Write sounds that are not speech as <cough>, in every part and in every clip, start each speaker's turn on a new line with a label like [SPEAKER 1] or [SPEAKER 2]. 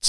[SPEAKER 1] It's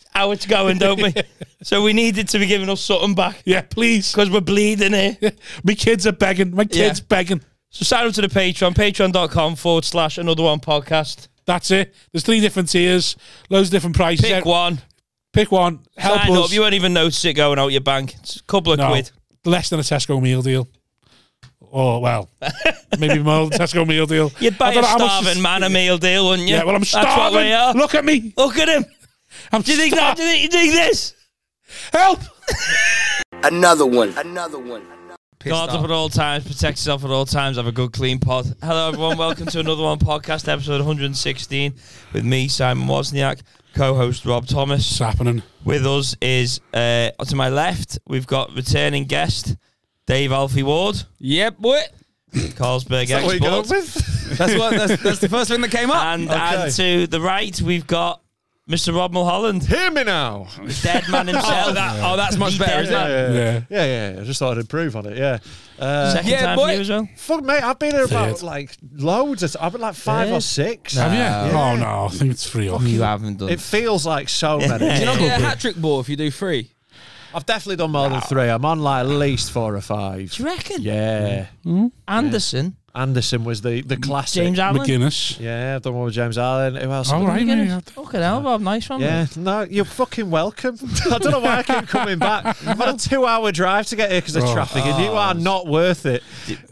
[SPEAKER 2] how it's going,
[SPEAKER 1] <laughs>
[SPEAKER 2] don't we? so we needed to be giving us something back
[SPEAKER 1] yeah, please.
[SPEAKER 2] because we're bleeding here.
[SPEAKER 1] My kids are begging. My kids
[SPEAKER 2] Yeah.
[SPEAKER 1] begging.
[SPEAKER 2] So sign up to the Patreon, patreon.com forward slash another one podcast.
[SPEAKER 1] That's it. There's three different tiers, loads of different prices.
[SPEAKER 2] Pick one.
[SPEAKER 1] Pick one. Help
[SPEAKER 2] Sign
[SPEAKER 1] us.
[SPEAKER 2] up. You won't even notice it going out your bank. It's a couple of
[SPEAKER 1] No,
[SPEAKER 2] quid.
[SPEAKER 1] less than a Tesco meal deal. Or
[SPEAKER 2] <laughs>
[SPEAKER 1] well, maybe more than Tesco meal deal.
[SPEAKER 2] You'd
[SPEAKER 1] I
[SPEAKER 2] buy
[SPEAKER 1] don't
[SPEAKER 2] a
[SPEAKER 1] know how much
[SPEAKER 2] starving
[SPEAKER 1] this-
[SPEAKER 2] man a meal deal, wouldn't you?
[SPEAKER 1] Yeah, well, I'm
[SPEAKER 2] That's what we are.
[SPEAKER 1] starving. Look at me.
[SPEAKER 2] Look at him.
[SPEAKER 1] I'm
[SPEAKER 2] Do you think that? Do
[SPEAKER 1] starving.
[SPEAKER 2] you think, you think this?
[SPEAKER 1] Help.
[SPEAKER 3] Another one. Another one.
[SPEAKER 2] Guards up at all times, protect yourself at all times, have a good clean pod.
[SPEAKER 1] <laughs>
[SPEAKER 2] Hello, everyone. Welcome to another one podcast, episode 116, with me, Simon Wozniak, co host Rob Thomas.
[SPEAKER 1] It's happening.
[SPEAKER 2] With us is, uh, to my left, we've got returning guest, Dave Alfie Ward,
[SPEAKER 4] Yep, boy.
[SPEAKER 2] Carlsberg
[SPEAKER 5] Is that what you got Uh, up
[SPEAKER 2] Export.
[SPEAKER 5] with?
[SPEAKER 4] That's what. That's, that's the first thing that came up.
[SPEAKER 2] And,
[SPEAKER 5] Okay.
[SPEAKER 2] and to the right, we've got Mr. Rob Mulholland,
[SPEAKER 5] Hear me now.
[SPEAKER 2] dead man himself.
[SPEAKER 4] <laughs> oh, that, oh, that's much
[SPEAKER 2] He dead
[SPEAKER 4] better. Isn't it?
[SPEAKER 5] yeah,
[SPEAKER 1] Yeah.
[SPEAKER 5] yeah, yeah, yeah. I just thought I'd improve on it. Yeah. Uh,
[SPEAKER 2] Second
[SPEAKER 4] Yeah,
[SPEAKER 2] time for
[SPEAKER 4] boy.
[SPEAKER 2] you as well.
[SPEAKER 5] fuck, mate. I've been here
[SPEAKER 1] Third.
[SPEAKER 5] about like loads. Of, I've been like five or
[SPEAKER 2] Third?
[SPEAKER 5] six.
[SPEAKER 1] Have you?
[SPEAKER 5] Yeah.
[SPEAKER 1] Oh no, I think it's three. or
[SPEAKER 4] You haven't done.
[SPEAKER 5] It feels like so
[SPEAKER 2] <laughs>
[SPEAKER 5] many.
[SPEAKER 4] you not get a hat trick ball if you do three.
[SPEAKER 5] I've definitely done more than three. I'm on like at least four or five.
[SPEAKER 2] Do you reckon?
[SPEAKER 5] Yeah.
[SPEAKER 2] Anderson,
[SPEAKER 5] Anderson was the the classic.
[SPEAKER 2] James Allen.
[SPEAKER 1] McGuinness.
[SPEAKER 5] Yeah, I've done one with James Allen. Who else?
[SPEAKER 1] All right,
[SPEAKER 2] Fucking
[SPEAKER 1] mate.
[SPEAKER 2] hell, Rob. Nice one.
[SPEAKER 5] Yeah, no, you're fucking welcome. <laughs> I don't know why I keep coming back. I've had a two-hour drive to get here because of
[SPEAKER 1] Oh.
[SPEAKER 5] traffic, and you are not worth it.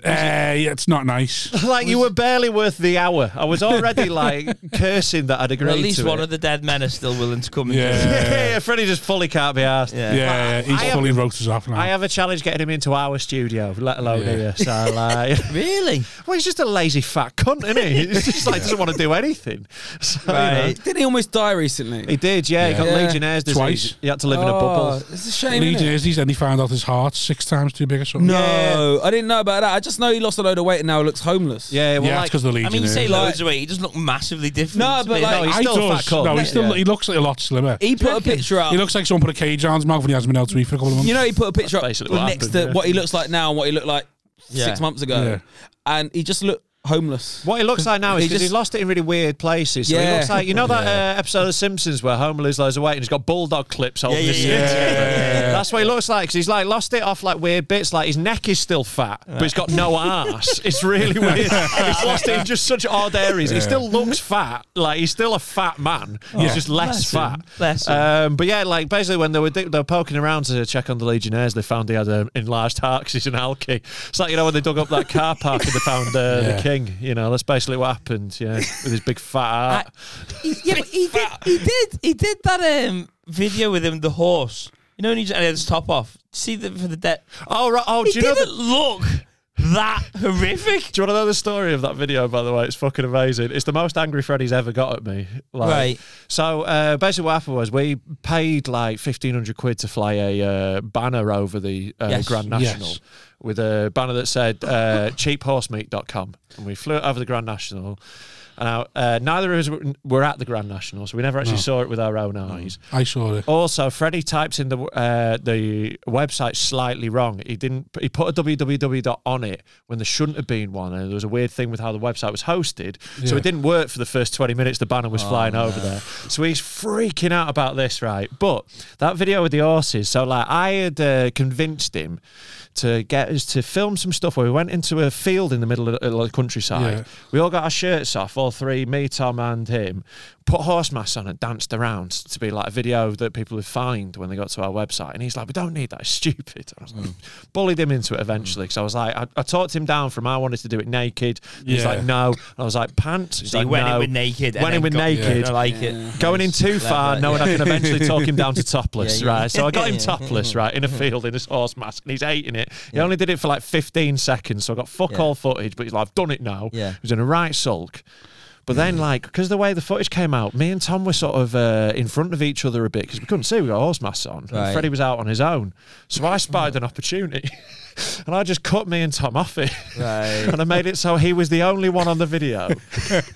[SPEAKER 1] Eh, yeah, it's not nice.
[SPEAKER 5] <laughs> Like you were barely worth the hour. I was already like cursing that I'd agreed
[SPEAKER 2] Well, at least
[SPEAKER 5] to
[SPEAKER 2] one
[SPEAKER 5] it.
[SPEAKER 2] of the dead men is still willing to come and
[SPEAKER 1] Yeah.
[SPEAKER 2] do it.
[SPEAKER 5] <laughs> yeah, yeah, Freddie just fully can't be asked.
[SPEAKER 2] Yeah.
[SPEAKER 1] Yeah, yeah,
[SPEAKER 5] I
[SPEAKER 1] he's
[SPEAKER 5] have-
[SPEAKER 1] fully wrote us off now.
[SPEAKER 5] I have a challenge getting him into our studio, let alone
[SPEAKER 1] Yeah.
[SPEAKER 5] here. So like, <laughs>
[SPEAKER 2] Really?
[SPEAKER 5] well, he's just a lazy fat cunt, isn't he? He's just like doesn't want to do anything. So, you know.
[SPEAKER 2] Right.
[SPEAKER 4] Didn't he almost die recently?
[SPEAKER 5] he did. Yeah, he got
[SPEAKER 4] Yeah. Oh.
[SPEAKER 5] Legionnaire's disease.
[SPEAKER 1] Twice.
[SPEAKER 5] He had to live in a bubble.
[SPEAKER 4] It's a shame.
[SPEAKER 1] Lee
[SPEAKER 4] isn't it?
[SPEAKER 1] Jerseys, then he found out his heart's six times too big or something.
[SPEAKER 4] No, I didn't know about that. I just know he lost a load of weight and now looks homeless.
[SPEAKER 5] Yeah, well,
[SPEAKER 1] yeah,
[SPEAKER 5] like,
[SPEAKER 1] it's because of the
[SPEAKER 2] I
[SPEAKER 1] Legion.
[SPEAKER 2] mean, you say
[SPEAKER 1] yeah.
[SPEAKER 2] loads of weight. He doesn't look massively different.
[SPEAKER 4] No,
[SPEAKER 2] to
[SPEAKER 4] but
[SPEAKER 2] me.
[SPEAKER 4] like-
[SPEAKER 5] no, he's
[SPEAKER 1] I
[SPEAKER 5] still a
[SPEAKER 1] does.
[SPEAKER 5] fat cunt.
[SPEAKER 1] No, he
[SPEAKER 5] Yeah.
[SPEAKER 1] still he looks like a lot slimmer.
[SPEAKER 4] He put a picture up.
[SPEAKER 1] He looks like someone put a cage around his mouth when he hasn't been able to eat for a couple of months.
[SPEAKER 4] You know, he put a picture up
[SPEAKER 5] basically what
[SPEAKER 4] next
[SPEAKER 5] happened,
[SPEAKER 4] to
[SPEAKER 5] yeah.
[SPEAKER 4] what he looks like now and what he looked like
[SPEAKER 2] Yeah.
[SPEAKER 4] six months ago,
[SPEAKER 1] Yeah.
[SPEAKER 4] and he just looked homeless.
[SPEAKER 5] What he looks like now is
[SPEAKER 4] He
[SPEAKER 5] because he
[SPEAKER 4] just-
[SPEAKER 5] lost it in really weird places. So he
[SPEAKER 4] Yeah.
[SPEAKER 5] looks like you know that uh, episode of The Simpsons where Homer loses loads of weight and he's got bulldog clips holding
[SPEAKER 2] yeah,
[SPEAKER 5] his
[SPEAKER 2] yeah,
[SPEAKER 5] shit.
[SPEAKER 2] yeah,
[SPEAKER 1] yeah, yeah.
[SPEAKER 5] That's what he looks like because he's like lost it off like weird bits. Like his neck is still fat, but he's got no ass. it's
[SPEAKER 2] <laughs>
[SPEAKER 5] really weird. he's lost it in just such odd areas. He
[SPEAKER 1] Yeah.
[SPEAKER 5] still looks fat. Like he's still a fat man. He's just less
[SPEAKER 2] Oh, bless him,
[SPEAKER 5] fat.
[SPEAKER 2] bless him.
[SPEAKER 5] Um, but yeah, like basically when they were they were poking around to check on the Legionnaires, they found he had an enlarged heart because he's an alky. It's like you know when they dug up that car park and they found uh,
[SPEAKER 1] Yeah.
[SPEAKER 5] the king. You know that's basically what happened. Yeah, with his big fat heart.
[SPEAKER 2] He, yeah, but he did. He did. He did that um, video with him, the horse. You know, when he just and he had his top off. See the for the dead.
[SPEAKER 5] oh right. Oh,
[SPEAKER 2] He
[SPEAKER 5] do you know
[SPEAKER 2] didn't
[SPEAKER 5] the,
[SPEAKER 2] look that horrific.
[SPEAKER 5] do you want to know the story of that video? By the way, it's fucking amazing. It's the most angry Freddy's ever got at me. Like,
[SPEAKER 2] Right.
[SPEAKER 5] So uh, basically, what happened was we paid like fifteen hundred quid to fly a uh, banner over the uh,
[SPEAKER 2] Yes.
[SPEAKER 5] Grand National
[SPEAKER 1] Yes.
[SPEAKER 5] with a banner that said uh, cheaphorsemeat.com, and we flew it over the Grand National. And I, uh, neither of us were- were at the Grand National, so we never actually saw it with our own eyes.
[SPEAKER 1] I saw it.
[SPEAKER 5] Also, Freddie types in the uh, the website slightly wrong. He didn't. He put a www dot on it when there shouldn't have been one, and there was a weird thing with how the website was hosted. So
[SPEAKER 1] Yeah.
[SPEAKER 5] it didn't work for the first twenty minutes. The banner was flying over there, so he's freaking out about this, right? But that video with the horses. So like, I had uh, convinced him to get us to film some stuff where we went into a field in the middle of the, of the countryside.
[SPEAKER 1] Yeah.
[SPEAKER 5] We all got our shirts off, all all three, me, Tom, and him, put horse masks on and danced around to be like a video that people would find when they got to our website. And he's like, we don't need that. It's stupid. I was
[SPEAKER 2] Mm.
[SPEAKER 5] like, bullied him into it eventually because I was like, I, I talked him down from I wanted to do it naked. He's
[SPEAKER 1] Yeah.
[SPEAKER 5] like, no. And I was like, pants. He's
[SPEAKER 2] So you
[SPEAKER 5] like,
[SPEAKER 2] went
[SPEAKER 5] no.
[SPEAKER 2] in with naked. and
[SPEAKER 5] Went in
[SPEAKER 2] then
[SPEAKER 5] with
[SPEAKER 2] got-
[SPEAKER 5] naked.
[SPEAKER 2] I like
[SPEAKER 4] Yeah.
[SPEAKER 2] it.
[SPEAKER 5] Going in
[SPEAKER 2] Clever,
[SPEAKER 5] too far,
[SPEAKER 2] yeah.
[SPEAKER 5] knowing I can eventually talk him down to topless,
[SPEAKER 2] Yeah, yeah.
[SPEAKER 5] right? So I got him
[SPEAKER 2] Yeah.
[SPEAKER 5] topless, right, in a field in his horse mask, and he's hating it. He
[SPEAKER 6] Yeah.
[SPEAKER 5] only did it for like 15 seconds, so I got fuck
[SPEAKER 6] Yeah.
[SPEAKER 5] all footage, but he's like, I've done it now.
[SPEAKER 6] Yeah.
[SPEAKER 5] He was in a right sulk. But then, like, because the way the footage came out, me and Tom were sort of uh, in front of each other a bit because we couldn't see, we got horse masks on.
[SPEAKER 6] Right.
[SPEAKER 5] And Freddie was out on his own. So I spied an opportunity <laughs> and I just cut me and Tom off it.
[SPEAKER 6] Right.
[SPEAKER 5] and I made it so he was the only one on the video.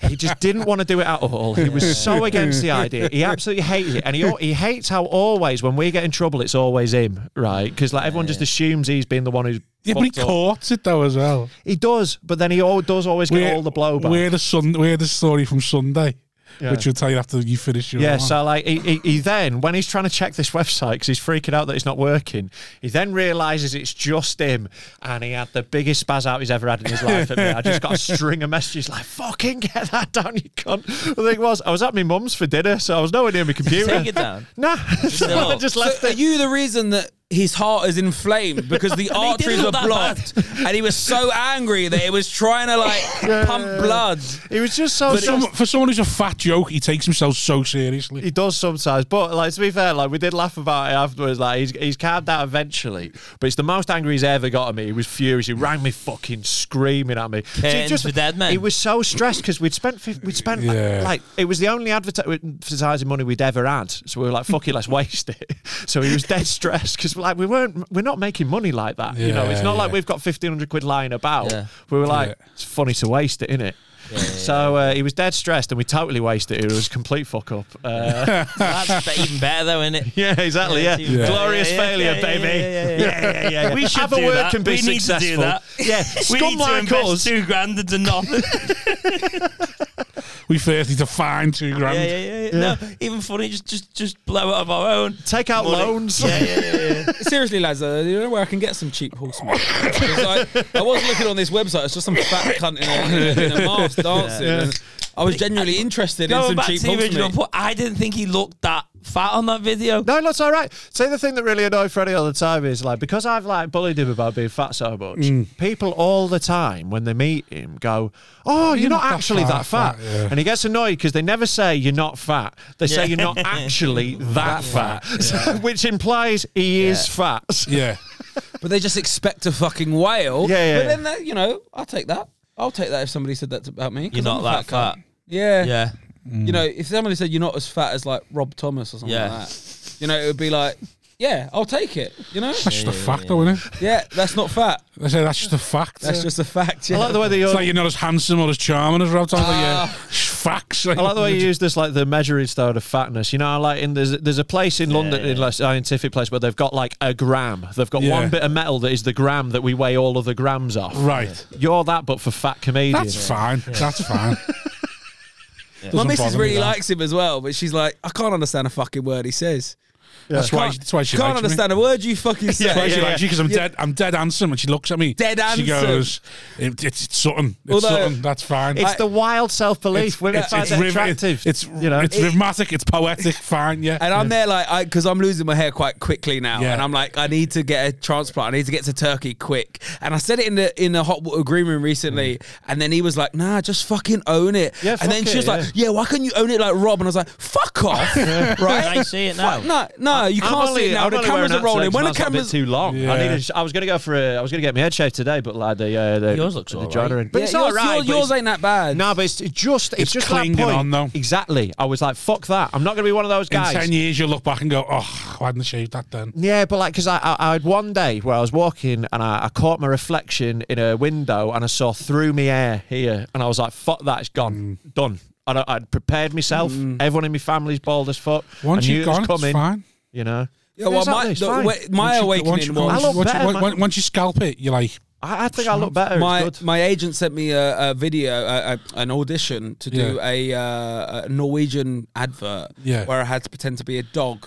[SPEAKER 5] he just didn't want to do it at all. He was so against the idea. He absolutely hated it, and he al- he hates how always when we get in trouble, it's always him, right? Because like everyone just assumes he's been the one who's.
[SPEAKER 1] Yeah, but he
[SPEAKER 5] fucked up.
[SPEAKER 1] caught it though as well.
[SPEAKER 5] He does, but then he all, does always get all the blowback.
[SPEAKER 1] We're the sun. We're the story from Sunday,
[SPEAKER 5] Yeah.
[SPEAKER 1] which we'll tell you after you finish your.
[SPEAKER 5] Yeah,
[SPEAKER 1] one.
[SPEAKER 5] so like he, he, he then, when he's trying to check this website because he's freaking out that it's not working, he then realizes it's just him and he had the biggest spaz out he's ever had in his life at me. I just got a string of messages like, fucking get that down, you cunt. The thing was, I was at my mum's for dinner, so I was nowhere near my computer.
[SPEAKER 2] Take it down.
[SPEAKER 5] <laughs> Nah, so
[SPEAKER 2] No.
[SPEAKER 5] I just left
[SPEAKER 4] So uh, are
[SPEAKER 5] it.
[SPEAKER 4] you the reason that his heart is inflamed because
[SPEAKER 2] <laughs>
[SPEAKER 4] the arteries
[SPEAKER 2] look
[SPEAKER 4] were
[SPEAKER 2] that
[SPEAKER 4] blocked
[SPEAKER 2] <laughs>
[SPEAKER 4] and he was so angry that it was trying to like pump blood?
[SPEAKER 5] He was just so.
[SPEAKER 1] for, some, for someone who's a fat joke, he takes himself so seriously.
[SPEAKER 5] He does sometimes, but like to be fair, like we did laugh about it afterwards. Like he's he's calmed down eventually, but it's the most angry he's ever got at me. He was furious. He rang me fucking screaming at me. So he
[SPEAKER 2] Cairns for dead men.
[SPEAKER 5] He was so stressed because we'd spent fif- we'd spent like-
[SPEAKER 1] Yeah.
[SPEAKER 5] like it was the only adverti- uh, advertising money we'd ever had. So we were like, fuck it, let's waste it. <laughs> So he was dead stressed because like we weren't we're not making money like that. you know,
[SPEAKER 1] Yeah,
[SPEAKER 5] it's not like
[SPEAKER 1] yeah.
[SPEAKER 5] we've got fifteen hundred quid lying about.
[SPEAKER 6] Yeah.
[SPEAKER 5] We were like,
[SPEAKER 1] Yeah.
[SPEAKER 5] it's funny to waste it, innit? So uh, he was dead stressed, and we totally wasted it. It was a complete fuck up. Uh,
[SPEAKER 2] <laughs> That's be- even better though, isn't it?
[SPEAKER 5] Yeah, exactly. Yeah,
[SPEAKER 2] Yeah, it's even better.
[SPEAKER 5] glorious
[SPEAKER 2] Yeah, yeah,
[SPEAKER 5] failure,
[SPEAKER 2] yeah,
[SPEAKER 5] baby.
[SPEAKER 2] yeah, yeah, yeah, yeah. We should
[SPEAKER 5] Have a
[SPEAKER 2] do
[SPEAKER 5] word
[SPEAKER 2] that.
[SPEAKER 5] can be
[SPEAKER 2] We need to do
[SPEAKER 5] successful.
[SPEAKER 2] that.
[SPEAKER 5] Yeah,
[SPEAKER 2] <laughs> We
[SPEAKER 5] scum
[SPEAKER 2] need to
[SPEAKER 5] like
[SPEAKER 2] invest
[SPEAKER 5] us.
[SPEAKER 2] two grand into nothing.
[SPEAKER 1] We first need to find two grand.
[SPEAKER 2] yeah, yeah, yeah, yeah. No, even funny, just just just blow out of our own.
[SPEAKER 5] Take out
[SPEAKER 2] money.
[SPEAKER 5] loans.
[SPEAKER 2] Yeah, yeah, yeah. yeah.
[SPEAKER 4] Seriously, lads, uh, you know where I can get some cheap horse milk? 'Cause I, I was looking on this website. It's just some fat cunt in a,
[SPEAKER 2] <laughs>
[SPEAKER 4] in a mask dancing. and I was genuinely interested in
[SPEAKER 2] Going
[SPEAKER 4] some
[SPEAKER 2] back
[SPEAKER 4] cheap
[SPEAKER 2] to the
[SPEAKER 4] horse
[SPEAKER 2] original
[SPEAKER 4] milk.
[SPEAKER 2] point, I didn't think he looked that fat on that video.
[SPEAKER 5] No, that's all right. See, the thing that really annoyed Freddie all the time is like because I've like bullied him about being fat so much. People all the time when they meet him go, "Oh, you're, not, actually that fat,",
[SPEAKER 1] yeah.
[SPEAKER 5] and he gets annoyed because they never say you're not fat. They say
[SPEAKER 2] Yeah.
[SPEAKER 5] you're not actually that fat, So- <laughs> which implies he is fat. <laughs>
[SPEAKER 1] yeah.
[SPEAKER 4] But they just expect a fucking whale.
[SPEAKER 5] Yeah, yeah,
[SPEAKER 4] But
[SPEAKER 5] yeah.
[SPEAKER 4] then, that, you know, I'll take that. I'll take that if somebody said that about me. 'cause
[SPEAKER 2] You're
[SPEAKER 4] I'm
[SPEAKER 2] not
[SPEAKER 4] a
[SPEAKER 2] that
[SPEAKER 4] cunt.
[SPEAKER 2] fat.
[SPEAKER 4] Yeah.
[SPEAKER 2] Yeah.
[SPEAKER 4] You
[SPEAKER 1] Mm.
[SPEAKER 4] know, if somebody said you're not as fat as like Rob Thomas or something
[SPEAKER 2] Yeah.
[SPEAKER 4] like that, you know, it would be like, yeah, I'll take it.
[SPEAKER 1] <laughs>
[SPEAKER 4] You know,
[SPEAKER 1] That's just a fact, though, isn't it?
[SPEAKER 4] yeah, that's not fat.
[SPEAKER 1] I say that's just a fact.
[SPEAKER 4] That's just a fact.
[SPEAKER 5] I
[SPEAKER 4] Yeah.
[SPEAKER 5] like the way that you're.
[SPEAKER 1] It's like you're not as handsome or as charming as Rob Thompson. yeah, facts.
[SPEAKER 5] Ah. I like the way you use this, like the measuring stone of fatness. You know, I like in there's there's a place in London,
[SPEAKER 2] yeah.
[SPEAKER 5] in like scientific place, where they've got like a gram. They've got
[SPEAKER 1] Yeah.
[SPEAKER 5] one bit of metal that is the gram that we weigh all other grams off.
[SPEAKER 1] <laughs> Right.
[SPEAKER 5] You're that, but for fat comedians.
[SPEAKER 1] That's fine. That's
[SPEAKER 5] <laughs>
[SPEAKER 1] fine.
[SPEAKER 4] My
[SPEAKER 1] Doesn't
[SPEAKER 4] missus
[SPEAKER 1] bother me
[SPEAKER 4] really
[SPEAKER 1] that.
[SPEAKER 4] likes him as well, but she's like, I can't understand a fucking word he says.
[SPEAKER 1] That's why.
[SPEAKER 4] Can't-
[SPEAKER 1] That's why she
[SPEAKER 4] can't
[SPEAKER 1] likes me.
[SPEAKER 4] understand a word you
[SPEAKER 1] <laughs>
[SPEAKER 4] fucking say.
[SPEAKER 1] That's why she
[SPEAKER 5] yeah,
[SPEAKER 1] likes you because I'm dead. I'm dead handsome, and she looks at me.
[SPEAKER 4] Dead
[SPEAKER 1] She
[SPEAKER 4] handsome.
[SPEAKER 1] goes, it, "It's it's something. It's
[SPEAKER 4] Although-
[SPEAKER 1] something. That's fine."
[SPEAKER 5] It's the wild self
[SPEAKER 1] It's-
[SPEAKER 5] belief. Women
[SPEAKER 1] it's-
[SPEAKER 5] find
[SPEAKER 1] it's
[SPEAKER 5] it
[SPEAKER 1] riv-
[SPEAKER 5] attractive.
[SPEAKER 1] It's you know, it's rhythmatic. It's
[SPEAKER 5] <laughs>
[SPEAKER 1] poetic. Fine. Yeah.
[SPEAKER 4] And I'm there like, I because I'm losing my hair quite quickly now,
[SPEAKER 1] Yeah.
[SPEAKER 4] and I'm like, I need to get a transplant. I need to get to Turkey quick. And I said it in the in the hot water green room
[SPEAKER 5] Mm.
[SPEAKER 4] recently, and then he was like, Nah, just fucking own it.
[SPEAKER 5] Yeah,
[SPEAKER 4] and then
[SPEAKER 5] fuck
[SPEAKER 4] she was
[SPEAKER 5] it,
[SPEAKER 4] like, Yeah, why couldn't you own it like Rob? And I was like,
[SPEAKER 5] <laughs>
[SPEAKER 4] Fuck off, right?
[SPEAKER 2] I see it now.
[SPEAKER 4] <laughs> Fuck, no, no, you
[SPEAKER 5] I'm
[SPEAKER 4] can't
[SPEAKER 5] only-
[SPEAKER 4] see it now.
[SPEAKER 5] I'm
[SPEAKER 4] The
[SPEAKER 5] only
[SPEAKER 4] cameras
[SPEAKER 5] wearing
[SPEAKER 4] are rolling.
[SPEAKER 5] that
[SPEAKER 4] When the
[SPEAKER 5] because that's a
[SPEAKER 4] cameras,
[SPEAKER 5] bit too long. I
[SPEAKER 1] Yeah.
[SPEAKER 5] needed. sh- I was gonna go for a. I was gonna get my head shaved today, but like the uh, the
[SPEAKER 2] Yours looks
[SPEAKER 5] the
[SPEAKER 2] all right.
[SPEAKER 5] joiner in- But
[SPEAKER 4] Yeah,
[SPEAKER 5] it's
[SPEAKER 4] yours,
[SPEAKER 5] all right.
[SPEAKER 4] yours-
[SPEAKER 5] but
[SPEAKER 4] yours
[SPEAKER 5] it's-
[SPEAKER 4] ain't that bad.
[SPEAKER 5] No, but it's it just it's,
[SPEAKER 1] It's
[SPEAKER 5] just
[SPEAKER 1] clinging
[SPEAKER 5] that point.
[SPEAKER 1] on, though.
[SPEAKER 5] Exactly. I was like, fuck that. I'm not gonna be one of those
[SPEAKER 1] In
[SPEAKER 5] guys.
[SPEAKER 1] ten years, you'll look back and go, "Oh, I hadn't shaved that then."
[SPEAKER 5] Yeah, but like, because I, I, I had one day where I was walking and I, I caught my reflection in a window and I saw through me air here and I was like, fuck that, it's gone,
[SPEAKER 1] Mm.
[SPEAKER 5] done. And I, I'd prepared myself. Everone in my family's bald as fuck.
[SPEAKER 1] Once
[SPEAKER 5] I knew
[SPEAKER 1] you've
[SPEAKER 5] it was
[SPEAKER 1] gone, it's
[SPEAKER 5] coming,
[SPEAKER 1] fine.
[SPEAKER 5] You know?
[SPEAKER 4] yeah, well,
[SPEAKER 5] Exactly,
[SPEAKER 4] my,
[SPEAKER 5] it's
[SPEAKER 4] the-
[SPEAKER 5] fine.
[SPEAKER 4] wa- my
[SPEAKER 1] Once you-
[SPEAKER 4] awakening
[SPEAKER 5] I
[SPEAKER 1] once you, once,
[SPEAKER 4] was.
[SPEAKER 5] look
[SPEAKER 1] you-
[SPEAKER 5] better,
[SPEAKER 1] once-
[SPEAKER 5] man.
[SPEAKER 1] once- once you scalp it, you're like,
[SPEAKER 5] I, I think I look better.
[SPEAKER 4] My,
[SPEAKER 5] it's good.
[SPEAKER 4] my agent sent me a, a video, a, a, an audition to do
[SPEAKER 1] Yeah.
[SPEAKER 4] a, uh, a Norwegian advert
[SPEAKER 1] Yeah.
[SPEAKER 4] where I had to pretend to be a
[SPEAKER 5] <laughs>
[SPEAKER 4] dog.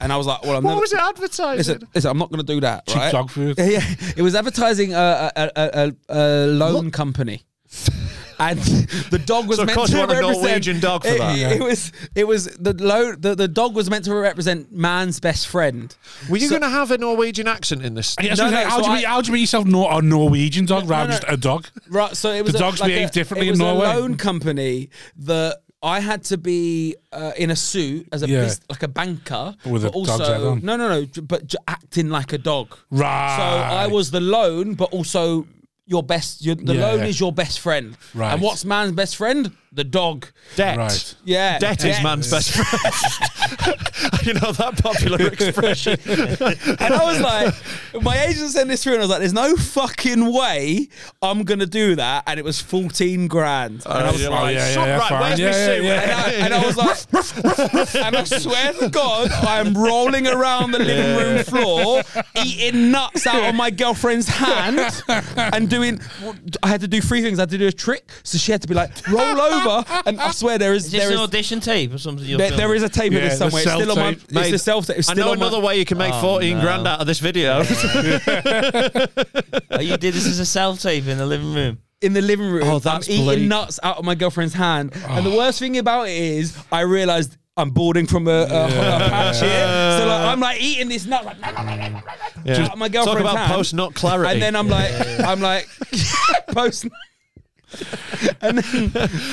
[SPEAKER 4] And I was like, well, I'm
[SPEAKER 5] What
[SPEAKER 4] never.
[SPEAKER 5] was it advertising?
[SPEAKER 4] Listen, listen, I'm not going to do that,
[SPEAKER 1] Cheap
[SPEAKER 4] right?
[SPEAKER 1] dog
[SPEAKER 4] <laughs>
[SPEAKER 1] food.
[SPEAKER 5] <laughs>
[SPEAKER 4] Yeah, it was advertising a, a, a, a, a loan company. and the dog was
[SPEAKER 5] So of
[SPEAKER 4] meant
[SPEAKER 5] course
[SPEAKER 4] to
[SPEAKER 5] you want a
[SPEAKER 4] represent
[SPEAKER 5] Norwegian dog for
[SPEAKER 4] it,
[SPEAKER 5] that.
[SPEAKER 4] It was it was the low the, the dog was meant to represent man's best friend.
[SPEAKER 5] Were you
[SPEAKER 4] So-
[SPEAKER 5] going to have a Norwegian accent in this?
[SPEAKER 1] And he asked
[SPEAKER 4] No,
[SPEAKER 1] me,
[SPEAKER 4] no,
[SPEAKER 1] like, how,
[SPEAKER 4] so
[SPEAKER 1] do you
[SPEAKER 4] I-
[SPEAKER 1] make, how do you make yourself nor- a Norwegian dog rather
[SPEAKER 4] no,
[SPEAKER 1] than just a dog?
[SPEAKER 4] Right, so it was
[SPEAKER 1] The
[SPEAKER 4] a,
[SPEAKER 1] dogs
[SPEAKER 4] like
[SPEAKER 1] behave
[SPEAKER 4] a,
[SPEAKER 1] differently
[SPEAKER 4] it
[SPEAKER 1] in
[SPEAKER 4] was
[SPEAKER 1] Norway.
[SPEAKER 4] A loan company that I had to be uh, in a suit as a
[SPEAKER 1] Yeah.
[SPEAKER 4] bus- like a banker,
[SPEAKER 1] But with
[SPEAKER 4] but
[SPEAKER 1] a dog's head
[SPEAKER 4] also
[SPEAKER 1] on.
[SPEAKER 4] no, no, no, j- but j- acting like a dog.
[SPEAKER 1] Right.
[SPEAKER 4] So I was the loan, but also your best. Your, the
[SPEAKER 1] Ah. Yeah.
[SPEAKER 4] loan is your best friend.
[SPEAKER 1] Right.
[SPEAKER 4] And what's man's best friend? The dog.
[SPEAKER 5] Debt.
[SPEAKER 1] Right.
[SPEAKER 4] Yeah.
[SPEAKER 5] Debt is
[SPEAKER 4] <laughs>
[SPEAKER 5] man's best friend. <laughs> you know that
[SPEAKER 1] <laughs>
[SPEAKER 5] popular expression.
[SPEAKER 4] And I was like, my agent sent this through, and I was like, "There's no fucking way I'm gonna do that." And it was 14 grand. and I was
[SPEAKER 1] Uh, yeah,
[SPEAKER 4] like,
[SPEAKER 1] yeah,
[SPEAKER 5] "Suck
[SPEAKER 1] yeah,
[SPEAKER 5] right,
[SPEAKER 1] fine.
[SPEAKER 5] where's my
[SPEAKER 1] Yeah, yeah,
[SPEAKER 5] suit?" <laughs>
[SPEAKER 1] yeah.
[SPEAKER 4] and I, and I was like, and I swear to God, I'm rolling around the living room floor, eating nuts out of my girlfriend's hand, and doing. I had to do three things. I had to do a trick, so she had to be like, roll over, and I swear there is
[SPEAKER 2] Is this
[SPEAKER 4] there
[SPEAKER 2] an
[SPEAKER 4] is.
[SPEAKER 2] audition tape or something? You're
[SPEAKER 4] There, there
[SPEAKER 2] filming?
[SPEAKER 4] is a tape of
[SPEAKER 1] Yeah,
[SPEAKER 4] this
[SPEAKER 1] the
[SPEAKER 4] somewhere. It's still on my.
[SPEAKER 1] self-tape.
[SPEAKER 4] It's the self tape. It's
[SPEAKER 5] I
[SPEAKER 4] still
[SPEAKER 5] know
[SPEAKER 4] on my-
[SPEAKER 5] another way you can make
[SPEAKER 2] Oh,
[SPEAKER 5] 14
[SPEAKER 2] no.
[SPEAKER 5] grand out of this
[SPEAKER 2] <laughs>
[SPEAKER 5] video. <laughs>
[SPEAKER 2] Oh, you did this as a self tape in the living room.
[SPEAKER 4] in the living room.
[SPEAKER 5] Oh, that's
[SPEAKER 4] I'm eating
[SPEAKER 5] bleak.
[SPEAKER 4] nuts out of my girlfriend's hand. And the worst thing about it is, I realized I'm boarding from a, a, a patch here. So like, I'm like eating this nut, like,
[SPEAKER 5] Yeah.
[SPEAKER 4] Just- My
[SPEAKER 5] Talk
[SPEAKER 4] girlfriend's
[SPEAKER 5] about
[SPEAKER 4] hand.
[SPEAKER 5] post not clarity.
[SPEAKER 4] and then I'm like, I'm like, <laughs> post. and then,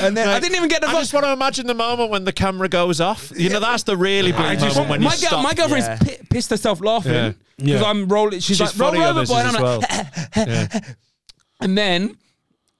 [SPEAKER 4] and then I
[SPEAKER 5] Mate,
[SPEAKER 4] didn't even get the
[SPEAKER 5] I
[SPEAKER 4] vote.
[SPEAKER 5] just want to imagine the moment when the camera goes off. You know, that's the really bleak
[SPEAKER 1] just-
[SPEAKER 5] moment when
[SPEAKER 4] my,
[SPEAKER 5] you
[SPEAKER 4] girl-
[SPEAKER 5] stop.
[SPEAKER 4] my girlfriend's
[SPEAKER 2] Yeah.
[SPEAKER 4] pi- pissed herself laughing
[SPEAKER 5] Yeah.
[SPEAKER 4] because
[SPEAKER 1] Yeah.
[SPEAKER 4] I'm rolling. She's,
[SPEAKER 5] She's
[SPEAKER 4] like, roll
[SPEAKER 5] funny on
[SPEAKER 4] over,
[SPEAKER 5] this
[SPEAKER 4] boy. And I'm
[SPEAKER 5] as
[SPEAKER 4] like,
[SPEAKER 5] well. Yeah.
[SPEAKER 4] <laughs> And then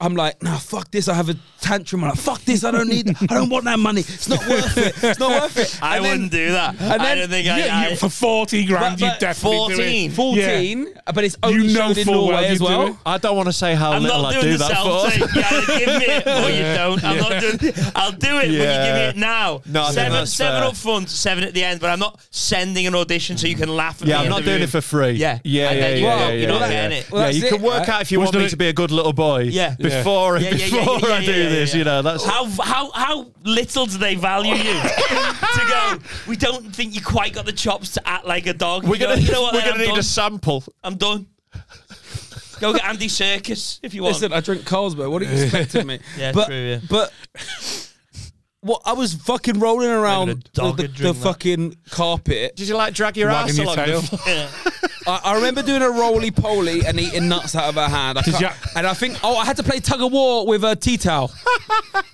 [SPEAKER 4] I'm like, nah, fuck this. I have a tantrum. I'm like, fuck this. I don't need, I don't want that money. It's not worth it. It's not worth it.
[SPEAKER 2] I
[SPEAKER 4] And then
[SPEAKER 2] wouldn't do that. I
[SPEAKER 4] then-
[SPEAKER 2] don't think
[SPEAKER 1] yeah,
[SPEAKER 2] I.
[SPEAKER 1] you, for 40 grand,
[SPEAKER 4] But-
[SPEAKER 1] you
[SPEAKER 4] but
[SPEAKER 1] definitely do
[SPEAKER 2] 14.
[SPEAKER 1] it.
[SPEAKER 4] 14, but it's only
[SPEAKER 1] You know
[SPEAKER 4] showed in
[SPEAKER 1] full
[SPEAKER 4] Norway
[SPEAKER 1] well
[SPEAKER 4] as
[SPEAKER 1] you do
[SPEAKER 4] well.
[SPEAKER 1] it.
[SPEAKER 5] I don't want to say how
[SPEAKER 2] I'm
[SPEAKER 5] little
[SPEAKER 2] not
[SPEAKER 5] I
[SPEAKER 2] doing
[SPEAKER 5] do
[SPEAKER 2] the
[SPEAKER 5] that
[SPEAKER 2] <laughs> self
[SPEAKER 5] for.
[SPEAKER 2] tape. You either give me it
[SPEAKER 5] <laughs>
[SPEAKER 2] or you don't. I'm not doing. I'll do it, but you give me
[SPEAKER 5] Yeah.
[SPEAKER 2] it now.
[SPEAKER 5] No, I think
[SPEAKER 2] seven,
[SPEAKER 5] that's
[SPEAKER 2] seven
[SPEAKER 5] fair.
[SPEAKER 2] up front, seven at the end. But I'm not sending an audition so you can laugh at me.
[SPEAKER 5] Yeah, I'm
[SPEAKER 2] in
[SPEAKER 5] not
[SPEAKER 2] the
[SPEAKER 5] doing
[SPEAKER 2] room.
[SPEAKER 5] it for free.
[SPEAKER 2] Yeah.
[SPEAKER 5] yeah,
[SPEAKER 2] And
[SPEAKER 5] yeah,
[SPEAKER 2] then
[SPEAKER 5] yeah.
[SPEAKER 2] you
[SPEAKER 5] yeah,
[SPEAKER 2] know
[SPEAKER 5] yeah,
[SPEAKER 2] you're not
[SPEAKER 5] yeah.
[SPEAKER 2] getting it.
[SPEAKER 4] Well,
[SPEAKER 5] yeah,
[SPEAKER 4] that's
[SPEAKER 5] you can
[SPEAKER 4] it,
[SPEAKER 5] work
[SPEAKER 4] right?
[SPEAKER 5] out if you
[SPEAKER 1] What's
[SPEAKER 5] want me
[SPEAKER 1] the-
[SPEAKER 5] to be a good little boy.
[SPEAKER 2] Yeah. Yeah.
[SPEAKER 5] before
[SPEAKER 2] Yeah, yeah, yeah,
[SPEAKER 5] before
[SPEAKER 2] yeah,
[SPEAKER 5] I
[SPEAKER 2] yeah,
[SPEAKER 5] do
[SPEAKER 2] yeah,
[SPEAKER 5] this,
[SPEAKER 2] yeah.
[SPEAKER 5] you know. That's
[SPEAKER 2] How how how little do they value you
[SPEAKER 5] <laughs>
[SPEAKER 2] to go? We don't think you quite got the chops to act like a dog.
[SPEAKER 5] we're
[SPEAKER 2] You know-
[SPEAKER 5] gonna
[SPEAKER 2] you know what?
[SPEAKER 5] we're
[SPEAKER 2] then
[SPEAKER 5] gonna
[SPEAKER 2] I'm
[SPEAKER 5] need
[SPEAKER 2] done.
[SPEAKER 5] a sample.
[SPEAKER 2] I'm done. Go get Andy Circus if you want.
[SPEAKER 4] Listen, I drink Carlsberg. What do you expect of me?
[SPEAKER 2] <laughs> Yeah,
[SPEAKER 4] but,
[SPEAKER 2] true, yeah.
[SPEAKER 4] But what I was fucking rolling
[SPEAKER 2] Maybe
[SPEAKER 4] around
[SPEAKER 2] the dog
[SPEAKER 4] the,
[SPEAKER 2] would
[SPEAKER 4] the
[SPEAKER 2] drink that.
[SPEAKER 4] fucking carpet.
[SPEAKER 5] Did you like drag your
[SPEAKER 1] Wagging
[SPEAKER 5] ass
[SPEAKER 1] your
[SPEAKER 5] along? the
[SPEAKER 1] tail.
[SPEAKER 5] floor?
[SPEAKER 2] Yeah.
[SPEAKER 4] I, I remember doing a roly poly and eating nuts out of her hand. I can't-
[SPEAKER 1] you-
[SPEAKER 4] and I think, oh, I had to play tug of war with a tea towel.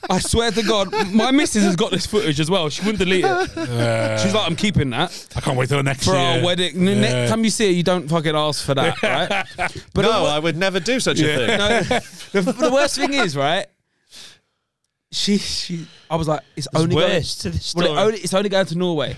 [SPEAKER 4] I swear to God, my missus has got this footage as well. She wouldn't delete it. She's like, I'm keeping that
[SPEAKER 1] I can't wait till next
[SPEAKER 4] for
[SPEAKER 1] year.
[SPEAKER 4] our wedding. The
[SPEAKER 1] Yeah.
[SPEAKER 4] Next time you see her, you don't fucking ask for
[SPEAKER 1] <laughs>
[SPEAKER 4] that, right? But
[SPEAKER 5] <laughs> no,
[SPEAKER 4] the-
[SPEAKER 5] I would never do such a thing.
[SPEAKER 4] no, <laughs> the, the worst thing is, right? She, she, I was like, it's, only going,
[SPEAKER 2] worse to this
[SPEAKER 4] well, it
[SPEAKER 2] story.
[SPEAKER 4] only, it's only going to Norway.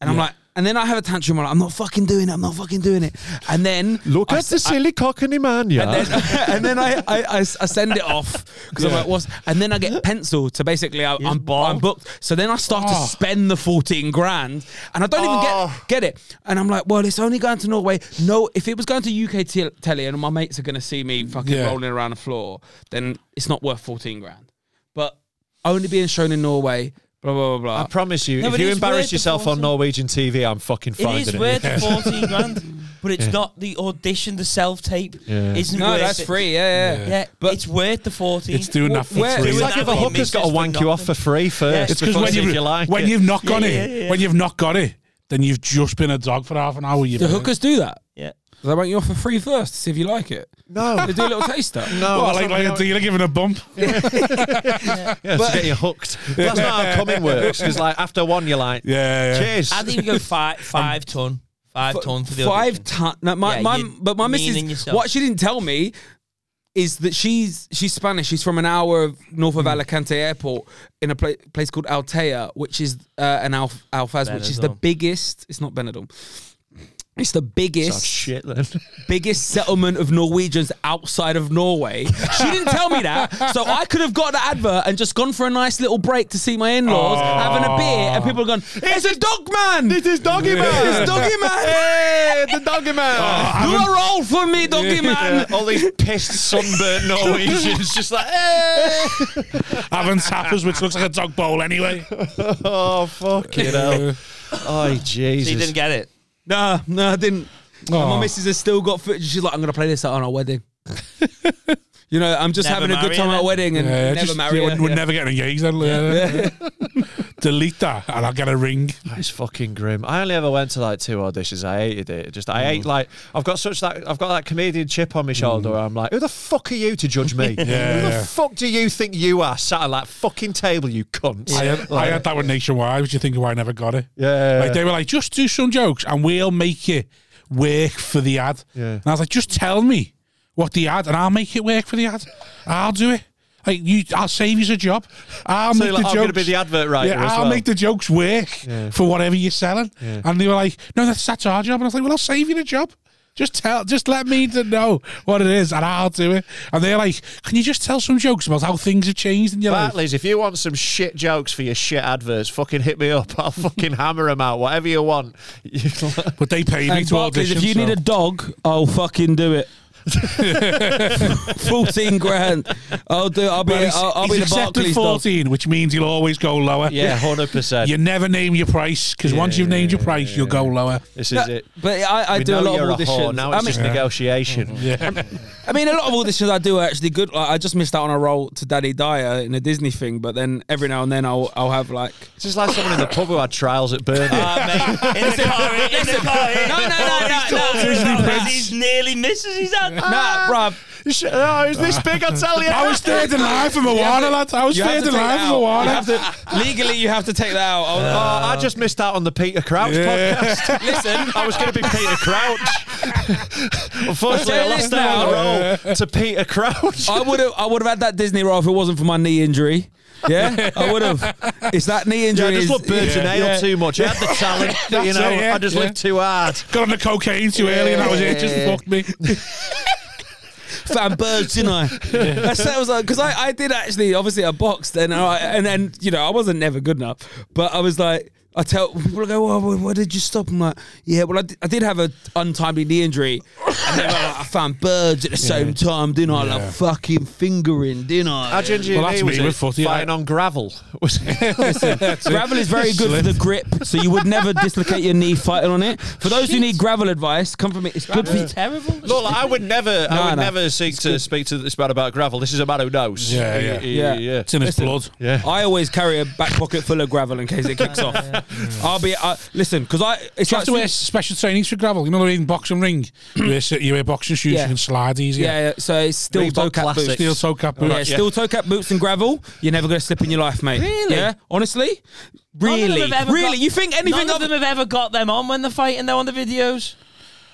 [SPEAKER 4] And I'm like, and then I have a tantrum. I'm like, I'm not fucking doing it. I'm not fucking doing it. And then
[SPEAKER 5] Look
[SPEAKER 4] I
[SPEAKER 5] at
[SPEAKER 4] s-
[SPEAKER 5] the silly cockney man, yeah.
[SPEAKER 4] and then, <laughs> and then I, I, I s- I send it off because I'm like, what's? And then I get penciled. So basically, I, I'm,
[SPEAKER 2] bald.
[SPEAKER 4] I'm booked. So then I start
[SPEAKER 1] Oh.
[SPEAKER 4] to spend the 14 grand and I don't
[SPEAKER 5] Oh.
[SPEAKER 4] even get, get it. And I'm like, well, it's only going to Norway. No, if it was going to UK te- telly and my mates are going to see me fucking
[SPEAKER 1] Yeah.
[SPEAKER 4] rolling around the floor, then it's not worth 14 grand. But only being shown in Norway, blah, blah, blah,
[SPEAKER 5] I
[SPEAKER 4] blah.
[SPEAKER 5] promise you,
[SPEAKER 2] No,
[SPEAKER 5] if
[SPEAKER 2] but
[SPEAKER 5] you
[SPEAKER 2] it's weird
[SPEAKER 5] embarrass
[SPEAKER 2] to
[SPEAKER 5] yourself
[SPEAKER 2] force
[SPEAKER 5] on
[SPEAKER 2] them.
[SPEAKER 5] Norwegian TV, I'm fucking finding
[SPEAKER 2] It
[SPEAKER 5] it.
[SPEAKER 2] is worth the
[SPEAKER 5] <laughs>
[SPEAKER 2] 14 grand, but it's not the audition, the self tape
[SPEAKER 5] Yeah.
[SPEAKER 2] isn't
[SPEAKER 4] no,
[SPEAKER 2] worth
[SPEAKER 4] that's
[SPEAKER 2] it.
[SPEAKER 4] free. Yeah, yeah.
[SPEAKER 2] Yeah,
[SPEAKER 4] But-
[SPEAKER 2] but it's worth the 14.
[SPEAKER 1] It's doing that for
[SPEAKER 4] Where-
[SPEAKER 1] free.
[SPEAKER 5] It's
[SPEAKER 2] Doing
[SPEAKER 5] like
[SPEAKER 2] that
[SPEAKER 5] if a
[SPEAKER 2] for
[SPEAKER 5] hooker's got to
[SPEAKER 2] misses for
[SPEAKER 5] wank you off
[SPEAKER 2] nothing.
[SPEAKER 5] for free first.
[SPEAKER 1] It's because
[SPEAKER 5] before
[SPEAKER 1] when,
[SPEAKER 5] you,
[SPEAKER 1] you,
[SPEAKER 5] if you like
[SPEAKER 1] when
[SPEAKER 5] it.
[SPEAKER 1] you've not got
[SPEAKER 2] Yeah,
[SPEAKER 1] it,
[SPEAKER 2] yeah, yeah.
[SPEAKER 1] when you've not got it, then you've just been a dog for half an hour. You've
[SPEAKER 4] The
[SPEAKER 1] been-
[SPEAKER 4] hookers do that.
[SPEAKER 2] Yeah.
[SPEAKER 4] They want you off for free first to see if you like it.
[SPEAKER 5] no,
[SPEAKER 4] They do a little taster.
[SPEAKER 1] Well,
[SPEAKER 5] no, that's
[SPEAKER 1] like,
[SPEAKER 5] not
[SPEAKER 1] like
[SPEAKER 5] how
[SPEAKER 1] a dealer giving a bump.
[SPEAKER 5] Yeah, to get you hooked. That's not how coming works. Because like after one, you're like,
[SPEAKER 1] Yeah, yeah.
[SPEAKER 5] cheers.
[SPEAKER 2] I'd even go
[SPEAKER 4] <laughs>
[SPEAKER 2] five, five ton. Five ton for the
[SPEAKER 4] Um, five
[SPEAKER 2] audition.
[SPEAKER 4] ton. No, my,
[SPEAKER 2] Yeah,
[SPEAKER 4] my,
[SPEAKER 2] you-
[SPEAKER 4] but my
[SPEAKER 2] meaning
[SPEAKER 4] missus,
[SPEAKER 2] yourself.
[SPEAKER 4] what she didn't tell me is that she's she's Spanish. She's from an hour of north
[SPEAKER 2] Hmm.
[SPEAKER 4] of Alicante Airport in a pla- place called Altea, which is uh, an Alf- Alfaz, which is the
[SPEAKER 2] Benidorm.
[SPEAKER 4] biggest. It's not Benidorm. It's the
[SPEAKER 5] Oh,
[SPEAKER 4] biggest
[SPEAKER 5] shit, then.
[SPEAKER 4] biggest settlement of Norwegians outside of Norway. She didn't tell me that, so I could have got the advert and just gone for a nice little break to see my in-laws, having a beer, and people are going, "It's a dog man! It is
[SPEAKER 5] doggy man.
[SPEAKER 4] It's doggy man! <laughs> Hey, the doggy man! Do a roll for me, doggy
[SPEAKER 5] <laughs>
[SPEAKER 4] man!"
[SPEAKER 5] All these pissed, sunburnt
[SPEAKER 1] <laughs>
[SPEAKER 5] Norwegians just like, hey!
[SPEAKER 1] Having tappers, which looks like a dog bowl anyway.
[SPEAKER 5] Oh, fuck you know.
[SPEAKER 1] <laughs>
[SPEAKER 5] Oh,
[SPEAKER 2] So you
[SPEAKER 5] Jesus.
[SPEAKER 2] didn't get
[SPEAKER 4] <laughs>
[SPEAKER 2] it.
[SPEAKER 4] No, no, I didn't. And
[SPEAKER 1] Aw.
[SPEAKER 4] Oh. my missus has still got footage. She's like, "I'm going to play this at our wedding." <laughs> you know, I'm just
[SPEAKER 2] Never
[SPEAKER 4] having a good
[SPEAKER 2] marry
[SPEAKER 4] time
[SPEAKER 2] her
[SPEAKER 4] at a
[SPEAKER 2] then.
[SPEAKER 4] wedding and
[SPEAKER 1] Yeah,
[SPEAKER 4] never
[SPEAKER 1] just,
[SPEAKER 4] marry.
[SPEAKER 1] yeah,
[SPEAKER 4] her.
[SPEAKER 1] we're, we're
[SPEAKER 4] Yeah.
[SPEAKER 1] never getting engaged. Then, yeah. <laughs> Delete that, and I'll get a ring.
[SPEAKER 5] It's fucking grim. I only ever went to like two auditions. I hated it. Just I hate like I've got such that I've got that comedian chip on my shoulder. Where I'm like, who the fuck are you to judge me? <laughs> who
[SPEAKER 1] yeah.
[SPEAKER 5] the fuck do you think you are? Sat at that fucking table, you cunt.
[SPEAKER 1] I, had, I had that with Nationwide. What do you think of why I never got it?
[SPEAKER 5] Yeah.
[SPEAKER 1] Like, they were like, just do some jokes, and we'll make it work for the ad.
[SPEAKER 5] Yeah.
[SPEAKER 1] And I was like, just tell me what the ad, and I'll make it work for the ad. I'll do it. Like you, I'll save you a job. I'll
[SPEAKER 5] So
[SPEAKER 1] make
[SPEAKER 5] you're like,
[SPEAKER 1] the
[SPEAKER 5] I'm
[SPEAKER 1] jokes.
[SPEAKER 5] gonna be the advert writer
[SPEAKER 1] Yeah,
[SPEAKER 5] as
[SPEAKER 1] I'll
[SPEAKER 5] well.
[SPEAKER 1] make the jokes work
[SPEAKER 5] Yeah.
[SPEAKER 1] for whatever you're selling.
[SPEAKER 5] Yeah.
[SPEAKER 1] And they were like, "No, that's that's our job." And I was like, "Well, I'll save you the job. Just tell, just let me to know what it is, and I'll do it." And they're like, "Can you just tell some jokes about how things have changed in your life?"
[SPEAKER 5] Bartleys, if you want some shit jokes for your shit adverts, fucking hit me up. <laughs> I'll fucking hammer them out. Whatever you want.
[SPEAKER 1] But they paid me
[SPEAKER 4] And
[SPEAKER 1] to
[SPEAKER 4] Barclays,
[SPEAKER 1] audition.
[SPEAKER 4] if you
[SPEAKER 1] so-
[SPEAKER 4] need a dog, I'll fucking do it. Fourteen grand. I'll do. I'll be.
[SPEAKER 1] Well, he's,
[SPEAKER 4] I'll, I'll
[SPEAKER 1] he's
[SPEAKER 4] be the
[SPEAKER 1] accepted
[SPEAKER 4] Barclays dog.
[SPEAKER 1] 14, which means he'll always go lower.
[SPEAKER 5] <laughs> hundred percent.
[SPEAKER 1] You never name your price because once you've named your price, you'll go lower.
[SPEAKER 5] This
[SPEAKER 4] No,
[SPEAKER 5] is it.
[SPEAKER 4] But I, I
[SPEAKER 5] We
[SPEAKER 4] do a
[SPEAKER 5] know
[SPEAKER 4] lot
[SPEAKER 5] you're
[SPEAKER 4] of
[SPEAKER 5] a whore.
[SPEAKER 4] auditions.
[SPEAKER 5] Now
[SPEAKER 4] I
[SPEAKER 5] it's
[SPEAKER 4] mean,
[SPEAKER 5] just negotiation. <laughs>
[SPEAKER 1] Yeah,
[SPEAKER 4] I mean, a lot of auditions I do are actually good. Like, I just missed out on a role to Daddy Dyer in a Disney thing, but then every now and then I'll I'll have like.
[SPEAKER 5] It's just like someone in the pub who had trials at Burnley. <laughs>
[SPEAKER 2] Ah, mate. In the car, in the car. in
[SPEAKER 4] No,
[SPEAKER 2] the
[SPEAKER 4] no,
[SPEAKER 2] car,
[SPEAKER 4] no,
[SPEAKER 2] he's
[SPEAKER 4] no,
[SPEAKER 2] talking
[SPEAKER 4] no,
[SPEAKER 2] about
[SPEAKER 4] no,
[SPEAKER 2] his-
[SPEAKER 4] no.
[SPEAKER 2] He's nearly misses. He's "Ah." had.
[SPEAKER 4] Nah, bruv.
[SPEAKER 5] Sh- oh, it's this big, I tell you.
[SPEAKER 1] Uh, I was third in line for Moana, lads. I was
[SPEAKER 4] You have
[SPEAKER 1] third
[SPEAKER 4] to
[SPEAKER 1] in
[SPEAKER 4] take
[SPEAKER 1] line
[SPEAKER 4] that
[SPEAKER 1] for
[SPEAKER 4] out. You
[SPEAKER 1] Moana.
[SPEAKER 4] have to- legally, you have to take that out.
[SPEAKER 5] Oh,
[SPEAKER 4] I'll-
[SPEAKER 5] I just missed out on the Peter Crouch podcast.
[SPEAKER 4] Listen,
[SPEAKER 5] I was going to be Peter
[SPEAKER 1] <laughs>
[SPEAKER 5] Crouch. Unfortunately,
[SPEAKER 4] I'll
[SPEAKER 5] I
[SPEAKER 4] tell you
[SPEAKER 5] lost
[SPEAKER 4] this
[SPEAKER 5] out on
[SPEAKER 1] now.
[SPEAKER 5] the role to Peter Crouch.
[SPEAKER 4] I would have I would have had that Disney role if it wasn't for my knee injury. Yeah, I would have. It's that knee
[SPEAKER 5] <laughs> Yeah,
[SPEAKER 4] injury.
[SPEAKER 5] I just
[SPEAKER 4] is-
[SPEAKER 5] love Birds and Ale
[SPEAKER 4] yeah.
[SPEAKER 5] too much. I had
[SPEAKER 1] <laughs>
[SPEAKER 5] the talent, but, you
[SPEAKER 1] That's
[SPEAKER 5] know.
[SPEAKER 1] it, yeah,
[SPEAKER 5] I just
[SPEAKER 1] yeah.
[SPEAKER 5] lived too hard.
[SPEAKER 1] Got on the cocaine too early, and that was it. Just
[SPEAKER 5] Yeah.
[SPEAKER 1] fucked me.
[SPEAKER 4] fan birds, didn't I? That's that was like because I, I did actually obviously I boxed and I, and then you know I wasn't never good enough, but I was like. I tell people, I go, well, why, why did you stop? I'm like, yeah, well, I did, I did have an untimely knee injury. And then like, I found birds at the same time, didn't I? Like,
[SPEAKER 1] Yeah.
[SPEAKER 4] fucking fingering, didn't I?
[SPEAKER 5] How ginger
[SPEAKER 1] Well,
[SPEAKER 5] your
[SPEAKER 1] that's
[SPEAKER 5] knee
[SPEAKER 1] me
[SPEAKER 5] was
[SPEAKER 1] with
[SPEAKER 5] it?
[SPEAKER 1] footy,
[SPEAKER 5] Fighting
[SPEAKER 1] I-
[SPEAKER 5] on gravel. <laughs> Was
[SPEAKER 4] <laughs>
[SPEAKER 5] it?
[SPEAKER 4] Gravel is very good for the grip, so you would never dislocate your knee fighting on it. For those who need gravel advice, come from me. It's good for you.
[SPEAKER 2] Terrible.
[SPEAKER 5] Look, like, I would never,
[SPEAKER 4] No,
[SPEAKER 5] I would
[SPEAKER 4] no.
[SPEAKER 5] never seek to speak to this man about gravel. This is a man who knows.
[SPEAKER 1] Yeah,
[SPEAKER 5] He-
[SPEAKER 1] yeah.
[SPEAKER 5] he-
[SPEAKER 4] Yeah.
[SPEAKER 5] yeah.
[SPEAKER 1] It's in his blood.
[SPEAKER 5] Yeah.
[SPEAKER 4] I always carry a back pocket full of gravel in case it
[SPEAKER 2] <laughs>
[SPEAKER 4] kicks off. I'll be uh, listen because I it's
[SPEAKER 1] You have
[SPEAKER 4] like
[SPEAKER 1] to wear special trainings for gravel. You know what I mean? Boxing ring. you, wear, you wear boxing shoes,
[SPEAKER 4] Yeah.
[SPEAKER 1] you can slide easier.
[SPEAKER 4] yeah, yeah, so it's steel
[SPEAKER 5] Reebok
[SPEAKER 4] toe cap
[SPEAKER 5] Classics.
[SPEAKER 4] boots.
[SPEAKER 1] Steel toe cap
[SPEAKER 5] Oh,
[SPEAKER 1] boots.
[SPEAKER 4] yeah, steel toe cap boots and gravel. You're never gonna slip in your life, mate.
[SPEAKER 2] Really?
[SPEAKER 4] Yeah, honestly,
[SPEAKER 2] None of them
[SPEAKER 4] really,
[SPEAKER 2] have ever
[SPEAKER 4] really.
[SPEAKER 2] got-
[SPEAKER 4] you think anything
[SPEAKER 2] None of
[SPEAKER 4] other?
[SPEAKER 2] them have ever got them on when they're fighting though on the videos.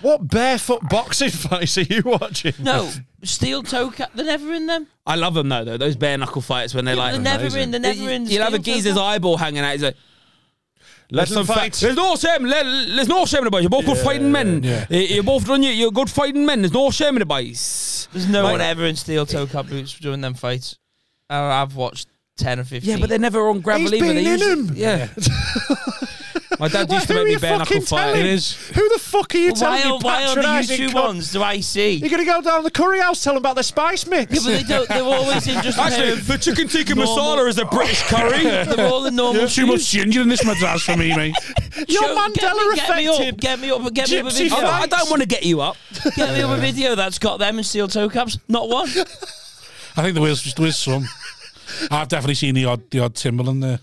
[SPEAKER 5] What barefoot boxing <laughs> fights are you watching?
[SPEAKER 2] No, steel toe cap. They're never in them.
[SPEAKER 4] I love them though, though those bare knuckle fights when they're like
[SPEAKER 2] They're never in. They're never in.
[SPEAKER 4] You'll have a
[SPEAKER 2] steel toe
[SPEAKER 4] geezer's
[SPEAKER 2] cap.
[SPEAKER 4] eyeball hanging out. He's like,
[SPEAKER 5] Let them
[SPEAKER 4] "Fa-
[SPEAKER 5] fight.
[SPEAKER 4] There's no shame. Let, there's no shame about you. You're both good fighting men.
[SPEAKER 1] yeah.
[SPEAKER 4] You- You're both done. you- You're good fighting men. There's no shame in the boys.
[SPEAKER 2] There's no
[SPEAKER 4] Like-
[SPEAKER 2] one ever in steel toe cap boots during them fights. I- I've watched ten or fifteen.
[SPEAKER 4] Yeah, but they're never on gravel
[SPEAKER 5] He's
[SPEAKER 4] either.
[SPEAKER 5] been
[SPEAKER 4] They
[SPEAKER 5] in
[SPEAKER 4] usually-
[SPEAKER 5] 'em.
[SPEAKER 4] Yeah. My dad
[SPEAKER 5] Why
[SPEAKER 4] used to
[SPEAKER 5] are
[SPEAKER 4] make me
[SPEAKER 5] you
[SPEAKER 4] bare knuckle
[SPEAKER 5] fucking
[SPEAKER 4] fight.
[SPEAKER 1] It
[SPEAKER 5] telling?
[SPEAKER 1] is.
[SPEAKER 5] Who the fuck are you
[SPEAKER 2] why,
[SPEAKER 5] telling?
[SPEAKER 2] are,
[SPEAKER 5] you
[SPEAKER 2] why are the
[SPEAKER 5] patronising
[SPEAKER 2] YouTube
[SPEAKER 5] cunt?
[SPEAKER 2] ones? Do I see?
[SPEAKER 5] You're gonna go down the curry house telling about the spice
[SPEAKER 2] Yeah,
[SPEAKER 5] mix.
[SPEAKER 2] but they don't. They're always in just. a pair
[SPEAKER 4] <laughs> Actually,
[SPEAKER 2] of-
[SPEAKER 4] the chicken tikka
[SPEAKER 2] Normal-
[SPEAKER 4] masala is a British <laughs> curry.
[SPEAKER 2] they're all the normal.
[SPEAKER 1] Too much ginger in this madras for me,
[SPEAKER 5] <laughs>
[SPEAKER 1] mate.
[SPEAKER 5] You're
[SPEAKER 2] Show- get
[SPEAKER 5] Mandela
[SPEAKER 2] me, get me
[SPEAKER 5] affected.
[SPEAKER 2] up, get me up, get me up a
[SPEAKER 5] Gypsy
[SPEAKER 2] video.
[SPEAKER 5] fuck.
[SPEAKER 4] I don't want to get you up.
[SPEAKER 2] Get me up a video that's got them in steel toe caps. Not one.
[SPEAKER 1] I think there is, there is some. I've definitely seen the odd, the odd Timberland there.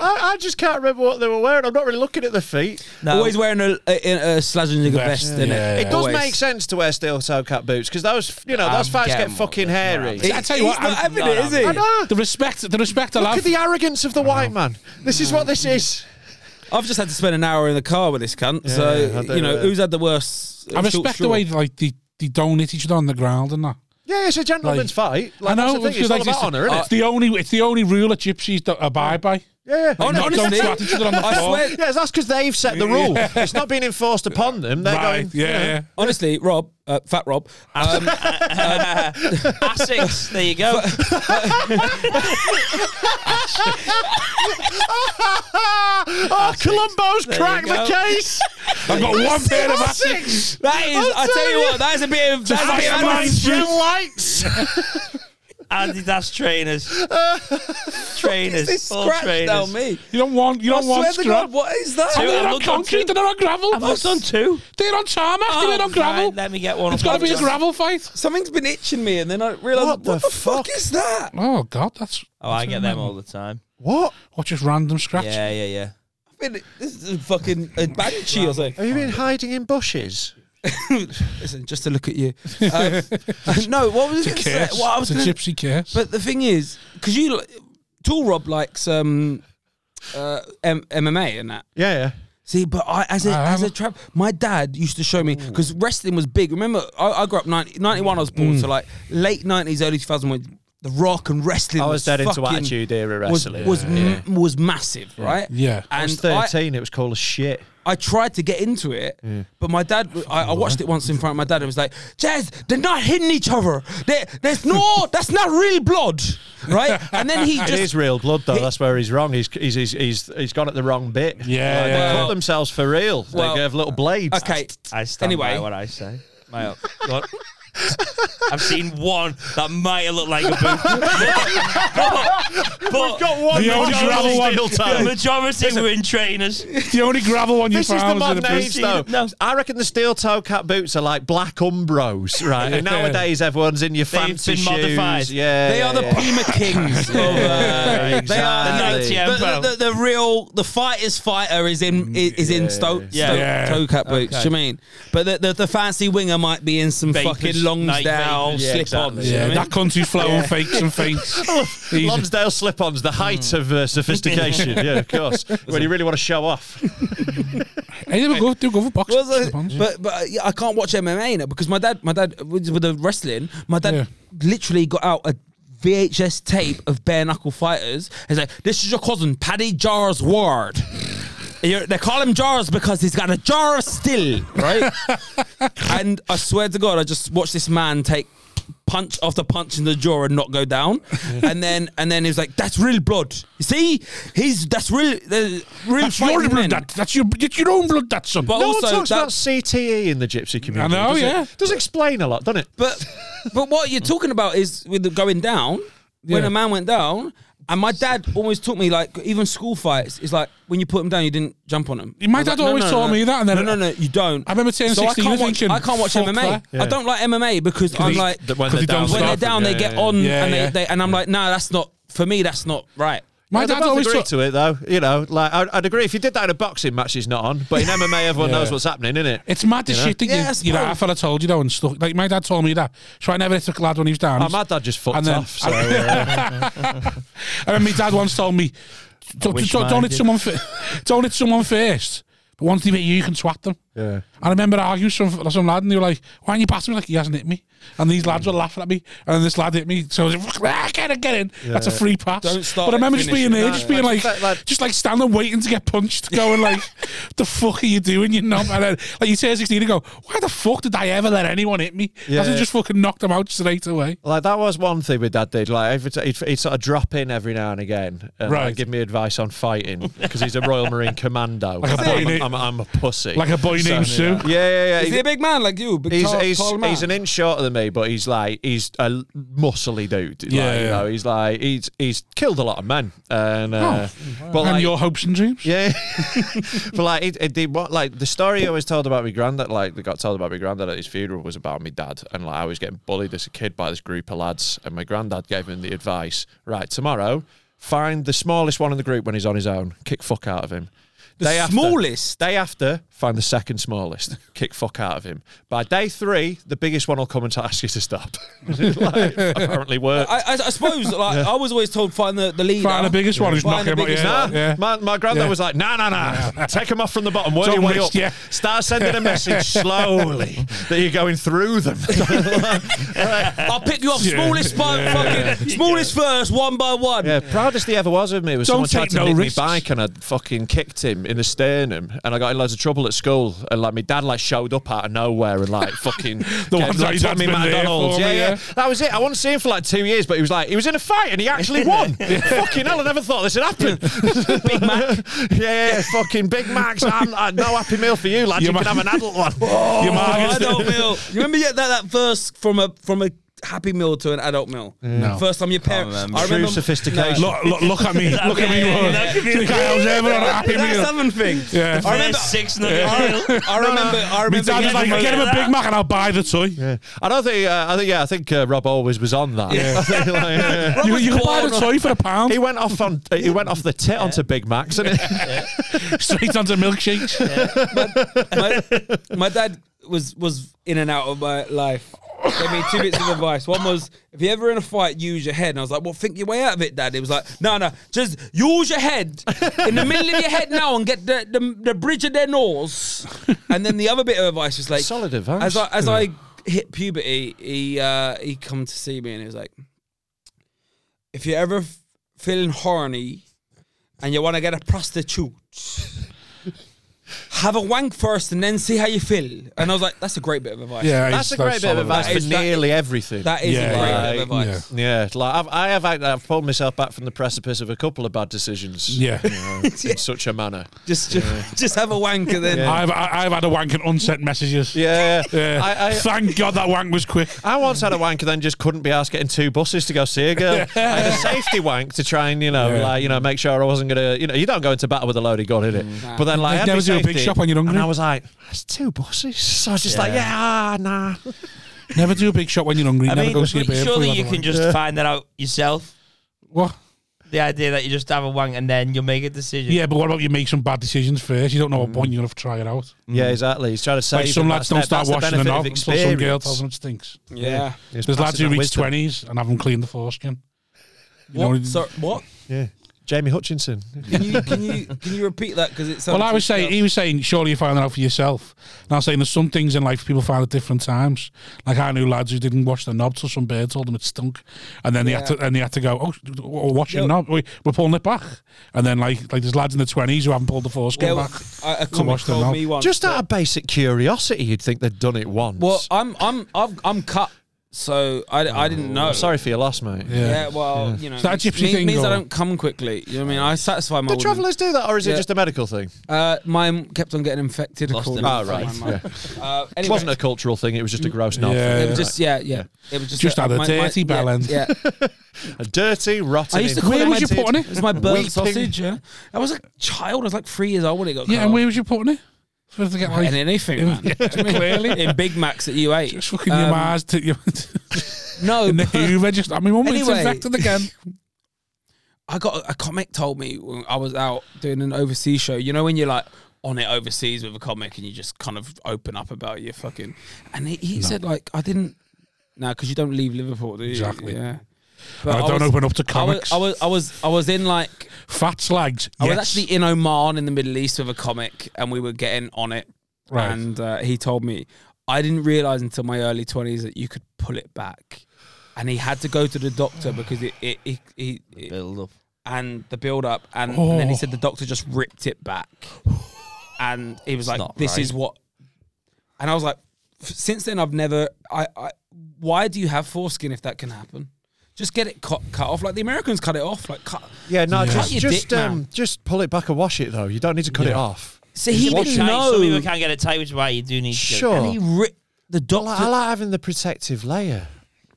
[SPEAKER 5] I, I just can't remember what they were wearing. I'm not really looking at the feet.
[SPEAKER 2] No.
[SPEAKER 4] Always wearing a, a, a, a slash and jigger
[SPEAKER 1] Vest,
[SPEAKER 4] vest, innit?
[SPEAKER 1] yeah, yeah.
[SPEAKER 5] It does
[SPEAKER 4] Always.
[SPEAKER 5] make sense to wear steel toe cap boots because those, you know, those
[SPEAKER 2] I'm
[SPEAKER 5] fights get
[SPEAKER 2] getting
[SPEAKER 5] fucking
[SPEAKER 2] one.
[SPEAKER 5] hairy.
[SPEAKER 1] I tell you
[SPEAKER 4] He's
[SPEAKER 1] what,
[SPEAKER 4] not
[SPEAKER 1] I'm-
[SPEAKER 4] having
[SPEAKER 2] no,
[SPEAKER 4] it,
[SPEAKER 2] no,
[SPEAKER 4] is
[SPEAKER 2] no.
[SPEAKER 4] he?
[SPEAKER 5] I know.
[SPEAKER 1] The respect, the respect I
[SPEAKER 5] Look
[SPEAKER 1] love.
[SPEAKER 5] at the arrogance of the white man. This is what this is.
[SPEAKER 4] I've just had to spend an hour in the car with this cunt.
[SPEAKER 5] yeah,
[SPEAKER 4] so
[SPEAKER 5] I don't
[SPEAKER 4] you know
[SPEAKER 5] know.
[SPEAKER 4] who's had the worst.
[SPEAKER 1] I
[SPEAKER 4] short
[SPEAKER 1] respect the
[SPEAKER 4] straw?
[SPEAKER 1] way like they, they don't hit each other on the ground and that.
[SPEAKER 5] Yeah, it's a gentleman's fight. Like,
[SPEAKER 1] I know
[SPEAKER 5] that's the thing. It's all
[SPEAKER 1] like,
[SPEAKER 5] about honour, isn't
[SPEAKER 1] it's the only it's the only rule that gypsies don't abide by.
[SPEAKER 5] Yeah, yeah.
[SPEAKER 4] Hon-
[SPEAKER 1] Not don't
[SPEAKER 4] honestly,
[SPEAKER 1] slap each other on the
[SPEAKER 4] Oh, I
[SPEAKER 1] floor.
[SPEAKER 4] swear-
[SPEAKER 5] Yeah, that's because they've set the rule.
[SPEAKER 1] Yeah.
[SPEAKER 5] It's not being enforced upon them. They're
[SPEAKER 1] Right?
[SPEAKER 5] going,
[SPEAKER 1] yeah, yeah.
[SPEAKER 4] Honestly, Rob, uh, fat Rob, um,
[SPEAKER 2] Asics. There you go.
[SPEAKER 5] Oh, Columbo's cracked the
[SPEAKER 4] go.
[SPEAKER 5] case.
[SPEAKER 1] I've got
[SPEAKER 5] <laughs>
[SPEAKER 1] one pair of assets.
[SPEAKER 5] Six.
[SPEAKER 4] that is. I tell you what, that is a bit of. That's a bit of
[SPEAKER 1] That's mine.
[SPEAKER 5] Real lights.
[SPEAKER 2] Adidas trainers. trainers.
[SPEAKER 4] This
[SPEAKER 2] all
[SPEAKER 4] scratch
[SPEAKER 2] trainers.
[SPEAKER 4] down me.
[SPEAKER 1] You don't want. You
[SPEAKER 4] I
[SPEAKER 1] don't
[SPEAKER 4] swear
[SPEAKER 1] want
[SPEAKER 4] to God,
[SPEAKER 1] scrap.
[SPEAKER 4] what is
[SPEAKER 1] And
[SPEAKER 4] that?
[SPEAKER 2] Two-
[SPEAKER 1] they're
[SPEAKER 2] I've
[SPEAKER 1] on
[SPEAKER 2] done
[SPEAKER 1] concrete.
[SPEAKER 2] two.
[SPEAKER 1] They're not on gravel.
[SPEAKER 2] I've not done two.
[SPEAKER 1] They're on tarmac. they're on
[SPEAKER 4] Ah,
[SPEAKER 2] fine,
[SPEAKER 1] gravel.
[SPEAKER 2] Let me get one.
[SPEAKER 1] It's got to be a
[SPEAKER 2] apologize.
[SPEAKER 1] gravel fight.
[SPEAKER 4] Something's been itching me, and then I realised
[SPEAKER 5] What
[SPEAKER 4] what,
[SPEAKER 5] the
[SPEAKER 4] the, fuck?
[SPEAKER 5] fuck?
[SPEAKER 4] is that?
[SPEAKER 1] Oh God, that's.
[SPEAKER 2] Oh, I get them all the time.
[SPEAKER 5] What?
[SPEAKER 1] What just random scratch?
[SPEAKER 2] Yeah, yeah, yeah.
[SPEAKER 4] I've been, this is a fucking a banshee or something.
[SPEAKER 5] Have you been hiding in bushes?
[SPEAKER 4] Listen, just to look at you. Uh, <laughs> no, what was I going to say?
[SPEAKER 1] Curse.
[SPEAKER 4] What I was
[SPEAKER 1] it's
[SPEAKER 4] gonna,
[SPEAKER 1] a gypsy curse.
[SPEAKER 4] but the thing is, because you, li- Tool Rob likes um, uh, M- MMA and that.
[SPEAKER 5] Yeah, yeah.
[SPEAKER 4] See, but I as a
[SPEAKER 1] I
[SPEAKER 4] as a
[SPEAKER 1] am- Mm.
[SPEAKER 4] trap, my dad used to show me because wrestling was big. Remember, I, I grew up 90, 91 I was born,
[SPEAKER 1] Mm.
[SPEAKER 4] so like late nineties, early 2000 when the Rock and wrestling.
[SPEAKER 5] I was dead into
[SPEAKER 4] fucking-
[SPEAKER 5] Attitude Era
[SPEAKER 4] Was
[SPEAKER 5] wrestling.
[SPEAKER 4] was
[SPEAKER 5] Yeah.
[SPEAKER 4] m- was massive, right?
[SPEAKER 1] Yeah.
[SPEAKER 4] and
[SPEAKER 5] I was 13, it was cool as shit.
[SPEAKER 4] I tried to get into it, but my dad, I, I watched it once in front of my dad and was like, Jazz, they're not hitting each other. There, there's no, <laughs> that's not real blood, right? And then he
[SPEAKER 5] <laughs> it
[SPEAKER 4] just,
[SPEAKER 5] is real blood, though.
[SPEAKER 4] He-
[SPEAKER 5] That's where he's wrong. He's, he's, he's, he's, he's gone at the wrong bit.
[SPEAKER 1] Yeah,
[SPEAKER 5] Like,
[SPEAKER 1] yeah.
[SPEAKER 5] They
[SPEAKER 4] Well-
[SPEAKER 5] cut themselves for real.
[SPEAKER 4] Well-
[SPEAKER 5] they gave little blades.
[SPEAKER 4] okay,
[SPEAKER 2] I stand
[SPEAKER 4] Anyway.
[SPEAKER 2] by what I say. My God. I've seen one that might have looked
[SPEAKER 1] <laughs>
[SPEAKER 2] like a boot. but, but, but
[SPEAKER 5] Got one
[SPEAKER 1] The only
[SPEAKER 5] majority
[SPEAKER 1] gravel one-
[SPEAKER 5] steel
[SPEAKER 2] the
[SPEAKER 5] toe.
[SPEAKER 2] majority were in trainers.
[SPEAKER 1] <laughs> the only gravel one you
[SPEAKER 5] This is the
[SPEAKER 1] found was in a
[SPEAKER 5] modern age,
[SPEAKER 1] pussy.
[SPEAKER 5] though.
[SPEAKER 2] No.
[SPEAKER 5] I reckon the steel toe cap boots are like black Umbros, right?
[SPEAKER 4] <laughs>
[SPEAKER 5] And nowadays, everyone's in your
[SPEAKER 2] They've
[SPEAKER 5] fancy
[SPEAKER 2] been
[SPEAKER 5] shoes.
[SPEAKER 2] modified.
[SPEAKER 5] Yeah,
[SPEAKER 4] they
[SPEAKER 5] yeah,
[SPEAKER 4] are the <laughs>
[SPEAKER 5] yeah.
[SPEAKER 4] Pima Kings. of, uh, They
[SPEAKER 5] exactly.
[SPEAKER 4] are
[SPEAKER 2] The 90
[SPEAKER 4] the,
[SPEAKER 2] Empo.
[SPEAKER 4] the, the, the real the fighter's fighter is in is, is in Stoke
[SPEAKER 2] Yeah.
[SPEAKER 4] Stoke
[SPEAKER 1] Yeah.
[SPEAKER 4] toe cap boots.
[SPEAKER 2] Okay.
[SPEAKER 4] You mean? But the, the the fancy winger might be in some
[SPEAKER 2] Vapors,
[SPEAKER 4] fucking
[SPEAKER 2] night
[SPEAKER 4] Longsdale
[SPEAKER 2] vapors.
[SPEAKER 5] Yeah,
[SPEAKER 4] slip
[SPEAKER 5] exactly.
[SPEAKER 4] ons.
[SPEAKER 1] Yeah,
[SPEAKER 4] you know what I
[SPEAKER 1] that
[SPEAKER 4] mean?
[SPEAKER 1] country's flowing fakes and
[SPEAKER 4] <laughs>
[SPEAKER 1] feints. Easy.
[SPEAKER 5] Lonsdale slip-ons, the height
[SPEAKER 1] Hmm.
[SPEAKER 5] of uh, sophistication.
[SPEAKER 1] <laughs>
[SPEAKER 5] yeah, of course. when you really want to show off.
[SPEAKER 1] Hey, they were good. They were good for boxing.
[SPEAKER 4] Was it-
[SPEAKER 1] slip-ons.
[SPEAKER 4] But but uh, yeah, I can't watch MMA now because my dad my dad with with the wrestling my dad
[SPEAKER 1] Yeah.
[SPEAKER 4] literally got out a. VHS tape of bare knuckle fighters. He's like, "This is your cousin, Paddy Jars Ward. You're- they call him Jars because he's got a jar of still,
[SPEAKER 1] <laughs>
[SPEAKER 4] right? and I swear to God, I just watched this man take punch after punch in the jaw and not go down. and then and then he was like, "That's real blood. You see, he's that's real, the real
[SPEAKER 1] that's your
[SPEAKER 4] fighting men."
[SPEAKER 1] blood. That, that's your. It's your own blood. That's son.
[SPEAKER 4] But
[SPEAKER 5] No
[SPEAKER 4] also
[SPEAKER 5] one talks
[SPEAKER 4] that-
[SPEAKER 5] about CTE in the gypsy community.
[SPEAKER 1] I know,
[SPEAKER 5] does it?
[SPEAKER 1] yeah.
[SPEAKER 5] Does explain a lot, doesn't it?
[SPEAKER 4] But but what you're talking about is with the going down when
[SPEAKER 1] Yeah.
[SPEAKER 4] a man went down, and my dad always taught me like even school fights is like when you put him down, you didn't jump on him.
[SPEAKER 1] My
[SPEAKER 4] I was
[SPEAKER 1] dad
[SPEAKER 4] like, no,
[SPEAKER 1] always
[SPEAKER 4] no,
[SPEAKER 1] taught
[SPEAKER 4] no.
[SPEAKER 1] me that, and then-
[SPEAKER 4] no, no, no, you don't.
[SPEAKER 1] I remember turning 16,
[SPEAKER 4] so I can't
[SPEAKER 1] you're
[SPEAKER 4] watch,
[SPEAKER 1] thinking,
[SPEAKER 4] I can't watch
[SPEAKER 1] fuck
[SPEAKER 4] MMA.
[SPEAKER 1] that.
[SPEAKER 4] I don't like MMA because I'm
[SPEAKER 1] they-
[SPEAKER 4] like when
[SPEAKER 5] That when
[SPEAKER 1] 'Cause
[SPEAKER 5] they're
[SPEAKER 1] he
[SPEAKER 5] down,
[SPEAKER 1] don't
[SPEAKER 5] they're
[SPEAKER 1] stop.
[SPEAKER 4] they're down, they
[SPEAKER 5] Yeah,
[SPEAKER 4] get
[SPEAKER 5] yeah,
[SPEAKER 4] on
[SPEAKER 1] yeah.
[SPEAKER 4] and
[SPEAKER 1] Yeah,
[SPEAKER 4] they, they and I'm like, nah, that's not for me. That's not right.
[SPEAKER 1] My
[SPEAKER 5] Yeah, they
[SPEAKER 1] dad
[SPEAKER 5] both
[SPEAKER 1] always
[SPEAKER 5] agree
[SPEAKER 1] taught.
[SPEAKER 5] to it though. You know, like I'd, I'd agree if you did that in a boxing match, it's not on. But in MMA, everyone
[SPEAKER 1] Yeah.
[SPEAKER 5] knows what's happening, innit?
[SPEAKER 1] It's mad the
[SPEAKER 5] You know?
[SPEAKER 1] shit that
[SPEAKER 4] Yeah, I
[SPEAKER 1] you, you know,
[SPEAKER 4] suppose.
[SPEAKER 1] I fella told you though and stuff. Like my dad told me that, so I never hit a lad when he was down.
[SPEAKER 4] Ah,
[SPEAKER 5] Oh, my dad just fucked
[SPEAKER 1] And then-
[SPEAKER 5] off.
[SPEAKER 1] <laughs>
[SPEAKER 5] So, uh,
[SPEAKER 1] I remember my dad once told me, "Don't,
[SPEAKER 5] wish
[SPEAKER 1] don't,
[SPEAKER 5] mine
[SPEAKER 1] don't hit
[SPEAKER 5] did.
[SPEAKER 1] someone, fir- don't hit someone first, but once they hit you, you can swat them."
[SPEAKER 5] yeah.
[SPEAKER 1] And I remember arguing with some, some lad and they were like, why aren't you passing me? Like, he hasn't hit me. And these lads were laughing at me. And this lad hit me. So I was like, "Ah, get it, get in. That's a free pass.
[SPEAKER 4] Don't start
[SPEAKER 1] but I remember
[SPEAKER 4] it,
[SPEAKER 1] just
[SPEAKER 4] finish
[SPEAKER 1] being
[SPEAKER 4] it.
[SPEAKER 1] there,
[SPEAKER 4] No,
[SPEAKER 1] just being like,
[SPEAKER 5] like- like-
[SPEAKER 1] just like standing waiting to get punched, going like, the fuck are you doing? You know? And then, like, you turn 16 and go, why the fuck did I ever let anyone hit me?
[SPEAKER 5] Yeah.
[SPEAKER 1] As I just fucking knocked them out straight away.
[SPEAKER 5] Like that was one thing my dad did. Like every t- he'd, he'd sort of drop in every now and again, and like,
[SPEAKER 1] Right.
[SPEAKER 5] give me advice on fighting because he's a Royal Marine Commando.
[SPEAKER 1] Like a
[SPEAKER 5] And
[SPEAKER 1] boy
[SPEAKER 5] I'm,
[SPEAKER 1] na-
[SPEAKER 5] I'm, I'm a pussy.
[SPEAKER 1] Like a boy named Sue.
[SPEAKER 5] yeah, yeah, yeah.
[SPEAKER 4] Is he a big man like you? Big
[SPEAKER 5] He's
[SPEAKER 4] tall,
[SPEAKER 5] he's,
[SPEAKER 4] tall man?
[SPEAKER 5] he's an inch shorter than me, but he's like he's a l- muscly dude. Like,
[SPEAKER 1] Yeah,
[SPEAKER 5] you
[SPEAKER 1] yeah.
[SPEAKER 5] know, he's like he's he's killed a lot of men, and uh, but
[SPEAKER 1] and
[SPEAKER 5] like,
[SPEAKER 1] your hopes and dreams.
[SPEAKER 5] yeah, <laughs> but like it, it, did what like the story I was told about my granddad, like they got told about my granddad at his funeral was about my dad, and like I was getting bullied as a kid by this group of lads, and my granddad gave him the advice: right, tomorrow, find the smallest one in the group when he's on his own, kick fuck out of him.
[SPEAKER 4] The smallest?
[SPEAKER 5] After, day after, find the second smallest, kick fuck out of him. By day three, the biggest one will come and t- ask you to stop. <laughs> like, apparently worked.
[SPEAKER 4] I, I, I
[SPEAKER 1] <laughs>
[SPEAKER 4] suppose like I was always told find the, the leader.
[SPEAKER 1] Find the biggest one who's
[SPEAKER 4] Find
[SPEAKER 1] knocking
[SPEAKER 4] the
[SPEAKER 1] him out.
[SPEAKER 4] biggest
[SPEAKER 1] Yeah.
[SPEAKER 4] one.
[SPEAKER 1] yeah.
[SPEAKER 5] My, my granddad
[SPEAKER 1] Yeah.
[SPEAKER 5] was like, nah, nah, nah. Take them off from the bottom, work
[SPEAKER 1] Don't
[SPEAKER 5] your way
[SPEAKER 1] mix,
[SPEAKER 5] up.
[SPEAKER 1] yeah.
[SPEAKER 5] Start sending a
[SPEAKER 1] <laughs>
[SPEAKER 5] message slowly that you're going through them.
[SPEAKER 4] I'll pick you off
[SPEAKER 1] Yeah.
[SPEAKER 4] smallest by fucking smallest first, one by one.
[SPEAKER 5] yeah, proudest he ever was of me was
[SPEAKER 1] Don't
[SPEAKER 5] someone tried
[SPEAKER 1] take
[SPEAKER 5] to
[SPEAKER 1] no
[SPEAKER 5] nick
[SPEAKER 1] risks.
[SPEAKER 5] my bike and I fucking kicked him in the sternum and I got in loads of trouble at school and like my dad like showed up out of nowhere and like
[SPEAKER 1] <laughs>
[SPEAKER 5] fucking
[SPEAKER 1] The
[SPEAKER 5] gave-
[SPEAKER 1] ones that your
[SPEAKER 5] like, took
[SPEAKER 1] dad's
[SPEAKER 5] me
[SPEAKER 1] been there
[SPEAKER 5] McDonald's.
[SPEAKER 1] for,
[SPEAKER 5] Yeah,
[SPEAKER 1] yeah.
[SPEAKER 5] yeah, that was it. I wanted to see him for like two years, but he was like he was in a fight and
[SPEAKER 1] <laughs>
[SPEAKER 5] he actually won. fucking hell, I never thought this had happened. Big Mac, <laughs> yeah, yeah, fucking Big Macs. I'm, I, no happy meal for you, lad.
[SPEAKER 1] Your
[SPEAKER 5] You
[SPEAKER 1] ma-
[SPEAKER 2] <laughs>
[SPEAKER 5] can have an adult one.
[SPEAKER 1] Your
[SPEAKER 4] Oh,
[SPEAKER 1] mark
[SPEAKER 4] I
[SPEAKER 1] is-
[SPEAKER 4] don't feel. You remember yeah, that that verse from a from a Happy Meal to an adult meal?
[SPEAKER 1] No.
[SPEAKER 4] First time your parents.
[SPEAKER 2] remember.
[SPEAKER 4] I
[SPEAKER 5] True
[SPEAKER 4] remember
[SPEAKER 5] sophistication.
[SPEAKER 1] Look, look, look at me. look at me.
[SPEAKER 2] Yeah,
[SPEAKER 1] Warren.
[SPEAKER 2] that could be a-
[SPEAKER 1] Think I was
[SPEAKER 5] <laughs>
[SPEAKER 1] ever on a happy
[SPEAKER 4] That's
[SPEAKER 1] meal.
[SPEAKER 4] seven thing.
[SPEAKER 1] Yeah.
[SPEAKER 4] I
[SPEAKER 2] There's
[SPEAKER 4] remember.
[SPEAKER 2] six nugget meal.
[SPEAKER 4] I remember. I
[SPEAKER 1] My
[SPEAKER 4] remember.
[SPEAKER 1] dad was
[SPEAKER 4] getting
[SPEAKER 1] like,
[SPEAKER 4] my-
[SPEAKER 1] get him a
[SPEAKER 2] that.
[SPEAKER 1] Big Mac and I'll buy the toy.
[SPEAKER 5] Yeah. I don't think. Uh, I think. Yeah. I think uh, Rob always was on that. I think, <laughs>
[SPEAKER 1] <laughs>
[SPEAKER 5] like, yeah.
[SPEAKER 1] You, you can buy the
[SPEAKER 4] Warren.
[SPEAKER 1] toy for a pound.
[SPEAKER 5] He went off on. He went off the tit onto Big Macs. And
[SPEAKER 1] <laughs> straight onto milkshakes.
[SPEAKER 4] my, my dad was was in and out of my life. Gave me two bits of advice. One was, if you're ever in a fight, use your head. And I was like, well, think your way out of it, Dad. It was like, no, no, just use your head in the middle of your head now and get the, the, the bridge of their nose. And then the other bit of advice was like,
[SPEAKER 5] Solid advice.
[SPEAKER 4] As I, as I hit puberty, he uh, he come to see me and he was like, if you're ever f- feeling horny and you want to get a prostitute, have a wank first and then see how you feel. And I was like, that's a great bit of advice.
[SPEAKER 1] Yeah,
[SPEAKER 5] that's
[SPEAKER 1] it's-
[SPEAKER 5] a great bit of
[SPEAKER 1] solid.
[SPEAKER 5] advice
[SPEAKER 4] That
[SPEAKER 5] for
[SPEAKER 4] is- that-
[SPEAKER 5] nearly everything.
[SPEAKER 4] That is
[SPEAKER 1] Yeah,
[SPEAKER 4] a great
[SPEAKER 5] yeah,
[SPEAKER 4] bit of advice.
[SPEAKER 5] yeah, it's like I've, I have act- I've pulled myself back from the precipice of a couple of bad decisions.
[SPEAKER 1] Yeah.
[SPEAKER 5] you know, in such a manner.
[SPEAKER 4] Just, just, <laughs> just have a wank and then. <laughs>
[SPEAKER 1] I've I- I've had a wank and unsent messages.
[SPEAKER 5] Yeah,
[SPEAKER 1] Yeah.
[SPEAKER 5] I, I,
[SPEAKER 1] Thank God that wank was quick.
[SPEAKER 5] I once had a wank and then just couldn't be asked getting two buses to go see a girl.
[SPEAKER 1] <laughs>
[SPEAKER 5] I had a safety wank to try and you know,
[SPEAKER 1] Yeah.
[SPEAKER 5] like you know, make sure I wasn't gonna. You know, you don't go into battle with a loaded gun, in it. But then like, I had eh,
[SPEAKER 1] never do
[SPEAKER 5] my
[SPEAKER 1] Mm. a big
[SPEAKER 5] safety,
[SPEAKER 1] shop when you're hungry.
[SPEAKER 5] And I was like, that's two buses. So I was just like, yeah, ah, nah.
[SPEAKER 1] Mm. Never do a big shot when you're hungry. never
[SPEAKER 5] mean,
[SPEAKER 1] go see a beer.
[SPEAKER 2] Surely you can just find that out yourself.
[SPEAKER 1] What?
[SPEAKER 2] The idea that you just have a wank and then you'll make a decision.
[SPEAKER 1] Yeah, but what about you make some bad decisions first? You don't know what one you're gonna have to try it out.
[SPEAKER 5] Yeah, exactly. He's trying to save.
[SPEAKER 1] Like some
[SPEAKER 5] them.
[SPEAKER 1] lads don't
[SPEAKER 5] That's-
[SPEAKER 1] start
[SPEAKER 5] that's the
[SPEAKER 1] washing them
[SPEAKER 5] benefit
[SPEAKER 1] off
[SPEAKER 5] of
[SPEAKER 1] until some girl
[SPEAKER 5] experience.
[SPEAKER 1] tells them it stinks.
[SPEAKER 4] Yeah.
[SPEAKER 5] It's
[SPEAKER 1] There's lads
[SPEAKER 5] passing
[SPEAKER 1] who
[SPEAKER 5] that
[SPEAKER 1] reach
[SPEAKER 5] wisdom.
[SPEAKER 1] twenties and have them clean the foreskin. You know,
[SPEAKER 4] What? So, what?
[SPEAKER 5] Yeah, Jamie Hutchinson.
[SPEAKER 4] Can you can you can you repeat that? Because it's
[SPEAKER 1] well, I was saying he was saying surely you find that out for yourself. And I was saying there's some things in life people find at different times. Like I knew lads who didn't wash their knob till some bird told them it stunk, and then they
[SPEAKER 4] Yeah.
[SPEAKER 1] had to and they had to go oh we're washing
[SPEAKER 4] Yeah.
[SPEAKER 1] knob we, we're pulling it back. And then like like there's lads in the twenties who haven't pulled the foreskin
[SPEAKER 4] There
[SPEAKER 1] back.
[SPEAKER 4] was, a, a comic
[SPEAKER 1] wash them
[SPEAKER 4] told
[SPEAKER 1] out.
[SPEAKER 4] me once.
[SPEAKER 5] Just
[SPEAKER 4] that-
[SPEAKER 5] out of basic curiosity, you'd think they'd done it once.
[SPEAKER 4] Well, I'm I'm I've, I'm cut, so I, I didn't know.
[SPEAKER 5] I'm sorry for your loss, mate.
[SPEAKER 1] Yeah.
[SPEAKER 4] Yeah, well, you know,
[SPEAKER 1] Is that a
[SPEAKER 4] means-
[SPEAKER 1] gypsy
[SPEAKER 4] means,
[SPEAKER 1] thing
[SPEAKER 4] means I
[SPEAKER 1] or-
[SPEAKER 4] don't come quickly. You know what I mean? I satisfy my.
[SPEAKER 5] Do
[SPEAKER 4] woman.
[SPEAKER 5] travellers do that, or is
[SPEAKER 4] Yeah.
[SPEAKER 5] it just a medical thing?
[SPEAKER 4] Uh, mine kept on getting infected.
[SPEAKER 2] Lost
[SPEAKER 4] according
[SPEAKER 2] them.
[SPEAKER 4] to
[SPEAKER 5] Oh, right.
[SPEAKER 4] my mum. Uh,
[SPEAKER 5] It
[SPEAKER 4] anyway,
[SPEAKER 5] wasn't a cultural thing; it was just a gross knob.
[SPEAKER 1] Yeah.
[SPEAKER 4] It
[SPEAKER 5] thing.
[SPEAKER 4] was just yeah, yeah. It was just
[SPEAKER 1] Just
[SPEAKER 4] that-
[SPEAKER 1] had a dirty
[SPEAKER 4] yeah,
[SPEAKER 1] bell end.
[SPEAKER 4] Yeah,
[SPEAKER 5] A dirty, rotten.
[SPEAKER 4] I used to call
[SPEAKER 1] Where
[SPEAKER 4] it
[SPEAKER 1] was
[SPEAKER 4] my
[SPEAKER 1] you putting it?
[SPEAKER 4] It was my bird
[SPEAKER 5] Weeping.
[SPEAKER 4] sausage. Yeah, I was a child. I was like three years old when it got.
[SPEAKER 1] Yeah,
[SPEAKER 4] cut
[SPEAKER 1] and
[SPEAKER 4] off.
[SPEAKER 1] where was you putting it? Supposed to get like
[SPEAKER 4] and anything, man.
[SPEAKER 1] <laughs> clearly.
[SPEAKER 4] in Big Macs that you ate.
[SPEAKER 1] Just fucking your
[SPEAKER 4] Um,
[SPEAKER 1] Mars to your <laughs>
[SPEAKER 4] No, <laughs>
[SPEAKER 1] in the
[SPEAKER 4] but-
[SPEAKER 1] Hoover. Just I mean, when it's
[SPEAKER 4] Anyway.
[SPEAKER 1] infected again.
[SPEAKER 4] <laughs> I got a comic told me when I was out doing an overseas show. You know when you're like on it overseas with a comic and you just kind of open up about your fucking. And he, he said like I didn't. No, because you don't leave Liverpool, do you?
[SPEAKER 1] Exactly.
[SPEAKER 4] Yeah.
[SPEAKER 1] I don't open up to comics.
[SPEAKER 4] I was, I was I was I was in like
[SPEAKER 1] Fat slags.
[SPEAKER 4] I was
[SPEAKER 1] yes.
[SPEAKER 4] actually in Oman in the Middle East with a comic and we were getting on it.
[SPEAKER 1] Right.
[SPEAKER 4] And uh, he told me I didn't realize until my early twenties that you could pull it back. And he had to go to the doctor because it it, it, it, it
[SPEAKER 2] Build up.
[SPEAKER 4] and the build up and, and then he said the doctor just ripped it back and he was like
[SPEAKER 2] not
[SPEAKER 4] this
[SPEAKER 2] right.
[SPEAKER 4] is what and i was like f- since then i've never I, I why do you have foreskin if that can happen just get it cut, cut off like the americans cut it off like cut
[SPEAKER 5] Yeah, no,
[SPEAKER 4] Cut
[SPEAKER 5] just
[SPEAKER 4] your
[SPEAKER 5] just,
[SPEAKER 4] dick, man.
[SPEAKER 5] um, just pull it back and wash it though. You don't need to cut it off.
[SPEAKER 4] so he
[SPEAKER 2] Well,
[SPEAKER 4] didn't
[SPEAKER 2] tight. Some people
[SPEAKER 4] know
[SPEAKER 2] can't get it tight, which is why you do need to.
[SPEAKER 5] Sure.
[SPEAKER 4] and he ripped the
[SPEAKER 5] I like, I
[SPEAKER 4] doctor
[SPEAKER 5] like having the protective layer.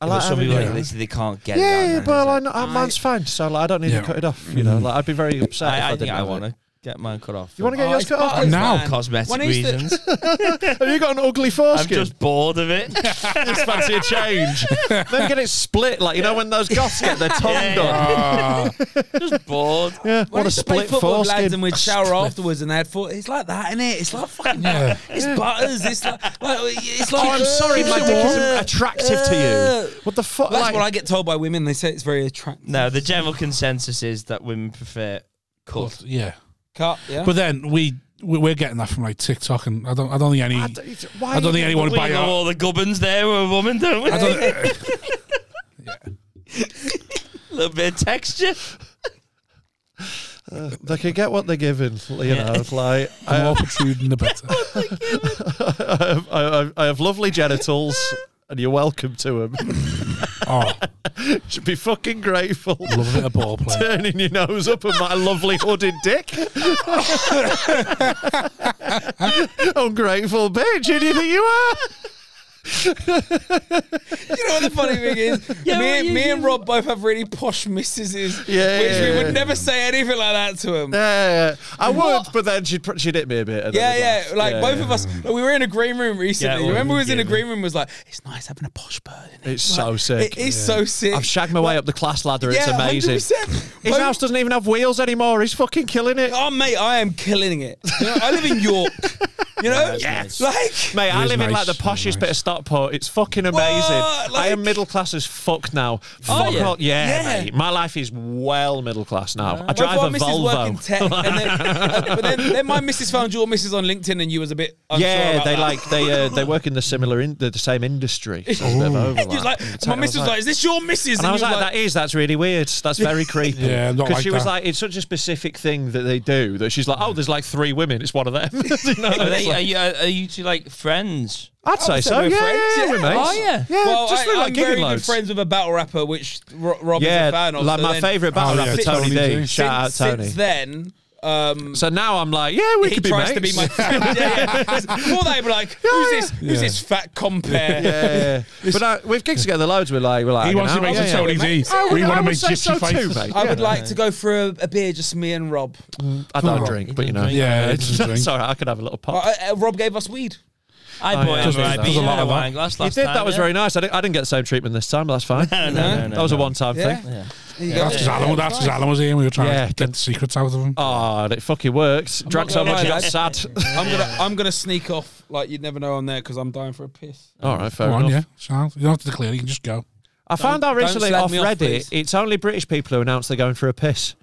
[SPEAKER 5] I
[SPEAKER 2] But
[SPEAKER 5] like
[SPEAKER 2] some people
[SPEAKER 5] having-
[SPEAKER 2] like, literally they can't get it. out,
[SPEAKER 5] yeah,
[SPEAKER 2] man.
[SPEAKER 5] but
[SPEAKER 2] It's
[SPEAKER 5] I,
[SPEAKER 2] like,
[SPEAKER 5] I, mine's fine, so like, I don't need
[SPEAKER 1] Yeah.
[SPEAKER 5] to cut it off. You know, like, I'd be very upset. if
[SPEAKER 2] I,
[SPEAKER 5] I,
[SPEAKER 2] I
[SPEAKER 5] didn't
[SPEAKER 2] think I
[SPEAKER 5] have
[SPEAKER 2] want
[SPEAKER 5] it.
[SPEAKER 2] to get mine cut off.
[SPEAKER 5] You want to get yours cut off?
[SPEAKER 1] now.
[SPEAKER 2] for cosmetic
[SPEAKER 4] When I used to-
[SPEAKER 2] reasons.
[SPEAKER 5] Have you got an ugly
[SPEAKER 2] I'm
[SPEAKER 5] foreskin?
[SPEAKER 2] just bored of it.
[SPEAKER 5] <laughs> just fancy a change. then get it split, like you know when those goths
[SPEAKER 4] <laughs>
[SPEAKER 5] get their tongue
[SPEAKER 2] Yeah,
[SPEAKER 5] done.
[SPEAKER 1] Ah,
[SPEAKER 2] just bored.
[SPEAKER 5] Yeah,
[SPEAKER 4] When
[SPEAKER 5] <laughs> what
[SPEAKER 4] I
[SPEAKER 5] a
[SPEAKER 4] used to play
[SPEAKER 5] split
[SPEAKER 4] football with
[SPEAKER 5] foreskin.
[SPEAKER 4] lads and we'd shower afterwards and they had foot. It's like that, isn't it? It's like
[SPEAKER 5] <laughs>
[SPEAKER 4] fucking. <laughs>
[SPEAKER 1] yeah. <laughs>
[SPEAKER 4] It's butters. It's like. like it's like.
[SPEAKER 5] Oh, I'm sorry, my dick isn't
[SPEAKER 4] Uh,
[SPEAKER 5] attractive to you. <laughs> What the fuck?
[SPEAKER 4] That's
[SPEAKER 5] like,
[SPEAKER 4] what I get told by women. They say it's very attractive.
[SPEAKER 2] No, the general consensus is that women prefer cut.
[SPEAKER 1] yeah.
[SPEAKER 4] Cut, yeah. <laughs>
[SPEAKER 1] But then we we- we're getting that from like TikTok, and I don't I don't think any
[SPEAKER 5] I
[SPEAKER 1] I
[SPEAKER 5] don't, why
[SPEAKER 1] don't think anyone
[SPEAKER 2] We
[SPEAKER 1] would buy
[SPEAKER 2] know
[SPEAKER 1] our.
[SPEAKER 2] all the gubbins there were a woman, don't we?
[SPEAKER 1] I
[SPEAKER 5] <laughs>
[SPEAKER 1] don't,
[SPEAKER 2] a little bit of texture.
[SPEAKER 5] They can get what they're given, you know.
[SPEAKER 4] <laughs>
[SPEAKER 5] Like
[SPEAKER 1] the
[SPEAKER 5] I,
[SPEAKER 1] more protruding, the
[SPEAKER 5] <laughs>
[SPEAKER 1] better.
[SPEAKER 5] I, have, I, have, I have lovely genitals,
[SPEAKER 4] <laughs>
[SPEAKER 5] and you're welcome to them.
[SPEAKER 1] Oh,
[SPEAKER 5] <laughs> Should be fucking grateful.
[SPEAKER 1] love it, a ball play.
[SPEAKER 5] <laughs> Turning your nose up at my lovely hooded dick. <laughs> Ungrateful bitch, who do you think you are?
[SPEAKER 4] <laughs> You know what the funny thing
[SPEAKER 5] <laughs>
[SPEAKER 4] is? me, me and Rob both have really posh missuses,
[SPEAKER 5] Yeah,
[SPEAKER 4] which we
[SPEAKER 5] yeah, yeah.
[SPEAKER 4] would never say anything like that to him.
[SPEAKER 5] Yeah, I would, but then she'd, pr- she'd hit me a bit. and then
[SPEAKER 4] Yeah,
[SPEAKER 5] we'd
[SPEAKER 4] yeah.
[SPEAKER 5] laugh.
[SPEAKER 4] Like both of us, like, we were in a green room recently.
[SPEAKER 2] well,
[SPEAKER 4] Remember, we was in
[SPEAKER 2] yeah.
[SPEAKER 4] a green room. Was like, it's nice having a posh bird. Isn't it?
[SPEAKER 5] It's
[SPEAKER 4] Like,
[SPEAKER 5] so sick.
[SPEAKER 4] It is so sick.
[SPEAKER 5] I've shagged my way up the class ladder.
[SPEAKER 4] yeah,
[SPEAKER 5] it's amazing.
[SPEAKER 4] 100%.
[SPEAKER 5] His
[SPEAKER 4] Both-
[SPEAKER 5] house doesn't even have wheels anymore. He's fucking killing it.
[SPEAKER 4] Oh mate, I am killing it. You know, I live in York. You know,
[SPEAKER 5] Yes.
[SPEAKER 4] like
[SPEAKER 5] Mate, I
[SPEAKER 1] is
[SPEAKER 5] live in like
[SPEAKER 1] nice.
[SPEAKER 5] the poshest bit of Stockport. It's fucking amazing. I am
[SPEAKER 4] Like-
[SPEAKER 5] middle class as fuck now. fuck
[SPEAKER 4] you?
[SPEAKER 5] all- Oh, yeah, Uh,
[SPEAKER 4] Yeah.
[SPEAKER 5] mate. My life is well middle class now. I
[SPEAKER 4] both
[SPEAKER 5] drive
[SPEAKER 4] our
[SPEAKER 5] a
[SPEAKER 4] missus work in
[SPEAKER 5] Volvo.
[SPEAKER 4] tech, and then, but then, then my missus found your missus on LinkedIn, and you was a bit unsure
[SPEAKER 5] yeah,
[SPEAKER 4] about
[SPEAKER 5] they
[SPEAKER 4] that. <laughs>
[SPEAKER 5] like they uh, they work in the similar in the, the same <laughs> industry. So there's a
[SPEAKER 4] You was
[SPEAKER 5] bit of
[SPEAKER 4] like,
[SPEAKER 5] overlap. And
[SPEAKER 4] my
[SPEAKER 5] I
[SPEAKER 4] missus was like, is this your missus?
[SPEAKER 5] and I
[SPEAKER 4] you
[SPEAKER 5] was like, that is, that's really weird. That's very creepy.
[SPEAKER 1] Yeah, not like
[SPEAKER 5] she was
[SPEAKER 1] that.
[SPEAKER 5] like, it's such a specific thing that they do that she's like, oh, there's like three women. It's one of them. <laughs> You know,
[SPEAKER 2] Are,
[SPEAKER 5] it's
[SPEAKER 2] they,
[SPEAKER 5] like-
[SPEAKER 2] are, you, are are you two like friends?
[SPEAKER 5] I'd say so.
[SPEAKER 4] we're
[SPEAKER 5] yeah,
[SPEAKER 4] friends,
[SPEAKER 5] yeah,
[SPEAKER 4] yeah.
[SPEAKER 5] we're mates.
[SPEAKER 2] Oh, yeah.
[SPEAKER 5] yeah.
[SPEAKER 4] well,
[SPEAKER 5] just
[SPEAKER 4] I,
[SPEAKER 5] look like
[SPEAKER 4] I'm
[SPEAKER 5] giving
[SPEAKER 4] very
[SPEAKER 5] loads.
[SPEAKER 4] good friends with a battle rapper, which Ro- Rob is a fan of.
[SPEAKER 5] like
[SPEAKER 4] so
[SPEAKER 5] my
[SPEAKER 4] then,
[SPEAKER 5] favourite battle
[SPEAKER 1] Oh, yeah,
[SPEAKER 5] rapper, Tony
[SPEAKER 1] Tony
[SPEAKER 5] D.
[SPEAKER 1] D.
[SPEAKER 5] Shout out
[SPEAKER 4] since-
[SPEAKER 5] Tony.
[SPEAKER 4] Since then, um,
[SPEAKER 5] so now I'm like, yeah, we
[SPEAKER 4] he
[SPEAKER 5] could be
[SPEAKER 4] tries
[SPEAKER 5] mates.
[SPEAKER 4] to be
[SPEAKER 5] <laughs>
[SPEAKER 4] my <laughs> friend. yeah, yeah. Before that, he'd be like, who's this? Who's this fat compare?
[SPEAKER 5] yeah, <laughs> yeah, yeah. but uh, we've gigged together loads. We're like, we're like,
[SPEAKER 1] He wants to
[SPEAKER 5] hanging
[SPEAKER 1] make
[SPEAKER 5] out,
[SPEAKER 1] a Tony
[SPEAKER 5] yeah,
[SPEAKER 1] D.
[SPEAKER 5] yeah.
[SPEAKER 1] We
[SPEAKER 5] I
[SPEAKER 1] want to
[SPEAKER 5] would
[SPEAKER 1] make
[SPEAKER 5] say oh, so
[SPEAKER 1] gypsy
[SPEAKER 5] too,
[SPEAKER 1] faces.
[SPEAKER 5] mate.
[SPEAKER 4] I
[SPEAKER 5] Yeah.
[SPEAKER 4] would like to go for a, a beer, just me and Rob.
[SPEAKER 5] <laughs> I uh, don't drink, but you know, <laughs>
[SPEAKER 1] Yeah, it's just a drink.
[SPEAKER 5] it's all right. I could have a little pop.
[SPEAKER 4] Uh, uh, Rob gave us weed.
[SPEAKER 2] I
[SPEAKER 5] Oh,
[SPEAKER 2] bought
[SPEAKER 5] yeah.
[SPEAKER 2] him
[SPEAKER 5] Doesn't-
[SPEAKER 2] a
[SPEAKER 5] does
[SPEAKER 1] a
[SPEAKER 2] Ribena
[SPEAKER 1] lot
[SPEAKER 2] and a
[SPEAKER 1] of that.
[SPEAKER 2] wine glass
[SPEAKER 5] You
[SPEAKER 2] last
[SPEAKER 5] did.
[SPEAKER 2] time,
[SPEAKER 5] That was
[SPEAKER 2] yeah.
[SPEAKER 5] very nice. I didn't, I didn't get the same treatment this time, but that's
[SPEAKER 1] <laughs>
[SPEAKER 5] fine.
[SPEAKER 2] No, no, no, no,
[SPEAKER 5] <laughs> that was a
[SPEAKER 2] no.
[SPEAKER 5] one-time
[SPEAKER 4] Yeah.
[SPEAKER 5] thing.
[SPEAKER 4] There you
[SPEAKER 1] That's
[SPEAKER 4] go.
[SPEAKER 1] his Alan. That's his Alan was here. and We were trying
[SPEAKER 5] Yeah,
[SPEAKER 1] to
[SPEAKER 5] can-
[SPEAKER 1] get the secrets out of him.
[SPEAKER 5] Oh, and it fucking worked. Drank
[SPEAKER 4] not
[SPEAKER 5] so
[SPEAKER 4] gonna
[SPEAKER 5] much, I
[SPEAKER 4] lie,
[SPEAKER 5] got sad.
[SPEAKER 1] <laughs>
[SPEAKER 4] I'm gonna I'm gonna sneak off like you'd never know on there because I'm dying for a piss.
[SPEAKER 5] All right, fair
[SPEAKER 1] Go on,
[SPEAKER 5] enough.
[SPEAKER 1] yeah. Sound. You don't have to declare. You can just go.
[SPEAKER 5] I found out
[SPEAKER 4] don't
[SPEAKER 5] recently
[SPEAKER 4] slag
[SPEAKER 5] off
[SPEAKER 4] me off,
[SPEAKER 5] Reddit,
[SPEAKER 4] please.
[SPEAKER 5] it's only British people who announce they're going for a piss.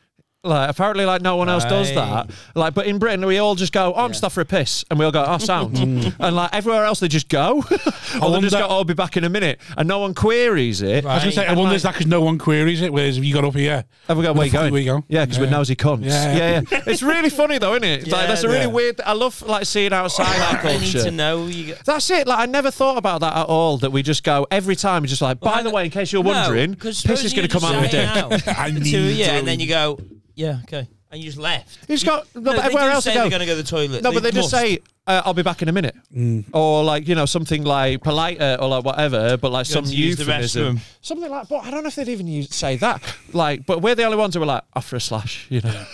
[SPEAKER 5] Like apparently, like no one else does
[SPEAKER 2] Aye.
[SPEAKER 5] that. Like, but in Britain, we all just go, "Oh, I'm just off for a piss," and we all go, "Oh, sound."
[SPEAKER 2] Mm.
[SPEAKER 5] <laughs> and like everywhere else, they just go, <laughs> or they
[SPEAKER 1] wonder-
[SPEAKER 5] just go, "Oh, "I'll be back in a minute," and no one queries it.
[SPEAKER 1] I was going to say, I
[SPEAKER 5] And,
[SPEAKER 1] wonder
[SPEAKER 5] like,
[SPEAKER 1] is that because no one queries it? Whereas if you got up here,
[SPEAKER 5] and we go,
[SPEAKER 1] Where the
[SPEAKER 5] where you
[SPEAKER 1] fuck
[SPEAKER 5] going?
[SPEAKER 1] we go?
[SPEAKER 5] Yeah, because we're
[SPEAKER 1] Yeah.
[SPEAKER 5] nosy cunts.
[SPEAKER 1] Yeah.
[SPEAKER 5] Yeah,
[SPEAKER 2] <laughs>
[SPEAKER 5] yeah. it's really funny though, isn't it? It's like
[SPEAKER 2] Yeah,
[SPEAKER 5] that's a really
[SPEAKER 1] yeah.
[SPEAKER 5] weird. I love like
[SPEAKER 2] <coughs>
[SPEAKER 5] seeing outside that
[SPEAKER 2] They need to
[SPEAKER 5] culture.
[SPEAKER 2] know you. Got,
[SPEAKER 5] That's it. Like I never thought about that at all. That we just go every time. It's just like, by
[SPEAKER 2] Well, I-
[SPEAKER 5] the way, in case you're
[SPEAKER 2] No,
[SPEAKER 5] wondering,
[SPEAKER 2] 'cause
[SPEAKER 5] piss
[SPEAKER 2] suppose
[SPEAKER 5] is going
[SPEAKER 2] you
[SPEAKER 5] to come
[SPEAKER 2] just
[SPEAKER 5] out of my
[SPEAKER 2] say
[SPEAKER 5] dick.
[SPEAKER 2] now
[SPEAKER 1] I
[SPEAKER 2] to-
[SPEAKER 1] need
[SPEAKER 2] yeah,
[SPEAKER 1] to-
[SPEAKER 2] and then you go, yeah, okay, and you just left.
[SPEAKER 5] He's got no,
[SPEAKER 2] No,
[SPEAKER 5] but
[SPEAKER 2] they
[SPEAKER 5] everywhere
[SPEAKER 2] do
[SPEAKER 5] else
[SPEAKER 2] say
[SPEAKER 5] they go.
[SPEAKER 2] they're going to go to the toilet.
[SPEAKER 5] no, but they just
[SPEAKER 2] must.
[SPEAKER 5] say, uh, "I'll be back in a minute,"
[SPEAKER 1] Mm.
[SPEAKER 5] or like you know something like politer or like whatever, but like
[SPEAKER 2] Going
[SPEAKER 5] some
[SPEAKER 2] to use the
[SPEAKER 5] euphemism,
[SPEAKER 2] restroom.
[SPEAKER 5] something like. But I don't know if they'd even use, say that. Like, but we're the only ones who were like offer a slash, you know.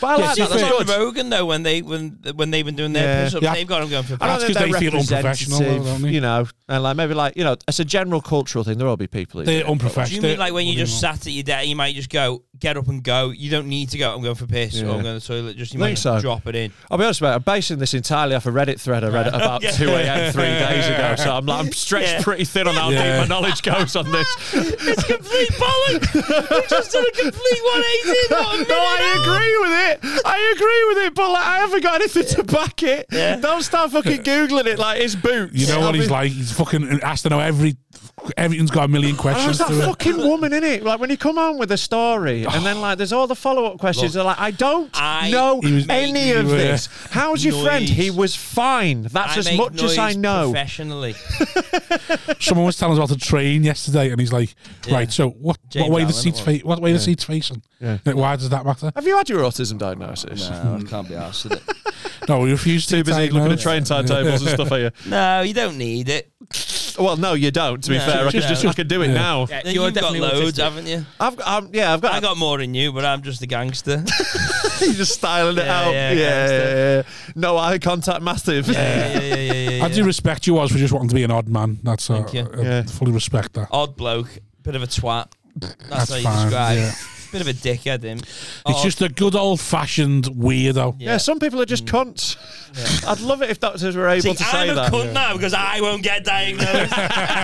[SPEAKER 5] but I like
[SPEAKER 2] See,
[SPEAKER 5] that. That's
[SPEAKER 2] Joe
[SPEAKER 5] good.
[SPEAKER 2] Rogan though, when they when when they've been doing
[SPEAKER 5] Yeah.
[SPEAKER 2] their push-ups,
[SPEAKER 1] Yeah.
[SPEAKER 2] they've got them going for.
[SPEAKER 5] I don't
[SPEAKER 1] That's
[SPEAKER 5] think
[SPEAKER 1] 'cause they
[SPEAKER 5] they're
[SPEAKER 1] feel unprofessional, though,
[SPEAKER 5] representative,
[SPEAKER 1] don't they?
[SPEAKER 5] you know, and like maybe like you know, it's a general cultural thing. There'll all be people. who do
[SPEAKER 1] they're
[SPEAKER 5] it.
[SPEAKER 1] unprofessional.
[SPEAKER 2] Do you mean like when you
[SPEAKER 1] They're-
[SPEAKER 2] just sat at your desk, you might just go, get up and go. You don't need to go. I'm going for piss
[SPEAKER 5] Yeah.
[SPEAKER 2] or I'm going to the toilet. Just you
[SPEAKER 5] Think
[SPEAKER 2] might
[SPEAKER 5] so.
[SPEAKER 2] drop it in.
[SPEAKER 5] I'll be honest, mate. I'm basing this entirely off a Reddit thread I read at about
[SPEAKER 2] <laughs> Yeah.
[SPEAKER 5] 2 a.m. three days ago. So I'm
[SPEAKER 2] <laughs>
[SPEAKER 5] like, I'm stretched
[SPEAKER 2] Yeah.
[SPEAKER 5] pretty thin on how
[SPEAKER 1] Yeah.
[SPEAKER 5] deep my knowledge goes on this.
[SPEAKER 1] <laughs>
[SPEAKER 2] It's complete bollocks. we just done a complete 180. What a
[SPEAKER 5] no,
[SPEAKER 2] <laughs> minute
[SPEAKER 5] I agree with it. I agree with it, but like, I haven't got anything to back it.
[SPEAKER 2] Yeah.
[SPEAKER 5] Don't start fucking googling it like it's boots.
[SPEAKER 1] You know
[SPEAKER 5] I
[SPEAKER 1] what he's
[SPEAKER 5] mean-
[SPEAKER 1] like? He's fucking asked to know every. Everything's got a million
[SPEAKER 5] And I was
[SPEAKER 1] questions
[SPEAKER 5] Oh, that
[SPEAKER 1] to it.
[SPEAKER 5] fucking woman in it. Like when you come home with a story, and then like there's all the follow up questions. They're like, I don't
[SPEAKER 2] I
[SPEAKER 5] know
[SPEAKER 1] He was-
[SPEAKER 5] any
[SPEAKER 1] You
[SPEAKER 5] of
[SPEAKER 1] were-
[SPEAKER 5] this. How's your friend?
[SPEAKER 2] uh, Noise.
[SPEAKER 5] He was fine. That's
[SPEAKER 2] I
[SPEAKER 5] as
[SPEAKER 2] make
[SPEAKER 5] much as I
[SPEAKER 2] noise
[SPEAKER 5] know.
[SPEAKER 2] Professionally,
[SPEAKER 1] Someone was telling us about the train yesterday, and he's like, "Right, so what?
[SPEAKER 2] James
[SPEAKER 1] what way the
[SPEAKER 2] Allen,
[SPEAKER 1] seats?
[SPEAKER 2] that was.
[SPEAKER 1] Fa- what way the seats facing? Like, why does that matter?
[SPEAKER 5] Have you had your autism diagnosis?
[SPEAKER 2] no, I can't be asked with it.
[SPEAKER 1] No, we refuse to.
[SPEAKER 5] Too busy
[SPEAKER 1] take
[SPEAKER 5] looking at
[SPEAKER 1] notes.
[SPEAKER 5] train timetables and stuff. Are you?
[SPEAKER 2] <laughs> No, you don't need it.
[SPEAKER 5] Well, no, you don't. To be
[SPEAKER 2] No,
[SPEAKER 5] fair, I could,
[SPEAKER 2] just-
[SPEAKER 5] just, I could do it now.
[SPEAKER 4] Yeah,
[SPEAKER 2] Then
[SPEAKER 4] you're
[SPEAKER 2] You've got
[SPEAKER 4] definitely
[SPEAKER 2] loads,
[SPEAKER 4] autistic.
[SPEAKER 2] haven't you?
[SPEAKER 5] I've got, um, yeah, I've got,
[SPEAKER 2] I got more than you, but I'm just a gangster.
[SPEAKER 5] <laughs> He's just styling it
[SPEAKER 2] Yeah,
[SPEAKER 5] out.
[SPEAKER 2] yeah,
[SPEAKER 5] Yeah, yeah,
[SPEAKER 2] gangster.
[SPEAKER 5] yeah. No eye contact,
[SPEAKER 2] <laughs>
[SPEAKER 5] massive.
[SPEAKER 2] yeah, yeah, yeah, yeah, yeah.
[SPEAKER 1] I do respect you, was for just wanting to be an odd man. That's uh,
[SPEAKER 2] Thank you.
[SPEAKER 1] I
[SPEAKER 5] Yeah.
[SPEAKER 1] fully respect that.
[SPEAKER 2] Odd bloke, bit of a twat. That's,
[SPEAKER 1] That's
[SPEAKER 2] how you
[SPEAKER 1] fine,
[SPEAKER 2] describe.
[SPEAKER 1] yeah.
[SPEAKER 2] Bit of a dickhead, him. Oh,
[SPEAKER 1] It's
[SPEAKER 4] Oh.
[SPEAKER 2] Odd.
[SPEAKER 1] just a good old fashioned weirdo.
[SPEAKER 5] <laughs> Yeah, some people are just cunts. I'd love it if doctors were able
[SPEAKER 2] See,
[SPEAKER 5] to say
[SPEAKER 2] I'm a
[SPEAKER 5] that.
[SPEAKER 2] cunt now because I won't get diagnosed. <laughs>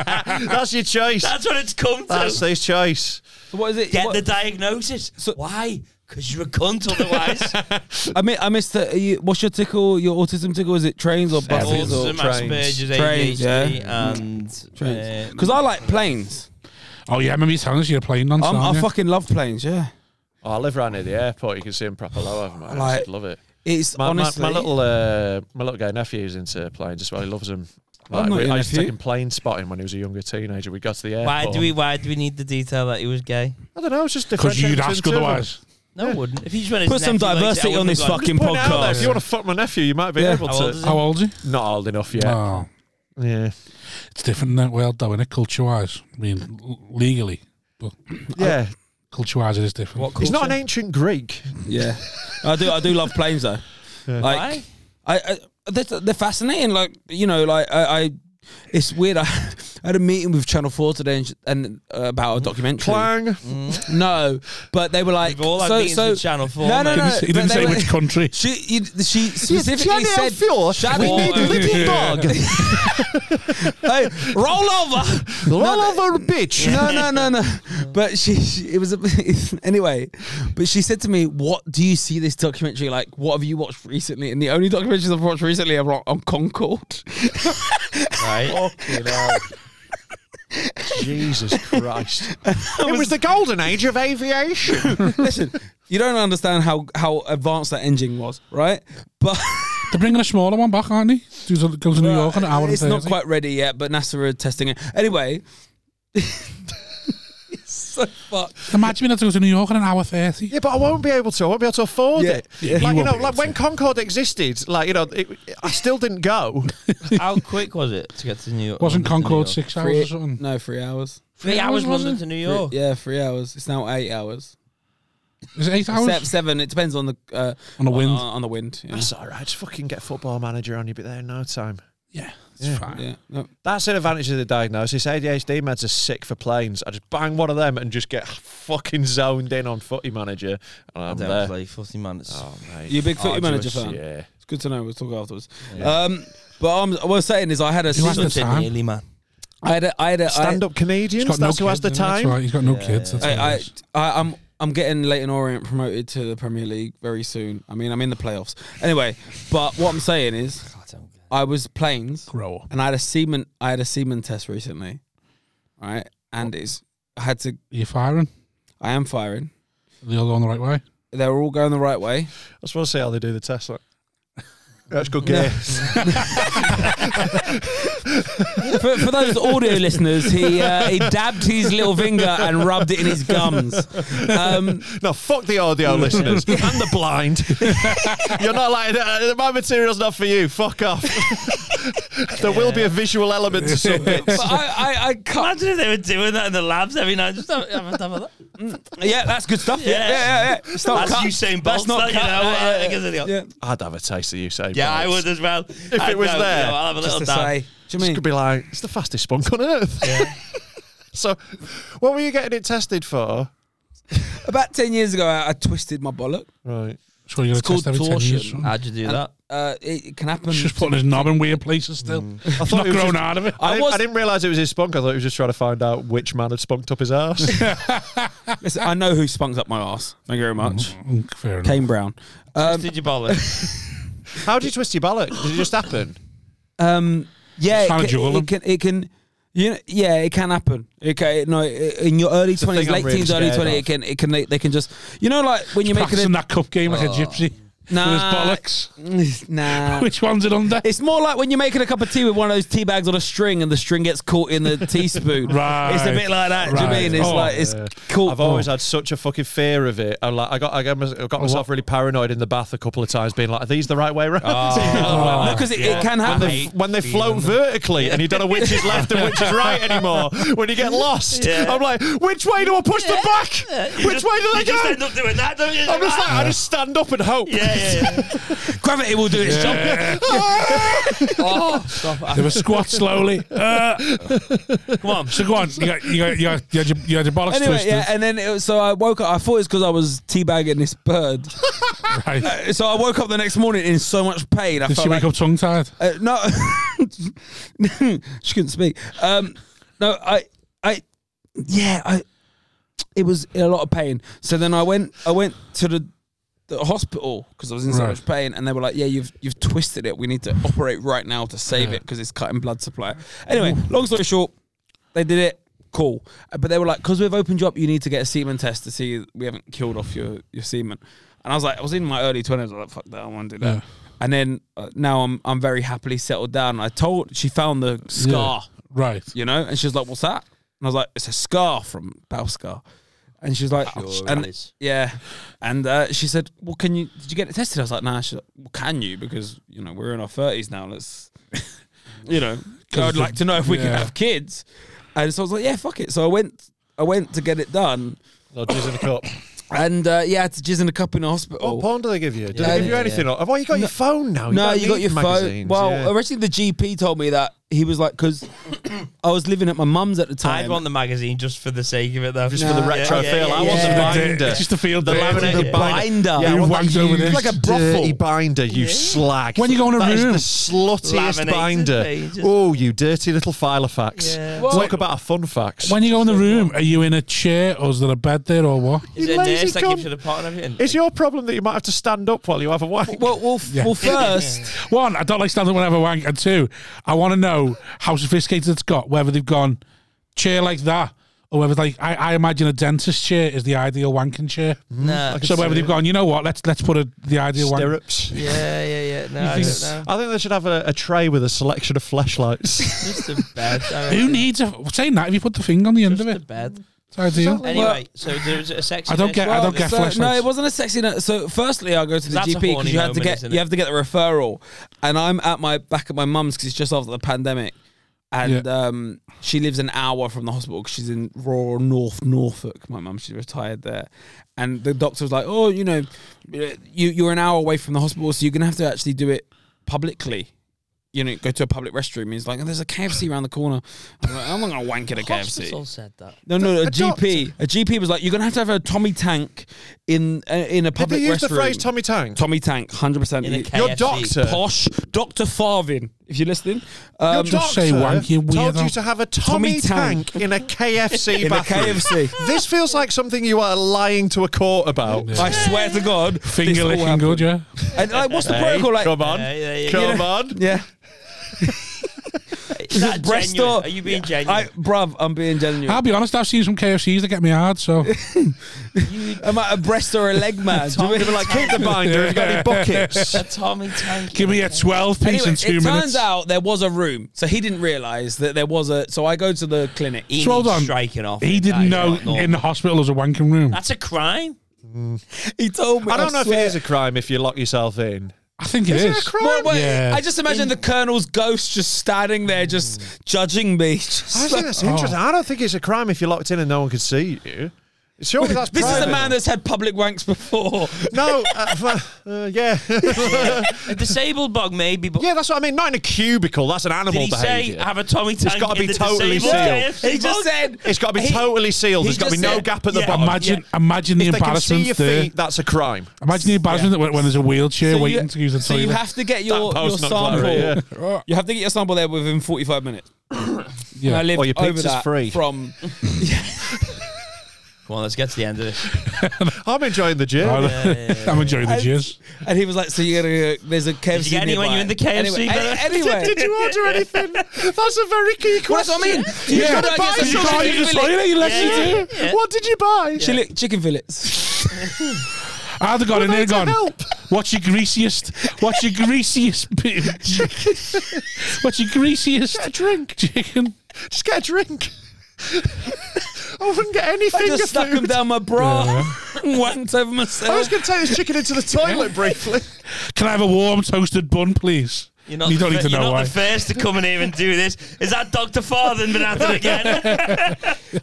[SPEAKER 5] That's your choice.
[SPEAKER 2] That's what it's come to.
[SPEAKER 5] That's his choice.
[SPEAKER 4] <laughs> So what is it?
[SPEAKER 2] get
[SPEAKER 4] What-
[SPEAKER 2] the diagnosis. Why? Because you're a cunt <laughs> otherwise.
[SPEAKER 4] I mean, I missed the. are you- what's your tickle? Your autism tickle? Is it trains or buses or?
[SPEAKER 2] Autism,
[SPEAKER 5] trains.
[SPEAKER 2] Asperger's,
[SPEAKER 4] Trains,
[SPEAKER 2] ADHD,
[SPEAKER 4] yeah.
[SPEAKER 2] and uh,
[SPEAKER 5] um,
[SPEAKER 4] Because I like planes.
[SPEAKER 1] Oh yeah, maybe telling us you're playing on
[SPEAKER 4] I'm, I
[SPEAKER 1] Saturday.
[SPEAKER 4] fucking love planes. Yeah.
[SPEAKER 5] Oh, I live right near the airport. You can see him proper low Oh, over my
[SPEAKER 4] Like-
[SPEAKER 5] like, Love it.
[SPEAKER 4] It's
[SPEAKER 5] My, my,
[SPEAKER 4] honestly
[SPEAKER 5] my little uh, my little guy nephew's into planes as well. He loves them.
[SPEAKER 4] I'm not your
[SPEAKER 5] I used to
[SPEAKER 4] nephew.
[SPEAKER 5] take him plane spotting when he was a younger teenager. We got to the airport.
[SPEAKER 2] why do we? Why do we need the detail that he was gay?
[SPEAKER 5] I don't know. It's just
[SPEAKER 1] Because you'd ask
[SPEAKER 5] differentiating
[SPEAKER 1] otherwise.
[SPEAKER 2] No, I wouldn't. If you just went
[SPEAKER 4] Put some diversity on this
[SPEAKER 5] two of them.
[SPEAKER 4] fucking
[SPEAKER 5] Just point out there,
[SPEAKER 4] podcast.
[SPEAKER 5] If you want to fuck my nephew, you might be
[SPEAKER 4] Yeah.
[SPEAKER 5] able
[SPEAKER 2] How old is
[SPEAKER 5] to.
[SPEAKER 2] he?
[SPEAKER 1] How old's he?
[SPEAKER 5] Not old enough yet.
[SPEAKER 1] Oh.
[SPEAKER 5] Yeah.
[SPEAKER 1] It's different in that world, though, isn't it? Culture wise. I mean, l- legally, but
[SPEAKER 5] Yeah.
[SPEAKER 1] culture wise, it is different.
[SPEAKER 2] What
[SPEAKER 5] He's not an
[SPEAKER 2] culture?
[SPEAKER 5] ancient Greek.
[SPEAKER 4] <laughs> Yeah, I do. I do love planes though. Like, I, I they're, they're fascinating. Like you know, like I, I it's weird. <laughs> I, I had a meeting with Channel Four today and, sh- and uh, about a documentary.
[SPEAKER 5] Clang.
[SPEAKER 4] No, but they were like,
[SPEAKER 2] We've all had
[SPEAKER 4] so,
[SPEAKER 2] meetings
[SPEAKER 4] so
[SPEAKER 2] with Channel 4,
[SPEAKER 4] No, no,
[SPEAKER 2] mate.
[SPEAKER 1] He didn't say- he
[SPEAKER 4] no.
[SPEAKER 1] didn't
[SPEAKER 4] but they
[SPEAKER 1] say
[SPEAKER 4] were-
[SPEAKER 1] which
[SPEAKER 4] <laughs>
[SPEAKER 1] country.
[SPEAKER 4] She, you, she specifically
[SPEAKER 5] Channel
[SPEAKER 4] said,
[SPEAKER 5] four,
[SPEAKER 4] Channel
[SPEAKER 5] we
[SPEAKER 2] need
[SPEAKER 4] Four- <laughs>
[SPEAKER 2] little
[SPEAKER 5] dog.
[SPEAKER 4] hey, roll over.
[SPEAKER 5] Roll over, bitch.
[SPEAKER 4] No, no, no, no. But she, she it was a, <laughs> anyway. But she said to me, "What do you see this documentary like? What have you watched recently?" And the only documentaries I've watched recently are on, on Concord.
[SPEAKER 2] Right.
[SPEAKER 5] Jesus Christ. it was the golden age of aviation.
[SPEAKER 4] Listen, you don't understand how how advanced that engine was, right? But
[SPEAKER 1] They're bringing a smaller one back, aren't they? Goes to, goes to <laughs> New York in an hour and
[SPEAKER 4] it's not
[SPEAKER 1] 30.
[SPEAKER 4] quite ready yet. But NASA are testing it anyway. <laughs> it's so fucked.
[SPEAKER 1] Imagine me that goes to New York in an hour 30.
[SPEAKER 5] yeah, but I won't be able to. I won't be able to afford
[SPEAKER 4] Yeah,
[SPEAKER 5] it.
[SPEAKER 1] yeah. You
[SPEAKER 5] like, you
[SPEAKER 1] won't
[SPEAKER 5] know,
[SPEAKER 1] be able
[SPEAKER 5] like when Concord existed, like, you know, it, I still didn't go.
[SPEAKER 2] How quick was it to get to New York?
[SPEAKER 1] Wasn't
[SPEAKER 2] London to New
[SPEAKER 1] Concord
[SPEAKER 2] York?
[SPEAKER 1] six
[SPEAKER 4] Three-
[SPEAKER 1] hours or something?
[SPEAKER 4] no, three hours.
[SPEAKER 2] Three
[SPEAKER 1] was
[SPEAKER 2] hours London
[SPEAKER 1] it?
[SPEAKER 2] to New
[SPEAKER 4] Three-
[SPEAKER 2] York.
[SPEAKER 4] yeah, three hours. It's now eight hours.
[SPEAKER 1] Is it eight hours?
[SPEAKER 4] Se- seven. It depends on the uh,
[SPEAKER 1] On the wind.
[SPEAKER 4] On, on the wind. Yeah.
[SPEAKER 5] That's all right. Just fucking get football manager on. You'll be there in no time.
[SPEAKER 1] Yeah, it's fine.
[SPEAKER 4] yeah. No.
[SPEAKER 5] That's an advantage of the diagnosis. ADHD meds are sick for planes. I just bang one of them and just get fucking zoned in on footy manager. And
[SPEAKER 2] I
[SPEAKER 5] I'm
[SPEAKER 2] don't
[SPEAKER 5] there.
[SPEAKER 2] play footy, man. It's
[SPEAKER 5] Oh, mate.
[SPEAKER 4] You a big footy
[SPEAKER 5] Arduous,
[SPEAKER 4] manager fan?
[SPEAKER 5] Yeah.
[SPEAKER 4] It's good to know. We'll talk afterwards. Um, but um, what I was saying is, I had a,
[SPEAKER 1] You
[SPEAKER 4] season-
[SPEAKER 1] have
[SPEAKER 2] Sunday
[SPEAKER 1] time.
[SPEAKER 2] nearly, man.
[SPEAKER 4] I had a, I had a,
[SPEAKER 5] Stand up
[SPEAKER 1] He's
[SPEAKER 5] comedians.
[SPEAKER 1] got no
[SPEAKER 5] That's who has
[SPEAKER 1] kids,
[SPEAKER 5] the
[SPEAKER 1] isn't he? That's
[SPEAKER 5] time.
[SPEAKER 1] right, He's got no kids. That's
[SPEAKER 4] I,
[SPEAKER 1] what it
[SPEAKER 4] I,
[SPEAKER 1] is.
[SPEAKER 4] I, I'm, I'm getting Leighton Orient promoted to the Premier League very soon. I mean, I'm in the playoffs anyway. But what I'm
[SPEAKER 2] <laughs>
[SPEAKER 4] saying is,
[SPEAKER 2] I don't get
[SPEAKER 4] I was planes,
[SPEAKER 1] grow up.
[SPEAKER 4] and I had a semen, I had a semen test recently, right? And it's, I had to,
[SPEAKER 1] Are you firing?
[SPEAKER 4] I am firing.
[SPEAKER 1] Are they all going the right way?
[SPEAKER 4] They were all going the right way.
[SPEAKER 5] I just want to see how they do the test. Like. That's good gear.
[SPEAKER 4] <laughs> For, for those audio listeners, he uh, he dabbed his little finger and rubbed it in his gums. Um,
[SPEAKER 5] <laughs> no, fuck the audio listeners and the blind. <laughs> You're not like uh, my material's not for you. Fuck off. <laughs> there will be a visual element to some bits.
[SPEAKER 4] but I, I, I can't.
[SPEAKER 2] Imagine if they were doing that in the labs every night. Just have, have a have
[SPEAKER 5] <laughs>
[SPEAKER 2] a-
[SPEAKER 4] Yeah, that's good stuff. Yeah,
[SPEAKER 2] Yeah.
[SPEAKER 4] yeah, yeah. yeah. Stop
[SPEAKER 2] That's
[SPEAKER 4] cut.
[SPEAKER 2] Usain Bolt. that,
[SPEAKER 4] not
[SPEAKER 2] you
[SPEAKER 4] cut.
[SPEAKER 2] know,
[SPEAKER 4] Yeah,
[SPEAKER 2] uh,
[SPEAKER 4] yeah,
[SPEAKER 2] gives it the-
[SPEAKER 4] Yeah.
[SPEAKER 5] <laughs> I'd have a taste of you say.
[SPEAKER 2] Yeah, I would as well. If
[SPEAKER 5] it was there,
[SPEAKER 2] I'll have a little
[SPEAKER 4] Just to
[SPEAKER 2] dab.
[SPEAKER 4] say, do you
[SPEAKER 5] This
[SPEAKER 4] mean?
[SPEAKER 5] could be like it's the fastest spunk on earth. <laughs> so, what were you getting it tested for?
[SPEAKER 4] About ten years ago, I, I twisted my bollock.
[SPEAKER 5] Right.
[SPEAKER 1] So you're
[SPEAKER 4] It's
[SPEAKER 1] going
[SPEAKER 4] called
[SPEAKER 1] to test every 10 years.
[SPEAKER 4] torsion.
[SPEAKER 1] son.
[SPEAKER 2] How'd you do that?
[SPEAKER 4] Uh, it, it can
[SPEAKER 5] <laughs>
[SPEAKER 4] happen.
[SPEAKER 1] He's just
[SPEAKER 4] <laughs>
[SPEAKER 1] putting his knob in weird places still. I
[SPEAKER 5] thought
[SPEAKER 1] thought not
[SPEAKER 5] it was
[SPEAKER 1] grown
[SPEAKER 5] just-
[SPEAKER 1] out of it.
[SPEAKER 5] I,
[SPEAKER 4] I
[SPEAKER 5] didn't-
[SPEAKER 4] was-
[SPEAKER 5] I didn't realize it was his spunk. I thought he was just trying to find out which man had spunked up his ass.
[SPEAKER 4] Listen, I know who spunked up my ass. Thank you very much.
[SPEAKER 5] Mm-hmm.
[SPEAKER 1] Mm, Fair enough.
[SPEAKER 4] Kane Brown. Um,
[SPEAKER 2] Did you bother?
[SPEAKER 5] How did you twist your ballot? Did it just happen?
[SPEAKER 4] um, yeah,
[SPEAKER 1] Trying to
[SPEAKER 4] it
[SPEAKER 1] duel
[SPEAKER 4] can,
[SPEAKER 1] them.
[SPEAKER 4] it can. It can you know, yeah, it can happen. Okay, no, i- in your early
[SPEAKER 5] thing
[SPEAKER 4] twenties,
[SPEAKER 5] I'm
[SPEAKER 4] late
[SPEAKER 5] really
[SPEAKER 4] teens, early
[SPEAKER 5] scared
[SPEAKER 4] twenties,
[SPEAKER 5] of.
[SPEAKER 4] it can, it can, they, they can just, you know, like when you're making
[SPEAKER 1] Practicing
[SPEAKER 4] it, Oh.
[SPEAKER 1] that cup game like a gypsy.
[SPEAKER 4] Nah.
[SPEAKER 1] With his bollocks.
[SPEAKER 4] <laughs> nah,
[SPEAKER 5] <laughs>
[SPEAKER 1] Which one's it under?
[SPEAKER 4] It's more like when you're making a cup of tea with one of those tea bags on a string and the string gets caught in the
[SPEAKER 5] <laughs>
[SPEAKER 4] teaspoon.
[SPEAKER 1] Right.
[SPEAKER 4] It's a bit like that. Do
[SPEAKER 1] Right.
[SPEAKER 4] you mean? It's
[SPEAKER 1] Oh,
[SPEAKER 4] like, it's caught.
[SPEAKER 5] I've always had such a fucking fear of it. I like I got I got, mys- I got myself really paranoid in the bath a couple of times, being like, "Are these the right way round?" Oh, <laughs>
[SPEAKER 4] Oh. No, because it, it can
[SPEAKER 5] when,
[SPEAKER 4] happen.
[SPEAKER 5] they, when they float vertically and you don't know which is left and which is <laughs> right anymore, when you get lost,
[SPEAKER 2] Yeah.
[SPEAKER 5] I'm like, "Which way do I push them back? which way do they
[SPEAKER 2] you just end
[SPEAKER 5] go?"
[SPEAKER 2] up doing that, don't you?
[SPEAKER 5] I'm just like, I just stand up and hope.
[SPEAKER 2] yeah, yeah,
[SPEAKER 4] Gravity will do its job.
[SPEAKER 1] They were squat
[SPEAKER 4] <laughs>
[SPEAKER 1] slowly. Uh,
[SPEAKER 2] yeah. Come on.
[SPEAKER 1] so go on. You, got, you, got, you, got, you, had, your, you had your bollocks
[SPEAKER 4] anyway,
[SPEAKER 1] twisted.
[SPEAKER 4] yeah, and then it was, so I woke up. I thought it's because I was teabagging this bird.
[SPEAKER 1] Right.
[SPEAKER 4] so I woke up the next morning in so much pain. I
[SPEAKER 1] Did
[SPEAKER 4] felt
[SPEAKER 1] she
[SPEAKER 4] like,
[SPEAKER 1] wake up tongue tied?
[SPEAKER 4] Uh, no, <laughs> she couldn't speak. Um, no, I, I, yeah, I. It was a lot of pain. So then I went, I went to the, the hospital because I was in so
[SPEAKER 1] Right.
[SPEAKER 4] much pain, and they were like, "Yeah, you've you've twisted it. We need to operate right now to save it because it's cutting blood supply." Anyway, long story short, they did it. Cool, Uh, but they were like, "Because we've opened you up, you need to get a semen test to see we haven't killed off your your semen." And I was like, I was in my early twenties. I was like, "Fuck that, I want to do that."
[SPEAKER 1] Yeah.
[SPEAKER 4] And then uh, now I'm I'm very happily settled down. I told she found the scar,
[SPEAKER 1] Right.
[SPEAKER 4] you know, and she was like, "What's that?" And I was like, "It's a scar from bowel scar." And she was like, and-
[SPEAKER 2] is.
[SPEAKER 4] "Yeah," and uh, she said, "Well, can you? Did you get it tested?" I was like, "Nah." She's like, well, "Can you? Because you know we're in our thirties now. Let's <laughs> you know, I'd like to know if we can
[SPEAKER 1] yeah.
[SPEAKER 4] have kids. And so I was like, yeah, fuck it. So I went, I went to get it done,
[SPEAKER 5] Lodges in a cup.
[SPEAKER 4] and uh, yeah, I had to jizz in a cup in the hospital.
[SPEAKER 5] What porn do they give you? Do
[SPEAKER 4] Yeah.
[SPEAKER 5] they give you
[SPEAKER 4] Yeah.
[SPEAKER 5] anything? Have oh, you got your phone now?
[SPEAKER 4] no,
[SPEAKER 5] don't
[SPEAKER 4] you got
[SPEAKER 5] need
[SPEAKER 4] your phone.
[SPEAKER 5] magazines.
[SPEAKER 4] Well,
[SPEAKER 5] Yeah.
[SPEAKER 4] originally the GP told me that he was like, because I was living at my mum's at the time.
[SPEAKER 2] I'd want the magazine just for the sake of it, though.
[SPEAKER 5] Just for the
[SPEAKER 4] Nah.
[SPEAKER 5] retro
[SPEAKER 2] Yeah,
[SPEAKER 5] feel.
[SPEAKER 2] yeah,
[SPEAKER 5] I
[SPEAKER 4] yeah.
[SPEAKER 5] want the
[SPEAKER 4] Yeah.
[SPEAKER 5] binder.
[SPEAKER 1] It's just a field
[SPEAKER 5] the
[SPEAKER 1] day,
[SPEAKER 5] laminated
[SPEAKER 2] isn't it?
[SPEAKER 5] binder.
[SPEAKER 4] Binder.
[SPEAKER 5] Yeah, I
[SPEAKER 1] You
[SPEAKER 5] want
[SPEAKER 1] wanked
[SPEAKER 5] that
[SPEAKER 1] over
[SPEAKER 5] huge
[SPEAKER 1] this.
[SPEAKER 5] Like a dirty binder, you slag.
[SPEAKER 1] When you go in a
[SPEAKER 5] That is
[SPEAKER 1] room.
[SPEAKER 5] the sluttiest
[SPEAKER 2] Laminated
[SPEAKER 5] binder.
[SPEAKER 2] pages.
[SPEAKER 5] Oh, you dirty little filofax.
[SPEAKER 2] Yeah.
[SPEAKER 4] Well-
[SPEAKER 5] Talk about a fun fax.
[SPEAKER 1] When you go in the room, are you in a chair or is there a bed there or what?
[SPEAKER 2] Is
[SPEAKER 5] You
[SPEAKER 2] there a
[SPEAKER 5] lazy
[SPEAKER 2] nurse that keeps
[SPEAKER 5] cunt.
[SPEAKER 2] you the pot and everything?
[SPEAKER 5] Is your problem that you might have to stand up while you have a wank?
[SPEAKER 4] well, well, f-
[SPEAKER 1] Yeah.
[SPEAKER 4] well, first,
[SPEAKER 1] One, I don't like standing when I have a wank. And two, I want to know how sophisticated it's got, whether they've gone chair like that or whether, like, I, I imagine a dentist chair is the ideal wanking chair.
[SPEAKER 5] Mm-hmm.
[SPEAKER 2] No.
[SPEAKER 1] So whether they've gone, you know what, let's let's put a, the ideal wank.
[SPEAKER 5] Stirrups.
[SPEAKER 2] Yeah, yeah, yeah. No, I
[SPEAKER 1] think-
[SPEAKER 2] don't know.
[SPEAKER 5] I think they should have a, a tray with a selection of flashlights.
[SPEAKER 2] Just a bed. I
[SPEAKER 1] Who
[SPEAKER 2] reckon.
[SPEAKER 1] needs a. Saying that, if you put the thing on the end
[SPEAKER 2] Just
[SPEAKER 1] of
[SPEAKER 2] a
[SPEAKER 1] it,
[SPEAKER 2] bed.
[SPEAKER 1] it's ideal.
[SPEAKER 5] Exactly.
[SPEAKER 2] Anyway, so there was a section.
[SPEAKER 1] I don't get- I
[SPEAKER 4] Well,
[SPEAKER 1] don't get
[SPEAKER 4] so-
[SPEAKER 1] flashlights.
[SPEAKER 4] No, it wasn't a sexy. No- so, firstly, I go to the
[SPEAKER 2] That's a
[SPEAKER 4] GP because
[SPEAKER 2] horny
[SPEAKER 4] you have to
[SPEAKER 2] moment,
[SPEAKER 4] get
[SPEAKER 2] isn't
[SPEAKER 4] you
[SPEAKER 2] it?
[SPEAKER 4] have to get the referral, and I'm at my back at my mum's because it's just after the pandemic, and um, she lives an hour from the hospital because she's in rural North Norfolk. My mum, she's retired there, and the doctor was like, "Oh, you know, you you're an hour away from the hospital, so you're gonna have to actually do it publicly." You know, go to a public restroom. He's like, there's a KFC around the corner. I'm, like, I'm not gonna wank at a KFC.
[SPEAKER 2] Hospital said that.
[SPEAKER 4] No, no, a,
[SPEAKER 5] doctor.
[SPEAKER 4] GP. A GP was like, "You're gonna have to have a Tommy Tank in uh, in a
[SPEAKER 5] Did
[SPEAKER 4] public
[SPEAKER 5] they use the
[SPEAKER 4] restroom."
[SPEAKER 5] phrase Tommy Tang?
[SPEAKER 4] Tommy Tank, hundred percent.
[SPEAKER 2] In a
[SPEAKER 4] Your
[SPEAKER 5] Your
[SPEAKER 2] KFC.
[SPEAKER 5] doctor.
[SPEAKER 4] posh Doctor Farvin, if you're listening, um,
[SPEAKER 5] Your
[SPEAKER 1] Just say
[SPEAKER 5] doctor
[SPEAKER 1] wank, you
[SPEAKER 5] told
[SPEAKER 1] weirdo.
[SPEAKER 5] you to have a
[SPEAKER 4] Tommy
[SPEAKER 5] Tommy,
[SPEAKER 4] Tank.
[SPEAKER 5] tank,
[SPEAKER 1] <laughs>
[SPEAKER 5] in a KFC
[SPEAKER 4] in a
[SPEAKER 5] bathroom. <laughs>
[SPEAKER 4] KFC.
[SPEAKER 5] This feels like something you are lying to a court about.
[SPEAKER 4] I swear to God,
[SPEAKER 1] Finger licking good, yeah.
[SPEAKER 4] And like, what's the
[SPEAKER 5] Hey,
[SPEAKER 4] protocol like?
[SPEAKER 5] come on,
[SPEAKER 2] Yeah, yeah, yeah.
[SPEAKER 5] come
[SPEAKER 2] You know,
[SPEAKER 5] on.
[SPEAKER 4] Yeah,
[SPEAKER 2] Is that
[SPEAKER 4] breast
[SPEAKER 2] genuine?
[SPEAKER 4] or-
[SPEAKER 2] Are you being
[SPEAKER 4] I,
[SPEAKER 2] genuine?
[SPEAKER 4] bruv, I'm being
[SPEAKER 1] I'll
[SPEAKER 4] genuine.
[SPEAKER 1] be honest, I've seen some KFCs that get me hard, so.
[SPEAKER 4] Am I a breast or a leg man? Do you
[SPEAKER 5] They were
[SPEAKER 4] mean
[SPEAKER 5] like, keep the binder. Have
[SPEAKER 2] <laughs>
[SPEAKER 5] you got any buckets?
[SPEAKER 2] A Tommy Tank.
[SPEAKER 1] Give me a 12 piece
[SPEAKER 4] Anyway,
[SPEAKER 1] in
[SPEAKER 4] it
[SPEAKER 1] two minutes.
[SPEAKER 4] turns out there was a room, so he didn't realise that there was a. So I go to the clinic.
[SPEAKER 2] He
[SPEAKER 1] So hold
[SPEAKER 2] needs
[SPEAKER 1] on.
[SPEAKER 2] Striking off.
[SPEAKER 1] he
[SPEAKER 2] That
[SPEAKER 1] didn't
[SPEAKER 2] is
[SPEAKER 1] know
[SPEAKER 2] not normal.
[SPEAKER 1] in the hospital there was a wanking room.
[SPEAKER 2] That's a crime.
[SPEAKER 4] He told me.
[SPEAKER 5] I don't know if it
[SPEAKER 4] swear.
[SPEAKER 5] is a crime if you lock yourself in.
[SPEAKER 1] I think it is.
[SPEAKER 5] it a crime?
[SPEAKER 4] Well, wait,
[SPEAKER 1] Yeah.
[SPEAKER 4] I just imagine the colonel's ghost just standing there, just judging me. <laughs> Just
[SPEAKER 5] I
[SPEAKER 4] like,
[SPEAKER 5] think that's interesting. I don't think it's a crime if you're locked in and no one could see you. Surely that's
[SPEAKER 4] this is
[SPEAKER 5] private.
[SPEAKER 4] a man that's had public wanks before.
[SPEAKER 5] No, uh, uh, yeah. <laughs>
[SPEAKER 2] A disabled bug, maybe, but
[SPEAKER 5] yeah, that's what I mean. Not in a cubicle. That's an animal
[SPEAKER 2] did he
[SPEAKER 5] behaviour.
[SPEAKER 2] say have a Tommy Tank?
[SPEAKER 5] gotta
[SPEAKER 2] in
[SPEAKER 5] be
[SPEAKER 2] the
[SPEAKER 5] totally
[SPEAKER 2] disabled
[SPEAKER 5] sealed.
[SPEAKER 2] KFC
[SPEAKER 4] he
[SPEAKER 2] bug?
[SPEAKER 4] just said
[SPEAKER 5] it's got to be
[SPEAKER 4] he-
[SPEAKER 5] totally sealed.
[SPEAKER 4] he
[SPEAKER 5] There's got to be
[SPEAKER 4] just
[SPEAKER 5] no
[SPEAKER 4] said-
[SPEAKER 5] gap at the
[SPEAKER 2] yeah,
[SPEAKER 5] bottom.
[SPEAKER 1] Imagine, imagine the
[SPEAKER 5] if they can see
[SPEAKER 1] embarrassment
[SPEAKER 5] your
[SPEAKER 1] there.
[SPEAKER 5] feet, that's a crime.
[SPEAKER 1] Imagine the embarrassment that when there's a wheelchair
[SPEAKER 4] so
[SPEAKER 1] waiting
[SPEAKER 4] you,
[SPEAKER 1] to use the
[SPEAKER 4] so
[SPEAKER 1] toilet.
[SPEAKER 4] you have to get your,
[SPEAKER 5] That
[SPEAKER 4] your
[SPEAKER 5] post not
[SPEAKER 4] sample.
[SPEAKER 5] flattery,
[SPEAKER 4] You have to get your sample there within 45 minutes.
[SPEAKER 1] Yeah.
[SPEAKER 4] And I lived
[SPEAKER 5] Or your
[SPEAKER 4] over
[SPEAKER 5] pizza's
[SPEAKER 4] that
[SPEAKER 5] free.
[SPEAKER 4] from.
[SPEAKER 2] Come on, let's get to the end of this.
[SPEAKER 5] I'm enjoying the gym.
[SPEAKER 1] <laughs> I- I'm enjoying the cheers.
[SPEAKER 4] And he was like, "So you're gonna go, there's a KFC
[SPEAKER 2] get any when
[SPEAKER 4] nearby."
[SPEAKER 2] you're in the KFC,
[SPEAKER 4] Anyway,
[SPEAKER 2] brother?
[SPEAKER 4] a- anyway.
[SPEAKER 5] Did you
[SPEAKER 4] <laughs>
[SPEAKER 5] order anything? <laughs> That's a very key
[SPEAKER 4] Well, that's what
[SPEAKER 5] question.
[SPEAKER 4] I mean. You
[SPEAKER 1] Yeah,
[SPEAKER 4] gotta get
[SPEAKER 1] but you
[SPEAKER 4] some
[SPEAKER 1] can't
[SPEAKER 4] chicken
[SPEAKER 1] use the
[SPEAKER 4] fillet.
[SPEAKER 1] toilet unless
[SPEAKER 2] Yeah,
[SPEAKER 1] you do.
[SPEAKER 2] yeah. Yeah.
[SPEAKER 5] What did you buy?
[SPEAKER 4] Chili- chicken fillets.
[SPEAKER 1] I'd have Ah, gone in
[SPEAKER 5] Were
[SPEAKER 1] there
[SPEAKER 5] they to
[SPEAKER 1] gone,
[SPEAKER 5] help?
[SPEAKER 1] what's your greasiest, what's your greasiest, <laughs> bit- what's your greasiest drink? Chicken.
[SPEAKER 5] Just get a drink. <laughs> I wouldn't get any
[SPEAKER 4] I
[SPEAKER 5] finger
[SPEAKER 4] just stuck
[SPEAKER 5] food.
[SPEAKER 4] them down my bra and <laughs> wanked over myself.
[SPEAKER 5] I was going to take this chicken into the toilet
[SPEAKER 1] <laughs>
[SPEAKER 5] briefly.
[SPEAKER 1] Can I have a warm toasted bun, please?
[SPEAKER 2] You're not,
[SPEAKER 1] you
[SPEAKER 2] the,
[SPEAKER 1] don't
[SPEAKER 2] fir-
[SPEAKER 1] need to
[SPEAKER 2] you're
[SPEAKER 1] know
[SPEAKER 2] not
[SPEAKER 1] why.
[SPEAKER 2] the first to come in here and do this. Is that Dr. Farthen been at it
[SPEAKER 5] <laughs>
[SPEAKER 2] again?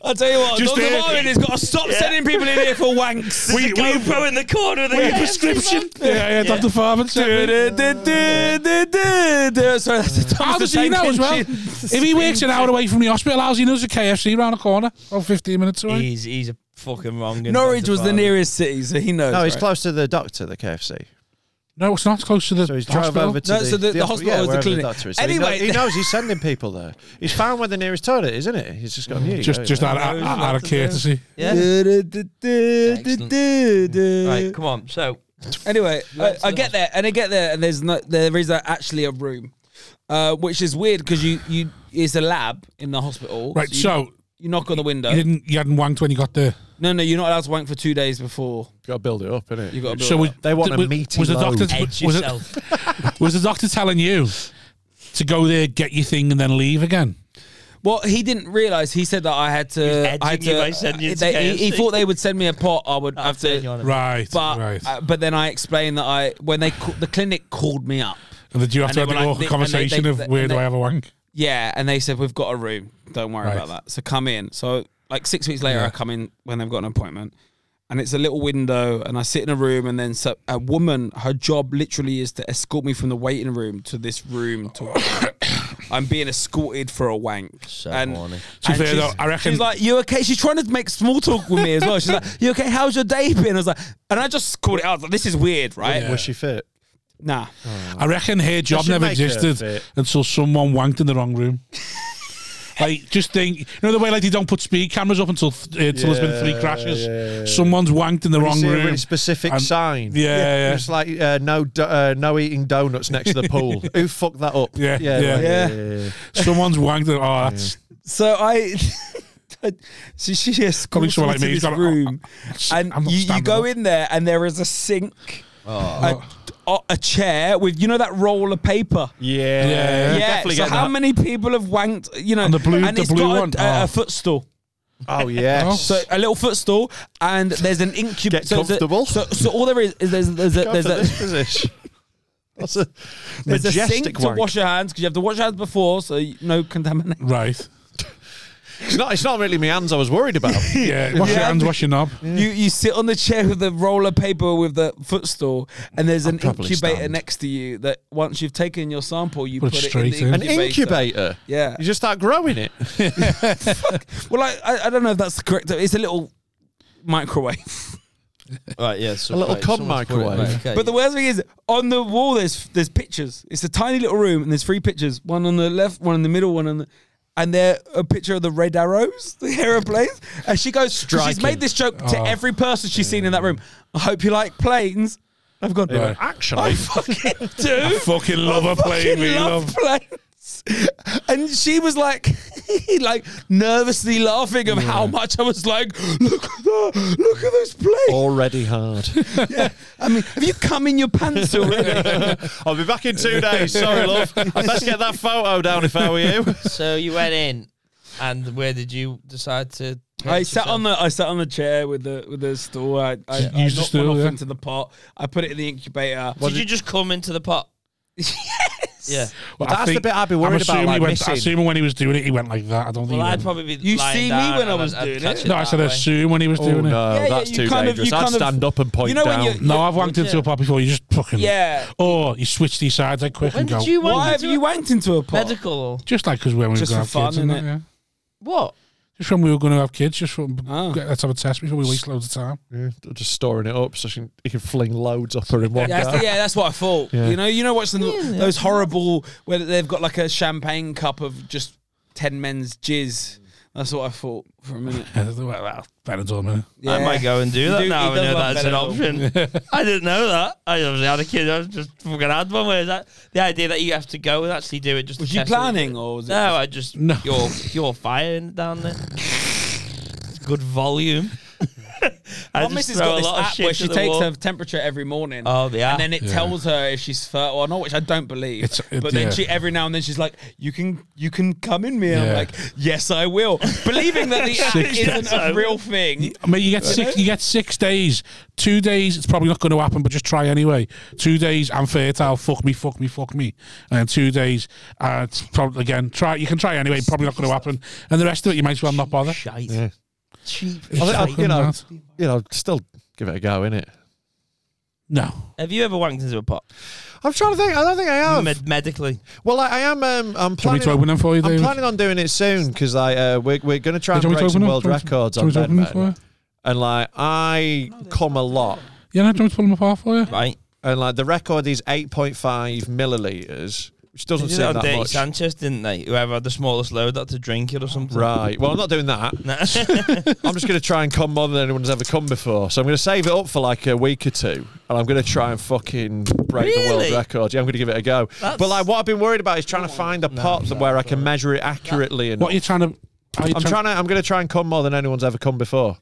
[SPEAKER 4] I'll tell you what,
[SPEAKER 1] Just
[SPEAKER 4] Dr.
[SPEAKER 1] there.
[SPEAKER 4] Marvin has got to stop sending people in here for wanks. <laughs>
[SPEAKER 2] There's a GoPro in the corner of the
[SPEAKER 1] Your
[SPEAKER 2] KFC
[SPEAKER 1] prescription. Yeah, yeah, Dr. Farman said. me.
[SPEAKER 4] Du-du-du-du-du-du. Sorry, that's a
[SPEAKER 1] How does he know as well? If he works an hour away from the hospital, how's he knows a KFC round the corner? Oh, 15 minutes
[SPEAKER 2] bug.
[SPEAKER 1] away.
[SPEAKER 2] He's, he's a fucking wrong.
[SPEAKER 4] Norwich was the nearest city, so he knows. right?
[SPEAKER 5] close to the doctor, the KFC.
[SPEAKER 1] No, it's not it's close to the hospital.
[SPEAKER 5] to
[SPEAKER 4] No, so the- the hospital is the
[SPEAKER 5] wherever
[SPEAKER 4] clinic.
[SPEAKER 5] doctor is.
[SPEAKER 4] Anyway-
[SPEAKER 5] he, kno- he knows he's sending people there. He's found where the nearest toilet is, isn't it? He's just got new.
[SPEAKER 1] Mm. just just out, out, out of courtesy.
[SPEAKER 2] Yeah.
[SPEAKER 4] Du-du-du-du-du-du.
[SPEAKER 2] Right, come on. So,
[SPEAKER 4] Anyway, I, I get there and I get there and there's no there is a, actually a room, uh, which is weird because you you it's a lab in the hospital.
[SPEAKER 1] Right,
[SPEAKER 4] you,
[SPEAKER 1] so
[SPEAKER 4] you knock on the window.
[SPEAKER 1] you didn't you hadn't wanked when you got there.
[SPEAKER 4] No, no, you're not allowed to wank for two days before
[SPEAKER 5] got to build it up, innit?
[SPEAKER 4] you got. to
[SPEAKER 1] So
[SPEAKER 4] build
[SPEAKER 1] we,
[SPEAKER 4] up.
[SPEAKER 5] They want a
[SPEAKER 1] was-
[SPEAKER 5] meaty
[SPEAKER 1] Was the
[SPEAKER 5] load.
[SPEAKER 1] doctor
[SPEAKER 2] edge
[SPEAKER 1] was, it,
[SPEAKER 2] yourself.
[SPEAKER 1] <laughs> was the doctor telling you to go there, get your thing, and then leave again?
[SPEAKER 4] Well, he didn't realize. He said that I had to.
[SPEAKER 2] edging
[SPEAKER 4] I had
[SPEAKER 2] you
[SPEAKER 4] to- uh,
[SPEAKER 2] by sending you to
[SPEAKER 4] they- he- he,
[SPEAKER 2] KFC.
[SPEAKER 4] thought they would send me a pot. I would
[SPEAKER 2] I'll
[SPEAKER 4] have
[SPEAKER 2] turn you
[SPEAKER 4] to.
[SPEAKER 2] on a bit.
[SPEAKER 1] Right,
[SPEAKER 4] But
[SPEAKER 1] right.
[SPEAKER 4] uh, but then I explained that I when they ca- the clinic called me up
[SPEAKER 1] And then you have
[SPEAKER 4] And
[SPEAKER 1] to
[SPEAKER 4] they
[SPEAKER 1] have
[SPEAKER 4] were
[SPEAKER 1] the
[SPEAKER 4] like-
[SPEAKER 1] awkward
[SPEAKER 4] they- and they-
[SPEAKER 1] conversation
[SPEAKER 4] they-
[SPEAKER 1] of
[SPEAKER 4] they-
[SPEAKER 1] where
[SPEAKER 4] and
[SPEAKER 1] do I
[SPEAKER 4] they-
[SPEAKER 1] have a wank?
[SPEAKER 4] Yeah, and they said we've got a room. Don't worry
[SPEAKER 1] Right.
[SPEAKER 4] about that. So come in. So like six weeks later,
[SPEAKER 1] Yeah.
[SPEAKER 4] I come in when they've got an appointment, and it's a little window, and I sit in a room, and then so a woman, her job literally is to escort me from the waiting room to this room. To <coughs> I'm being escorted for a wank.
[SPEAKER 2] So
[SPEAKER 4] and,
[SPEAKER 2] horny.
[SPEAKER 1] To be
[SPEAKER 4] and
[SPEAKER 1] fair
[SPEAKER 4] she's-
[SPEAKER 1] though, I reckon-
[SPEAKER 4] she's like, "You okay?" She's trying to make small talk with me as well. She's like, "You okay? How's your day been?" I was like, and I just called it out. I was like, this is weird, right?
[SPEAKER 5] Was she fit?
[SPEAKER 4] Nah.
[SPEAKER 1] I reckon her job
[SPEAKER 5] should
[SPEAKER 1] never
[SPEAKER 5] make her
[SPEAKER 1] existed
[SPEAKER 5] fit.
[SPEAKER 1] until someone wanked in the wrong room. like, just think, you know the way like they don't put speed cameras up until th- uh, till there's been three
[SPEAKER 5] Yeah,
[SPEAKER 1] crashes.
[SPEAKER 5] yeah, yeah.
[SPEAKER 1] Someone's wanked in the wrong
[SPEAKER 5] Is there a
[SPEAKER 1] room.
[SPEAKER 5] really specific
[SPEAKER 1] And-
[SPEAKER 5] sign.
[SPEAKER 1] Yeah, yeah.
[SPEAKER 5] It's like uh, no, do- uh, no eating donuts next to the
[SPEAKER 1] <laughs>
[SPEAKER 5] pool. Who fucked that up?
[SPEAKER 1] Yeah,
[SPEAKER 5] yeah,
[SPEAKER 1] yeah.
[SPEAKER 5] like,
[SPEAKER 4] Yeah.
[SPEAKER 5] yeah.
[SPEAKER 1] Someone's wanked. in- Oh, that's
[SPEAKER 4] So I, <laughs> so she just
[SPEAKER 1] Probably
[SPEAKER 4] comes into
[SPEAKER 1] someone like me who's
[SPEAKER 4] this
[SPEAKER 1] got a- <laughs>
[SPEAKER 4] room, and
[SPEAKER 1] I'm not
[SPEAKER 4] you, you
[SPEAKER 1] standing
[SPEAKER 4] go
[SPEAKER 1] up.
[SPEAKER 4] in there, and there is a sink, a, a, a chair with you know that roll of paper.
[SPEAKER 5] Yeah,
[SPEAKER 1] Yeah.
[SPEAKER 5] You
[SPEAKER 4] Yeah,
[SPEAKER 5] definitely
[SPEAKER 4] so
[SPEAKER 5] get
[SPEAKER 4] how
[SPEAKER 5] that.
[SPEAKER 4] many people have wanked? You know,
[SPEAKER 1] And the blue-
[SPEAKER 4] and
[SPEAKER 1] the
[SPEAKER 4] it's
[SPEAKER 1] blue
[SPEAKER 4] got a-
[SPEAKER 1] one.
[SPEAKER 4] A,
[SPEAKER 1] Oh.
[SPEAKER 4] a footstool.
[SPEAKER 5] oh yeah,
[SPEAKER 1] <laughs> Oh.
[SPEAKER 4] So a little footstool, and there's an incubator.
[SPEAKER 5] Get comfortable.
[SPEAKER 4] So, so all there is is there's there's a,
[SPEAKER 5] Go for
[SPEAKER 4] there's a <laughs>
[SPEAKER 5] this position. That's a
[SPEAKER 4] there's a sink
[SPEAKER 5] majestic
[SPEAKER 4] to
[SPEAKER 5] wank.
[SPEAKER 4] wash your hands because you have to wash your hands before, so you, no contamination.
[SPEAKER 1] right.
[SPEAKER 5] It's not. It's not really my hands. I was
[SPEAKER 4] <laughs>
[SPEAKER 5] worried about.
[SPEAKER 1] Yeah, wash your
[SPEAKER 4] Yeah.
[SPEAKER 1] hands, wash your knob.
[SPEAKER 4] You you sit on the chair with the roll of paper with the footstool, and there's an
[SPEAKER 5] probably
[SPEAKER 4] incubator
[SPEAKER 5] stand.
[SPEAKER 4] next to you that once you've taken your sample, you
[SPEAKER 1] Put it
[SPEAKER 4] put, it in
[SPEAKER 1] straight
[SPEAKER 4] the
[SPEAKER 1] in.
[SPEAKER 5] An
[SPEAKER 4] incubator.
[SPEAKER 5] incubator.
[SPEAKER 4] Yeah.
[SPEAKER 5] You just start growing it.
[SPEAKER 4] Well, I, I I don't know if that's the correct. It's a little microwave.
[SPEAKER 2] Right, yeah. So,
[SPEAKER 5] A little
[SPEAKER 2] right,
[SPEAKER 5] cum
[SPEAKER 2] someone's put it-
[SPEAKER 5] microwave.
[SPEAKER 2] right, okay.
[SPEAKER 4] But the worst thing is, on the wall there's there's pictures. It's a tiny little room, and there's three pictures: one on the left, one in the middle, one on the. And they're a picture of the red arrows, <laughs> the aeroplanes. And she goes, 'cause she's
[SPEAKER 5] Striking.
[SPEAKER 4] made this joke to
[SPEAKER 1] Oh.
[SPEAKER 4] every person she's seen in that room. I hope you like planes. I've gone,
[SPEAKER 1] Yeah.
[SPEAKER 4] I <laughs>
[SPEAKER 5] Actually,
[SPEAKER 4] fucking do.
[SPEAKER 1] I fucking love a plane.
[SPEAKER 4] fucking
[SPEAKER 1] We
[SPEAKER 4] love
[SPEAKER 1] love.
[SPEAKER 4] planes. And she was like, <laughs> like nervously laughing of how much I was like, look at that, look at this plane.
[SPEAKER 1] Oh.
[SPEAKER 5] already <laughs> hard.
[SPEAKER 4] I mean, have you come in your pants
[SPEAKER 1] <laughs>
[SPEAKER 4] already? <laughs>
[SPEAKER 5] I'll be back in two days. Sorry, love. Let's get that photo down if I
[SPEAKER 4] <laughs>
[SPEAKER 5] were you.
[SPEAKER 2] so you went in, and where did you decide to?
[SPEAKER 4] I sat on the I sat on the chair with the with the stool. I, I, I
[SPEAKER 1] Use the
[SPEAKER 4] knocked one
[SPEAKER 1] stool,
[SPEAKER 4] off
[SPEAKER 1] yeah.
[SPEAKER 4] into the pot. I put it in the incubator.
[SPEAKER 2] Did you just come into the pot?
[SPEAKER 4] <laughs>
[SPEAKER 2] yes. Yeah.
[SPEAKER 1] Well,
[SPEAKER 5] That's the bit I'd be worried about,
[SPEAKER 1] assuming he
[SPEAKER 5] like
[SPEAKER 1] went,
[SPEAKER 5] missing.
[SPEAKER 1] I assume when he was doing it, he went like that. I don't think. he
[SPEAKER 2] Well, I'd
[SPEAKER 1] went-
[SPEAKER 2] probably be.
[SPEAKER 4] You
[SPEAKER 2] lying
[SPEAKER 4] see me
[SPEAKER 2] down
[SPEAKER 4] when I
[SPEAKER 2] and
[SPEAKER 4] was
[SPEAKER 2] I'd- I'd
[SPEAKER 4] doing
[SPEAKER 2] catch
[SPEAKER 4] it?
[SPEAKER 1] no, I
[SPEAKER 2] that
[SPEAKER 1] said
[SPEAKER 2] way.
[SPEAKER 1] assume when he was
[SPEAKER 5] Oh,
[SPEAKER 1] doing it.
[SPEAKER 4] Yeah, yeah, you kind of- you kind of-
[SPEAKER 5] up and point
[SPEAKER 4] you know when you-
[SPEAKER 1] No, I've wanked
[SPEAKER 2] Would
[SPEAKER 1] into
[SPEAKER 2] you?
[SPEAKER 1] a pot before. You just fucking
[SPEAKER 4] Yeah.
[SPEAKER 1] Or you switch these sides like quick
[SPEAKER 2] When
[SPEAKER 1] and go.
[SPEAKER 2] did you wank
[SPEAKER 4] Why have
[SPEAKER 2] into
[SPEAKER 4] you
[SPEAKER 2] a-
[SPEAKER 4] wanked into a pot?
[SPEAKER 2] medical?
[SPEAKER 1] Just like because when we were
[SPEAKER 4] Just
[SPEAKER 1] going to have
[SPEAKER 4] for
[SPEAKER 1] kids,
[SPEAKER 4] fun,
[SPEAKER 1] and
[SPEAKER 4] innit?
[SPEAKER 1] that, yeah.
[SPEAKER 2] What?
[SPEAKER 1] Just when we were going to have kids, just for,
[SPEAKER 2] Oh.
[SPEAKER 4] Ah.
[SPEAKER 1] let's have a test before we waste loads of time.
[SPEAKER 5] Yeah, just storing it up so she can, you can fling loads up her in one
[SPEAKER 4] Yeah,
[SPEAKER 5] go.
[SPEAKER 4] that's, yeah, that's what I thought.
[SPEAKER 5] Yeah.
[SPEAKER 4] You know, you know, watching the, those horrible where they've got like a champagne cup of just ten men's jizz. That's what I thought for a minute.
[SPEAKER 1] Yeah, well, well, Benadryl, man.
[SPEAKER 2] <laughs>
[SPEAKER 4] Yeah.
[SPEAKER 2] I might go and do
[SPEAKER 4] You
[SPEAKER 2] that
[SPEAKER 4] do-
[SPEAKER 2] now.
[SPEAKER 4] he
[SPEAKER 2] I know
[SPEAKER 4] does love
[SPEAKER 2] that's an option. I didn't know that. I obviously had a kid. I was just fucking had one. Where is that? The idea that you have to go and actually do it just.
[SPEAKER 4] Was
[SPEAKER 2] to
[SPEAKER 4] you
[SPEAKER 2] test it.
[SPEAKER 4] planning or was it?
[SPEAKER 2] No, I just
[SPEAKER 1] No.
[SPEAKER 2] you're you're firing down there. Good
[SPEAKER 4] <laughs>
[SPEAKER 2] volume. I
[SPEAKER 4] My
[SPEAKER 2] just
[SPEAKER 4] missus
[SPEAKER 2] throw
[SPEAKER 4] got
[SPEAKER 2] a
[SPEAKER 4] this
[SPEAKER 2] lot of
[SPEAKER 4] app
[SPEAKER 2] shit
[SPEAKER 4] where
[SPEAKER 2] to
[SPEAKER 4] she
[SPEAKER 2] the
[SPEAKER 4] takes
[SPEAKER 2] wall.
[SPEAKER 4] her temperature every morning.
[SPEAKER 2] Oh, the app.
[SPEAKER 4] And then it
[SPEAKER 1] Yeah.
[SPEAKER 4] tells her if she's fertile or not, which I don't believe.
[SPEAKER 1] It's- it-
[SPEAKER 4] but then
[SPEAKER 1] yeah.
[SPEAKER 4] she every now and then she's like, "You can, you can come in me." And I'm
[SPEAKER 1] Yeah.
[SPEAKER 4] like, "Yes, I will," believing
[SPEAKER 2] <laughs>
[SPEAKER 4] that the app
[SPEAKER 1] Six
[SPEAKER 4] isn't
[SPEAKER 2] days. I
[SPEAKER 4] a
[SPEAKER 2] will.
[SPEAKER 4] real thing.
[SPEAKER 1] I mean, you get six. You get six days. Two days, it's probably not going to happen, but just try anyway. Two days, I'm fertile. Fuck me, fuck me, fuck me. And then two days, uh, it's probably again. Try. You can try anyway. Probably not going to happen. And the rest of it, you might as well not bother.
[SPEAKER 2] Shite.
[SPEAKER 5] Yeah.
[SPEAKER 2] Cheap.
[SPEAKER 5] I think, I-
[SPEAKER 1] Fucking
[SPEAKER 5] you know,
[SPEAKER 1] mad.
[SPEAKER 5] you know, still give it a go, innit?
[SPEAKER 1] No.
[SPEAKER 2] Have you ever wanked into a pot?
[SPEAKER 5] I'm trying to think. I don't think I have.
[SPEAKER 2] Med- medically.
[SPEAKER 5] Mm. well, I, I am. Um, I'm
[SPEAKER 1] Do you want me
[SPEAKER 5] planning.
[SPEAKER 1] to open them for you,
[SPEAKER 5] I'm
[SPEAKER 1] David?
[SPEAKER 5] planning on doing it soon because like uh, we're we're gonna try
[SPEAKER 1] Do you want me
[SPEAKER 5] and break
[SPEAKER 1] to open
[SPEAKER 5] some
[SPEAKER 1] them?
[SPEAKER 5] world
[SPEAKER 1] Do you want-
[SPEAKER 5] records
[SPEAKER 1] do you
[SPEAKER 5] on
[SPEAKER 1] want me to open them for
[SPEAKER 5] Bedman.
[SPEAKER 1] you?
[SPEAKER 5] And like I come a lot,
[SPEAKER 1] Yeah, no, do you want me to pull them apart for you?
[SPEAKER 2] Right.
[SPEAKER 5] and like the record is 8.5 milliliters, which doesn't
[SPEAKER 2] Did
[SPEAKER 5] seem
[SPEAKER 2] that on
[SPEAKER 5] that
[SPEAKER 2] Dirty
[SPEAKER 5] much.
[SPEAKER 2] Sanchez, didn't they? Whoever had the smallest load had to drink it or something.
[SPEAKER 5] Right. Well, I'm not doing that.
[SPEAKER 2] No.
[SPEAKER 4] <laughs>
[SPEAKER 5] <laughs> I'm just going to try and come more than anyone's ever come before. So I'm going to save it up for like a week or two, and I'm going to try and fucking break the world
[SPEAKER 2] Really?
[SPEAKER 5] record. Yeah, I'm going to give it a go.
[SPEAKER 2] That's-
[SPEAKER 5] But like, what I've been worried about is trying to find a pot where I can measure it accurately. And
[SPEAKER 1] What are you trying to? Are you
[SPEAKER 5] I'm trying to. I'm going to try and come more than anyone's ever come before.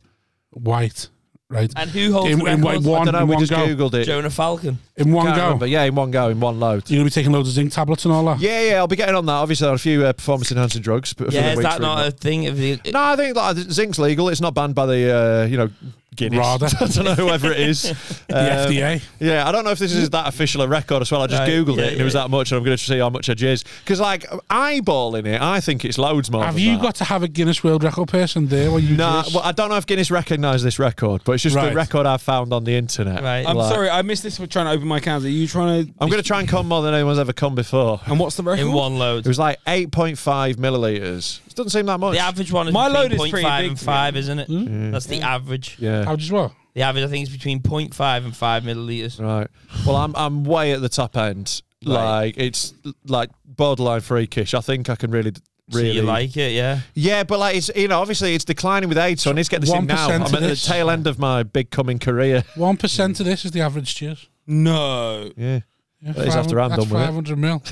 [SPEAKER 1] White, right?
[SPEAKER 2] and who holds
[SPEAKER 1] In-
[SPEAKER 2] the
[SPEAKER 1] in
[SPEAKER 2] record?
[SPEAKER 1] one-
[SPEAKER 5] I don't know.
[SPEAKER 1] in
[SPEAKER 5] We just
[SPEAKER 1] go.
[SPEAKER 5] googled it.
[SPEAKER 2] Jonah Falcon.
[SPEAKER 1] In one
[SPEAKER 5] Can't
[SPEAKER 1] go.
[SPEAKER 5] remember. Yeah, in one go, in one load.
[SPEAKER 1] You're gonna be taking loads of zinc tablets and all that.
[SPEAKER 5] Yeah, yeah. I'll be getting on that. Obviously, I had a few uh, performance-enhancing drugs. But for
[SPEAKER 2] Yeah,
[SPEAKER 5] the
[SPEAKER 2] is
[SPEAKER 5] weeks
[SPEAKER 2] that
[SPEAKER 5] we're in
[SPEAKER 2] not a thing? If you,
[SPEAKER 5] No, I think like, zinc's legal. It's not banned by the uh, you know Guinness.
[SPEAKER 1] Rather.
[SPEAKER 5] <laughs> I don't know whoever it <laughs> is. Um,
[SPEAKER 1] The FDA.
[SPEAKER 5] Yeah, I don't know if this is that official a record as well. I just
[SPEAKER 2] Right,
[SPEAKER 5] googled
[SPEAKER 2] yeah,
[SPEAKER 5] it and it was
[SPEAKER 2] yeah.
[SPEAKER 5] that much, and I'm going to see how much I jizz. Because like eyeballing it, I think it's loads more.
[SPEAKER 1] Have
[SPEAKER 5] than
[SPEAKER 1] you
[SPEAKER 5] that.
[SPEAKER 1] got to have a Guinness World Record person there while you
[SPEAKER 5] Nah,
[SPEAKER 1] jizz?
[SPEAKER 5] well, I don't know if Guinness recognised this record, but it's just
[SPEAKER 1] Right.
[SPEAKER 5] the record I found on the internet.
[SPEAKER 2] Right.
[SPEAKER 4] I'm
[SPEAKER 5] Like,
[SPEAKER 4] sorry, I missed this. We're trying to open my cans. Are you trying to?
[SPEAKER 5] I'm going to try and come more than anyone's ever come before.
[SPEAKER 4] And what's the record?
[SPEAKER 2] in one load.
[SPEAKER 5] It was like 8.5 millilitres. It doesn't seem that much.
[SPEAKER 2] the average one is
[SPEAKER 4] My
[SPEAKER 2] between
[SPEAKER 4] load is pretty
[SPEAKER 2] 0.5
[SPEAKER 4] big,
[SPEAKER 2] and
[SPEAKER 4] to be
[SPEAKER 2] 5, isn't it? That's the average.
[SPEAKER 5] yeah.
[SPEAKER 1] How do you what?
[SPEAKER 2] The average, I think, is between 0.5 and 5 milliliters.
[SPEAKER 5] Right. Well, I'm I'm way at the top end.
[SPEAKER 2] Right.
[SPEAKER 5] Like it's like borderline freakish. I think I can really d- really
[SPEAKER 2] So you like it, yeah? <laughs>
[SPEAKER 5] Yeah, but like it's you know obviously it's declining with age, so I need to get this in now.
[SPEAKER 1] 1%
[SPEAKER 5] I'm
[SPEAKER 1] of
[SPEAKER 5] at the
[SPEAKER 1] this.
[SPEAKER 5] tail end of my big coming career.
[SPEAKER 1] One percent of this is the average cheers.
[SPEAKER 4] no.
[SPEAKER 5] Yeah.
[SPEAKER 1] Yeah,
[SPEAKER 5] That is after I'm
[SPEAKER 1] that's
[SPEAKER 5] done with it.
[SPEAKER 1] five hundred
[SPEAKER 5] <laughs>
[SPEAKER 1] mil.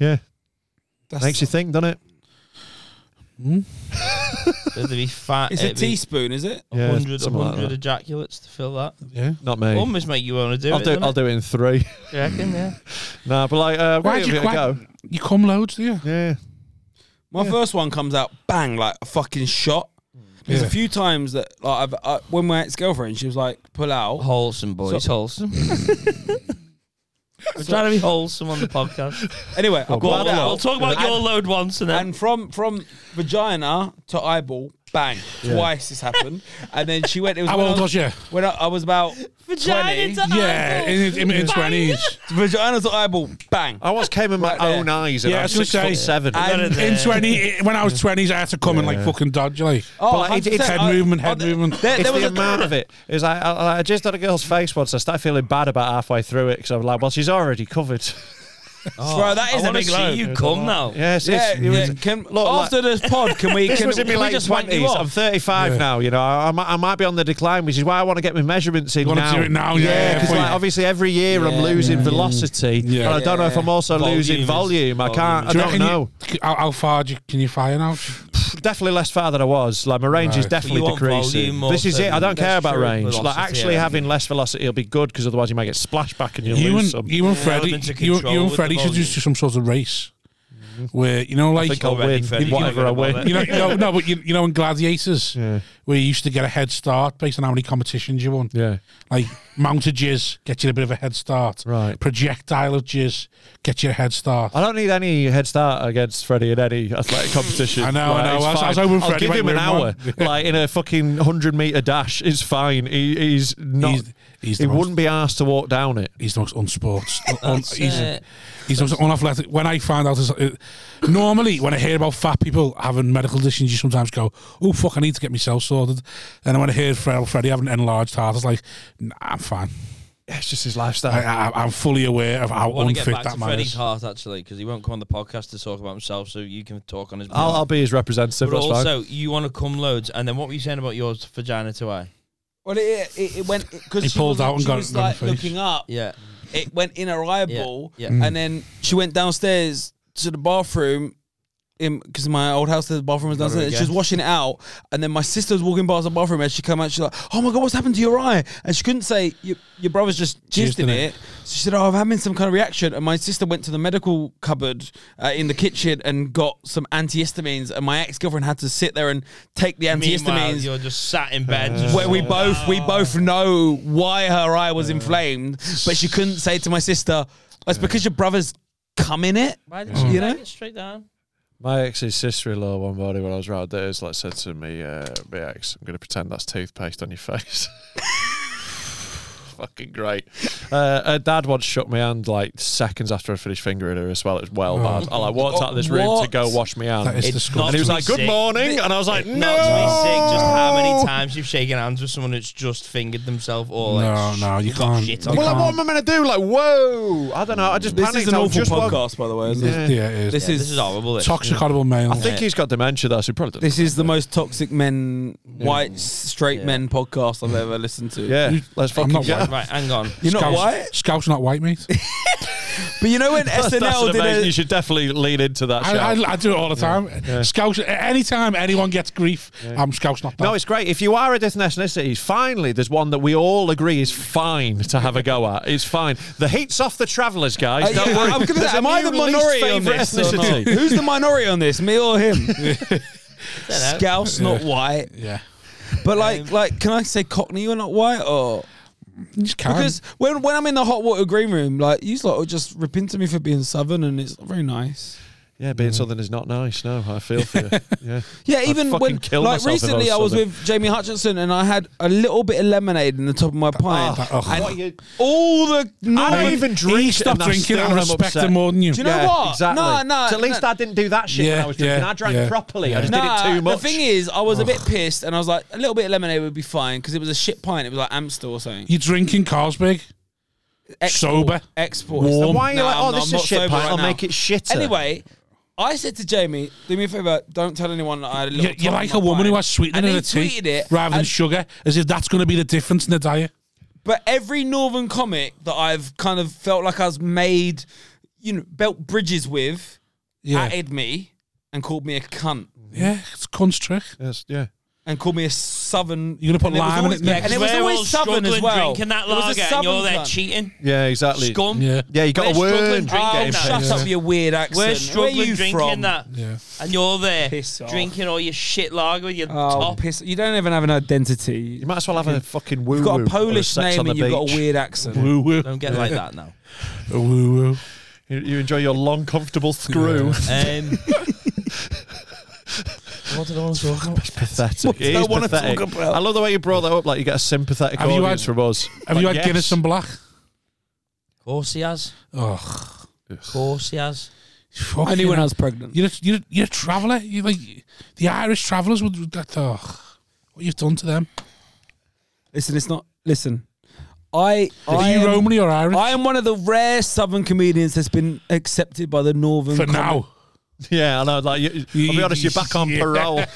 [SPEAKER 5] Yeah.
[SPEAKER 4] That's,
[SPEAKER 5] Makes you think, doesn't it?
[SPEAKER 2] It'd be fat.
[SPEAKER 4] it's a
[SPEAKER 2] it'd be
[SPEAKER 4] teaspoon, is it?
[SPEAKER 5] Yeah.
[SPEAKER 2] 100,
[SPEAKER 5] something like
[SPEAKER 2] 100
[SPEAKER 5] that.
[SPEAKER 2] ejaculates to fill that.
[SPEAKER 1] Yeah.
[SPEAKER 5] Not me.
[SPEAKER 2] Almost make you want to do
[SPEAKER 5] I'll
[SPEAKER 2] it.
[SPEAKER 5] do
[SPEAKER 2] doesn't
[SPEAKER 5] I'll
[SPEAKER 2] it?
[SPEAKER 5] do it in three. <laughs>
[SPEAKER 2] You reckon, yeah.
[SPEAKER 5] nah, but like uh
[SPEAKER 1] Why'd
[SPEAKER 5] why
[SPEAKER 1] you
[SPEAKER 5] you
[SPEAKER 1] quite-
[SPEAKER 5] go?
[SPEAKER 1] You come loads, do you?
[SPEAKER 5] Yeah.
[SPEAKER 4] My first one comes out bang like a fucking shot. There's
[SPEAKER 1] Yeah.
[SPEAKER 4] a few times that like I've, I, when my ex girlfriend, she was like, "Pull out."
[SPEAKER 2] Wholesome, boys. <laughs> wholesome. We're trying to be wholesome on the podcast.
[SPEAKER 4] Anyway, I
[SPEAKER 2] Go
[SPEAKER 4] pulled
[SPEAKER 2] on,
[SPEAKER 4] out.
[SPEAKER 2] we'll talk about your
[SPEAKER 4] And-
[SPEAKER 2] load once and then.
[SPEAKER 4] And from from vagina to eyeball, bang, twice this happened. And then she went. It was
[SPEAKER 1] How
[SPEAKER 4] when I
[SPEAKER 1] old was you?
[SPEAKER 4] When I, I was about
[SPEAKER 2] Vagina
[SPEAKER 4] 20.
[SPEAKER 2] to
[SPEAKER 1] Yeah,
[SPEAKER 2] eyeball.
[SPEAKER 1] in in- in
[SPEAKER 2] Bang.
[SPEAKER 1] twenties.
[SPEAKER 4] vagina to eyeball, bang.
[SPEAKER 5] I almost came in my
[SPEAKER 4] Right there.
[SPEAKER 5] own eyes and
[SPEAKER 1] Yeah, I
[SPEAKER 5] I was
[SPEAKER 1] was gonna say-
[SPEAKER 5] six foot seven.
[SPEAKER 4] And-
[SPEAKER 2] Not
[SPEAKER 1] In
[SPEAKER 2] there.
[SPEAKER 1] twenty, when I was twenties, I had to come and like fucking dodge, like
[SPEAKER 4] Oh,
[SPEAKER 5] But like, it- it's
[SPEAKER 4] 100%.
[SPEAKER 1] head
[SPEAKER 4] I-
[SPEAKER 1] movement, head
[SPEAKER 4] I-
[SPEAKER 1] movement.
[SPEAKER 4] There,
[SPEAKER 5] it's
[SPEAKER 4] there was
[SPEAKER 5] the
[SPEAKER 4] a,
[SPEAKER 5] amount of it. It was like, I, I just had a girl's face once. I started feeling bad about halfway through it because I was like, well, she's already covered.
[SPEAKER 4] bro, that
[SPEAKER 2] I
[SPEAKER 4] is a
[SPEAKER 2] want to
[SPEAKER 4] big
[SPEAKER 2] see
[SPEAKER 4] load.
[SPEAKER 2] you come now.
[SPEAKER 5] yes,
[SPEAKER 4] Yeah,
[SPEAKER 5] it's, it was,
[SPEAKER 4] yeah, Can,
[SPEAKER 5] like-
[SPEAKER 4] after <laughs> this pod, can we?
[SPEAKER 5] This
[SPEAKER 4] Can,
[SPEAKER 5] was in my
[SPEAKER 4] can we
[SPEAKER 5] late
[SPEAKER 4] just wank you
[SPEAKER 5] twenties.
[SPEAKER 4] off?
[SPEAKER 5] I'm 35 now. You know, I, I, might, I might be on the decline, which is why I want to get my measurements in
[SPEAKER 1] You wanna
[SPEAKER 5] now.
[SPEAKER 1] do it now, yeah,
[SPEAKER 5] because
[SPEAKER 1] yeah.
[SPEAKER 5] like, obviously every year I'm
[SPEAKER 2] Yeah.
[SPEAKER 5] losing velocity,
[SPEAKER 1] Yeah.
[SPEAKER 5] and I don't know if I'm also
[SPEAKER 2] Volume
[SPEAKER 5] losing
[SPEAKER 2] is-
[SPEAKER 5] volume. I
[SPEAKER 2] volume
[SPEAKER 5] can't.
[SPEAKER 2] is-
[SPEAKER 1] Do you
[SPEAKER 5] I don't
[SPEAKER 1] reckon
[SPEAKER 5] know.
[SPEAKER 1] You, how, how far do you, can you fire now?
[SPEAKER 5] definitely less far than I was. Like my range is
[SPEAKER 1] Right.
[SPEAKER 5] definitely
[SPEAKER 2] You want volume
[SPEAKER 5] decreasing.
[SPEAKER 2] more
[SPEAKER 5] This is
[SPEAKER 2] than-
[SPEAKER 5] it. I don't
[SPEAKER 2] that's
[SPEAKER 5] care about
[SPEAKER 2] true,
[SPEAKER 5] range. Like
[SPEAKER 2] velocity,
[SPEAKER 5] actually
[SPEAKER 2] yeah.
[SPEAKER 5] having less velocity will be good because otherwise you might get splashed back and you'll
[SPEAKER 1] You
[SPEAKER 5] lose
[SPEAKER 1] and
[SPEAKER 5] some.
[SPEAKER 1] you and Freddie,
[SPEAKER 2] I'm into
[SPEAKER 1] you,
[SPEAKER 2] control
[SPEAKER 1] you
[SPEAKER 2] with
[SPEAKER 1] and
[SPEAKER 2] the
[SPEAKER 1] Freddie should
[SPEAKER 2] volume.
[SPEAKER 1] just do some sort of race where you know, like
[SPEAKER 5] Mm-hmm. I think I'll
[SPEAKER 2] already
[SPEAKER 5] win.
[SPEAKER 2] Freddie,
[SPEAKER 5] Whatever I
[SPEAKER 2] you're gonna
[SPEAKER 5] win.
[SPEAKER 2] love it.
[SPEAKER 1] you know, you know, no, but you, you know, in Gladiators,
[SPEAKER 5] <laughs> Yeah.
[SPEAKER 1] where you used to get a head start based on how many competitions you won.
[SPEAKER 5] Yeah.
[SPEAKER 1] Like mounted jizz, get you a bit of a head start.
[SPEAKER 5] Right.
[SPEAKER 1] Projectile of jizz, get you a head start.
[SPEAKER 5] I don't need any head start against Freddie in any athletic competition.
[SPEAKER 1] I know, I know.
[SPEAKER 5] it's
[SPEAKER 1] I was- I
[SPEAKER 5] fine.
[SPEAKER 1] was hoping
[SPEAKER 5] I'll
[SPEAKER 1] Freddie
[SPEAKER 5] give
[SPEAKER 1] might
[SPEAKER 5] him an
[SPEAKER 1] win
[SPEAKER 5] hour,
[SPEAKER 1] one.
[SPEAKER 5] like in a fucking hundred meter dash. It's fine. He, he's not.
[SPEAKER 1] He's- he's the
[SPEAKER 5] he
[SPEAKER 1] most-
[SPEAKER 5] wouldn't be asked to walk down it.
[SPEAKER 1] He's the most
[SPEAKER 5] <laughs>
[SPEAKER 1] unsports. un,
[SPEAKER 2] That's
[SPEAKER 1] he's,
[SPEAKER 2] it.
[SPEAKER 1] he's the most unathletic. When I find out, his, uh, normally when I hear about fat people having medical conditions, you sometimes go, "Oh fuck, I need to get myself sorted." Then when I hear Fred, Freddie having an enlarged heart, it's like, nah, "I'm fine.
[SPEAKER 5] It's just his lifestyle.
[SPEAKER 1] I, I, I'm fully aware of how
[SPEAKER 2] I want to
[SPEAKER 1] unfit
[SPEAKER 2] get back
[SPEAKER 1] that
[SPEAKER 2] to
[SPEAKER 1] man
[SPEAKER 2] Freddie's
[SPEAKER 1] is."
[SPEAKER 2] heart actually because he won't come on the podcast to talk about himself, so you can talk on his.
[SPEAKER 5] I'll, I'll be his
[SPEAKER 2] but
[SPEAKER 5] representative. That's fine.
[SPEAKER 2] also, you want to come loads, and then what were you saying about yours vagina to eye?
[SPEAKER 4] Well, it, it, it went because
[SPEAKER 1] He
[SPEAKER 4] she
[SPEAKER 1] pulled
[SPEAKER 4] was,
[SPEAKER 1] out and
[SPEAKER 4] she
[SPEAKER 1] got it
[SPEAKER 4] was
[SPEAKER 1] in the
[SPEAKER 4] like
[SPEAKER 1] face.
[SPEAKER 4] looking up.
[SPEAKER 2] Yeah,
[SPEAKER 4] It went in her eyeball,
[SPEAKER 2] Yeah, yeah.
[SPEAKER 4] and then she went downstairs to the bathroom. Because in my old house, the bathroom was downstairs. She was
[SPEAKER 2] again.
[SPEAKER 4] washing it out, and then my sister was walking past the bathroom, and she came out. She's like, "Oh my god, what's happened to your eye?" And she couldn't say, "Your, your brother's just jizzed in
[SPEAKER 1] in
[SPEAKER 4] it.
[SPEAKER 1] it.
[SPEAKER 4] So she said, "Oh, I'm having some kind of reaction." And my sister went to the medical cupboard uh, in the kitchen and got some antihistamines, and my ex girlfriend had to sit there and take the
[SPEAKER 2] Meanwhile,
[SPEAKER 4] antihistamines
[SPEAKER 2] you're just sat in bed. just
[SPEAKER 4] where we
[SPEAKER 2] like,
[SPEAKER 4] both we both know why her eye was inflamed, but she couldn't say to my sister, "It's because your brother's cum in it."
[SPEAKER 2] Why did you
[SPEAKER 4] You
[SPEAKER 2] know?
[SPEAKER 4] know?
[SPEAKER 2] straight down.
[SPEAKER 5] My ex's sister-in-law one morning when I was round there, like said to me, uh, "My ex, I'm going to pretend that's toothpaste on your face." <laughs> Fucking great. Uh, her dad once shook my hand like seconds after I finished fingering her as well. It was well
[SPEAKER 2] Oh.
[SPEAKER 5] bad. I like walked out of this room to
[SPEAKER 4] What?
[SPEAKER 5] go wash my hand,
[SPEAKER 1] That is
[SPEAKER 5] and
[SPEAKER 2] It's
[SPEAKER 1] disgusting.
[SPEAKER 2] not-
[SPEAKER 5] he was
[SPEAKER 2] to be
[SPEAKER 5] like, "Good
[SPEAKER 2] sick.
[SPEAKER 5] morning," and I was like,
[SPEAKER 2] Not to be
[SPEAKER 5] "No."
[SPEAKER 2] sick, just how many times you've shaken hands with someone who's just fingered themselves or like
[SPEAKER 1] No,
[SPEAKER 2] sh-
[SPEAKER 1] no, you
[SPEAKER 2] got
[SPEAKER 1] can't.
[SPEAKER 2] shit
[SPEAKER 1] You
[SPEAKER 2] on.
[SPEAKER 5] Well, like,
[SPEAKER 1] can't.
[SPEAKER 5] what am I meant to do? Like, whoa! I don't know. I just panicked. I was just woke-
[SPEAKER 4] by the way. Isn't
[SPEAKER 1] Yeah, it is.
[SPEAKER 4] This
[SPEAKER 2] Yeah,
[SPEAKER 4] is
[SPEAKER 2] this is horrible. this.
[SPEAKER 1] Toxic horrible male.
[SPEAKER 5] I think he's got dementia though, so he probably doesn't.
[SPEAKER 4] This is the most toxic men, white s- straight
[SPEAKER 2] Yeah.
[SPEAKER 4] men podcast I've ever listened to.
[SPEAKER 5] Yeah, let's
[SPEAKER 1] I'm
[SPEAKER 5] fucking
[SPEAKER 1] not
[SPEAKER 5] get.
[SPEAKER 1] white.
[SPEAKER 2] Right, hang on.
[SPEAKER 4] You're not
[SPEAKER 1] Scout's-
[SPEAKER 4] white,
[SPEAKER 1] Scout's not white, mate.
[SPEAKER 4] but you know when
[SPEAKER 5] <laughs> <laughs> That's, that's
[SPEAKER 4] SNL
[SPEAKER 5] an amazing- you
[SPEAKER 4] did a
[SPEAKER 5] should definitely lean into that.
[SPEAKER 1] I,
[SPEAKER 5] shout.
[SPEAKER 1] I, I do it all the time.
[SPEAKER 5] Yeah.
[SPEAKER 1] Scouts. Anytime anyone gets grief, I'm Scouts not. That.
[SPEAKER 5] No, it's great. If you are a different ethnicity, finally, there's one that we all agree is fine to have a go at. It's fine. The heat's off the travellers, guys.
[SPEAKER 4] Uh,
[SPEAKER 5] Don't
[SPEAKER 4] yeah,
[SPEAKER 5] worry.
[SPEAKER 4] I'm gonna
[SPEAKER 5] There's
[SPEAKER 4] say,
[SPEAKER 5] a
[SPEAKER 4] am I
[SPEAKER 5] new
[SPEAKER 4] the
[SPEAKER 5] least
[SPEAKER 4] minority on
[SPEAKER 5] favourite
[SPEAKER 4] this? or not? <laughs>
[SPEAKER 5] ethnicity.
[SPEAKER 4] Who's
[SPEAKER 5] <laughs>
[SPEAKER 4] the minority on this, me or him?
[SPEAKER 2] I don't know.
[SPEAKER 4] Scouse, not white.
[SPEAKER 1] yeah.
[SPEAKER 4] But like, like, can I say Cockney? You're not white, or
[SPEAKER 1] You just can't.
[SPEAKER 4] because when when I'm in the hot water green room, like you lot will just rip into me for being southern, and it's not very nice.
[SPEAKER 5] Yeah, being southern is not nice. No, I feel for you. Yeah,
[SPEAKER 4] Yeah,
[SPEAKER 5] I'd
[SPEAKER 4] even
[SPEAKER 5] fucking
[SPEAKER 4] when
[SPEAKER 5] kill
[SPEAKER 4] like
[SPEAKER 5] myself if
[SPEAKER 4] recently, I was
[SPEAKER 5] Southern.
[SPEAKER 4] with Jamie Hutchinson, and I had a little bit of lemonade in the top of my pint,
[SPEAKER 1] oh,
[SPEAKER 4] and
[SPEAKER 1] what
[SPEAKER 4] all the
[SPEAKER 5] I don't
[SPEAKER 4] noise-
[SPEAKER 5] even
[SPEAKER 1] he
[SPEAKER 5] drink.
[SPEAKER 1] stopped
[SPEAKER 5] and I
[SPEAKER 1] drinking
[SPEAKER 5] still
[SPEAKER 1] and
[SPEAKER 5] am
[SPEAKER 1] respect
[SPEAKER 5] upset.
[SPEAKER 1] him more than you.
[SPEAKER 4] Do you know what?
[SPEAKER 5] Exactly.
[SPEAKER 4] No, no,
[SPEAKER 5] So at least
[SPEAKER 4] no.
[SPEAKER 5] I didn't do that shit when
[SPEAKER 1] Yeah,
[SPEAKER 5] I was drinking.
[SPEAKER 1] yeah,
[SPEAKER 5] I drank
[SPEAKER 1] yeah.
[SPEAKER 5] properly. I just
[SPEAKER 4] Nah,
[SPEAKER 5] did it too much.
[SPEAKER 4] The thing is, I was a bit pissed, and I was like, a little bit of lemonade would be fine because it was a shit pint. It was like Amstel or something.
[SPEAKER 1] You're drinking Carlsberg. Sober.
[SPEAKER 4] export.
[SPEAKER 1] Warm.
[SPEAKER 5] why are you
[SPEAKER 4] Nah,
[SPEAKER 5] like, oh,
[SPEAKER 4] I'm not-
[SPEAKER 5] this
[SPEAKER 4] I'm
[SPEAKER 5] is
[SPEAKER 4] not
[SPEAKER 5] shit
[SPEAKER 4] sober
[SPEAKER 5] pint?
[SPEAKER 4] right
[SPEAKER 5] I'll
[SPEAKER 4] now.
[SPEAKER 5] make it shitter.
[SPEAKER 4] Anyway, I said to Jamie, "Do me a favor, don't tell anyone that I had a little."
[SPEAKER 1] You, you're like a woman who has sweetening in
[SPEAKER 4] and
[SPEAKER 1] her
[SPEAKER 4] he
[SPEAKER 1] tea
[SPEAKER 4] tweeted it,
[SPEAKER 1] rather than
[SPEAKER 4] and-
[SPEAKER 1] sugar, as if that's going to be the difference in the diet.
[SPEAKER 4] But every northern comic that I've kind of felt like I was made, you know, built bridges with,
[SPEAKER 1] Yeah,
[SPEAKER 4] added me and called me a cunt
[SPEAKER 1] yeah, it's cunt's trick.
[SPEAKER 5] Yes, yeah.
[SPEAKER 4] and called me a southern.
[SPEAKER 1] You're gonna put
[SPEAKER 4] and it was
[SPEAKER 1] lime in
[SPEAKER 4] always-
[SPEAKER 1] it next.
[SPEAKER 4] and it was
[SPEAKER 2] We're all
[SPEAKER 4] always southern as
[SPEAKER 2] struggling
[SPEAKER 4] well.
[SPEAKER 2] Drinking that
[SPEAKER 4] It was a
[SPEAKER 2] lager, and
[SPEAKER 4] southern
[SPEAKER 2] you're there
[SPEAKER 4] cunt.
[SPEAKER 2] cheating.
[SPEAKER 5] Yeah, exactly.
[SPEAKER 4] Um,
[SPEAKER 2] Scum.
[SPEAKER 1] Yeah,
[SPEAKER 5] Yeah, you
[SPEAKER 2] We're
[SPEAKER 5] got a
[SPEAKER 2] struggling
[SPEAKER 5] word.
[SPEAKER 2] drinking
[SPEAKER 4] Oh,
[SPEAKER 2] that.
[SPEAKER 4] shut up, you weird accent.
[SPEAKER 2] We're
[SPEAKER 4] Where are
[SPEAKER 2] struggling
[SPEAKER 4] you
[SPEAKER 2] drinking
[SPEAKER 4] from?
[SPEAKER 2] that.
[SPEAKER 1] yeah.
[SPEAKER 2] And you're there
[SPEAKER 4] Piss off.
[SPEAKER 2] drinking all your shit lager with your
[SPEAKER 4] Oh,
[SPEAKER 2] top.
[SPEAKER 4] piss! You don't even have an identity.
[SPEAKER 5] You might as well have a fucking woo.
[SPEAKER 4] You've got a Polish name and you've got a weird accent.
[SPEAKER 1] Woo woo,
[SPEAKER 2] Don't get like that
[SPEAKER 5] <laughs>
[SPEAKER 2] now.
[SPEAKER 1] woo woo.
[SPEAKER 5] You, you enjoy your long, <laughs> comfortable screw.
[SPEAKER 2] Um, what
[SPEAKER 4] er
[SPEAKER 2] did I want to talk about?
[SPEAKER 5] pathetic. It
[SPEAKER 4] I
[SPEAKER 5] is
[SPEAKER 4] wanna
[SPEAKER 5] pathetic.
[SPEAKER 4] talk about?
[SPEAKER 5] I love the way you brought that up. Like you get a sympathetic
[SPEAKER 1] Have you
[SPEAKER 5] audience
[SPEAKER 1] had-
[SPEAKER 5] from us.
[SPEAKER 1] Have
[SPEAKER 5] Like,
[SPEAKER 1] you had
[SPEAKER 5] yes.
[SPEAKER 1] Guinness and Black?
[SPEAKER 2] Of course he has.
[SPEAKER 1] Oh,
[SPEAKER 2] Of course he has.
[SPEAKER 1] fuck
[SPEAKER 4] Anyone else pregnant?
[SPEAKER 1] You're a, you're a, you're a traveller. You like the Irish travellers would. would that, oh, what you've done to them?
[SPEAKER 4] Listen, it's not. Listen, I. I
[SPEAKER 1] Are you
[SPEAKER 4] am,
[SPEAKER 1] Romany or Irish?
[SPEAKER 4] I am one of the rare Southern comedians that's been accepted by the Northern.
[SPEAKER 1] For
[SPEAKER 4] com-
[SPEAKER 1] now,
[SPEAKER 5] <laughs> Yeah, I know. Like, you, I'll be honest, you're back on
[SPEAKER 1] Yeah.
[SPEAKER 5] parole. <laughs> I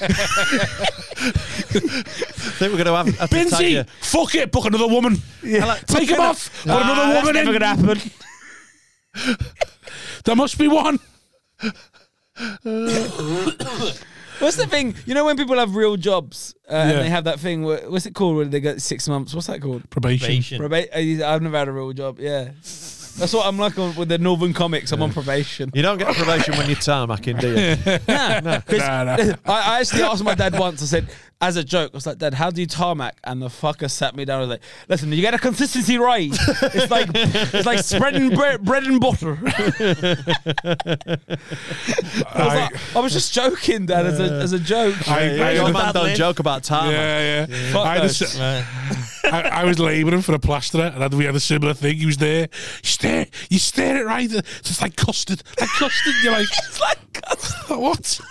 [SPEAKER 5] think we're going to have, have to tag you.
[SPEAKER 1] Binty, fuck it, book another woman.
[SPEAKER 5] Hello.
[SPEAKER 1] Take him off. Put another
[SPEAKER 2] that's
[SPEAKER 1] woman in.
[SPEAKER 2] never gonna
[SPEAKER 1] happen. <laughs> there must be one.
[SPEAKER 4] What's the thing? You know when people have real jobs uh,
[SPEAKER 1] Yeah.
[SPEAKER 4] and they have that thing. wh- What's it called? When they get six months. What's that called?
[SPEAKER 1] Probation.
[SPEAKER 2] Probation.
[SPEAKER 4] Probation. I've never had a real job. Yeah. That's what I'm like on, with the Northern comics. I'm on probation.
[SPEAKER 5] You don't get probation when you're tarmacking, do you?
[SPEAKER 4] <laughs>
[SPEAKER 1] Nah, nah.
[SPEAKER 4] I, I actually asked my dad once. I said, as a joke, I was like, "Dad, how do you tarmac?" And the fucker sat me down. and was like, "Listen, you get a consistency right. It's like it's like spreading bre- bread and butter." <laughs> I, was
[SPEAKER 1] I-
[SPEAKER 4] like- I was just joking, Dad, as a as a joke.
[SPEAKER 1] I-
[SPEAKER 5] Yeah,
[SPEAKER 1] I-
[SPEAKER 2] yeah.
[SPEAKER 5] your man don't
[SPEAKER 2] Badly.
[SPEAKER 5] joke about tarmac.
[SPEAKER 1] Yeah, yeah.
[SPEAKER 4] Fuck
[SPEAKER 1] I, had a si-
[SPEAKER 2] Right.
[SPEAKER 1] I, I was labouring for a plasterer, and had- we had a similar thing. He was there. You stare, you stare it right. It's just like custard, like custard. You're
[SPEAKER 5] <laughs>
[SPEAKER 1] like, it's like custard. <laughs> what?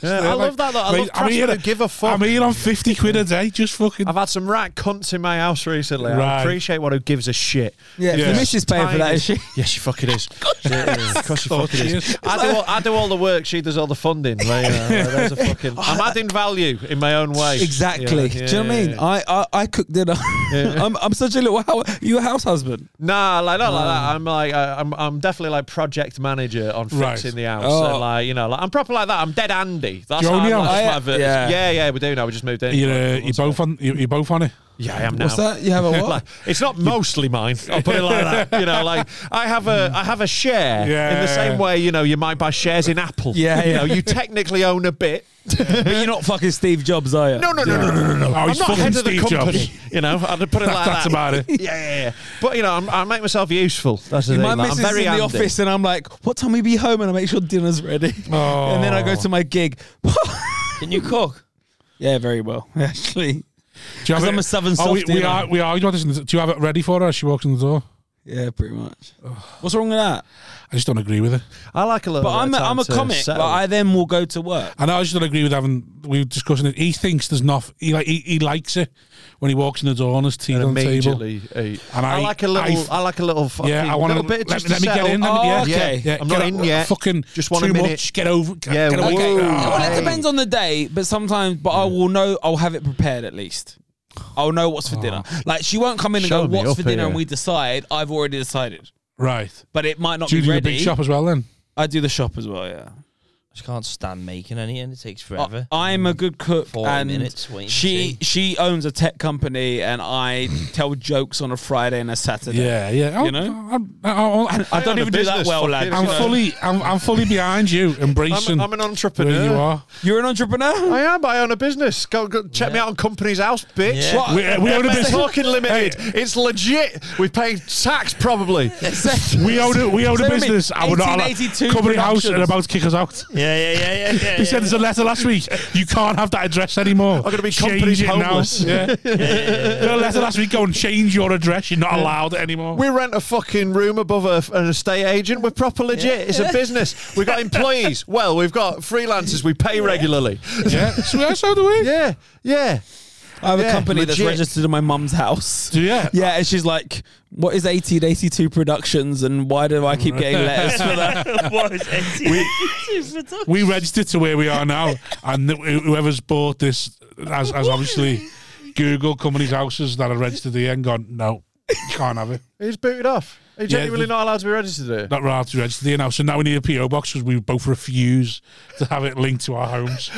[SPEAKER 5] Yeah, I love that. Though. I
[SPEAKER 1] Mate,
[SPEAKER 5] love I'm
[SPEAKER 1] here,
[SPEAKER 5] give a fuck.
[SPEAKER 1] I'm here on fifty quid a day, just fucking.
[SPEAKER 5] I've had some rat cunts in my house recently.
[SPEAKER 1] Right.
[SPEAKER 5] I appreciate one who gives a shit.
[SPEAKER 4] yeah,
[SPEAKER 1] Yeah.
[SPEAKER 4] the missus paying for that, is she?
[SPEAKER 5] Yes, she
[SPEAKER 4] <laughs>
[SPEAKER 5] fucking is. Yeah, of course
[SPEAKER 4] Oh,
[SPEAKER 5] she fucking
[SPEAKER 1] Yes.
[SPEAKER 5] is. I do, all, I do all the work, she does all the funding. Like,
[SPEAKER 4] <laughs>
[SPEAKER 5] you know, like, there's a fucking, I'm adding value in my own way.
[SPEAKER 4] Exactly.
[SPEAKER 5] Yeah,
[SPEAKER 4] Do you know what I mean?
[SPEAKER 5] yeah,
[SPEAKER 4] I, I I cook dinner. <laughs> I'm I'm such a little hou- you a house husband.
[SPEAKER 5] Nah, like not like that.
[SPEAKER 4] Oh.
[SPEAKER 5] I'm like uh, I'm I'm definitely like project manager on fixing
[SPEAKER 1] Right.
[SPEAKER 5] the house.
[SPEAKER 4] Oh.
[SPEAKER 5] And like you know, like I'm proper like that. I'm dead Andy. That's
[SPEAKER 1] Do you
[SPEAKER 5] how
[SPEAKER 1] own
[SPEAKER 5] I'm,
[SPEAKER 1] your
[SPEAKER 5] that's
[SPEAKER 4] house?
[SPEAKER 5] my ver-
[SPEAKER 4] Yeah.
[SPEAKER 5] yeah. yeah, we do now. We just moved in.
[SPEAKER 1] You're, uh,
[SPEAKER 5] Like,
[SPEAKER 1] you're
[SPEAKER 5] months ago.
[SPEAKER 1] both on. You're, you're both on it.
[SPEAKER 5] Yeah, I am now.
[SPEAKER 4] What's that? You have
[SPEAKER 5] <laughs>
[SPEAKER 4] a what?
[SPEAKER 5] Like, it's not mostly mine. I'll put it like that. You know, like I have a I have a share in
[SPEAKER 1] Mm. Yeah.
[SPEAKER 5] the same way. You know, you might buy shares in Apple.
[SPEAKER 4] Yeah,
[SPEAKER 5] You
[SPEAKER 4] yeah.
[SPEAKER 5] know, you technically own a bit.
[SPEAKER 4] but you're not fucking Steve Jobs, are you?
[SPEAKER 5] No, no, no, no, no, no, no.
[SPEAKER 1] Oh,
[SPEAKER 5] I'm
[SPEAKER 1] he's
[SPEAKER 5] not
[SPEAKER 1] fucking
[SPEAKER 5] head of the
[SPEAKER 1] Steve
[SPEAKER 5] company.
[SPEAKER 1] Jobs.
[SPEAKER 5] You know, I'd
[SPEAKER 1] <laughs>
[SPEAKER 5] put it like
[SPEAKER 1] That's
[SPEAKER 5] that.
[SPEAKER 1] about it.
[SPEAKER 5] <laughs> Yeah, yeah, yeah. But you know, I'm, I make myself useful. That's the thing.
[SPEAKER 4] My
[SPEAKER 5] like,
[SPEAKER 4] missus
[SPEAKER 5] I'm
[SPEAKER 4] is
[SPEAKER 5] very
[SPEAKER 4] in the
[SPEAKER 5] handy.
[SPEAKER 4] office, and I'm like, "What time will you be home?" And I make sure dinner's ready,
[SPEAKER 1] Oh.
[SPEAKER 4] and then I go to my gig.
[SPEAKER 2] Can you cook?
[SPEAKER 4] yeah, very well, <laughs> actually.
[SPEAKER 1] Do you have
[SPEAKER 4] 'Cause
[SPEAKER 1] it?
[SPEAKER 4] I'm a southern
[SPEAKER 1] Oh, we,
[SPEAKER 4] soft,
[SPEAKER 1] we
[SPEAKER 4] ain't I?
[SPEAKER 1] are. We are. Do you, want this- do you have it ready for her? as She walks in the door.
[SPEAKER 4] Yeah, pretty much. What's wrong with that?
[SPEAKER 1] I just don't agree with it.
[SPEAKER 5] I like a little.
[SPEAKER 4] But
[SPEAKER 5] bit
[SPEAKER 4] I'm a,
[SPEAKER 5] of time
[SPEAKER 4] I'm a
[SPEAKER 5] to
[SPEAKER 4] comic, but
[SPEAKER 5] settle.
[SPEAKER 4] I then will go to work.
[SPEAKER 1] I know I just don't agree with having. We were discussing it. He thinks there's not. He like. He, he likes it when he walks in the door and his teeth
[SPEAKER 5] and
[SPEAKER 1] on the table.
[SPEAKER 5] immediately eat.
[SPEAKER 1] And
[SPEAKER 5] I,
[SPEAKER 1] I-
[SPEAKER 5] like a little.
[SPEAKER 1] I-
[SPEAKER 5] I, like a little. Fucking,
[SPEAKER 1] Yeah, I want
[SPEAKER 5] want a
[SPEAKER 1] to
[SPEAKER 5] little bit.
[SPEAKER 1] Let,
[SPEAKER 5] just
[SPEAKER 1] me- let
[SPEAKER 5] to
[SPEAKER 1] me get
[SPEAKER 5] settle.
[SPEAKER 1] in. Let me,
[SPEAKER 4] Oh,
[SPEAKER 1] yeah,
[SPEAKER 4] okay.
[SPEAKER 1] yeah,
[SPEAKER 5] I'm
[SPEAKER 1] get
[SPEAKER 5] not
[SPEAKER 1] o-
[SPEAKER 5] in yet.
[SPEAKER 1] Fucking
[SPEAKER 5] Just want a
[SPEAKER 1] too
[SPEAKER 5] minute.
[SPEAKER 1] much. Get over. Get,
[SPEAKER 5] Yeah,
[SPEAKER 1] get away.
[SPEAKER 5] whoa.
[SPEAKER 1] Oh,
[SPEAKER 4] Well, it
[SPEAKER 5] Hey.
[SPEAKER 4] depends on the day, but sometimes, but I will know, I'll have it prepared at least. I'll know what's for dinner. Like, she won't come in and
[SPEAKER 5] Show
[SPEAKER 4] go,
[SPEAKER 5] me
[SPEAKER 4] What's
[SPEAKER 5] up
[SPEAKER 4] for dinner?
[SPEAKER 5] here.
[SPEAKER 4] And we decide, I've already decided.
[SPEAKER 1] Right.
[SPEAKER 4] But it might not
[SPEAKER 1] Do you
[SPEAKER 4] be
[SPEAKER 1] do the
[SPEAKER 4] ready.
[SPEAKER 1] big shop as well then?
[SPEAKER 4] I do the shop as well, yeah. Uh,
[SPEAKER 2] just can't stand making any, and it takes forever.
[SPEAKER 4] I'm a good cook.
[SPEAKER 2] Four
[SPEAKER 4] and
[SPEAKER 2] minutes waiting to
[SPEAKER 4] She
[SPEAKER 2] see.
[SPEAKER 4] she owns a tech company, and I tell jokes on a Friday and a Saturday.
[SPEAKER 1] Yeah, yeah. Oh,
[SPEAKER 4] You know?
[SPEAKER 1] I'm, I'm, I'm,
[SPEAKER 4] I don't
[SPEAKER 5] own a
[SPEAKER 4] even do that
[SPEAKER 5] business,
[SPEAKER 4] well,
[SPEAKER 5] fuck
[SPEAKER 4] lad.
[SPEAKER 5] it.
[SPEAKER 1] I'm
[SPEAKER 5] Yeah.
[SPEAKER 1] fully, I'm, I'm fully behind you,
[SPEAKER 5] I'm,
[SPEAKER 1] embracing
[SPEAKER 5] I'm
[SPEAKER 1] where
[SPEAKER 5] an
[SPEAKER 1] you
[SPEAKER 5] entrepreneur.
[SPEAKER 1] are.
[SPEAKER 4] You're an entrepreneur.
[SPEAKER 5] I am. I own a business. Go, go check me out on Company's House, bitch.
[SPEAKER 2] Yeah.
[SPEAKER 4] What?
[SPEAKER 1] We, we own a
[SPEAKER 5] It's
[SPEAKER 1] business.
[SPEAKER 5] fucking limited. It's legit. We pay tax
[SPEAKER 2] <laughs>
[SPEAKER 5] probably.
[SPEAKER 1] We own a, we own a
[SPEAKER 4] Wait a minute,
[SPEAKER 1] business. I would not allow-
[SPEAKER 4] 1882
[SPEAKER 1] company house and
[SPEAKER 4] Productions.
[SPEAKER 1] about to kick us out.
[SPEAKER 2] yeah, yeah, yeah, yeah. <laughs> yeah,
[SPEAKER 1] They sent
[SPEAKER 2] yeah.
[SPEAKER 1] us a letter last week. You can't have that address anymore. I'm
[SPEAKER 5] gonna be company's homeless. <laughs>
[SPEAKER 1] Now. Yeah. The letter last week going change your address. You're not allowed it anymore.
[SPEAKER 5] We rent a fucking room above a, an estate agent. We're proper legit. It's a business. We've got
[SPEAKER 2] <laughs>
[SPEAKER 5] employees. Well, we've got freelancers we pay regularly. <laughs>
[SPEAKER 1] yeah. <laughs> So, so do we?
[SPEAKER 5] Yeah, yeah.
[SPEAKER 4] I have a
[SPEAKER 5] Yeah,
[SPEAKER 4] company that's
[SPEAKER 5] legit.
[SPEAKER 4] registered in my mum's house.
[SPEAKER 1] Do yeah.
[SPEAKER 4] Yeah, and she's like, "What is 1882 Productions, and why do I keep getting letters for that?"
[SPEAKER 2] what is <laughs> it?
[SPEAKER 1] We registered to where we are now, and th- whoever's bought this has, has obviously Google company's houses that are registered here and gone, no, you can't have it.
[SPEAKER 5] He's booted off. He's
[SPEAKER 1] Yeah,
[SPEAKER 5] genuinely
[SPEAKER 1] the-
[SPEAKER 5] not allowed to be registered here.
[SPEAKER 1] Not allowed to register here now. So now we need a PO box because we both refuse to have it linked to our homes.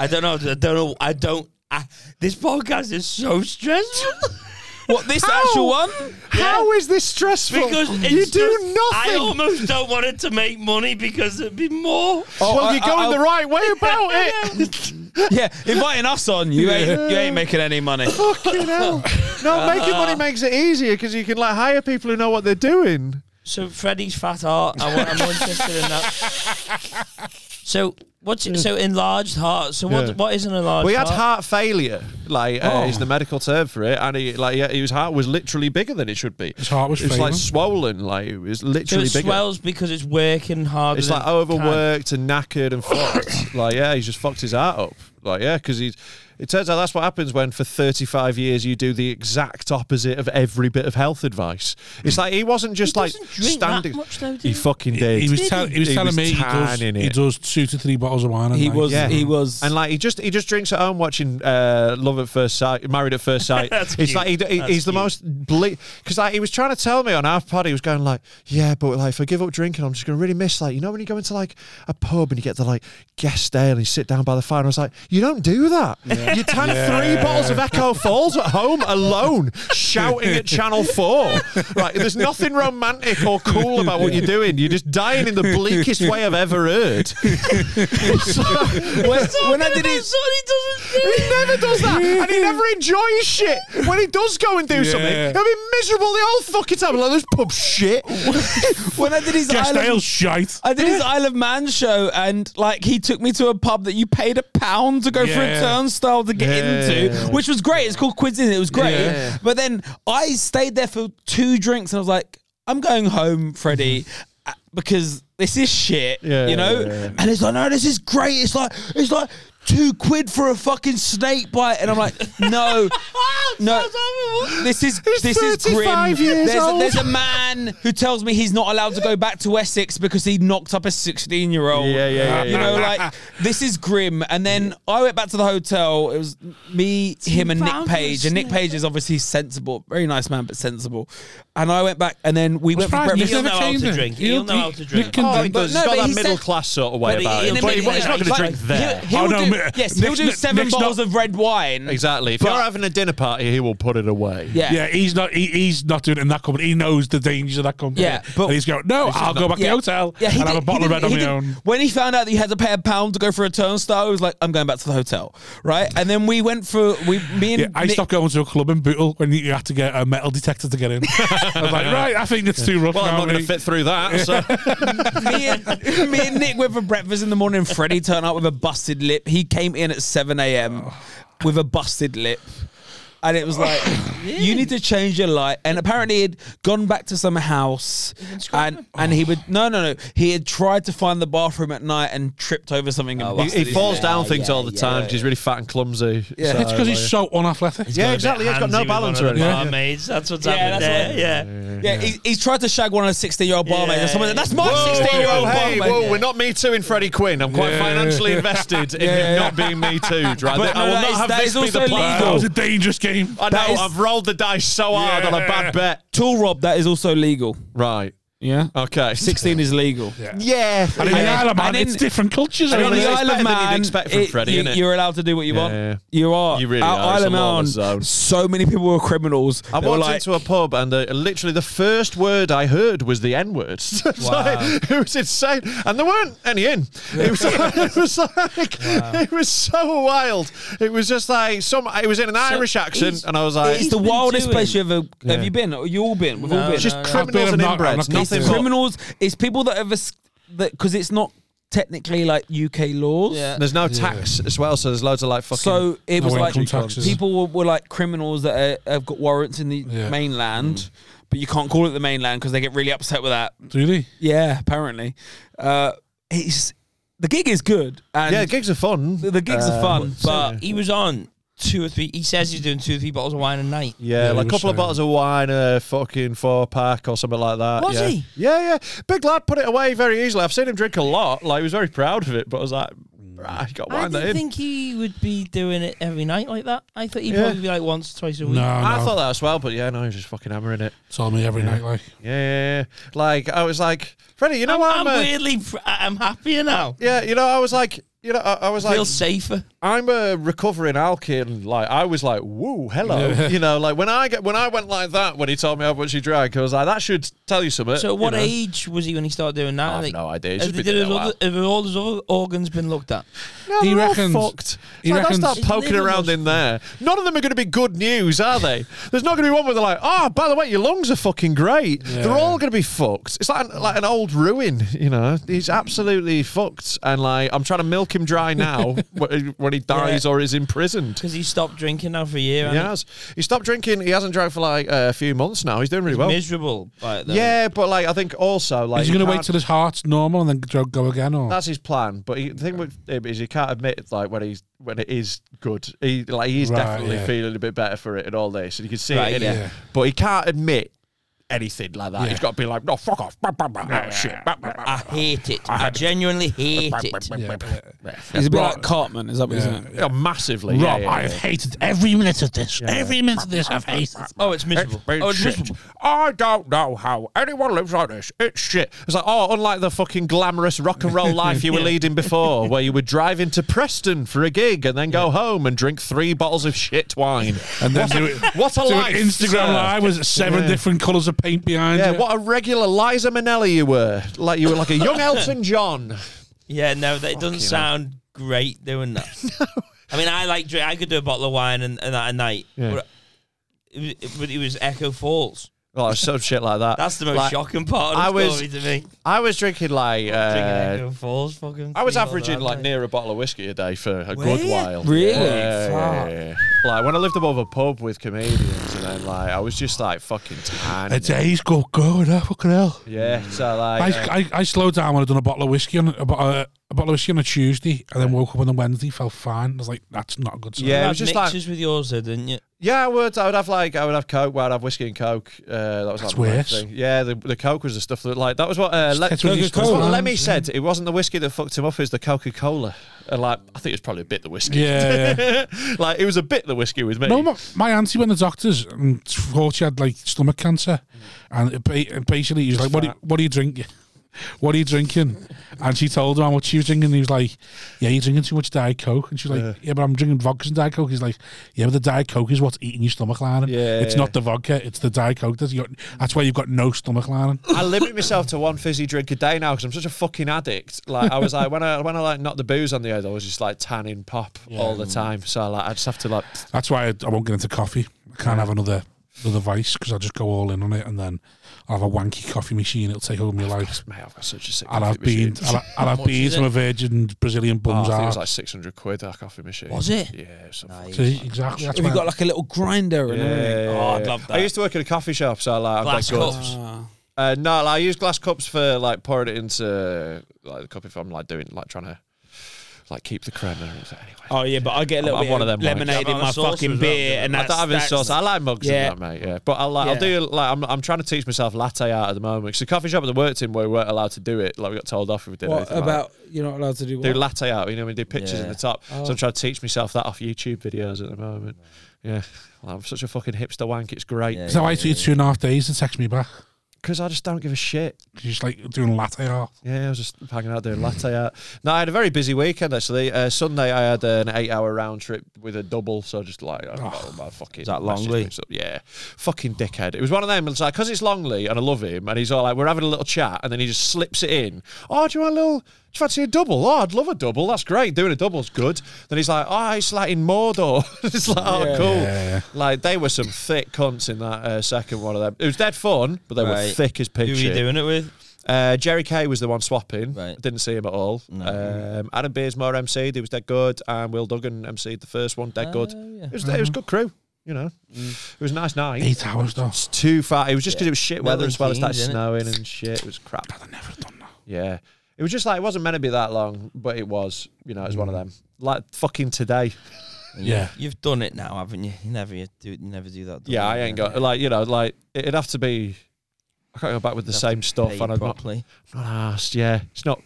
[SPEAKER 2] I don't know. I don't know. I don't. I, this podcast is so stressful
[SPEAKER 4] What this
[SPEAKER 1] <laughs>
[SPEAKER 5] How?
[SPEAKER 4] actual one?
[SPEAKER 5] How is this stressful?
[SPEAKER 2] because it's
[SPEAKER 5] you do
[SPEAKER 2] just-
[SPEAKER 5] nothing.
[SPEAKER 2] I almost don't want it to make money because it'd be more.
[SPEAKER 5] well,
[SPEAKER 4] I-
[SPEAKER 1] Oh,
[SPEAKER 5] you're
[SPEAKER 4] I-
[SPEAKER 5] going
[SPEAKER 4] I'll-
[SPEAKER 5] the right way about
[SPEAKER 2] <laughs>
[SPEAKER 5] it.
[SPEAKER 4] Yeah, inviting us on, you ain't you ain't making any money.
[SPEAKER 5] Fucking hell. No, making money makes it easier because you can like hire people who know what they're doing.
[SPEAKER 2] So Freddie's fat heart. I, am interested in that.
[SPEAKER 4] <laughs>
[SPEAKER 2] So what's so enlarged heart? So what?
[SPEAKER 5] Yeah.
[SPEAKER 2] What is an enlarged?
[SPEAKER 5] We had
[SPEAKER 2] heart?
[SPEAKER 5] heart failure, like uh, is the medical term for it, and he, like yeah, his heart was literally bigger than it should be.
[SPEAKER 1] His heart was
[SPEAKER 5] it was like
[SPEAKER 1] failing.
[SPEAKER 5] swollen, like it was
[SPEAKER 2] So
[SPEAKER 5] literally
[SPEAKER 2] it
[SPEAKER 5] bigger.
[SPEAKER 2] swells because it's working harder.
[SPEAKER 5] It's
[SPEAKER 2] than
[SPEAKER 5] like
[SPEAKER 2] it
[SPEAKER 5] overworked and knackered
[SPEAKER 1] <coughs>
[SPEAKER 5] and fucked. like yeah, he's just fucked his heart up. Like yeah, because he's. It turns out that's what happens when for 35 years you do the exact opposite of every bit of health advice. It's like he wasn't just like
[SPEAKER 2] doesn't drink that
[SPEAKER 5] standing.
[SPEAKER 2] much though, does
[SPEAKER 5] he
[SPEAKER 2] he?
[SPEAKER 5] fucking
[SPEAKER 1] He,
[SPEAKER 5] did.
[SPEAKER 1] was, tell, he was
[SPEAKER 5] He
[SPEAKER 1] telling
[SPEAKER 5] was
[SPEAKER 1] me he does,
[SPEAKER 5] tanning
[SPEAKER 1] he
[SPEAKER 5] it.
[SPEAKER 1] does two to three bottles of wine. a
[SPEAKER 4] He
[SPEAKER 1] night.
[SPEAKER 4] was
[SPEAKER 5] Yeah.
[SPEAKER 4] he was
[SPEAKER 5] And like he just he just drinks at home watching uh, Love at First Sight, Married at First
[SPEAKER 2] <laughs>
[SPEAKER 5] Sight.
[SPEAKER 2] That's
[SPEAKER 5] it's
[SPEAKER 2] cute.
[SPEAKER 5] like he, d- he-
[SPEAKER 2] That's
[SPEAKER 5] he's the
[SPEAKER 2] cute.
[SPEAKER 5] most because like he was trying to tell me on our pod, he was going like, yeah, but like if I give up drinking, I'm just gonna really miss like you know when you go into like a pub and you get the like guest ale and you sit down by the fire. and I was like, you don't do that. You tan three bottles of Echo Falls at home alone, shouting at Channel Four. Right, there's nothing romantic or cool about what you're doing. You're just dying in the bleakest way I've ever heard.
[SPEAKER 1] <laughs>
[SPEAKER 4] when, when I did
[SPEAKER 2] About
[SPEAKER 4] his
[SPEAKER 2] something it doesn't do.
[SPEAKER 5] He never does that, and he never enjoys shit. When he does go and do
[SPEAKER 1] Yeah.
[SPEAKER 5] something, he'll be miserable the whole fucking time. Like this pub shit.
[SPEAKER 4] <laughs> when I did his
[SPEAKER 1] Guest
[SPEAKER 4] Isle of-
[SPEAKER 1] ale shite.
[SPEAKER 4] I did his Isle of Man show, and like he took me to a pub that you paid a pound to go through
[SPEAKER 1] Yeah.
[SPEAKER 4] a turnstile to get into, which was great. It's called Quizzing. It was great.
[SPEAKER 5] Yeah.
[SPEAKER 4] But then I stayed there for two drinks, and I was like, I'm going home,
[SPEAKER 5] <laughs>
[SPEAKER 4] Freddie, uh, because this is shit.
[SPEAKER 5] Yeah,
[SPEAKER 4] you know.
[SPEAKER 5] yeah, yeah.
[SPEAKER 4] And it's like, no, this is great. It's like, it's like. Two quid for a fucking snake bite, and I'm like, no, no, this is
[SPEAKER 5] He's
[SPEAKER 4] this is grim.
[SPEAKER 5] 35 years
[SPEAKER 4] there's, A,
[SPEAKER 5] old.
[SPEAKER 4] there's a man who tells me he's not allowed to go back to Essex because he knocked up a 16 year old.
[SPEAKER 5] Yeah, yeah, yeah,
[SPEAKER 4] You
[SPEAKER 5] yeah.
[SPEAKER 4] know, like this is grim. And then I went back to the hotel. It was me, him, and Nick
[SPEAKER 2] found
[SPEAKER 4] Page. And Nick Page is obviously sensible, very nice man, but sensible. And I went back, and then we went for
[SPEAKER 1] Surprised
[SPEAKER 4] breakfast.
[SPEAKER 2] He'll
[SPEAKER 1] never
[SPEAKER 2] know how
[SPEAKER 1] came
[SPEAKER 2] to
[SPEAKER 1] there.
[SPEAKER 2] drink. He'll know how to drink.
[SPEAKER 1] Nick can
[SPEAKER 5] Oh,
[SPEAKER 1] drink.
[SPEAKER 5] he does.
[SPEAKER 4] no,
[SPEAKER 5] he's
[SPEAKER 4] but
[SPEAKER 5] got
[SPEAKER 4] he
[SPEAKER 5] that middle
[SPEAKER 4] said-
[SPEAKER 5] class sort of way
[SPEAKER 2] But he-
[SPEAKER 5] about
[SPEAKER 2] in
[SPEAKER 5] him.
[SPEAKER 2] the
[SPEAKER 5] But he-
[SPEAKER 2] middle-
[SPEAKER 5] he's not going to
[SPEAKER 2] like-
[SPEAKER 5] drink there.
[SPEAKER 4] He'll,
[SPEAKER 1] Oh, no,
[SPEAKER 4] do,
[SPEAKER 1] mi-
[SPEAKER 4] yes, he'll
[SPEAKER 1] Nick's
[SPEAKER 4] do
[SPEAKER 1] not-
[SPEAKER 4] seven
[SPEAKER 1] Nick's
[SPEAKER 4] bottles
[SPEAKER 1] not-
[SPEAKER 4] of red wine.
[SPEAKER 5] Exactly. If
[SPEAKER 4] But-
[SPEAKER 5] you're having a dinner party, he will put it away.
[SPEAKER 4] Yeah.
[SPEAKER 1] Yeah, he's not. He, he's not doing it in that company. He knows the dangers of that company.
[SPEAKER 4] Yeah, but-
[SPEAKER 1] and he's going. No, I'll go back to the hotel
[SPEAKER 4] he
[SPEAKER 1] and have a
[SPEAKER 4] did- he
[SPEAKER 1] bottle of red
[SPEAKER 4] didn't-
[SPEAKER 1] on
[SPEAKER 4] he
[SPEAKER 1] my
[SPEAKER 4] didn't-
[SPEAKER 1] own.
[SPEAKER 4] When he found out that he had to pay a pound to go for a turnstile, he was like, "I'm going back to the hotel." Right, and then we went for we me and
[SPEAKER 1] Yeah, I
[SPEAKER 4] Nick-
[SPEAKER 1] stopped going to a club in Bootle when you had to get a metal detector to get in. <laughs> I was like, right, I think it's too rough.
[SPEAKER 5] Well, I'm
[SPEAKER 1] now,
[SPEAKER 5] not going to
[SPEAKER 1] mate.
[SPEAKER 5] fit through that. <laughs> So.
[SPEAKER 4] <laughs> me, and, me and Nick went for breakfast in the morning. Freddie turned up with a busted lip. He came in at 7 a.m. with a busted lip. And it was like, you need to change your life. And apparently, he'd gone back to some house, and and he would no, no, no. He had tried to find the bathroom at night and tripped over something. and
[SPEAKER 2] Oh,
[SPEAKER 5] he,
[SPEAKER 4] busted
[SPEAKER 5] he
[SPEAKER 4] his
[SPEAKER 5] falls
[SPEAKER 4] lip.
[SPEAKER 5] down things
[SPEAKER 2] yeah,
[SPEAKER 5] all the
[SPEAKER 2] yeah,
[SPEAKER 5] time. 'cause He's really fat and clumsy.
[SPEAKER 4] Yeah.
[SPEAKER 5] so,
[SPEAKER 1] It's because
[SPEAKER 5] like-
[SPEAKER 1] he's so unathletic.
[SPEAKER 5] Yeah, exactly. He's got no balance or
[SPEAKER 1] the
[SPEAKER 5] anything.
[SPEAKER 1] bar. Yeah.
[SPEAKER 2] Barmaids, that's what's
[SPEAKER 4] Yeah,
[SPEAKER 2] happening
[SPEAKER 4] that's
[SPEAKER 2] there. Yeah.
[SPEAKER 4] Yeah, He's, he's tried to shag one of the 16 year old barmaids. and someone said, That's my 16 year old
[SPEAKER 5] Whoa, hey,
[SPEAKER 4] barmaid.
[SPEAKER 5] whoa, we're not Me Too in Freddie Quinn. I'm quite
[SPEAKER 1] Yeah.
[SPEAKER 5] financially invested in
[SPEAKER 4] Yeah,
[SPEAKER 5] him
[SPEAKER 4] yeah.
[SPEAKER 5] not being Me Too. Right?
[SPEAKER 4] But no,
[SPEAKER 5] I will
[SPEAKER 4] that
[SPEAKER 5] not
[SPEAKER 4] is-
[SPEAKER 5] have
[SPEAKER 4] that
[SPEAKER 5] this
[SPEAKER 4] is
[SPEAKER 5] be
[SPEAKER 4] also
[SPEAKER 5] the
[SPEAKER 1] Wow,
[SPEAKER 5] plan.
[SPEAKER 4] legal.
[SPEAKER 1] that was a dangerous game.
[SPEAKER 5] I know.
[SPEAKER 4] That is-
[SPEAKER 5] I've rolled the dice so hard on a
[SPEAKER 1] Yeah.
[SPEAKER 5] bad bet.
[SPEAKER 4] Tool Rob, that is also legal.
[SPEAKER 5] Right.
[SPEAKER 4] Yeah.
[SPEAKER 5] Okay. <laughs>
[SPEAKER 4] 16 is legal.
[SPEAKER 5] Yeah.
[SPEAKER 1] And in the
[SPEAKER 4] Yeah.
[SPEAKER 1] Isle of Man,
[SPEAKER 4] And in-
[SPEAKER 1] it's different cultures.
[SPEAKER 4] And
[SPEAKER 5] I
[SPEAKER 4] on
[SPEAKER 5] mean,
[SPEAKER 1] really.
[SPEAKER 4] the
[SPEAKER 5] it's
[SPEAKER 4] Isle of
[SPEAKER 5] better than you'd
[SPEAKER 4] Man,
[SPEAKER 5] expect from Freddie,
[SPEAKER 4] you,
[SPEAKER 5] innit?
[SPEAKER 4] are allowed to do what you want.
[SPEAKER 5] Yeah.
[SPEAKER 4] You are.
[SPEAKER 5] You really
[SPEAKER 4] At
[SPEAKER 5] are. It's
[SPEAKER 4] Isle
[SPEAKER 5] a
[SPEAKER 4] of Man,
[SPEAKER 5] lawless zone.
[SPEAKER 4] so many people were criminals.
[SPEAKER 5] I
[SPEAKER 4] They were
[SPEAKER 5] walked
[SPEAKER 4] like,
[SPEAKER 5] into a pub and uh, literally the first word I heard was the N <laughs> word. it was insane, and there weren't any in. It was, <laughs> it was like it was so wild. It was just like some. It was in an Irish accent,
[SPEAKER 2] he's-
[SPEAKER 5] and I was like,
[SPEAKER 4] it's the
[SPEAKER 2] been
[SPEAKER 4] wildest
[SPEAKER 2] doing?
[SPEAKER 4] place you ever have you been? Or you all been? We've all
[SPEAKER 2] No,
[SPEAKER 4] been.
[SPEAKER 5] it's just
[SPEAKER 2] Oh, no, no.
[SPEAKER 5] criminals
[SPEAKER 1] I've
[SPEAKER 5] and
[SPEAKER 1] been, I'm not- I'm
[SPEAKER 5] inbreds,
[SPEAKER 1] not
[SPEAKER 5] nothing
[SPEAKER 1] into
[SPEAKER 5] but.
[SPEAKER 4] criminals. It's people that have that because it's not technically like UK laws.
[SPEAKER 2] Yeah.
[SPEAKER 5] There's no tax as well, so there's loads of like fucking.
[SPEAKER 4] So it was
[SPEAKER 1] No
[SPEAKER 4] like
[SPEAKER 1] income taxes.
[SPEAKER 4] people were, were like criminals that are, have got warrants in the
[SPEAKER 1] Yeah.
[SPEAKER 4] mainland,
[SPEAKER 5] Mm.
[SPEAKER 4] but you can't call it the mainland because they get really upset with that.
[SPEAKER 1] Do they?
[SPEAKER 4] Yeah, apparently, uh, it's the gig is good. And
[SPEAKER 5] yeah, gigs are fun. Uh,
[SPEAKER 4] the, the gigs are fun, but
[SPEAKER 2] He was on two or three. He says he's doing two or three bottles of wine a night.
[SPEAKER 5] Yeah,
[SPEAKER 1] Yeah,
[SPEAKER 5] like
[SPEAKER 1] he
[SPEAKER 5] a
[SPEAKER 1] was
[SPEAKER 5] couple of
[SPEAKER 1] saying.
[SPEAKER 5] bottles of wine, a fucking four pack or something like that.
[SPEAKER 2] Was
[SPEAKER 5] yeah.
[SPEAKER 2] he?
[SPEAKER 5] Yeah, yeah. Big lad put it away very easily. I've seen him drink a lot. Like he was very proud of it, but I was like, right, you got
[SPEAKER 2] I
[SPEAKER 5] wine that
[SPEAKER 2] didn't
[SPEAKER 5] in.
[SPEAKER 2] think he would be doing it every night like that. I thought he'd
[SPEAKER 5] Yeah.
[SPEAKER 2] probably be like once, twice a
[SPEAKER 1] No,
[SPEAKER 2] week.
[SPEAKER 1] no.
[SPEAKER 5] I thought that as well, but yeah, no, he was just fucking hammering it.
[SPEAKER 1] it's on me every night. Like,
[SPEAKER 5] Yeah, yeah, yeah. Like I was like, Freddie, you know
[SPEAKER 2] I'm,
[SPEAKER 5] what?
[SPEAKER 2] I'm
[SPEAKER 5] I'm, uh,
[SPEAKER 2] weirdly, fr- I- I'm happier now.
[SPEAKER 5] yeah, you know, I was like, you know, I, I was like,
[SPEAKER 2] Feel safer.
[SPEAKER 5] I'm a recovering alky, and like I was like, "Whoa, hello,"
[SPEAKER 1] Yeah.
[SPEAKER 5] you know. Like when I get when I went like that when he told me how much he drank, I was like, "That should tell you something."
[SPEAKER 2] <laughs> So, what
[SPEAKER 5] you know.
[SPEAKER 2] age was he when he started doing that?
[SPEAKER 5] I have
[SPEAKER 2] Like,
[SPEAKER 5] no idea. He's
[SPEAKER 2] Have,
[SPEAKER 5] just
[SPEAKER 2] they
[SPEAKER 5] been
[SPEAKER 2] did
[SPEAKER 5] doing
[SPEAKER 2] his
[SPEAKER 5] it a
[SPEAKER 2] other, have all his other organs been looked at?
[SPEAKER 5] No,
[SPEAKER 1] He
[SPEAKER 5] they're all
[SPEAKER 1] reckons-
[SPEAKER 5] fucked.
[SPEAKER 1] he
[SPEAKER 5] like,
[SPEAKER 1] reckons-
[SPEAKER 5] they'll start
[SPEAKER 2] It's
[SPEAKER 5] poking
[SPEAKER 2] livable.
[SPEAKER 5] around in there. None of them are going to be good news, are they? There's not going to be one where they're like, "Oh, by the way, your lungs are fucking great." They're all going to be fucked. It's like an, like an old ruin, you know. He's absolutely fucked, and like I'm trying to milk him dry <laughs> now wh- when he dies
[SPEAKER 2] Yeah.
[SPEAKER 5] or is imprisoned.
[SPEAKER 2] Because he stopped drinking now for a year.
[SPEAKER 5] He
[SPEAKER 2] and
[SPEAKER 5] has. He stopped drinking. He hasn't drank for like a few months now. He's doing really
[SPEAKER 2] he's
[SPEAKER 5] well.
[SPEAKER 2] miserable. By it, though.
[SPEAKER 5] Yeah, but like I think also like
[SPEAKER 1] is he going to wait
[SPEAKER 5] can't-
[SPEAKER 1] till his heart's normal and then go- go again? Or
[SPEAKER 5] That's his plan. But he, the thing with him is he can't admit like when he's when it is good. He like he's
[SPEAKER 1] Right,
[SPEAKER 5] definitely
[SPEAKER 1] yeah.
[SPEAKER 5] feeling a bit better for it and all this, and you can see
[SPEAKER 2] Right,
[SPEAKER 5] it in
[SPEAKER 2] yeah.
[SPEAKER 5] it.
[SPEAKER 1] Yeah.
[SPEAKER 5] But he can't admit anything like that.
[SPEAKER 1] Yeah.
[SPEAKER 5] He's got to be like, no, fuck off, Bah, bah, bah. Oh, shit. Bah, bah, bah.
[SPEAKER 2] I hate it. I, genuinely hate
[SPEAKER 5] <laughs>
[SPEAKER 2] it.
[SPEAKER 1] yeah.
[SPEAKER 4] he's a bit like Cartman. Is that what he's saying?
[SPEAKER 5] Yeah, massively.
[SPEAKER 1] Rob,
[SPEAKER 5] yeah,
[SPEAKER 1] I
[SPEAKER 5] yeah,
[SPEAKER 1] have hated every minute of this. Every minute of this, I've hated.
[SPEAKER 2] Oh, it's miserable.
[SPEAKER 5] been
[SPEAKER 2] Oh, it's
[SPEAKER 5] shit.
[SPEAKER 2] miserable.
[SPEAKER 5] I don't know how anyone lives like this. It's shit. It's like, oh, unlike the fucking glamorous rock and roll
[SPEAKER 1] <laughs>
[SPEAKER 5] life you were leading before, where you would drive into Preston for a gig and then go home and drink three bottles of shit wine.
[SPEAKER 1] And then do it.
[SPEAKER 5] What a
[SPEAKER 1] do
[SPEAKER 5] life.
[SPEAKER 1] an Instagram
[SPEAKER 5] sir.
[SPEAKER 1] live with seven
[SPEAKER 5] Yeah.
[SPEAKER 1] different colours of paint behind
[SPEAKER 5] Yeah,
[SPEAKER 1] you.
[SPEAKER 5] what a regular Liza Minnelli you were. Like you were like a young Elton John.
[SPEAKER 2] Yeah, no, that it doesn't sound great doing
[SPEAKER 5] <laughs>
[SPEAKER 2] that. I mean, I like drink. I could do a bottle of wine and, and that a night.
[SPEAKER 5] Yeah.
[SPEAKER 2] But, it, was- it- but it was Echo Falls.
[SPEAKER 5] Oh, some shit like that.
[SPEAKER 2] That's the most
[SPEAKER 5] Like,
[SPEAKER 2] shocking part of the
[SPEAKER 5] I was-
[SPEAKER 2] story to me.
[SPEAKER 5] I was drinking like
[SPEAKER 2] Drinking
[SPEAKER 5] uh,
[SPEAKER 2] Echo Falls, fucking.
[SPEAKER 5] I was
[SPEAKER 2] three
[SPEAKER 5] averaging
[SPEAKER 2] bottles
[SPEAKER 5] like
[SPEAKER 2] a night.
[SPEAKER 5] near a bottle of whiskey a day for a
[SPEAKER 2] Were
[SPEAKER 5] good
[SPEAKER 2] you?
[SPEAKER 5] while.
[SPEAKER 4] Really?
[SPEAKER 5] Yeah, yeah, yeah, yeah. Like when I lived above a pub with comedians, and then like I was just like fucking
[SPEAKER 1] A
[SPEAKER 5] tan.
[SPEAKER 1] day's go good, eh? fucking hell.
[SPEAKER 5] Yeah, so like uh,
[SPEAKER 1] I, I, I slowed down when I'd done a bottle of whiskey on a, bo- uh, a bottle of whiskey on a Tuesday, and then woke up on a Wednesday, felt fine. I was like, that's not a good. Sign.
[SPEAKER 5] Yeah, it
[SPEAKER 2] You
[SPEAKER 5] was
[SPEAKER 2] had
[SPEAKER 5] just like-
[SPEAKER 2] mixes with yours, though, didn't you?
[SPEAKER 5] yeah, I would. I would have like I would have coke. Where I'd have whiskey and coke. Uh, that was
[SPEAKER 1] That's
[SPEAKER 5] like my
[SPEAKER 1] worse.
[SPEAKER 5] thing. Yeah, the, the coke was the stuff that like that was what. Uh, Le-
[SPEAKER 1] It's really
[SPEAKER 5] that's what
[SPEAKER 1] strong.
[SPEAKER 5] Lemmy said. It wasn't the whiskey that fucked him up. It was the Coca Cola. And like I think it was probably a bit the whiskey.
[SPEAKER 1] Yeah,
[SPEAKER 5] <laughs> like it was a bit the whiskey with me.
[SPEAKER 1] No, my, my auntie went to the doctors and thought she had like stomach cancer,
[SPEAKER 5] Mm.
[SPEAKER 1] and it ba- and basically he was like, "What do you, what are you drinking? <laughs> What are you drinking?" And she told him how much she was drinking. And he was like, "Yeah, you're drinking too much diet coke." And she was like, "Yeah, but I'm drinking vodka and diet coke." He's like, "Yeah, but the diet coke is what's eating your stomach lining.
[SPEAKER 5] Yeah,
[SPEAKER 1] it's
[SPEAKER 5] yeah.
[SPEAKER 1] not the vodka. It's the diet coke. That's, your, that's why you've got no stomach lining."
[SPEAKER 5] I limit myself to one fizzy drink a day now because I'm such a fucking addict. Like I was like when I when I like knocked the booze on the head, I was just like tanning pop all the time. So like I just have to like
[SPEAKER 1] That's why I, I won't get into coffee. I can't have another another vice because I'll just go all in on it, and then I'll have a wanky coffee machine. It'll take over my life.
[SPEAKER 5] mate, I've got such a sick.
[SPEAKER 1] I'll
[SPEAKER 5] coffee
[SPEAKER 1] have
[SPEAKER 5] machine.
[SPEAKER 1] beans. I'll, I'll have
[SPEAKER 2] much
[SPEAKER 1] beans
[SPEAKER 2] is
[SPEAKER 1] from
[SPEAKER 2] it?
[SPEAKER 1] a virgin Brazilian
[SPEAKER 5] Oh, I
[SPEAKER 1] bum's
[SPEAKER 5] think it
[SPEAKER 1] out.
[SPEAKER 5] was like 600 quid that coffee machine.
[SPEAKER 2] Was it?
[SPEAKER 5] Yeah, something.
[SPEAKER 2] Nice.
[SPEAKER 1] See, exactly. That's
[SPEAKER 4] Have you
[SPEAKER 1] why.
[SPEAKER 4] got like a little grinder and everything?
[SPEAKER 2] Oh, I'd love
[SPEAKER 5] I
[SPEAKER 2] that.
[SPEAKER 5] used to work at a coffee shop, so like I've
[SPEAKER 2] Glass
[SPEAKER 5] got good-
[SPEAKER 2] cups.
[SPEAKER 4] Ah.
[SPEAKER 5] Uh, no, like, I use glass cups for like pouring it into like the cup if I'm like doing like trying to like keep the creme. and everything. Anyway,
[SPEAKER 4] Oh yeah, but I get a little
[SPEAKER 5] I'm
[SPEAKER 4] bit
[SPEAKER 5] one
[SPEAKER 4] of
[SPEAKER 5] of them
[SPEAKER 2] ones.
[SPEAKER 4] lemonade in my
[SPEAKER 2] Yeah, but I'm a
[SPEAKER 4] fucking
[SPEAKER 2] saucer as well,
[SPEAKER 4] beer,
[SPEAKER 2] yeah.
[SPEAKER 4] and
[SPEAKER 5] I
[SPEAKER 4] that's,
[SPEAKER 5] don't have any
[SPEAKER 4] that's-
[SPEAKER 5] sauce. I like mugs
[SPEAKER 4] Yeah.
[SPEAKER 5] and that, mate. Yeah, but I like, I'll
[SPEAKER 4] Yeah.
[SPEAKER 5] do like I'm, I'm trying to teach myself latte art at the moment because the coffee shop that I worked in where we weren't allowed to do it. Like we got told off if we did
[SPEAKER 4] What
[SPEAKER 5] anything like
[SPEAKER 4] about you're not allowed to do
[SPEAKER 5] that. do
[SPEAKER 4] what?
[SPEAKER 5] latte art. You know, we do pictures in
[SPEAKER 2] Yeah. Oh.
[SPEAKER 5] the top. So I'm trying to teach myself that off YouTube videos at the moment. Yeah, Well, I'm such a fucking hipster wank. It's great.
[SPEAKER 2] Yeah.
[SPEAKER 1] So I wait for you two and a half days to text me back.
[SPEAKER 5] because I just don't give a shit.
[SPEAKER 1] You're just like doing latte art.
[SPEAKER 5] Yeah, I was just hanging out doing latte art. No, I had a very busy weekend actually. Uh, Sunday I had an eight-hour round trip with a double, so just like I oh, my fucking
[SPEAKER 2] Is that
[SPEAKER 5] message
[SPEAKER 2] Longley?
[SPEAKER 5] goes up. Yeah, fucking dickhead. It was one of them. It's like because it's Longley and I love him, and he's all like, we're having a little chat, and then he just slips it in. Oh, do you want a little? Do you fancy a double? Oh, I'd love a double. That's great. Doing a double's good. Then he's like, oh, it's like in Mordor. <laughs> it's like, oh, cool. Like they were some thick cunts in that uh, second one of them. It was dead fun, but they were
[SPEAKER 2] Right.
[SPEAKER 5] thick as
[SPEAKER 2] Who
[SPEAKER 5] pig
[SPEAKER 2] are
[SPEAKER 5] shit.
[SPEAKER 2] you doing it with?
[SPEAKER 5] Uh, Jerry Kay was the one swapping.
[SPEAKER 2] Right.
[SPEAKER 5] Didn't see him at all. Um, Adam Beersmore MC'd. He was dead good. And Will Duggan MC'd the first one. Dead
[SPEAKER 2] Uh,
[SPEAKER 5] good.
[SPEAKER 2] Oh,
[SPEAKER 5] It was it was good crew. You know,
[SPEAKER 2] Mm.
[SPEAKER 5] it was a nice night.
[SPEAKER 1] Eight hours though.
[SPEAKER 5] It's too far. It was just because it was shit weather
[SPEAKER 2] Melbourne
[SPEAKER 5] as well. It started
[SPEAKER 2] Kings, innit?
[SPEAKER 5] snowing and shit. It was crap.
[SPEAKER 1] I've never done that.
[SPEAKER 5] Yeah. It was just like it wasn't meant to be that long, but it was. You know, it was one of
[SPEAKER 2] Mm.
[SPEAKER 5] them. Like fucking today.
[SPEAKER 1] Yeah.
[SPEAKER 2] You've done it now, haven't you? You never you do you never do that. do
[SPEAKER 5] Yeah,
[SPEAKER 2] you?
[SPEAKER 5] I ain't got like you know like it'd have to be. I can't go back with the
[SPEAKER 2] You'd have
[SPEAKER 5] same
[SPEAKER 2] to
[SPEAKER 5] stuff.
[SPEAKER 2] pay
[SPEAKER 5] And I'm not,
[SPEAKER 2] properly.
[SPEAKER 5] not asked. Yeah, it's not.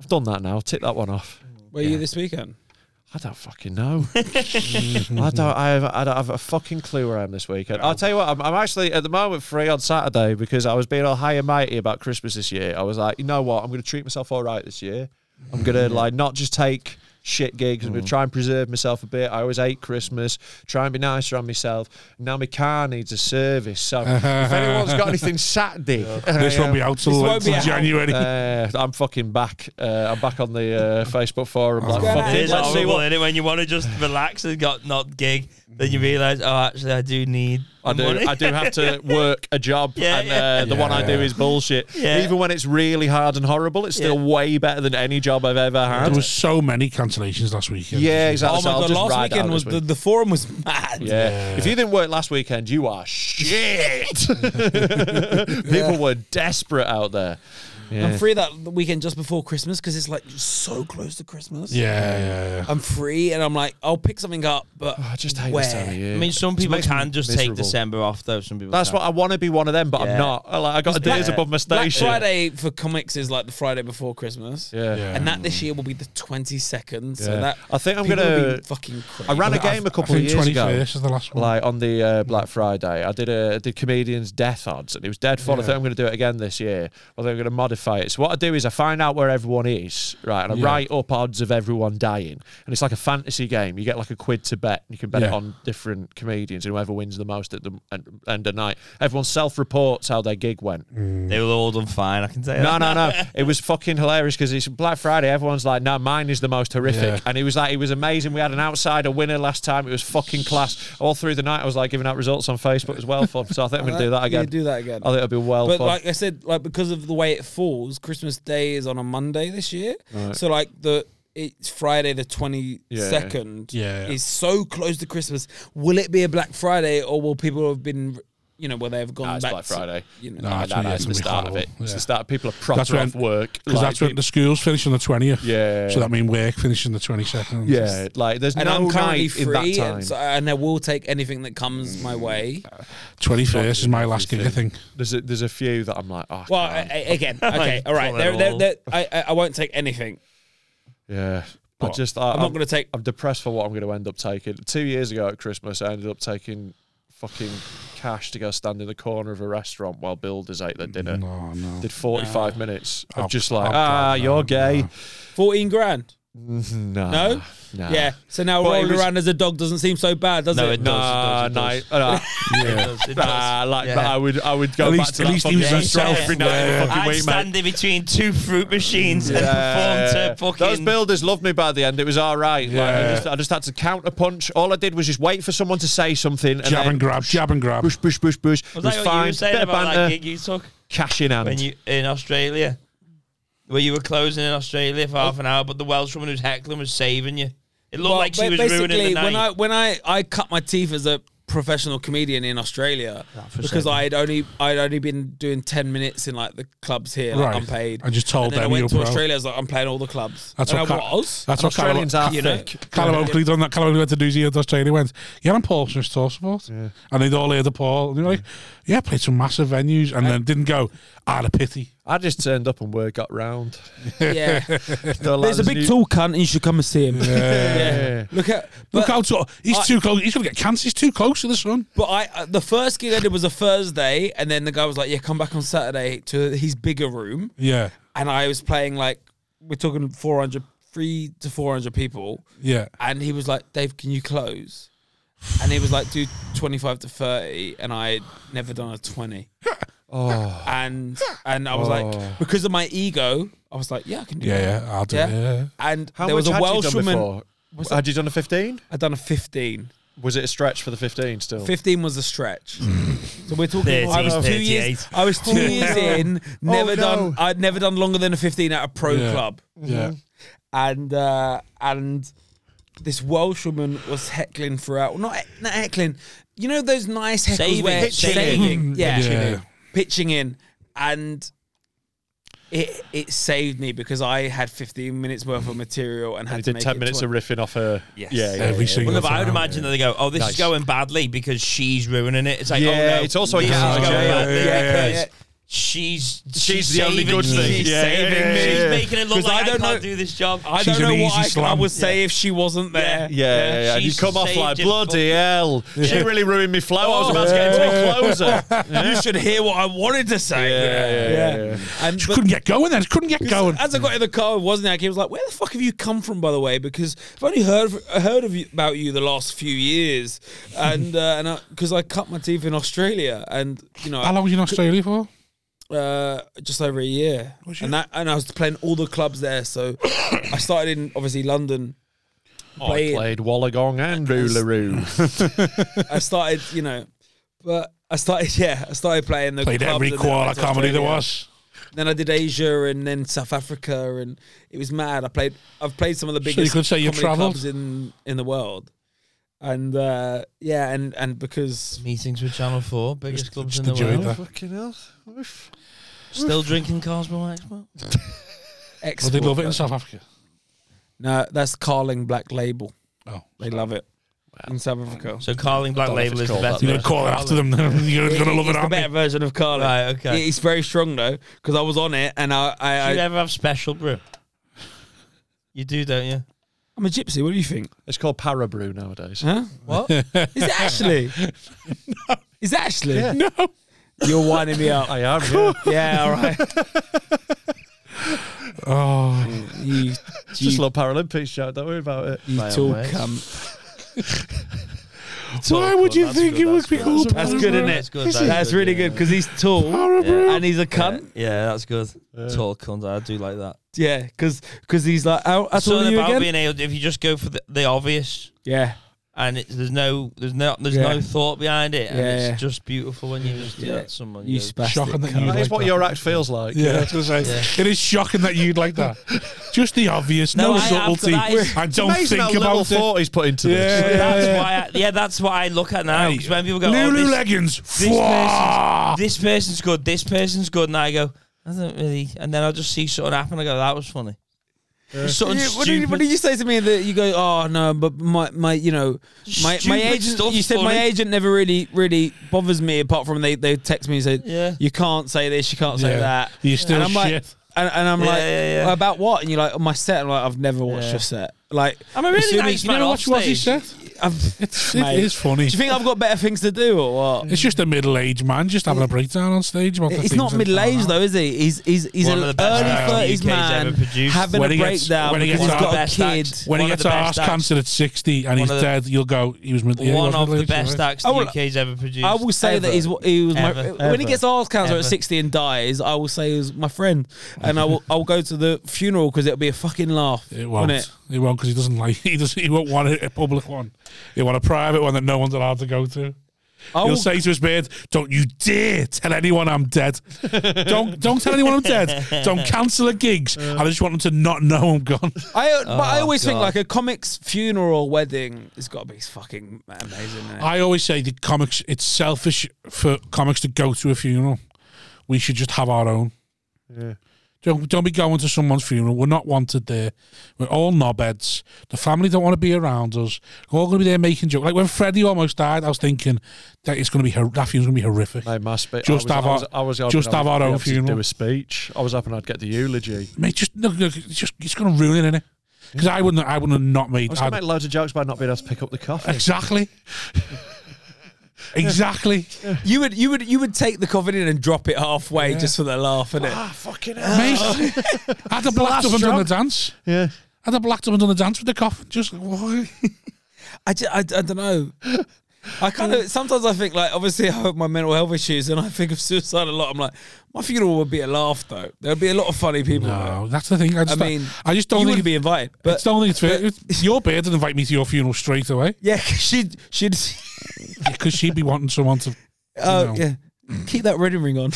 [SPEAKER 5] I've done that now. Tick that one off.
[SPEAKER 4] Were you this weekend?
[SPEAKER 5] I don't fucking know. I don't. I, have, I don't have a fucking clue where I am this weekend. I'll tell you what. I'm, I'm actually at the moment free on Saturday because I was being all high and mighty about Christmas this year. I was like, you know what? I'm going to treat myself all right this year. I'm going
[SPEAKER 1] Mm.
[SPEAKER 5] to like not just take shit gigs. I'm going to try and preserve myself a bit. I always hate Christmas. Try and be nicer on myself. Now my car needs a service.
[SPEAKER 1] <laughs>
[SPEAKER 5] So if anyone's got anything Saturday, <laughs>
[SPEAKER 1] This won't be out till,
[SPEAKER 4] won't be
[SPEAKER 1] till
[SPEAKER 4] out.
[SPEAKER 1] January.
[SPEAKER 5] Uh, I'm fucking back. Uh, I'm back on the uh, Facebook
[SPEAKER 1] Oh,
[SPEAKER 5] forum. Like,
[SPEAKER 4] going
[SPEAKER 5] fuck
[SPEAKER 4] on?
[SPEAKER 5] it,
[SPEAKER 2] It is
[SPEAKER 5] let's see
[SPEAKER 2] horrible,
[SPEAKER 5] what
[SPEAKER 2] innit? When you want to just relax and got not gig, then you realise, oh, actually, I do need.
[SPEAKER 5] I
[SPEAKER 2] the
[SPEAKER 5] do.
[SPEAKER 2] money.
[SPEAKER 5] I do
[SPEAKER 2] <laughs>
[SPEAKER 5] have to work a job,
[SPEAKER 2] Yeah,
[SPEAKER 5] and uh,
[SPEAKER 2] yeah.
[SPEAKER 5] the one I do is bullshit.
[SPEAKER 2] Yeah.
[SPEAKER 5] Even when it's really hard and horrible, it's still
[SPEAKER 2] Yeah.
[SPEAKER 5] way better than any job I've ever
[SPEAKER 1] There
[SPEAKER 5] had.
[SPEAKER 1] was so many cancellations last weekend.
[SPEAKER 5] yeah, exactly.
[SPEAKER 4] Oh
[SPEAKER 5] So
[SPEAKER 4] my
[SPEAKER 5] I'll
[SPEAKER 4] god!
[SPEAKER 5] just
[SPEAKER 4] Last
[SPEAKER 5] ride it out
[SPEAKER 4] weekend
[SPEAKER 5] this
[SPEAKER 4] was the,
[SPEAKER 5] week.
[SPEAKER 4] the forum was <laughs> mad.
[SPEAKER 5] Yeah. if you didn't work last weekend, you are
[SPEAKER 2] <laughs>
[SPEAKER 5] shit. <laughs> People were desperate out there.
[SPEAKER 4] I'm free that weekend just before Christmas because it's like so close to Christmas.
[SPEAKER 1] Yeah, yeah, yeah.
[SPEAKER 4] I'm free and I'm like, I'll pick something up, but
[SPEAKER 5] Oh, I just hate
[SPEAKER 4] where?
[SPEAKER 5] this time of year.
[SPEAKER 2] I mean, some people
[SPEAKER 5] makes me
[SPEAKER 2] can just
[SPEAKER 5] miserable.
[SPEAKER 2] take December off, though. Some people.
[SPEAKER 5] That's
[SPEAKER 2] can't.
[SPEAKER 5] what I want to be one of them, but I'm
[SPEAKER 2] Yeah.
[SPEAKER 5] not. I, like, I got a
[SPEAKER 2] Black-
[SPEAKER 5] days above my
[SPEAKER 4] Black
[SPEAKER 5] station.
[SPEAKER 4] Friday for comics is like the Friday before Christmas.
[SPEAKER 5] Yeah.
[SPEAKER 1] Yeah.
[SPEAKER 4] And that this year will be the 22nd. So
[SPEAKER 5] Yeah.
[SPEAKER 4] that
[SPEAKER 5] I think I'm
[SPEAKER 4] people
[SPEAKER 5] gonna-
[SPEAKER 4] will be fucking crazy.
[SPEAKER 5] I ran a
[SPEAKER 1] I-
[SPEAKER 5] game a couple
[SPEAKER 1] I
[SPEAKER 5] of
[SPEAKER 1] think
[SPEAKER 5] years ago.
[SPEAKER 1] 21st is the last one.
[SPEAKER 5] like on the uh, Black Friday, I did a I did comedians death odds, and it was dead fun. I think I'm going to do it again this year. I think I'm going to modify it. So what I do is I find out where everyone is, right, and I
[SPEAKER 1] Yeah.
[SPEAKER 5] write up odds of everyone dying, and it's like a fantasy game. You get like a quid to bet, and you can bet it
[SPEAKER 1] Yeah.
[SPEAKER 5] on different comedians, and whoever wins the most at the end, end of night, everyone self reports how their gig went.
[SPEAKER 2] They were all done fine. I can tell you.
[SPEAKER 5] No,
[SPEAKER 2] that.
[SPEAKER 5] no, no. It was fucking hilarious because it's Black Friday. Everyone's like, no, mine is the most horrific.
[SPEAKER 1] Yeah.
[SPEAKER 5] And it was like, it was amazing. We had an outsider winner last time. It was fucking class. All through the night, I was like giving out results on Facebook as well. Fun. So I think I'm going to do that again.
[SPEAKER 4] Yeah, do that again.
[SPEAKER 5] I think it'll be well
[SPEAKER 4] but
[SPEAKER 5] fun.
[SPEAKER 4] like I said, like because of the way it falls, Christmas Day is on a Monday this year. So like the it's Friday the twenty second.
[SPEAKER 1] Yeah.
[SPEAKER 4] is so close to Christmas. Will it be a Black Friday, or will people have been, you know, where they have gone
[SPEAKER 5] Nah, it's
[SPEAKER 4] back?
[SPEAKER 5] Black
[SPEAKER 4] to-
[SPEAKER 5] Friday.
[SPEAKER 4] you know,
[SPEAKER 1] Nah,
[SPEAKER 5] I
[SPEAKER 1] it's
[SPEAKER 5] know,
[SPEAKER 1] gonna be-
[SPEAKER 5] it's
[SPEAKER 1] it's
[SPEAKER 5] the
[SPEAKER 1] gonna be
[SPEAKER 5] start of it.
[SPEAKER 1] horrible.
[SPEAKER 5] It's
[SPEAKER 1] Yeah.
[SPEAKER 5] the start. People are proper
[SPEAKER 1] That's when-
[SPEAKER 5] off work.
[SPEAKER 1] Because
[SPEAKER 5] Like,
[SPEAKER 1] that's when the school's finish on the 20th.
[SPEAKER 5] Yeah.
[SPEAKER 1] So that means work finishing the 22nd.
[SPEAKER 5] yeah, like there's
[SPEAKER 4] And
[SPEAKER 5] no
[SPEAKER 4] I'm currently
[SPEAKER 5] night in that
[SPEAKER 4] free,
[SPEAKER 5] time.
[SPEAKER 4] and, so, and I will take anything that comes
[SPEAKER 5] Mm.
[SPEAKER 4] my
[SPEAKER 5] <laughs>
[SPEAKER 4] way.
[SPEAKER 1] 21st is my last gig, I think.
[SPEAKER 5] there's a, there's a few that I'm like, oh,
[SPEAKER 4] Well, I,
[SPEAKER 5] God.
[SPEAKER 4] I- again, okay, all right.
[SPEAKER 2] Full
[SPEAKER 4] There,
[SPEAKER 2] at
[SPEAKER 4] there,
[SPEAKER 2] all.
[SPEAKER 4] there, I, I- I won't take anything.
[SPEAKER 5] yeah. I just, I,
[SPEAKER 4] I'm not going to take.
[SPEAKER 5] I'm depressed for what I'm going to end up taking. Two years ago at Christmas, I ended up taking fucking cash to go stand in the corner of a restaurant while builders ate their dinner.
[SPEAKER 1] No, no.
[SPEAKER 5] Did 45 minutes of
[SPEAKER 1] I'll-
[SPEAKER 5] just like,
[SPEAKER 1] I'll
[SPEAKER 5] ah,
[SPEAKER 1] drive down,
[SPEAKER 5] you're gay.
[SPEAKER 4] Fourteen grand.
[SPEAKER 5] No.
[SPEAKER 4] No?
[SPEAKER 5] Nah.
[SPEAKER 4] Yeah. So now
[SPEAKER 5] But it
[SPEAKER 4] rolling
[SPEAKER 5] was-
[SPEAKER 4] around as a dog doesn't seem so bad, does
[SPEAKER 2] No,
[SPEAKER 4] it?
[SPEAKER 2] it does.
[SPEAKER 5] Nah,
[SPEAKER 2] it
[SPEAKER 5] nah,
[SPEAKER 2] does, it
[SPEAKER 5] nah,
[SPEAKER 2] It does, it does.
[SPEAKER 5] nah, like
[SPEAKER 2] Yeah.
[SPEAKER 5] that. I would, I would go
[SPEAKER 1] At
[SPEAKER 5] back
[SPEAKER 1] least-
[SPEAKER 5] to
[SPEAKER 1] at
[SPEAKER 5] that
[SPEAKER 1] least he
[SPEAKER 5] fucking
[SPEAKER 1] was
[SPEAKER 5] restaurant
[SPEAKER 1] himself.
[SPEAKER 5] every night of the
[SPEAKER 1] Yeah.
[SPEAKER 5] fucking
[SPEAKER 2] I'd
[SPEAKER 5] week, mate.
[SPEAKER 2] stand in between two fruit machines
[SPEAKER 5] Yeah.
[SPEAKER 2] and perform to
[SPEAKER 5] Those
[SPEAKER 2] fucking.
[SPEAKER 5] builders loved me by the end. It was all right. Like, I,
[SPEAKER 1] Yeah.
[SPEAKER 5] just, I just had to counter punch. All I did was just wait for someone to say something and
[SPEAKER 1] Jab
[SPEAKER 5] then
[SPEAKER 1] and grab, jab and grab.
[SPEAKER 5] Bush, bush, bush, bush.
[SPEAKER 2] Was
[SPEAKER 5] it was
[SPEAKER 2] that what
[SPEAKER 5] fine.
[SPEAKER 2] you were saying
[SPEAKER 5] Bit of
[SPEAKER 2] about
[SPEAKER 5] banter.
[SPEAKER 2] that gig you took
[SPEAKER 5] cash in hand.
[SPEAKER 2] when you in Australia, where you were closing in Australia for half an hour, but the Welsh woman who's heckling was saving you. It looked like she
[SPEAKER 4] ba-
[SPEAKER 2] was ruining the night.
[SPEAKER 4] when I when I, I cut my teeth as a professional comedian in Australia
[SPEAKER 1] Ah,
[SPEAKER 4] because I had only I'd only been doing ten minutes in like the clubs here, like
[SPEAKER 1] Right.
[SPEAKER 4] unpaid.
[SPEAKER 1] I just told
[SPEAKER 4] and then
[SPEAKER 1] them
[SPEAKER 4] I
[SPEAKER 1] you're
[SPEAKER 4] went to
[SPEAKER 1] pro.
[SPEAKER 4] Australia. I was like, I'm playing all the clubs.
[SPEAKER 1] That's
[SPEAKER 4] and
[SPEAKER 1] what
[SPEAKER 4] I
[SPEAKER 1] Cal- <laughs>
[SPEAKER 4] was.
[SPEAKER 1] That's what Callum,
[SPEAKER 5] Australians are
[SPEAKER 4] you know.
[SPEAKER 5] thick.
[SPEAKER 1] Callum Oakley done that. Callum Oakley went to New Zealand, Australia, went, yeah, I'm Paul Smith's tour support. And they'd all heard the Paul. And they were like, yeah, played some massive venues. And then didn't go, out of pity.
[SPEAKER 5] I just turned up and word got <laughs> round.
[SPEAKER 4] Yeah.
[SPEAKER 5] They were like,
[SPEAKER 4] There's a big
[SPEAKER 5] new-
[SPEAKER 4] tool cunt and you should come and
[SPEAKER 1] <laughs>
[SPEAKER 4] see him.
[SPEAKER 5] <laughs> Yeah.
[SPEAKER 4] Look at
[SPEAKER 1] Look
[SPEAKER 4] but-
[SPEAKER 1] out! so- He's
[SPEAKER 4] I-
[SPEAKER 1] too close. He's going to get cancer. He's too close to the sun.
[SPEAKER 4] But I, uh, the first gig I did was a Thursday, and then the guy was like, "Yeah, come back on Saturday to his bigger room."
[SPEAKER 1] Yeah,
[SPEAKER 4] And I was playing like we're talking 400, three to four hundred people,
[SPEAKER 1] yeah.
[SPEAKER 4] and he was like, "Dave, can you close?" And he was like, "Do twenty-five to 30, and I had never done
[SPEAKER 1] <laughs>
[SPEAKER 4] a twenty.
[SPEAKER 5] Oh,
[SPEAKER 4] And and I was
[SPEAKER 5] Oh.
[SPEAKER 4] like, because of my ego, I was like, "Yeah, I can do." that.
[SPEAKER 1] Yeah, yeah, I'll do
[SPEAKER 4] Yeah.
[SPEAKER 1] it. Yeah.
[SPEAKER 4] And
[SPEAKER 5] how
[SPEAKER 4] there was
[SPEAKER 5] much
[SPEAKER 4] a
[SPEAKER 5] had you done
[SPEAKER 4] Welshwoman.
[SPEAKER 5] before?
[SPEAKER 4] What's that?
[SPEAKER 5] Had you done a 15?
[SPEAKER 4] I'd done a fifteen.
[SPEAKER 5] Was it a stretch for the 15 still?
[SPEAKER 4] 15 was a stretch.
[SPEAKER 1] Mm.
[SPEAKER 4] so we're talking
[SPEAKER 2] Thirty,
[SPEAKER 4] I was two
[SPEAKER 2] 38.
[SPEAKER 4] years. I was two
[SPEAKER 5] <laughs>
[SPEAKER 4] years in, never
[SPEAKER 5] Oh, no.
[SPEAKER 4] done I'd never done longer than a 15 at a pro
[SPEAKER 1] Yeah.
[SPEAKER 4] club.
[SPEAKER 1] Yeah.
[SPEAKER 4] And uh and this Welsh woman was heckling throughout. Not, he- not heckling. You know those nice heckles
[SPEAKER 2] Saving,
[SPEAKER 4] where
[SPEAKER 2] pitching.
[SPEAKER 4] saving, yeah,
[SPEAKER 1] Yeah.
[SPEAKER 4] pitching in, and it it saved me because I had 15 minutes worth of material and had
[SPEAKER 5] I
[SPEAKER 4] to
[SPEAKER 5] did
[SPEAKER 4] make
[SPEAKER 5] 10
[SPEAKER 4] it
[SPEAKER 5] minutes
[SPEAKER 4] 20.
[SPEAKER 5] of riffing off her.
[SPEAKER 4] Yes.
[SPEAKER 5] Yeah, yeah,
[SPEAKER 1] Every
[SPEAKER 5] yeah.
[SPEAKER 1] single
[SPEAKER 2] Well, no, but I would
[SPEAKER 1] time,
[SPEAKER 2] imagine
[SPEAKER 1] yeah.
[SPEAKER 2] that they go, "Oh, this
[SPEAKER 5] Nice.
[SPEAKER 2] is going badly because she's ruining it." It's like,
[SPEAKER 5] Yeah,
[SPEAKER 2] "Oh no,
[SPEAKER 5] it's also a
[SPEAKER 2] this is
[SPEAKER 5] get out of
[SPEAKER 2] going
[SPEAKER 5] jail.
[SPEAKER 2] badly
[SPEAKER 5] Yeah,
[SPEAKER 4] yeah,
[SPEAKER 2] because
[SPEAKER 4] yeah.
[SPEAKER 2] She's she's,
[SPEAKER 5] the only
[SPEAKER 2] saving
[SPEAKER 5] good
[SPEAKER 2] me.
[SPEAKER 5] thing.
[SPEAKER 2] She's
[SPEAKER 5] Yeah, yeah,
[SPEAKER 2] saving
[SPEAKER 5] yeah,
[SPEAKER 2] me.
[SPEAKER 5] yeah.
[SPEAKER 2] She's making it look
[SPEAKER 4] 'Cause
[SPEAKER 2] like
[SPEAKER 4] I
[SPEAKER 2] I,
[SPEAKER 4] don't
[SPEAKER 2] can't
[SPEAKER 4] know-
[SPEAKER 2] do this job."
[SPEAKER 4] I
[SPEAKER 1] She's
[SPEAKER 4] don't know
[SPEAKER 1] an
[SPEAKER 4] what
[SPEAKER 1] easy
[SPEAKER 4] I, c- I
[SPEAKER 1] slam.
[SPEAKER 4] would say if she wasn't there.
[SPEAKER 5] Yeah, yeah, yeah. And you
[SPEAKER 2] She's
[SPEAKER 5] come off like,
[SPEAKER 2] saved it.
[SPEAKER 5] bloody hell. She really ruined me flow. I was about to get into a closer.
[SPEAKER 4] You should hear what I wanted to say.
[SPEAKER 5] yeah, yeah,
[SPEAKER 4] And
[SPEAKER 1] Just
[SPEAKER 4] but-
[SPEAKER 1] couldn't get going. Then couldn't get going.
[SPEAKER 4] As I got in the car with Wozniak, he was like, "Where the fuck have you come from, by the way? Because I've only heard heard of you, about you the last
[SPEAKER 1] <laughs>
[SPEAKER 4] few years, and uh, and because I, cut my teeth in Australia, and you know,
[SPEAKER 1] How long were you in Australia for?
[SPEAKER 4] uh, just over a year,
[SPEAKER 1] Was you-
[SPEAKER 4] and that and I was playing all the clubs there. So I started in obviously London.
[SPEAKER 5] I
[SPEAKER 4] playing.
[SPEAKER 5] played Wollongong and Roularoo.
[SPEAKER 4] I started, you know, but I started, <laughs> yeah, I started playing the
[SPEAKER 1] Played
[SPEAKER 4] clubs
[SPEAKER 1] every
[SPEAKER 4] and then I
[SPEAKER 1] quarter
[SPEAKER 4] went to
[SPEAKER 1] comedy there
[SPEAKER 4] Australia.
[SPEAKER 1] was.
[SPEAKER 4] Then I did Asia and then South Africa, and it was mad. I played. I've played some of the
[SPEAKER 1] you
[SPEAKER 4] biggest
[SPEAKER 1] could say you
[SPEAKER 4] comedy
[SPEAKER 1] travelled?
[SPEAKER 4] clubs in in the world, and uh, yeah, and and because
[SPEAKER 2] Meetings with Channel Four, biggest clubs in
[SPEAKER 1] Just
[SPEAKER 2] the
[SPEAKER 1] enjoyed
[SPEAKER 2] world.
[SPEAKER 1] that.
[SPEAKER 5] Fucking hell. Oof.
[SPEAKER 2] Still drinking Cosmo Expert.
[SPEAKER 1] Well,
[SPEAKER 4] export,
[SPEAKER 1] they love it in South Africa.
[SPEAKER 4] No, that's Carling Black Label.
[SPEAKER 1] Oh,
[SPEAKER 4] They love it in South Africa.
[SPEAKER 2] So Carling Black
[SPEAKER 5] Don't know if
[SPEAKER 2] Label is
[SPEAKER 5] it's
[SPEAKER 2] the
[SPEAKER 5] called
[SPEAKER 2] best.
[SPEAKER 5] that,
[SPEAKER 1] you don't
[SPEAKER 2] version.
[SPEAKER 1] call it after them. You're gonna love it,
[SPEAKER 4] it's the
[SPEAKER 1] aren't
[SPEAKER 4] better
[SPEAKER 1] you?
[SPEAKER 4] version of Carling.
[SPEAKER 2] Right, okay.
[SPEAKER 4] It's very strong though, because I was on it, and I, I,
[SPEAKER 2] Do you
[SPEAKER 4] I
[SPEAKER 2] ever have special brew? You do, don't you?
[SPEAKER 4] I'm a gypsy. What do you think?
[SPEAKER 5] It's called
[SPEAKER 4] <laughs>
[SPEAKER 5] Parabrew nowadays.
[SPEAKER 4] Huh? What is
[SPEAKER 1] <laughs>
[SPEAKER 4] it actually? Is it actually?
[SPEAKER 5] Yeah.
[SPEAKER 1] No,
[SPEAKER 4] You're winding me up.
[SPEAKER 1] <laughs>
[SPEAKER 5] I am. Yeah.
[SPEAKER 4] Yeah, all right.
[SPEAKER 2] Mm.
[SPEAKER 1] oh,
[SPEAKER 4] You,
[SPEAKER 5] Just
[SPEAKER 4] you
[SPEAKER 5] love Paralympics, Jack. Don't worry about it.
[SPEAKER 4] You
[SPEAKER 2] By all
[SPEAKER 4] talk.
[SPEAKER 2] means.
[SPEAKER 4] Um,
[SPEAKER 1] why would you think it would be called?
[SPEAKER 4] That's good, isn't it?
[SPEAKER 2] That's good.
[SPEAKER 4] that's really good because he's tall
[SPEAKER 2] Yeah.
[SPEAKER 4] and he's a
[SPEAKER 2] Yeah,
[SPEAKER 4] cunt.
[SPEAKER 2] yeah, that's good. Tall cunt. I do like that.
[SPEAKER 4] Yeah, because he's like, how, how tall are
[SPEAKER 2] Something
[SPEAKER 4] you
[SPEAKER 2] about
[SPEAKER 4] again?
[SPEAKER 2] being able. If you just go for the, the obvious,
[SPEAKER 4] yeah,
[SPEAKER 2] and it's there's no, there's no, there's
[SPEAKER 4] Yeah.
[SPEAKER 2] no thought behind it, and
[SPEAKER 4] Yeah,
[SPEAKER 2] it's
[SPEAKER 4] yeah.
[SPEAKER 2] just beautiful when you just do
[SPEAKER 4] Yeah.
[SPEAKER 2] that. to Someone
[SPEAKER 4] you
[SPEAKER 2] you.
[SPEAKER 4] spastic.
[SPEAKER 1] Shocking that you
[SPEAKER 5] That is
[SPEAKER 1] like
[SPEAKER 5] what
[SPEAKER 1] that.
[SPEAKER 5] your act feels like.
[SPEAKER 1] Yeah, I was gonna say it is shocking that you'd like that. Just the obvious, no,
[SPEAKER 2] No, I- after
[SPEAKER 1] subtlety,
[SPEAKER 2] that is-
[SPEAKER 1] and don't
[SPEAKER 5] Amazing
[SPEAKER 1] think
[SPEAKER 5] how
[SPEAKER 1] about
[SPEAKER 5] little
[SPEAKER 1] it.
[SPEAKER 5] thought he's put into this.
[SPEAKER 1] Yeah,
[SPEAKER 2] that's
[SPEAKER 1] yeah.
[SPEAKER 2] why. I, yeah, that's what I look at now.
[SPEAKER 1] Hey,
[SPEAKER 2] 'cause when people go, oh,
[SPEAKER 1] Lulu Ah.
[SPEAKER 2] this,
[SPEAKER 1] leggings.
[SPEAKER 2] person's-
[SPEAKER 1] Fwah!
[SPEAKER 2] this person's good, this person's good, and I go, I don't really. And then I'll just see something happen. I go, that was funny. Something
[SPEAKER 4] Yeah, what, did you,
[SPEAKER 2] stupid.
[SPEAKER 4] what did you say to me that you go? Oh no, but my my you know my my
[SPEAKER 2] Stupid
[SPEAKER 4] agent.
[SPEAKER 2] stuff,
[SPEAKER 4] You said my
[SPEAKER 2] funny.
[SPEAKER 4] agent never really really bothers me apart from they they text me and say
[SPEAKER 2] Yeah.
[SPEAKER 4] you can't say this, you can't say
[SPEAKER 1] Yeah.
[SPEAKER 4] that.
[SPEAKER 1] You still
[SPEAKER 4] and I'm Like,
[SPEAKER 1] shit.
[SPEAKER 4] and, and I'm
[SPEAKER 2] Yeah,
[SPEAKER 4] like,
[SPEAKER 2] yeah, yeah.
[SPEAKER 4] "Well, about what? And you're like, oh, my set. I'm like, I've never watched
[SPEAKER 2] Yeah.
[SPEAKER 4] your set. Like,
[SPEAKER 2] I'm a really
[SPEAKER 4] assuming-
[SPEAKER 2] nice
[SPEAKER 1] You never
[SPEAKER 2] man
[SPEAKER 1] watch
[SPEAKER 2] off
[SPEAKER 1] what he
[SPEAKER 2] stage.
[SPEAKER 1] said.
[SPEAKER 4] I've-
[SPEAKER 1] It's,
[SPEAKER 4] Mate.
[SPEAKER 1] it is funny.
[SPEAKER 4] do you think I've got better things to do or what?
[SPEAKER 1] It's just a middle-aged man just having a breakdown on stage. About the
[SPEAKER 4] It's
[SPEAKER 1] things
[SPEAKER 4] not
[SPEAKER 1] that
[SPEAKER 4] middle aged
[SPEAKER 1] go
[SPEAKER 4] though, is he? He's he's he's
[SPEAKER 2] One of
[SPEAKER 4] an early
[SPEAKER 2] the best acts the
[SPEAKER 4] thirties
[SPEAKER 2] UK's
[SPEAKER 4] man
[SPEAKER 2] ever produced.
[SPEAKER 4] having
[SPEAKER 1] When
[SPEAKER 4] a
[SPEAKER 1] he gets-
[SPEAKER 4] breakdown
[SPEAKER 1] when he
[SPEAKER 4] because he's
[SPEAKER 1] gets
[SPEAKER 4] got a
[SPEAKER 2] out- Best acts.
[SPEAKER 4] kid.
[SPEAKER 1] on. When he
[SPEAKER 2] One of
[SPEAKER 1] gets
[SPEAKER 2] the
[SPEAKER 1] asked
[SPEAKER 2] best acts.
[SPEAKER 1] cancer at sixty and
[SPEAKER 2] One
[SPEAKER 1] he's
[SPEAKER 2] of the-
[SPEAKER 1] dead, you'll go. He was mid- yeah, he
[SPEAKER 2] One
[SPEAKER 1] was
[SPEAKER 2] of the
[SPEAKER 1] middle-aged,
[SPEAKER 2] best
[SPEAKER 1] right?
[SPEAKER 2] acts the
[SPEAKER 4] I will-
[SPEAKER 2] UK's ever produced.
[SPEAKER 4] I will say that
[SPEAKER 2] Ever.
[SPEAKER 4] he's what he was my,
[SPEAKER 2] Ever.
[SPEAKER 4] when he
[SPEAKER 2] Ever.
[SPEAKER 4] gets asked cancer at
[SPEAKER 2] Ever.
[SPEAKER 4] sixty and dies. I will say he was my friend, and I will I will go to the funeral because it'll be a fucking laugh.
[SPEAKER 1] It won't.
[SPEAKER 4] It?
[SPEAKER 1] It? won't because he doesn't like. <laughs> He does. He won't want a, a public one. He want a private one that no one's allowed to go to.
[SPEAKER 4] I
[SPEAKER 2] Oh.
[SPEAKER 4] will,
[SPEAKER 1] He'll say to his beard, "Don't you dare tell anyone I'm dead. don't don't tell anyone I'm
[SPEAKER 2] <laughs>
[SPEAKER 1] dead. Don't cancel the gigs. And I just want them to not know I'm gone.
[SPEAKER 4] I but I
[SPEAKER 2] Oh,
[SPEAKER 4] always think
[SPEAKER 2] God.
[SPEAKER 4] like a comics funeral wedding has got to be fucking amazing. isn't it?
[SPEAKER 1] I always say the comics. It's selfish for comics to go to a funeral. We should just have our own.
[SPEAKER 5] Yeah.
[SPEAKER 1] Don't, don't be going to someone's funeral. We're not wanted there. We're all knobheads. The family don't want to be around us. We're all going to be there making jokes. Like when Freddie almost died, I was thinking that it's going to be hor- that funeral's going to be horrific.
[SPEAKER 5] Mate, my spe-
[SPEAKER 1] Just
[SPEAKER 5] I was,
[SPEAKER 1] have
[SPEAKER 5] I
[SPEAKER 1] our-
[SPEAKER 5] was, I was hoping
[SPEAKER 1] just
[SPEAKER 5] I would
[SPEAKER 1] have our
[SPEAKER 5] be
[SPEAKER 1] own
[SPEAKER 5] able to
[SPEAKER 1] funeral.
[SPEAKER 5] Do a speech. I was hoping I'd get the eulogy.
[SPEAKER 1] Mate, just no, no, it's just it's going to ruin it, innit? Because I wouldn't, I wouldn't have not
[SPEAKER 5] I
[SPEAKER 1] made.
[SPEAKER 5] was going to
[SPEAKER 1] I'd-
[SPEAKER 5] make loads of jokes about not being able to pick up the coffee. <laughs>
[SPEAKER 1] exactly, exactly.
[SPEAKER 4] You would, you would, you would take the coffin in and drop it halfway just for the laugh, and it.
[SPEAKER 5] ah, fucking hell.
[SPEAKER 1] Mate, I'd have blacked
[SPEAKER 5] last
[SPEAKER 1] up and done
[SPEAKER 5] drop.
[SPEAKER 1] the dance.
[SPEAKER 5] Yeah.
[SPEAKER 1] I'd have blacked up and done the dance with the coffin. Just why?
[SPEAKER 4] I, ju- I, I don't know. I kind of sometimes I think like obviously I have my mental health issues and I think of suicide a lot. I'm like my funeral would be a laugh though. There'd be a lot of funny people. there.
[SPEAKER 1] no, that's the thing. I just,
[SPEAKER 4] I mean,
[SPEAKER 1] I just
[SPEAKER 4] you
[SPEAKER 1] don't
[SPEAKER 4] wouldn't
[SPEAKER 1] think.
[SPEAKER 4] be invited. But
[SPEAKER 1] it's only it's your beard didn't invite me to your funeral straight <laughs> away
[SPEAKER 4] yeah, 'cause she'd she'd
[SPEAKER 1] because she'd be wanting someone to.
[SPEAKER 4] uh,
[SPEAKER 1] know.
[SPEAKER 4] yeah keep that wedding ring on.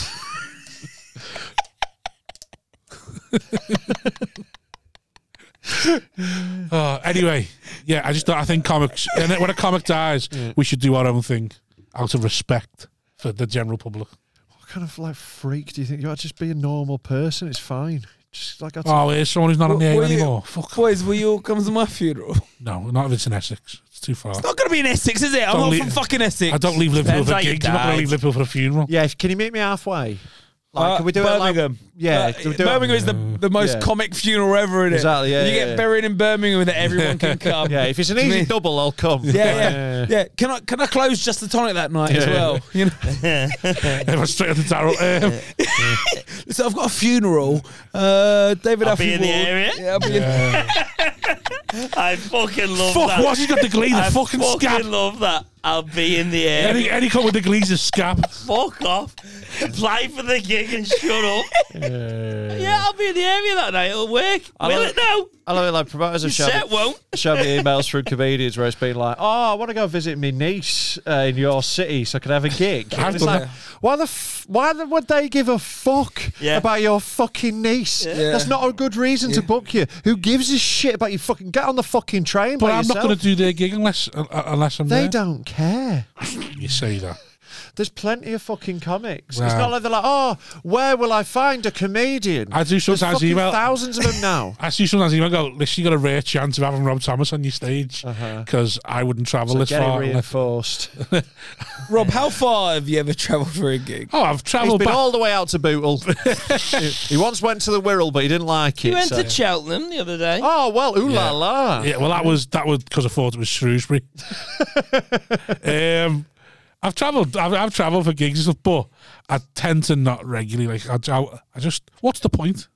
[SPEAKER 1] Uh, anyway, yeah, I just don't, I think comics. And when a comic dies, we should do our own thing out of respect for the general public.
[SPEAKER 5] What kind of like freak do you think you are? Just be a normal person. It's fine. Just like I t-
[SPEAKER 1] Oh, here's someone who's not on
[SPEAKER 4] Were-
[SPEAKER 1] the air
[SPEAKER 4] <laughs> were you-
[SPEAKER 1] anymore. Fuck.
[SPEAKER 4] Boys, will you all come to my funeral? <laughs> It's
[SPEAKER 1] No, not if it's in Essex. It's too far.
[SPEAKER 4] not gonna be in Essex, is it? I'm
[SPEAKER 1] Don't
[SPEAKER 4] not
[SPEAKER 1] leave-
[SPEAKER 4] from fucking Essex.
[SPEAKER 1] I don't leave Liverpool
[SPEAKER 2] Depends
[SPEAKER 1] for
[SPEAKER 2] how you
[SPEAKER 1] gigs. I'm not going
[SPEAKER 2] died.
[SPEAKER 1] to leave Liverpool for a funeral.
[SPEAKER 5] yeah, if- can you meet me halfway? Like,
[SPEAKER 4] Uh,
[SPEAKER 5] can we do it?
[SPEAKER 4] Birmingham.
[SPEAKER 5] Like, yeah,
[SPEAKER 4] Uh,
[SPEAKER 5] can we do it-
[SPEAKER 4] Birmingham is the, the most
[SPEAKER 5] Yeah.
[SPEAKER 4] comic funeral ever. In
[SPEAKER 5] Exactly, yeah,
[SPEAKER 4] You
[SPEAKER 5] yeah,
[SPEAKER 4] get
[SPEAKER 5] yeah.
[SPEAKER 4] buried in Birmingham and everyone
[SPEAKER 5] <laughs>
[SPEAKER 4] can come.
[SPEAKER 5] Yeah, if it's an
[SPEAKER 4] Do you
[SPEAKER 5] easy
[SPEAKER 4] mean-
[SPEAKER 5] double, I'll come.
[SPEAKER 4] Yeah, yeah, yeah. Can I can I close just the tonic that night as
[SPEAKER 5] Yeah.
[SPEAKER 4] well? You know,
[SPEAKER 1] If I straight at the <laughs> tarot. Um,
[SPEAKER 4] so I've got a funeral. Uh, David,
[SPEAKER 2] I'll
[SPEAKER 4] Huffey
[SPEAKER 2] be in the
[SPEAKER 4] Ward.
[SPEAKER 2] area.
[SPEAKER 4] Yeah, I'll be in-
[SPEAKER 2] I fucking love
[SPEAKER 1] fuck,
[SPEAKER 2] that.
[SPEAKER 1] what's he got the glee? The
[SPEAKER 2] I
[SPEAKER 1] fucking scab.
[SPEAKER 2] love that. I'll be in the air.
[SPEAKER 1] Any, any come with the glee's a scab.
[SPEAKER 2] Fuck off. Apply for the gig and shut up.
[SPEAKER 5] yeah.
[SPEAKER 2] Yeah, I'll be in the area that night. It'll work.
[SPEAKER 5] I
[SPEAKER 2] Will
[SPEAKER 5] love-
[SPEAKER 2] it now?
[SPEAKER 5] I love it. Like promoters have showed
[SPEAKER 2] Set
[SPEAKER 5] me,
[SPEAKER 2] won't.
[SPEAKER 5] showed me emails from comedians where it's been like, "Oh, I want to go visit my niece uh, in your city, so I can have a gig."
[SPEAKER 1] I've
[SPEAKER 5] And it's
[SPEAKER 1] done
[SPEAKER 5] like,
[SPEAKER 1] that.
[SPEAKER 5] why the f- why the, would they give a fuck
[SPEAKER 2] Yeah.
[SPEAKER 5] about your fucking niece?
[SPEAKER 4] Yeah.
[SPEAKER 5] That's not a good reason to book you. Who gives a shit about you? Fucking get on the fucking train.
[SPEAKER 1] But
[SPEAKER 5] by
[SPEAKER 1] I'm not
[SPEAKER 5] yourself.
[SPEAKER 1] going to do their gig unless uh, uh, unless I'm
[SPEAKER 5] They
[SPEAKER 1] there.
[SPEAKER 5] don't care.
[SPEAKER 1] You say that.
[SPEAKER 5] There's plenty of fucking comics. It's
[SPEAKER 1] Wow.
[SPEAKER 5] not like they're like, oh, where will I find a comedian?
[SPEAKER 1] I do
[SPEAKER 5] There's
[SPEAKER 1] sometimes
[SPEAKER 5] fucking
[SPEAKER 1] email-
[SPEAKER 5] thousands of
[SPEAKER 1] <laughs>
[SPEAKER 5] them now.
[SPEAKER 1] I see sometimes you go, listen, you got a rare chance of having Rob Thomas on your stage because I wouldn't travel
[SPEAKER 5] Uh-huh. So
[SPEAKER 1] this
[SPEAKER 5] get it
[SPEAKER 1] far. unless-
[SPEAKER 5] reinforced.
[SPEAKER 4] Rob, how far have you ever travelled for a gig?
[SPEAKER 1] Oh, I've
[SPEAKER 5] He's
[SPEAKER 1] travelled
[SPEAKER 5] been
[SPEAKER 1] back.
[SPEAKER 5] all the way out
[SPEAKER 1] <laughs>
[SPEAKER 5] to Bootle. he once went to the Wirral, but he didn't like it.
[SPEAKER 2] You went
[SPEAKER 5] so-
[SPEAKER 2] to Cheltenham the other day.
[SPEAKER 5] oh well, ooh la la.
[SPEAKER 1] yeah, well, that was that was because I thought it was
[SPEAKER 5] <laughs>
[SPEAKER 1] Shrewsbury. um, I've travelled. I've, I've travelled for gigs and stuff, but I tend to not regularly. Like I, I, I just, what's the point?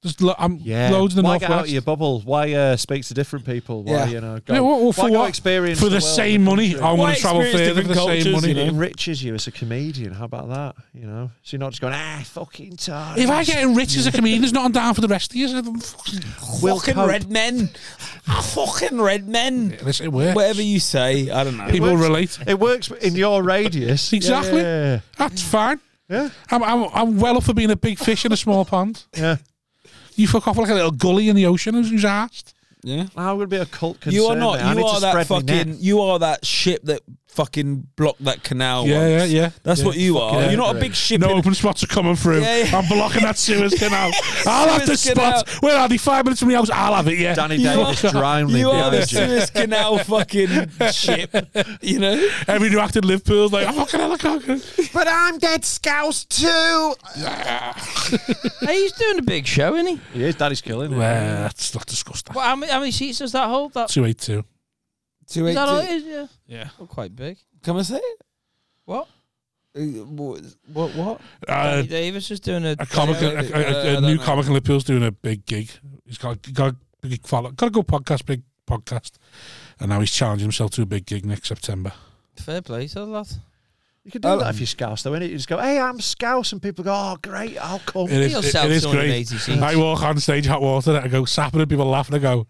[SPEAKER 1] Just lo- I'm
[SPEAKER 5] Yeah.
[SPEAKER 1] loads in the
[SPEAKER 5] Why
[SPEAKER 1] northwest.
[SPEAKER 5] get out of your bubble? Why uh, speak to different people? Why
[SPEAKER 4] Yeah.
[SPEAKER 5] you know? Go,
[SPEAKER 1] Yeah, well, well, for
[SPEAKER 5] why go
[SPEAKER 1] what?
[SPEAKER 5] experience
[SPEAKER 1] for the,
[SPEAKER 5] world
[SPEAKER 1] same money,
[SPEAKER 5] country?
[SPEAKER 1] I'm
[SPEAKER 4] Why
[SPEAKER 1] going to travel
[SPEAKER 4] experience
[SPEAKER 1] further for the
[SPEAKER 4] different
[SPEAKER 1] same
[SPEAKER 4] cultures,
[SPEAKER 1] money.
[SPEAKER 4] you
[SPEAKER 5] It
[SPEAKER 4] know?
[SPEAKER 5] enriches you as a comedian. How about that? You know, so you're not just going ah fucking time.
[SPEAKER 1] If I get rich as a comedian, it's not on down for the rest of you. so I'm fucking-
[SPEAKER 5] Will
[SPEAKER 4] fucking
[SPEAKER 5] Cope.
[SPEAKER 4] red men, fucking red men.
[SPEAKER 1] Listen, it works.
[SPEAKER 4] Whatever you say, I don't know.
[SPEAKER 1] People
[SPEAKER 5] works.
[SPEAKER 1] relate.
[SPEAKER 5] it works in your
[SPEAKER 1] <laughs>
[SPEAKER 5] radius.
[SPEAKER 1] Exactly.
[SPEAKER 5] Yeah.
[SPEAKER 1] That's fine.
[SPEAKER 5] Yeah.
[SPEAKER 1] I'm, I'm, I'm well up for being a big fish in a small pond.
[SPEAKER 5] yeah.
[SPEAKER 1] You fuck off like a little gully in the ocean who's, who's asked.
[SPEAKER 4] Yeah.
[SPEAKER 5] I'm going to be a cult concern.
[SPEAKER 4] You are not.
[SPEAKER 5] mate. I
[SPEAKER 4] You
[SPEAKER 5] need to
[SPEAKER 4] are that
[SPEAKER 5] spread my net.
[SPEAKER 4] fucking. You are that ship that fucking blocked that canal.
[SPEAKER 1] Yeah,
[SPEAKER 4] once.
[SPEAKER 1] yeah, yeah.
[SPEAKER 4] That's
[SPEAKER 1] Yeah.
[SPEAKER 4] what you are.
[SPEAKER 5] yeah,
[SPEAKER 4] You're not a
[SPEAKER 5] correct.
[SPEAKER 4] big ship.
[SPEAKER 1] No
[SPEAKER 4] in-
[SPEAKER 1] open spots are coming through.
[SPEAKER 4] Yeah, yeah.
[SPEAKER 1] I'm blocking that Suez <laughs> Canal. I'll have the
[SPEAKER 4] Suez Canal.
[SPEAKER 1] spot. Where are they? Five minutes from the house. I'll have it, yeah.
[SPEAKER 5] Danny
[SPEAKER 4] <laughs> You
[SPEAKER 5] Davis
[SPEAKER 4] are-
[SPEAKER 5] drowned me
[SPEAKER 4] you are the
[SPEAKER 5] behind you.
[SPEAKER 4] Suez Canal fucking ship. You know.
[SPEAKER 1] Every new act in Liverpool's like, I'm fucking helicopter.
[SPEAKER 5] But I'm dead scouse too.
[SPEAKER 2] Hey, he's doing a big show, isn't he?
[SPEAKER 5] He is. Daddy's killing
[SPEAKER 1] Well, that's not disgusting.
[SPEAKER 2] Well, how, many, how many seats does that hold? That,
[SPEAKER 1] 282.
[SPEAKER 4] Two
[SPEAKER 2] is
[SPEAKER 4] eight
[SPEAKER 2] that
[SPEAKER 4] two-
[SPEAKER 2] all it is? Yeah.
[SPEAKER 1] Yeah.
[SPEAKER 2] Not quite big.
[SPEAKER 4] Can I say it?
[SPEAKER 2] What?
[SPEAKER 4] Uh, What? What? what?
[SPEAKER 1] Uh,
[SPEAKER 2] Danny Davis is doing a.
[SPEAKER 1] a comic, a,
[SPEAKER 4] Yeah,
[SPEAKER 1] a, a,
[SPEAKER 4] I
[SPEAKER 1] a
[SPEAKER 4] don't
[SPEAKER 1] new
[SPEAKER 4] know.
[SPEAKER 1] comic in Liverpool's doing a big gig. He's got got a big follow, got a good podcast, big podcast, and now he's challenging himself to a big gig next September.
[SPEAKER 2] Fair play to the lad.
[SPEAKER 5] You could do that if you're scouse though, innit? You just go, hey, I'm scouse, and people go, oh, great, I'll come.
[SPEAKER 1] It is,
[SPEAKER 2] He'll
[SPEAKER 1] it,
[SPEAKER 2] sell
[SPEAKER 1] it is great.
[SPEAKER 2] 280 seats.
[SPEAKER 1] I walk on stage hot water, I go sapping, and people laugh, and I go,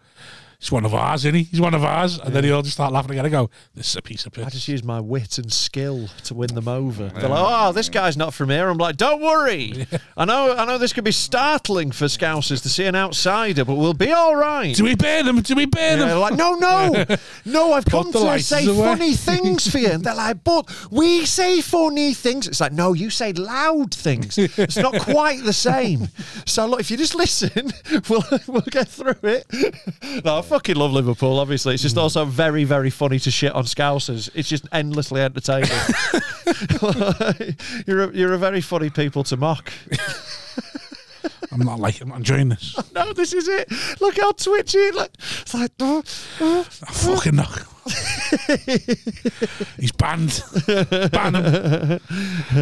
[SPEAKER 1] he's one of ours, isn't he? He's one of ours. And then he'll just start laughing again and go, this is a piece of
[SPEAKER 5] I
[SPEAKER 1] piss.
[SPEAKER 5] just use my wit and skill to win them over. They're like, "Oh, this guy's not from here." I'm like, "Don't worry. I know. I know this could be startling for Scousers to see an outsider, but we'll be all right."
[SPEAKER 1] Do we ban them? Do we ban
[SPEAKER 5] And they're
[SPEAKER 1] them?
[SPEAKER 5] like, no, <laughs> no, no, I've come
[SPEAKER 1] the
[SPEAKER 5] to
[SPEAKER 1] lights
[SPEAKER 5] say
[SPEAKER 1] away.
[SPEAKER 5] funny things for you. And they're like, but we say funny things. It's like, no, you say loud things. It's not <laughs> quite the same. So, look, if you just listen, <laughs> we'll, we'll get through it. Mm. No, I fucking love Liverpool, obviously. It's just also very, very funny to shit on Scousers. It's just endlessly <laughs> entertaining. you're, a, you're a very funny people to mock. <laughs>
[SPEAKER 1] I'm not like, I'm not enjoying this.
[SPEAKER 5] No, this is it. Look how twitchy. Like, it's like, oh, oh.
[SPEAKER 1] I fucking no. he's banned. Ban him.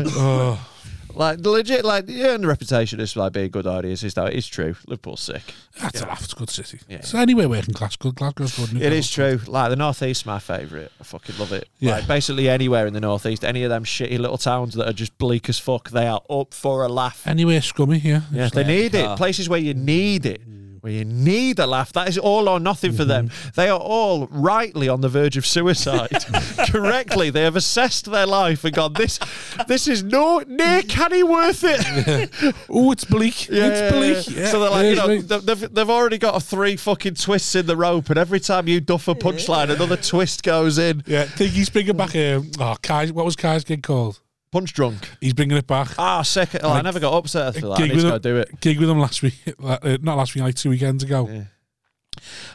[SPEAKER 1] Oh,
[SPEAKER 5] Like legit, like you earn the reputation as like being good audience. It's that it's true. Liverpool's sick.
[SPEAKER 1] that's a laugh. It's a good city.
[SPEAKER 5] Yeah.
[SPEAKER 1] So anyway, working class good. Glasgow's good.
[SPEAKER 5] It is true. Like the northeast, my favourite. I fucking love it.
[SPEAKER 1] Yeah.
[SPEAKER 5] Like basically anywhere in the northeast, any of them shitty little towns that are just bleak as fuck, they are up for a laugh.
[SPEAKER 1] Anyway, scummy. Yeah.
[SPEAKER 5] Yeah, they need
[SPEAKER 2] Ah.
[SPEAKER 5] it. Places where you need it, where you need a laugh. That is all or nothing for them. They are all rightly on the verge of suicide. Correctly, they have assessed their life and gone, "This, this is no near canny worth it."
[SPEAKER 1] Oh, it's bleak. it's bleak. Yeah.
[SPEAKER 5] So they're
[SPEAKER 1] It
[SPEAKER 5] like, you
[SPEAKER 1] is
[SPEAKER 5] know,
[SPEAKER 1] bleak.
[SPEAKER 5] they've, they've- they've already got three fucking twists in the rope, and every time you duff a punchline, another twist goes in.
[SPEAKER 1] yeah. Think he's bringing back. Um, oh, Kai's, what was Kai's gig called?
[SPEAKER 5] Punch drunk.
[SPEAKER 1] He's bringing it back.
[SPEAKER 5] Ah, second. Oh, I
[SPEAKER 1] Like,
[SPEAKER 5] never got upset after that. I
[SPEAKER 1] gig
[SPEAKER 5] need to
[SPEAKER 1] with
[SPEAKER 5] go
[SPEAKER 1] a-
[SPEAKER 5] do it.
[SPEAKER 1] gig with him last week, <laughs> like, uh, not last week, like two weekends ago.
[SPEAKER 5] Yeah.
[SPEAKER 1] And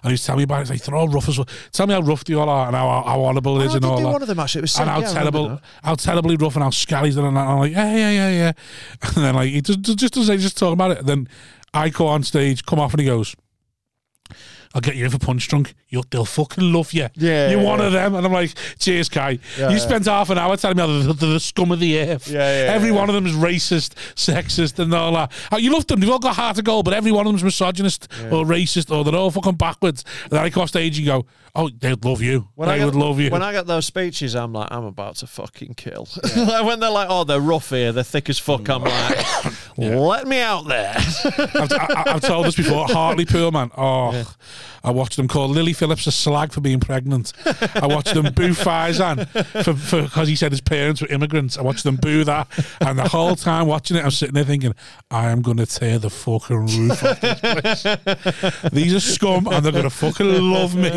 [SPEAKER 1] he was telling me about it. He's like, they're all rough as well. Tell me how rough they all are and how, how horrible it
[SPEAKER 5] Oh,
[SPEAKER 1] is
[SPEAKER 5] I
[SPEAKER 1] and
[SPEAKER 5] did
[SPEAKER 1] all
[SPEAKER 5] do
[SPEAKER 1] that.
[SPEAKER 5] one of them actually. It was sick.
[SPEAKER 1] and how
[SPEAKER 5] Yeah, I remember
[SPEAKER 1] terrible,
[SPEAKER 5] now.
[SPEAKER 1] how terribly rough and how scally's and that. And I'm like, yeah, yeah, yeah, yeah. <laughs> And then like he just just does just talking about it. And then I go on stage, come off, and he goes, "I'll get you in for punch drunk. You'll they'll fucking love you.
[SPEAKER 5] Yeah,
[SPEAKER 1] you're
[SPEAKER 5] yeah,
[SPEAKER 1] one
[SPEAKER 5] yeah.
[SPEAKER 1] of them." And I'm like, "Cheers, Kai.
[SPEAKER 5] Yeah,
[SPEAKER 1] you
[SPEAKER 5] yeah.
[SPEAKER 1] spent half an hour telling me how they're, they're the scum of the earth.
[SPEAKER 5] Yeah, yeah,
[SPEAKER 1] every
[SPEAKER 5] yeah.
[SPEAKER 1] one of them is racist, sexist, and all that. Oh, you love them. They've all got heart of gold, but every one of them's misogynist or racist or they're all fucking backwards." And then I go off stage and go, "Oh, they'd love you. they
[SPEAKER 5] get-
[SPEAKER 1] would love you."
[SPEAKER 5] When I get those speeches, I'm like, I'm about to fucking kill. <laughs> like when they're like, oh, they're rough here, they're thick as fuck. I'm like, let me out there.
[SPEAKER 1] I've, I, I've told this before. Hartley Poor man. Oh, I watched them call Lily Phillips a slag for being pregnant. I watched them boo Faizan for for because he said his parents were immigrants. I watched them boo that, and the whole time watching it, I'm sitting there thinking, I am going to tear the fucking roof off this place. These are scum, and they're going to fucking love me.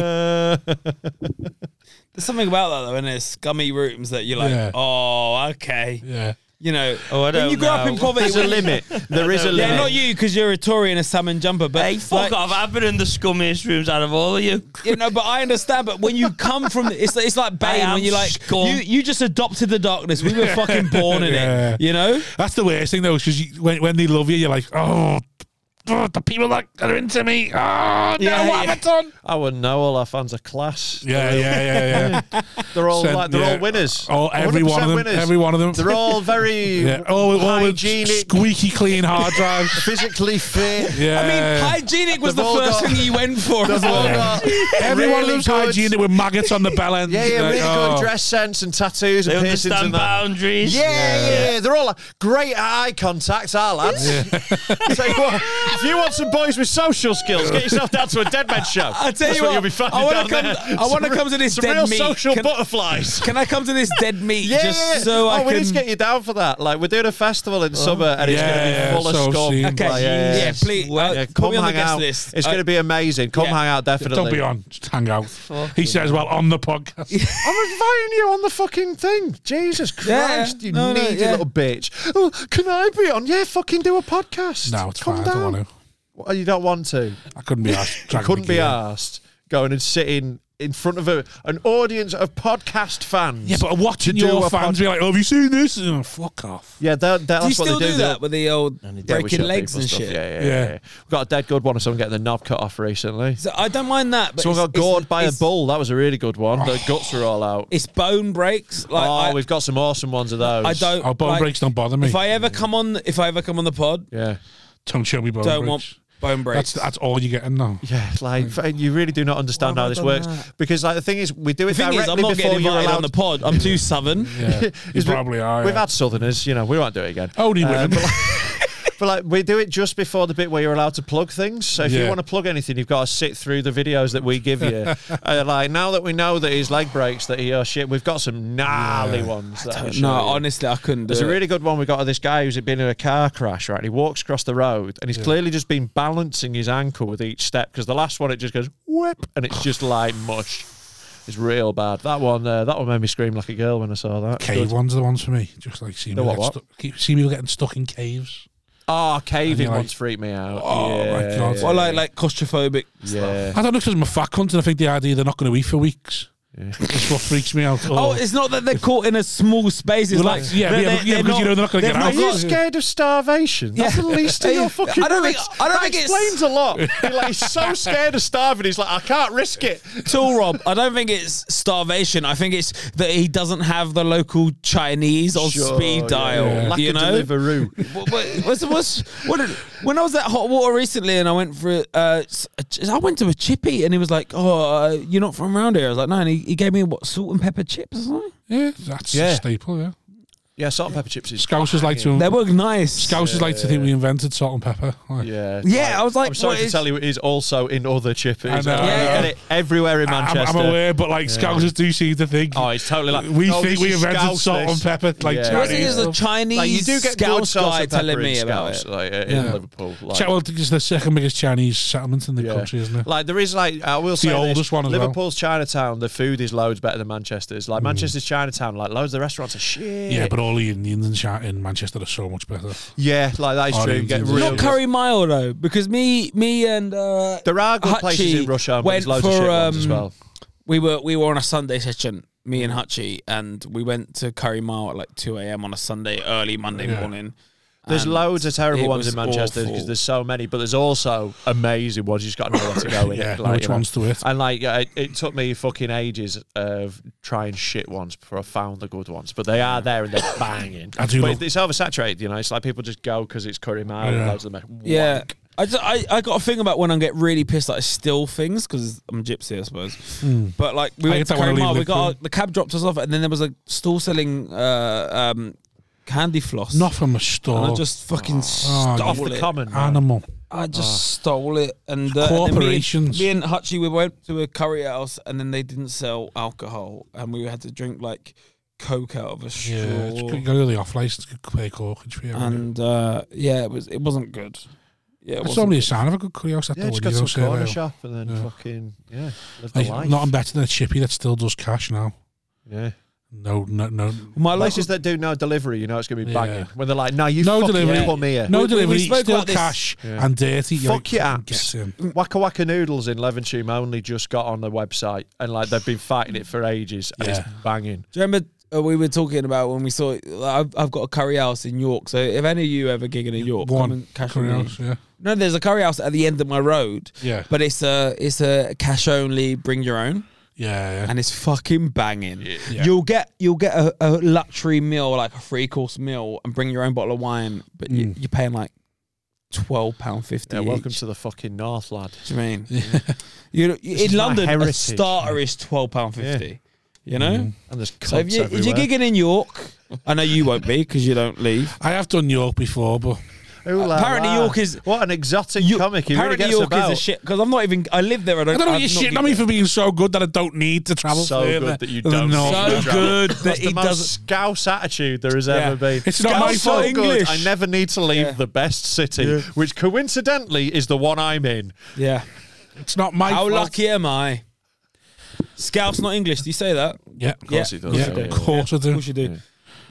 [SPEAKER 4] There's something about that though, in there? Scummy rooms that you're like,
[SPEAKER 1] Yeah.
[SPEAKER 4] oh, okay.
[SPEAKER 1] Yeah.
[SPEAKER 4] You know,
[SPEAKER 2] Oh, I
[SPEAKER 4] when
[SPEAKER 2] don't
[SPEAKER 4] you grow up
[SPEAKER 2] know.
[SPEAKER 4] in poverty,
[SPEAKER 5] There's a
[SPEAKER 1] <laughs>
[SPEAKER 4] when-
[SPEAKER 5] limit. There is a limit.
[SPEAKER 4] Yeah, not you because you're a Tory in a salmon jumper, but
[SPEAKER 2] Hey, fuck
[SPEAKER 4] like-
[SPEAKER 2] off. I've been in the scummiest rooms out of all of you.
[SPEAKER 4] you know, but I understand. But
[SPEAKER 5] <laughs>
[SPEAKER 4] when you come from, it's it's like Bane
[SPEAKER 2] am
[SPEAKER 4] when you like
[SPEAKER 2] scum.
[SPEAKER 4] you you just adopted the darkness. We were fucking born
[SPEAKER 1] <laughs>
[SPEAKER 4] in
[SPEAKER 1] Yeah.
[SPEAKER 4] it. You know,
[SPEAKER 1] That's the worst thing though, because when, when they love you, you're like, oh, oh, the people that are into me. Oh, no,
[SPEAKER 4] Yeah,
[SPEAKER 1] what
[SPEAKER 4] yeah.
[SPEAKER 1] have I done?
[SPEAKER 5] I wouldn't know. All our fans are class.
[SPEAKER 1] Yeah, yeah, yeah, yeah.
[SPEAKER 5] They're all
[SPEAKER 1] Sent-
[SPEAKER 5] like, they're
[SPEAKER 1] yeah.
[SPEAKER 5] all winners.
[SPEAKER 1] Oh, every one of
[SPEAKER 5] 100%
[SPEAKER 1] them.
[SPEAKER 5] Winners.
[SPEAKER 1] Every one of them. <laughs>
[SPEAKER 5] They're all very
[SPEAKER 1] yeah. Oh, all, all with
[SPEAKER 5] hygienic,
[SPEAKER 1] squeaky clean hard
[SPEAKER 5] <laughs>
[SPEAKER 1] drives.
[SPEAKER 5] physically fit.
[SPEAKER 1] Yeah.
[SPEAKER 4] I mean, hygienic was the
[SPEAKER 5] They've all
[SPEAKER 4] first
[SPEAKER 5] got-
[SPEAKER 4] thing you went for.
[SPEAKER 5] They've all got
[SPEAKER 1] <laughs> Every one of
[SPEAKER 5] really
[SPEAKER 1] them's
[SPEAKER 5] good-
[SPEAKER 1] hygienic with maggots on the bell end.
[SPEAKER 5] Yeah, yeah,
[SPEAKER 1] Like,
[SPEAKER 5] really
[SPEAKER 1] oh.
[SPEAKER 5] good dress sense and tattoos
[SPEAKER 2] They
[SPEAKER 5] and piercings
[SPEAKER 2] understand
[SPEAKER 5] and that.
[SPEAKER 2] boundaries.
[SPEAKER 5] Yeah, yeah, yeah, they're all like, great at eye contact, our lads.
[SPEAKER 1] <laughs>
[SPEAKER 5] <laughs> Tell you what, if you want some boys with social skills, get yourself down to a dead man show.
[SPEAKER 4] <laughs> I tell
[SPEAKER 5] That's
[SPEAKER 4] you
[SPEAKER 5] what,
[SPEAKER 4] what,
[SPEAKER 5] you'll be finding
[SPEAKER 4] I wanna
[SPEAKER 5] down
[SPEAKER 4] come-
[SPEAKER 5] there.
[SPEAKER 4] I
[SPEAKER 5] Some
[SPEAKER 4] wanna
[SPEAKER 5] re-
[SPEAKER 4] come to this
[SPEAKER 5] some
[SPEAKER 4] dead
[SPEAKER 5] real
[SPEAKER 4] meat.
[SPEAKER 5] social
[SPEAKER 4] Can-
[SPEAKER 5] butterflies.
[SPEAKER 4] Can I come to this dead meat
[SPEAKER 5] Yeah,
[SPEAKER 4] just
[SPEAKER 5] yeah, yeah.
[SPEAKER 4] so
[SPEAKER 5] oh,
[SPEAKER 4] I
[SPEAKER 5] we
[SPEAKER 4] can? Oh,
[SPEAKER 5] need to get you down for that. Like we're doing a festival in the summer, and it's going to be
[SPEAKER 1] Yeah,
[SPEAKER 5] full
[SPEAKER 1] so
[SPEAKER 5] of scum.
[SPEAKER 1] soon.
[SPEAKER 4] Okay,
[SPEAKER 5] Like,
[SPEAKER 4] yeah, please.
[SPEAKER 2] Well,
[SPEAKER 4] uh,
[SPEAKER 5] Yeah,
[SPEAKER 4] put
[SPEAKER 5] come
[SPEAKER 4] me on the
[SPEAKER 5] hang
[SPEAKER 4] guest
[SPEAKER 5] out.
[SPEAKER 4] list.
[SPEAKER 5] It's
[SPEAKER 4] Uh,
[SPEAKER 5] going to be amazing. Come
[SPEAKER 4] yeah.
[SPEAKER 5] hang out, definitely.
[SPEAKER 1] Don't be on. Just hang out. he says, well, on the podcast.
[SPEAKER 5] <laughs> I'm inviting you on the fucking thing. Jesus
[SPEAKER 4] Yeah,
[SPEAKER 5] Christ, you
[SPEAKER 4] no, no,
[SPEAKER 5] needy
[SPEAKER 4] yeah.
[SPEAKER 5] little bitch. Oh, can I be on? Yeah, fucking do a podcast.
[SPEAKER 1] no, it's
[SPEAKER 5] Come
[SPEAKER 1] fine.
[SPEAKER 5] Down.
[SPEAKER 1] I don't want to.
[SPEAKER 5] Well, you don't want to.
[SPEAKER 1] I couldn't be asked.
[SPEAKER 5] You couldn't be asked going and sitting in front of a, an audience of podcast fans.
[SPEAKER 1] Yeah, but watching
[SPEAKER 5] To do
[SPEAKER 1] your
[SPEAKER 5] a
[SPEAKER 1] fans
[SPEAKER 5] pod-
[SPEAKER 1] be like, oh, have you seen this? Oh, fuck off.
[SPEAKER 5] yeah, that, that, that's
[SPEAKER 4] do you
[SPEAKER 5] what
[SPEAKER 4] still
[SPEAKER 5] they
[SPEAKER 4] do,
[SPEAKER 5] do.
[SPEAKER 4] that with the old
[SPEAKER 5] Yeah, we
[SPEAKER 4] breaking
[SPEAKER 5] show
[SPEAKER 4] legs
[SPEAKER 5] people
[SPEAKER 4] and
[SPEAKER 5] stuff.
[SPEAKER 4] shit?
[SPEAKER 5] Yeah, yeah,
[SPEAKER 1] Yeah.
[SPEAKER 5] yeah, yeah. We got a dead good one of someone getting the knob cut off recently.
[SPEAKER 4] So I don't mind that. But
[SPEAKER 5] Someone
[SPEAKER 4] it's-
[SPEAKER 5] got
[SPEAKER 4] it's-
[SPEAKER 5] gored by a
[SPEAKER 4] it's- Oh.
[SPEAKER 5] bull. That was a really good one. Their guts were all out.
[SPEAKER 4] It's bone breaks. Like
[SPEAKER 5] oh,
[SPEAKER 4] I,
[SPEAKER 5] we've got some awesome ones of those.
[SPEAKER 4] I don't.
[SPEAKER 1] Oh, bone
[SPEAKER 4] like,
[SPEAKER 1] breaks don't bother me.
[SPEAKER 4] If I ever come on, if I ever come on the pod,
[SPEAKER 5] Yeah.
[SPEAKER 1] don't show me bone
[SPEAKER 4] don't
[SPEAKER 1] breaks.
[SPEAKER 4] want bone breaks.
[SPEAKER 1] that's, that's all you're getting
[SPEAKER 5] <laughs>
[SPEAKER 1] now.
[SPEAKER 5] Yeah, like f- you really do not understand
[SPEAKER 4] Why have I
[SPEAKER 5] how this
[SPEAKER 4] done
[SPEAKER 5] works
[SPEAKER 4] that?
[SPEAKER 5] because like the thing is, we do
[SPEAKER 4] the
[SPEAKER 5] it
[SPEAKER 4] thing
[SPEAKER 5] directly
[SPEAKER 4] is, I'm not
[SPEAKER 5] before
[SPEAKER 4] getting
[SPEAKER 5] you're
[SPEAKER 4] invited
[SPEAKER 5] allowed
[SPEAKER 4] on the pod. I'm too southern.
[SPEAKER 5] <laughs>
[SPEAKER 1] Yeah, you
[SPEAKER 5] Is we-
[SPEAKER 1] probably are.
[SPEAKER 5] We've
[SPEAKER 1] yeah. Oh, <laughs>
[SPEAKER 5] had southerners, you know, we won't do it again. Uh,
[SPEAKER 1] Only women.
[SPEAKER 5] but like- <laughs> But like we do it just before the bit where you're allowed to plug things. So if you
[SPEAKER 1] Yeah.
[SPEAKER 5] want to plug anything, you've got to sit through the videos that we
[SPEAKER 1] <laughs>
[SPEAKER 5] give you. uh, like now that we know that his leg breaks, that he oh shit, we've got some gnarly ones. That I'll show
[SPEAKER 4] No,
[SPEAKER 5] you.
[SPEAKER 4] honestly, I couldn't.
[SPEAKER 5] There's
[SPEAKER 4] do
[SPEAKER 5] a
[SPEAKER 4] it.
[SPEAKER 5] really good one we got of this guy who's been in a car crash, right? And he walks across the road and he's clearly just been balancing his ankle with each step because the last one it just goes whip and it's just like mush. It's real bad. That one, uh, that one made me scream like a girl when I saw that.
[SPEAKER 1] Cave
[SPEAKER 5] Good.
[SPEAKER 1] ones are the ones for me. Just like seeing
[SPEAKER 5] The
[SPEAKER 1] people
[SPEAKER 5] what,
[SPEAKER 1] get
[SPEAKER 5] what?
[SPEAKER 1] stuck- keep- seeing people getting stuck in caves.
[SPEAKER 5] Oh,
[SPEAKER 1] And you're
[SPEAKER 5] caving
[SPEAKER 1] like,
[SPEAKER 5] ones freaked me out.
[SPEAKER 1] "Oh,
[SPEAKER 5] yeah,
[SPEAKER 1] my God."
[SPEAKER 5] Yeah,
[SPEAKER 4] Or like like claustrophobic.
[SPEAKER 5] yeah.
[SPEAKER 1] I don't know because I'm a fat cunt and I think the idea they're not going to eat for weeks. It's what freaks me out.
[SPEAKER 4] Oh,
[SPEAKER 1] Or-
[SPEAKER 4] it's not that they're caught in a small space. It's
[SPEAKER 1] Well,
[SPEAKER 4] like
[SPEAKER 1] that's- yeah,
[SPEAKER 4] they're-
[SPEAKER 1] yeah,
[SPEAKER 4] they're-
[SPEAKER 1] but- yeah,
[SPEAKER 4] they're
[SPEAKER 1] because you know they're not gonna
[SPEAKER 4] they've
[SPEAKER 1] get out.
[SPEAKER 5] Are
[SPEAKER 1] I've
[SPEAKER 5] you
[SPEAKER 1] got-
[SPEAKER 5] scared of starvation? That's
[SPEAKER 4] Yeah.
[SPEAKER 5] the least of your
[SPEAKER 4] I
[SPEAKER 5] fucking.
[SPEAKER 4] don't think-
[SPEAKER 5] business.
[SPEAKER 4] I don't
[SPEAKER 5] that
[SPEAKER 4] think it's-
[SPEAKER 5] explains a lot. You're like, he's so scared of starving. He's like, I can't risk it.
[SPEAKER 4] Tool Rob, I don't think it's starvation. I think it's that he doesn't have the local Chinese on
[SPEAKER 5] Sure,
[SPEAKER 4] speed
[SPEAKER 5] yeah,
[SPEAKER 4] dial.
[SPEAKER 5] yeah. Lack
[SPEAKER 4] You
[SPEAKER 5] of
[SPEAKER 4] know,
[SPEAKER 5] Deliveroo.
[SPEAKER 4] What- what- <laughs> what's, what's, what did- when I was at Hot Water recently, and I went for uh, s- a ch- I went to a chippy, and he was like, "Oh, uh, you're not from around here." I was like, "No," and he, he gave me what salt and pepper chips or something.
[SPEAKER 1] yeah, that's
[SPEAKER 5] Yeah.
[SPEAKER 1] a staple. Yeah,
[SPEAKER 5] Yeah, salt and pepper chips is.
[SPEAKER 1] Scousers like to.
[SPEAKER 4] They were nice.
[SPEAKER 1] Scousers like to think we invented salt and pepper. Like,
[SPEAKER 5] Yeah,
[SPEAKER 4] Yeah, I was like,
[SPEAKER 5] I'm sorry
[SPEAKER 4] what
[SPEAKER 5] to
[SPEAKER 4] is-
[SPEAKER 5] tell you, it is also in other chippies.
[SPEAKER 1] I know,
[SPEAKER 5] You
[SPEAKER 1] I
[SPEAKER 5] get
[SPEAKER 1] know.
[SPEAKER 5] it everywhere in
[SPEAKER 1] I'm,
[SPEAKER 5] Manchester.
[SPEAKER 1] I'm aware, but like Scousers do seem to think.
[SPEAKER 5] Oh, it's totally like
[SPEAKER 1] we
[SPEAKER 5] oh,
[SPEAKER 1] think
[SPEAKER 5] this
[SPEAKER 1] we
[SPEAKER 5] is
[SPEAKER 1] invented
[SPEAKER 5] Scouse
[SPEAKER 1] salt
[SPEAKER 5] this.
[SPEAKER 1] and pepper. Like
[SPEAKER 5] Yeah.
[SPEAKER 4] I think
[SPEAKER 1] Chinese
[SPEAKER 4] it's a
[SPEAKER 1] stuff.
[SPEAKER 4] Chinese
[SPEAKER 5] Like you do get good
[SPEAKER 4] Scouse
[SPEAKER 5] salt
[SPEAKER 4] guy
[SPEAKER 5] and pepper
[SPEAKER 4] telling
[SPEAKER 5] in
[SPEAKER 4] me about
[SPEAKER 5] Scouse,
[SPEAKER 4] it.
[SPEAKER 5] like, uh, in
[SPEAKER 1] Yeah.
[SPEAKER 5] Liverpool. Like,
[SPEAKER 1] Chi- well, it's the second biggest Chinese settlement in the
[SPEAKER 5] Yeah.
[SPEAKER 1] country, isn't it?
[SPEAKER 5] Like there is like I will say
[SPEAKER 1] the
[SPEAKER 5] this,
[SPEAKER 1] oldest one as well. Mm.
[SPEAKER 5] Liverpool's Chinatown, the food is loads better than Manchester's. Like Manchester's Chinatown, like loads of the restaurants are shit.
[SPEAKER 1] yeah, but all the Indians in, Chi- in Manchester are so much better.
[SPEAKER 5] yeah, like that is
[SPEAKER 1] Oh,
[SPEAKER 5] true.
[SPEAKER 1] the
[SPEAKER 5] Get
[SPEAKER 1] Indians are
[SPEAKER 5] real
[SPEAKER 4] Not
[SPEAKER 1] Yeah.
[SPEAKER 4] Curry Mile though, because me, me and uh,
[SPEAKER 5] There are good places
[SPEAKER 4] Hutchie
[SPEAKER 5] in Russia, but there's
[SPEAKER 4] went
[SPEAKER 5] loads of
[SPEAKER 4] for,
[SPEAKER 5] shit ones as
[SPEAKER 4] um,
[SPEAKER 5] well.
[SPEAKER 4] we were we were on a Sunday session, me and Hutchie, and we went to Curry Mile at like two a.m. on a Sunday, early Monday
[SPEAKER 1] Yeah.
[SPEAKER 4] morning.
[SPEAKER 5] There's
[SPEAKER 4] and
[SPEAKER 5] loads of terrible
[SPEAKER 4] it
[SPEAKER 5] ones in
[SPEAKER 4] was
[SPEAKER 5] Manchester because
[SPEAKER 4] awful.
[SPEAKER 5] there's so many, but there's also amazing ones. You just got to know where to go in.
[SPEAKER 1] Yeah,
[SPEAKER 5] it,
[SPEAKER 1] know
[SPEAKER 5] like,
[SPEAKER 1] which
[SPEAKER 5] you know.
[SPEAKER 1] ones to hit.
[SPEAKER 5] And like, uh, it, it took me fucking ages of trying shit ones before I found the good ones, but they are there and they're banging.
[SPEAKER 1] I do
[SPEAKER 5] but
[SPEAKER 1] love-
[SPEAKER 5] it's oversaturated, you know. It's like people just go because it's curry mile and
[SPEAKER 1] Yeah.
[SPEAKER 5] loads of them.
[SPEAKER 4] Yeah. I, just, I, I got a thing about when I get really pissed that I steal things because I'm gypsy, I suppose. But like we
[SPEAKER 1] Hmm. I
[SPEAKER 4] went
[SPEAKER 1] get
[SPEAKER 4] to
[SPEAKER 1] that when I
[SPEAKER 4] Curry
[SPEAKER 1] leave
[SPEAKER 4] Mile, we
[SPEAKER 1] Liverpool.
[SPEAKER 4] got our- the cab dropped us off, and then there was a stall selling uh, um, candy floss.
[SPEAKER 1] Not from a
[SPEAKER 4] and I
[SPEAKER 1] store.
[SPEAKER 4] just fucking
[SPEAKER 1] Oh,
[SPEAKER 5] off
[SPEAKER 4] stole
[SPEAKER 5] the
[SPEAKER 4] it.
[SPEAKER 5] common. man.
[SPEAKER 1] Animal.
[SPEAKER 4] I just stole it, and uh,
[SPEAKER 1] Ah. Corporations.
[SPEAKER 4] And then me, and, me and Hutchie, we went to a curry house, and then they didn't sell alcohol, and we had to drink like coke out of a straw.
[SPEAKER 1] Yeah, it's pretty- you gotta go to the off license to pay corkage for you.
[SPEAKER 4] and uh, yeah, it was it wasn't good. Yeah, it
[SPEAKER 1] That's
[SPEAKER 4] wasn't
[SPEAKER 1] normally a
[SPEAKER 4] good.
[SPEAKER 1] sign of a good curiosity.
[SPEAKER 5] Yeah, just got some
[SPEAKER 1] uh,
[SPEAKER 5] corner shop and then fucking yeah, live the life.
[SPEAKER 1] Nothing better than a chippy that still does cash now.
[SPEAKER 5] yeah.
[SPEAKER 1] No, no, no.
[SPEAKER 4] My local
[SPEAKER 5] Places that do no delivery, you know, it's gonna be
[SPEAKER 1] Yeah.
[SPEAKER 5] banging. When they're like, "No, you
[SPEAKER 1] No
[SPEAKER 5] fucking
[SPEAKER 1] delivery.
[SPEAKER 5] come here."
[SPEAKER 1] No
[SPEAKER 4] We- we- we
[SPEAKER 1] delivery,
[SPEAKER 4] spoke
[SPEAKER 1] still
[SPEAKER 4] about this-
[SPEAKER 1] cash
[SPEAKER 5] Yeah.
[SPEAKER 1] and dirty. You're
[SPEAKER 5] Fuck your
[SPEAKER 1] like,
[SPEAKER 5] apps.
[SPEAKER 1] Get in.
[SPEAKER 5] Waka Waka Noodles in Levenshulme only just got on the website, and like they've been fighting it for ages, and
[SPEAKER 1] Yeah.
[SPEAKER 5] it's banging.
[SPEAKER 4] Do you remember uh, we were talking about when we saw? I've, I've got a curry house in York. So if any of you ever gigging in York, come
[SPEAKER 1] One
[SPEAKER 4] and cash
[SPEAKER 1] curry
[SPEAKER 4] with me.
[SPEAKER 1] house, yeah.
[SPEAKER 4] No, there's a curry house at the end of my road,
[SPEAKER 1] Yeah.
[SPEAKER 4] but it's a it's a cash only, bring your own,
[SPEAKER 1] Yeah, yeah.
[SPEAKER 4] and it's fucking banging.
[SPEAKER 1] Yeah.
[SPEAKER 4] You'll get you'll get a, a luxury meal like a three course meal and bring your own bottle of wine, but
[SPEAKER 1] Mm.
[SPEAKER 4] you, you're paying like twelve pound fifty.
[SPEAKER 5] Yeah, welcome
[SPEAKER 4] each.
[SPEAKER 5] to the fucking north, lad.
[SPEAKER 4] Do you mean? you, you,
[SPEAKER 5] is
[SPEAKER 4] in
[SPEAKER 5] my
[SPEAKER 4] London, a
[SPEAKER 5] heritage.
[SPEAKER 4] starter is twelve pound fifty. You
[SPEAKER 1] Mm.
[SPEAKER 4] know.
[SPEAKER 5] And there's cunts
[SPEAKER 4] So if, you,
[SPEAKER 5] everywhere.
[SPEAKER 4] if you're gigging in York, I know you won't be because you don't leave.
[SPEAKER 1] I have done York before, but
[SPEAKER 5] Ooh la
[SPEAKER 4] apparently
[SPEAKER 5] la.
[SPEAKER 4] York is-
[SPEAKER 5] what an exotic
[SPEAKER 4] You-
[SPEAKER 5] comic. He really
[SPEAKER 4] apparently
[SPEAKER 5] gets
[SPEAKER 4] York
[SPEAKER 5] about.
[SPEAKER 4] is a shit because I'm not even. I live there. I don't.
[SPEAKER 1] I don't know
[SPEAKER 4] I've
[SPEAKER 1] what you're
[SPEAKER 4] not
[SPEAKER 1] shitting on
[SPEAKER 4] gigged
[SPEAKER 1] me for being so good that I don't need to travel
[SPEAKER 5] So good
[SPEAKER 1] further
[SPEAKER 5] that you
[SPEAKER 1] than the
[SPEAKER 5] don't
[SPEAKER 1] north.
[SPEAKER 5] shit.
[SPEAKER 4] there. So good that
[SPEAKER 5] That's
[SPEAKER 4] he
[SPEAKER 5] the
[SPEAKER 4] doesn't.
[SPEAKER 5] most scouse attitude there has ever been.
[SPEAKER 1] It's not
[SPEAKER 5] Scouse
[SPEAKER 1] my
[SPEAKER 5] so
[SPEAKER 1] fault.
[SPEAKER 5] good,
[SPEAKER 4] English.
[SPEAKER 5] I never need to leave
[SPEAKER 4] Yeah.
[SPEAKER 5] the best city, which coincidentally is the one I'm in.
[SPEAKER 4] Yeah.
[SPEAKER 1] It's not my
[SPEAKER 4] How
[SPEAKER 1] fault.
[SPEAKER 4] lucky am I? Scouse not English. Do you say that? Of
[SPEAKER 1] Yeah, of
[SPEAKER 4] course
[SPEAKER 1] yeah.
[SPEAKER 4] he does,
[SPEAKER 1] Yeah,
[SPEAKER 5] yeah,
[SPEAKER 1] of course I do.
[SPEAKER 4] course you do.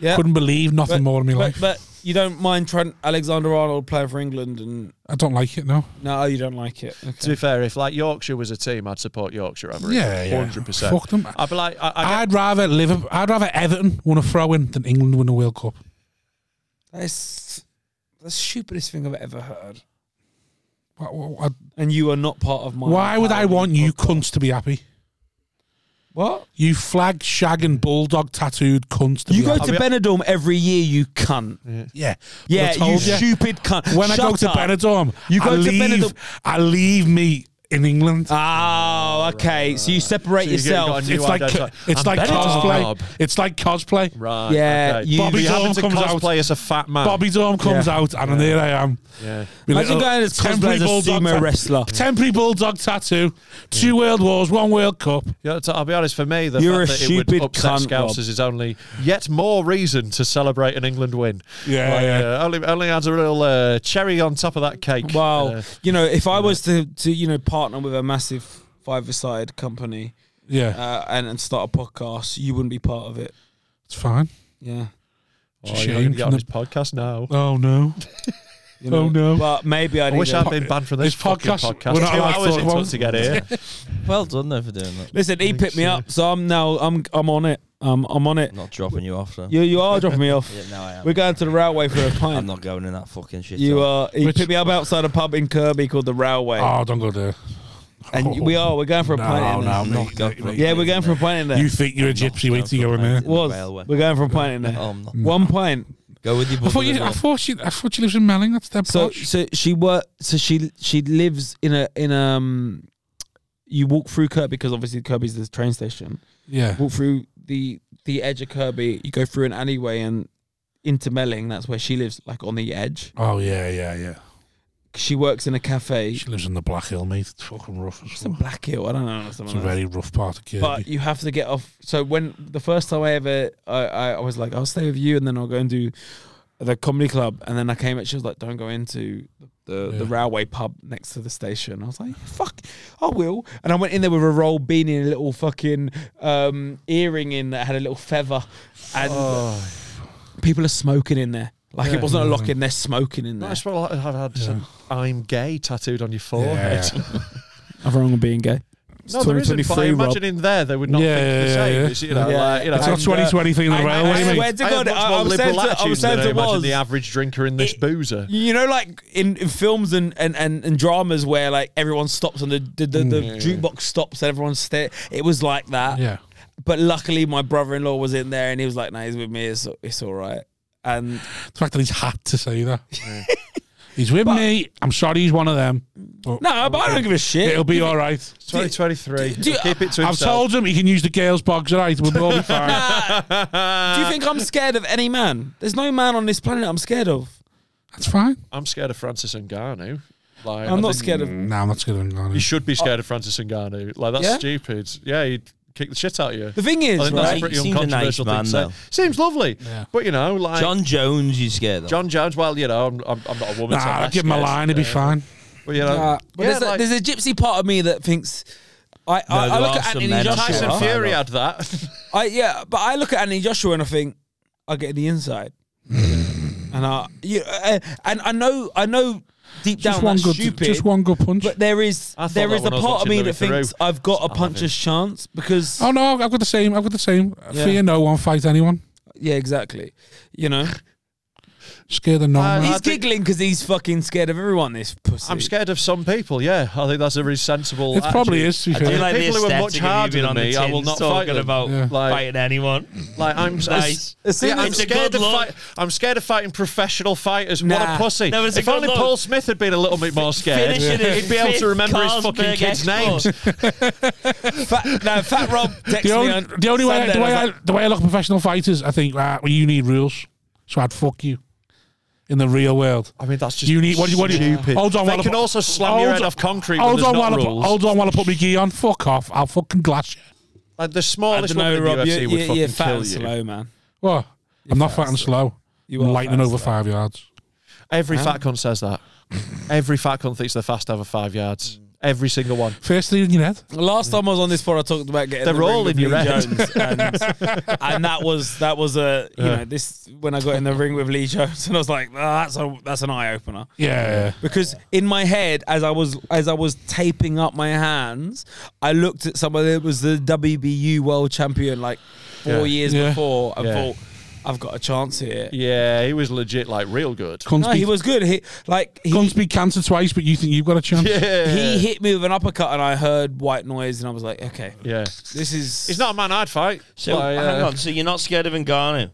[SPEAKER 4] Yeah.
[SPEAKER 1] Couldn't believe nothing more in my
[SPEAKER 4] but,
[SPEAKER 1] life.
[SPEAKER 4] but you don't mind Trent Alexander Arnold playing for England, and
[SPEAKER 1] I don't like it, no.
[SPEAKER 4] no, you don't like it.
[SPEAKER 5] To be fair, if like Yorkshire was a team, I'd support Yorkshire over
[SPEAKER 1] Yeah,
[SPEAKER 5] it.
[SPEAKER 1] yeah.
[SPEAKER 5] hundred percent.
[SPEAKER 1] Fuck them.
[SPEAKER 5] I'd be like, I, I get-
[SPEAKER 1] I'd rather Liverpool, I'd rather Everton win a throw in than England win a World Cup.
[SPEAKER 4] That's the stupidest thing I've ever heard.
[SPEAKER 1] Why, why-
[SPEAKER 4] And you are not part of my.
[SPEAKER 1] why would I want you cunts to be happy?
[SPEAKER 4] What?
[SPEAKER 1] You flag shagging bulldog tattooed cunts to
[SPEAKER 4] You
[SPEAKER 1] be
[SPEAKER 4] go
[SPEAKER 1] happy.
[SPEAKER 4] to Benidorm every year, you cunt.
[SPEAKER 1] yeah.
[SPEAKER 4] Yeah,
[SPEAKER 1] But I
[SPEAKER 4] you
[SPEAKER 1] told ya,
[SPEAKER 4] stupid cunt.
[SPEAKER 1] When I
[SPEAKER 4] Shut
[SPEAKER 1] go to
[SPEAKER 4] up.
[SPEAKER 1] Benidorm,
[SPEAKER 4] You go
[SPEAKER 1] I
[SPEAKER 4] to
[SPEAKER 1] leave,
[SPEAKER 4] Benidorm-
[SPEAKER 1] I leave me in England.
[SPEAKER 4] Oh, okay. So you separate
[SPEAKER 5] So you get-
[SPEAKER 4] yourself.
[SPEAKER 5] got a new
[SPEAKER 1] it's like
[SPEAKER 5] idea.
[SPEAKER 1] it's
[SPEAKER 5] I'm
[SPEAKER 1] like
[SPEAKER 5] better
[SPEAKER 1] cosplay.
[SPEAKER 5] Bob.
[SPEAKER 1] It's like cosplay.
[SPEAKER 5] Right.
[SPEAKER 4] Yeah,
[SPEAKER 5] Okay.
[SPEAKER 4] you-
[SPEAKER 5] Bobby
[SPEAKER 1] Bobby Dawn
[SPEAKER 5] Hutton
[SPEAKER 1] comes
[SPEAKER 5] comes
[SPEAKER 1] out.
[SPEAKER 5] cosplay as a fat man.
[SPEAKER 1] Bobby Dorm comes
[SPEAKER 4] Yeah.
[SPEAKER 1] out, and then there I am.
[SPEAKER 5] Yeah.
[SPEAKER 1] My
[SPEAKER 4] Imagine
[SPEAKER 1] little
[SPEAKER 4] going as cosplay
[SPEAKER 1] temporary
[SPEAKER 4] as a
[SPEAKER 1] bulldog
[SPEAKER 4] sumo
[SPEAKER 1] tat-
[SPEAKER 4] wrestler.
[SPEAKER 1] Temporary bulldog tattoo, two world wars, one World Cup.
[SPEAKER 5] You know, to- I'll be honest. For me, the
[SPEAKER 4] You're
[SPEAKER 5] fact
[SPEAKER 4] a
[SPEAKER 5] that it would
[SPEAKER 4] stupid
[SPEAKER 5] upset
[SPEAKER 4] cunt,
[SPEAKER 5] Scousers
[SPEAKER 4] Rob.
[SPEAKER 5] is only yet more reason to celebrate an England win.
[SPEAKER 1] Yeah, yeah.
[SPEAKER 5] uh, only only adds a little uh, cherry on top of that cake.
[SPEAKER 4] <laughs> Well,
[SPEAKER 5] Uh,
[SPEAKER 4] you know, if I was to, to you know partner with a massive five-a-side company
[SPEAKER 1] Yeah,
[SPEAKER 4] uh, and and start a podcast, you wouldn't be part of it.
[SPEAKER 1] it's fine.
[SPEAKER 4] Yeah.
[SPEAKER 5] oh, you're not gonna
[SPEAKER 1] shame
[SPEAKER 5] get on
[SPEAKER 1] from
[SPEAKER 5] this podcast now.
[SPEAKER 1] Oh no,
[SPEAKER 4] You
[SPEAKER 1] Oh, no.
[SPEAKER 4] But maybe I
[SPEAKER 5] I
[SPEAKER 4] need.
[SPEAKER 5] wish
[SPEAKER 4] to-
[SPEAKER 5] I'd been banned from
[SPEAKER 1] This
[SPEAKER 5] this, fucking
[SPEAKER 1] podcast-
[SPEAKER 5] podcast.
[SPEAKER 1] we're not
[SPEAKER 5] Two
[SPEAKER 1] allowed to
[SPEAKER 5] hours
[SPEAKER 1] talk
[SPEAKER 5] it took
[SPEAKER 1] about-
[SPEAKER 5] to get here.
[SPEAKER 2] Well done though for doing that.
[SPEAKER 4] Listen, he picked me up, so I'm now I'm I'm on it. Um, I'm on it.
[SPEAKER 2] I'm not dropping you off though.
[SPEAKER 4] You you are dropping me off.
[SPEAKER 2] <laughs> Yeah, no, I am.
[SPEAKER 4] We're going to the railway for a
[SPEAKER 2] I'm
[SPEAKER 4] pint.
[SPEAKER 2] not going in that fucking shit.
[SPEAKER 4] You
[SPEAKER 2] hole.
[SPEAKER 4] are. He
[SPEAKER 1] Which-
[SPEAKER 4] picked me up outside a pub in Kirby called the Railway,
[SPEAKER 1] oh don't go there.
[SPEAKER 4] and
[SPEAKER 1] oh.
[SPEAKER 4] we are. We're going for a pint.
[SPEAKER 1] No, no,
[SPEAKER 4] in there.
[SPEAKER 1] I'm
[SPEAKER 2] No,
[SPEAKER 1] not
[SPEAKER 2] God,
[SPEAKER 1] going.
[SPEAKER 2] no.
[SPEAKER 1] there.
[SPEAKER 4] Yeah, we're going for a pint in there.
[SPEAKER 1] You think you're a gypsy? Wait till you go in there.
[SPEAKER 2] Well,
[SPEAKER 4] was.
[SPEAKER 2] Railway.
[SPEAKER 4] We're going for a pint in there.
[SPEAKER 2] Oh, I'm not.
[SPEAKER 4] One pint.
[SPEAKER 2] Go
[SPEAKER 4] <laughs>
[SPEAKER 2] with your
[SPEAKER 1] I
[SPEAKER 2] brother.
[SPEAKER 1] thought
[SPEAKER 2] as
[SPEAKER 1] you. I
[SPEAKER 2] well.
[SPEAKER 1] thought she. I thought she lives in Melling. That's their
[SPEAKER 4] So
[SPEAKER 1] porch.
[SPEAKER 4] so she work so she she lives in a in um you walk through Kirby because obviously Kirby's the train station.
[SPEAKER 1] Yeah.
[SPEAKER 4] Walk through the the edge of Kirby, you go through an alleyway and into Melling, that's where she lives, like on the edge.
[SPEAKER 1] Oh yeah, yeah, yeah.
[SPEAKER 4] She works in a cafe.
[SPEAKER 1] She lives in the Black Hill, mate. It's fucking rough. As
[SPEAKER 4] It's in
[SPEAKER 1] well.
[SPEAKER 4] Black Hill, I don't know.
[SPEAKER 1] It's
[SPEAKER 4] something
[SPEAKER 1] a
[SPEAKER 4] like that.
[SPEAKER 1] very rough part of Kirby.
[SPEAKER 4] But you have to get off. So when the first time I ever, I, I, I was like, I'll stay with you, and then I'll go and do the comedy club. And then I came at, she was like, don't go into the,
[SPEAKER 1] Yeah.
[SPEAKER 4] the railway pub next to the station. I was like, fuck, I will. And I went in there with a roll beanie and a little fucking um, earring in that had a little feather. And people are smoking in there. Like
[SPEAKER 5] Oh. Yeah.
[SPEAKER 4] it wasn't a lock in, they're smoking in there.
[SPEAKER 5] That's what I- I've had. some I'm gay tattooed on
[SPEAKER 1] yeah.
[SPEAKER 5] your <laughs> forehead.
[SPEAKER 4] Nothing wrong with being gay.
[SPEAKER 5] No, there isn't. But I
[SPEAKER 4] 2023, Rob.
[SPEAKER 5] imagine in there they would not
[SPEAKER 1] Yeah,
[SPEAKER 5] think the
[SPEAKER 1] yeah,
[SPEAKER 5] same.
[SPEAKER 1] yeah.
[SPEAKER 5] It's, you know,
[SPEAKER 4] Yeah.
[SPEAKER 5] like, you know,
[SPEAKER 1] it's not
[SPEAKER 4] and, uh,
[SPEAKER 1] 2020 thing in the
[SPEAKER 4] I- I-
[SPEAKER 1] railway,
[SPEAKER 4] I
[SPEAKER 1] mate.
[SPEAKER 4] swear to
[SPEAKER 5] I have
[SPEAKER 4] God,
[SPEAKER 5] much
[SPEAKER 4] I,
[SPEAKER 5] more
[SPEAKER 4] I was saying
[SPEAKER 5] liberal
[SPEAKER 4] to, I
[SPEAKER 5] attitude
[SPEAKER 4] was saying
[SPEAKER 5] than I
[SPEAKER 4] to
[SPEAKER 5] imagine
[SPEAKER 4] Woz,
[SPEAKER 5] the average drinker in this
[SPEAKER 4] It-
[SPEAKER 5] boozer.
[SPEAKER 4] You know, like in, in films and, and, and, and dramas where like everyone stops and the the, the, the jukebox stops and everyone's stare. It was like that.
[SPEAKER 1] Yeah.
[SPEAKER 4] But luckily, my brother-in-law was in there and he was like, "No, he's with me. It's it's all right." And
[SPEAKER 1] The fact that he's had to say
[SPEAKER 4] <laughs>
[SPEAKER 1] that. he's with me. I'm sorry he's one of them. But
[SPEAKER 4] no, but I don't give a shit.
[SPEAKER 1] It'll be all right.
[SPEAKER 5] 2023.
[SPEAKER 4] do you-
[SPEAKER 5] Keep it to
[SPEAKER 1] I've
[SPEAKER 5] himself.
[SPEAKER 1] told him he can use the girls' bogs, all right? We'll all be fine.
[SPEAKER 4] Do you think I'm scared of any man? There's no man on this planet I'm scared of.
[SPEAKER 1] That's fine.
[SPEAKER 5] I'm scared of Francis Ngannou. Like,
[SPEAKER 4] I'm
[SPEAKER 5] I
[SPEAKER 4] not
[SPEAKER 5] think
[SPEAKER 4] scared of.
[SPEAKER 1] No, I'm not scared of
[SPEAKER 5] You
[SPEAKER 1] him.
[SPEAKER 5] should be scared of Francis Ngannou. Like that's
[SPEAKER 4] Yeah?
[SPEAKER 5] stupid. Yeah, he'd kick the shit out of you.
[SPEAKER 4] The thing is,
[SPEAKER 5] I think
[SPEAKER 4] right?
[SPEAKER 5] that's
[SPEAKER 2] He
[SPEAKER 5] a pretty
[SPEAKER 2] seems a nice
[SPEAKER 5] uncontroversial
[SPEAKER 2] man,
[SPEAKER 5] thing to
[SPEAKER 2] though.
[SPEAKER 5] say. Seems lovely,
[SPEAKER 1] Yeah.
[SPEAKER 5] but you know, like John,
[SPEAKER 2] John Jones, you scared of.
[SPEAKER 5] Jones. Well, you know, I'm, I'm, I'm not a woman. so I'm
[SPEAKER 1] Nah,
[SPEAKER 5] less
[SPEAKER 1] give him a
[SPEAKER 5] scared.
[SPEAKER 1] line. He'd be
[SPEAKER 5] Yeah.
[SPEAKER 1] fine.
[SPEAKER 5] But, you know,
[SPEAKER 4] Uh, but
[SPEAKER 5] yeah,
[SPEAKER 4] there's, a,
[SPEAKER 5] like,
[SPEAKER 4] there's a gypsy part of me that thinks. I, I,
[SPEAKER 2] there
[SPEAKER 4] I
[SPEAKER 2] are
[SPEAKER 4] look at
[SPEAKER 2] some
[SPEAKER 4] Anthony
[SPEAKER 2] men I'm
[SPEAKER 4] Joshua.
[SPEAKER 2] sure
[SPEAKER 5] Tyson
[SPEAKER 2] Sure.
[SPEAKER 5] Fury
[SPEAKER 4] <laughs>
[SPEAKER 5] had that.
[SPEAKER 4] I yeah, but I look at Anthony Joshua and I think I get the
[SPEAKER 1] <laughs>
[SPEAKER 4] inside, and I you uh, and I know I know deep
[SPEAKER 1] Just
[SPEAKER 4] down
[SPEAKER 1] one
[SPEAKER 4] that's
[SPEAKER 1] good.
[SPEAKER 4] stupid.
[SPEAKER 1] Just one good punch.
[SPEAKER 4] But there is
[SPEAKER 5] I thought
[SPEAKER 4] there
[SPEAKER 5] that
[SPEAKER 4] is a
[SPEAKER 5] when I was
[SPEAKER 4] part of
[SPEAKER 5] watching
[SPEAKER 4] me
[SPEAKER 5] Louis
[SPEAKER 4] that thinks I've got a puncher's chance because
[SPEAKER 1] Oh no, I've got the same. I've got the same.
[SPEAKER 4] Yeah.
[SPEAKER 1] Fear no one, fight anyone.
[SPEAKER 4] yeah, exactly. You know,
[SPEAKER 1] Uh, Scared of no
[SPEAKER 5] Uh,
[SPEAKER 1] man.
[SPEAKER 5] I
[SPEAKER 4] he's
[SPEAKER 5] think-
[SPEAKER 4] giggling because he's fucking scared of everyone. This pussy.
[SPEAKER 5] I'm scared of some people. Yeah, I think that's a really sensible.
[SPEAKER 1] It probably
[SPEAKER 5] attitude.
[SPEAKER 1] is. To be
[SPEAKER 2] I do
[SPEAKER 1] fair.
[SPEAKER 2] like
[SPEAKER 5] People
[SPEAKER 2] the
[SPEAKER 5] who are
[SPEAKER 2] aesthetic
[SPEAKER 5] much
[SPEAKER 2] of you
[SPEAKER 5] harder
[SPEAKER 2] being
[SPEAKER 5] than
[SPEAKER 2] on the
[SPEAKER 5] me, I
[SPEAKER 2] tin
[SPEAKER 5] will not
[SPEAKER 2] talking
[SPEAKER 5] fight them.
[SPEAKER 2] about
[SPEAKER 1] Yeah.
[SPEAKER 5] Like-
[SPEAKER 2] fighting anyone.
[SPEAKER 5] Like I'm,
[SPEAKER 2] Nice.
[SPEAKER 5] I,
[SPEAKER 4] As soon
[SPEAKER 5] yeah, I'm
[SPEAKER 4] as-
[SPEAKER 2] It's a
[SPEAKER 5] scared
[SPEAKER 2] good
[SPEAKER 5] of
[SPEAKER 2] look.
[SPEAKER 5] fight, I'm scared of fighting professional fighters. What
[SPEAKER 4] Nah.
[SPEAKER 5] a pussy!
[SPEAKER 2] No, it's a
[SPEAKER 5] if
[SPEAKER 2] good
[SPEAKER 5] only
[SPEAKER 2] look.
[SPEAKER 5] Paul Smith had been a little bit more scared,
[SPEAKER 2] Finishing his
[SPEAKER 5] he'd be able
[SPEAKER 2] fifth
[SPEAKER 5] to remember his
[SPEAKER 2] Carlsberg
[SPEAKER 5] fucking kids' names.
[SPEAKER 2] export. <laughs>
[SPEAKER 4] Fat, no, Fat Rob
[SPEAKER 1] <laughs>
[SPEAKER 4] texted
[SPEAKER 1] The
[SPEAKER 4] me
[SPEAKER 1] only,
[SPEAKER 4] on
[SPEAKER 1] the only way,
[SPEAKER 4] Sunday
[SPEAKER 1] the way,
[SPEAKER 4] and I
[SPEAKER 1] I,
[SPEAKER 4] was
[SPEAKER 1] the way I look at professional fighters, I think, right, well, you need rules, so I'd fuck you in the real world.
[SPEAKER 5] I mean, that's just
[SPEAKER 1] You need what? do you- What? do you-
[SPEAKER 5] stupid.
[SPEAKER 1] Hold on,
[SPEAKER 5] they
[SPEAKER 1] while I
[SPEAKER 5] can
[SPEAKER 1] put-
[SPEAKER 5] also slam your
[SPEAKER 1] hold
[SPEAKER 5] head
[SPEAKER 1] on-
[SPEAKER 5] off concrete
[SPEAKER 1] Hold
[SPEAKER 5] when
[SPEAKER 1] on,
[SPEAKER 5] there's
[SPEAKER 1] while
[SPEAKER 5] not
[SPEAKER 1] I put,
[SPEAKER 5] rules.
[SPEAKER 1] hold on, while I put my gi on. Fuck off! I'll fucking glass you.
[SPEAKER 5] Like, the
[SPEAKER 4] I
[SPEAKER 5] smallest
[SPEAKER 4] don't
[SPEAKER 5] one
[SPEAKER 4] know,
[SPEAKER 5] in the
[SPEAKER 4] Rob.
[SPEAKER 5] UFC
[SPEAKER 4] You're,
[SPEAKER 5] would
[SPEAKER 4] you're,
[SPEAKER 5] fucking
[SPEAKER 4] you're fat
[SPEAKER 5] kill
[SPEAKER 4] and
[SPEAKER 5] you.
[SPEAKER 4] slow, man.
[SPEAKER 1] What? I'm not fat
[SPEAKER 4] fast,
[SPEAKER 1] and slow.
[SPEAKER 4] You
[SPEAKER 1] I'm
[SPEAKER 4] are
[SPEAKER 1] lightning
[SPEAKER 4] fat
[SPEAKER 1] over
[SPEAKER 4] and slow.
[SPEAKER 1] five yards.
[SPEAKER 5] Every
[SPEAKER 4] Huh?
[SPEAKER 5] fat cunt says that. Every fat cunt thinks they're fast over five yards. Every single one.
[SPEAKER 1] First thing in your head.
[SPEAKER 4] Last time I was on this pod, I talked about getting
[SPEAKER 5] They're
[SPEAKER 4] the ring
[SPEAKER 5] all
[SPEAKER 4] with
[SPEAKER 5] in your
[SPEAKER 4] Lee
[SPEAKER 5] head.
[SPEAKER 4] Jones, and, and that was that was a you know this when I got in the ring with Lee Jones, and I was like, oh, that's a that's an eye opener
[SPEAKER 1] Yeah.
[SPEAKER 4] because in my head as I was as I was taping up my hands, I looked at someone that was the WBU world champion like four
[SPEAKER 5] Yeah.
[SPEAKER 4] years
[SPEAKER 1] Yeah.
[SPEAKER 4] before, and
[SPEAKER 5] Yeah.
[SPEAKER 4] thought, I've got a chance here.
[SPEAKER 5] Yeah, he was legit, like real good.
[SPEAKER 1] Cunts
[SPEAKER 4] No,
[SPEAKER 1] beat,
[SPEAKER 4] he was good. He like he,
[SPEAKER 1] cunts beat cancer twice, but you think you've got a chance?
[SPEAKER 5] Yeah.
[SPEAKER 4] he hit me with an uppercut, and I heard white noise, and I was like, okay,
[SPEAKER 5] yeah.
[SPEAKER 4] this is
[SPEAKER 5] He's not a man I'd fight.
[SPEAKER 2] So
[SPEAKER 5] Like,
[SPEAKER 2] hang
[SPEAKER 5] uh, <laughs>
[SPEAKER 2] on. So you're not scared of Ngannou?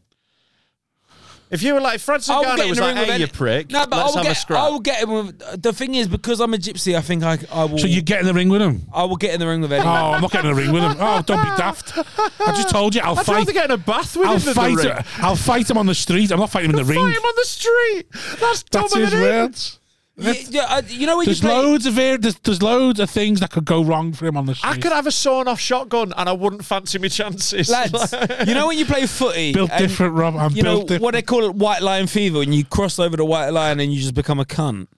[SPEAKER 5] If you were like, Francis Ngannou was like, hey,
[SPEAKER 4] any-
[SPEAKER 5] you prick,
[SPEAKER 4] No, but
[SPEAKER 5] let's
[SPEAKER 4] I'll
[SPEAKER 5] have
[SPEAKER 4] get,
[SPEAKER 5] a scrap.
[SPEAKER 4] I'll get him with. The thing is, because I'm a gypsy, I think I, I will.
[SPEAKER 1] So you get in the ring with him?
[SPEAKER 4] <laughs> I will get in the ring with
[SPEAKER 1] Oh,
[SPEAKER 4] anyone.
[SPEAKER 1] I'm not getting in the ring with him. Oh, don't be daft. I just told you, I'll
[SPEAKER 5] I'd
[SPEAKER 1] fight.
[SPEAKER 5] rather get in a bath with
[SPEAKER 1] I'll
[SPEAKER 5] him than the
[SPEAKER 1] fight.
[SPEAKER 5] ring.
[SPEAKER 1] I'll fight him on the street. I'm not fighting him in the
[SPEAKER 5] Fight
[SPEAKER 1] ring.
[SPEAKER 5] him on the street. That's dumb
[SPEAKER 1] That's his words.
[SPEAKER 4] You, you, I- you know when you <laughs>
[SPEAKER 1] There's
[SPEAKER 4] play.
[SPEAKER 1] loads of air, there's, there's loads of things that could go wrong for him on the street.
[SPEAKER 5] I could have a sawn-off shotgun and I wouldn't fancy my chances. <laughs>
[SPEAKER 4] Lads, you know when you play footy,
[SPEAKER 1] built
[SPEAKER 4] and
[SPEAKER 1] different, Rob. I'm
[SPEAKER 4] you know
[SPEAKER 1] built different.
[SPEAKER 4] what they call it, white line fever, and you cross over the white line and you just become a cunt.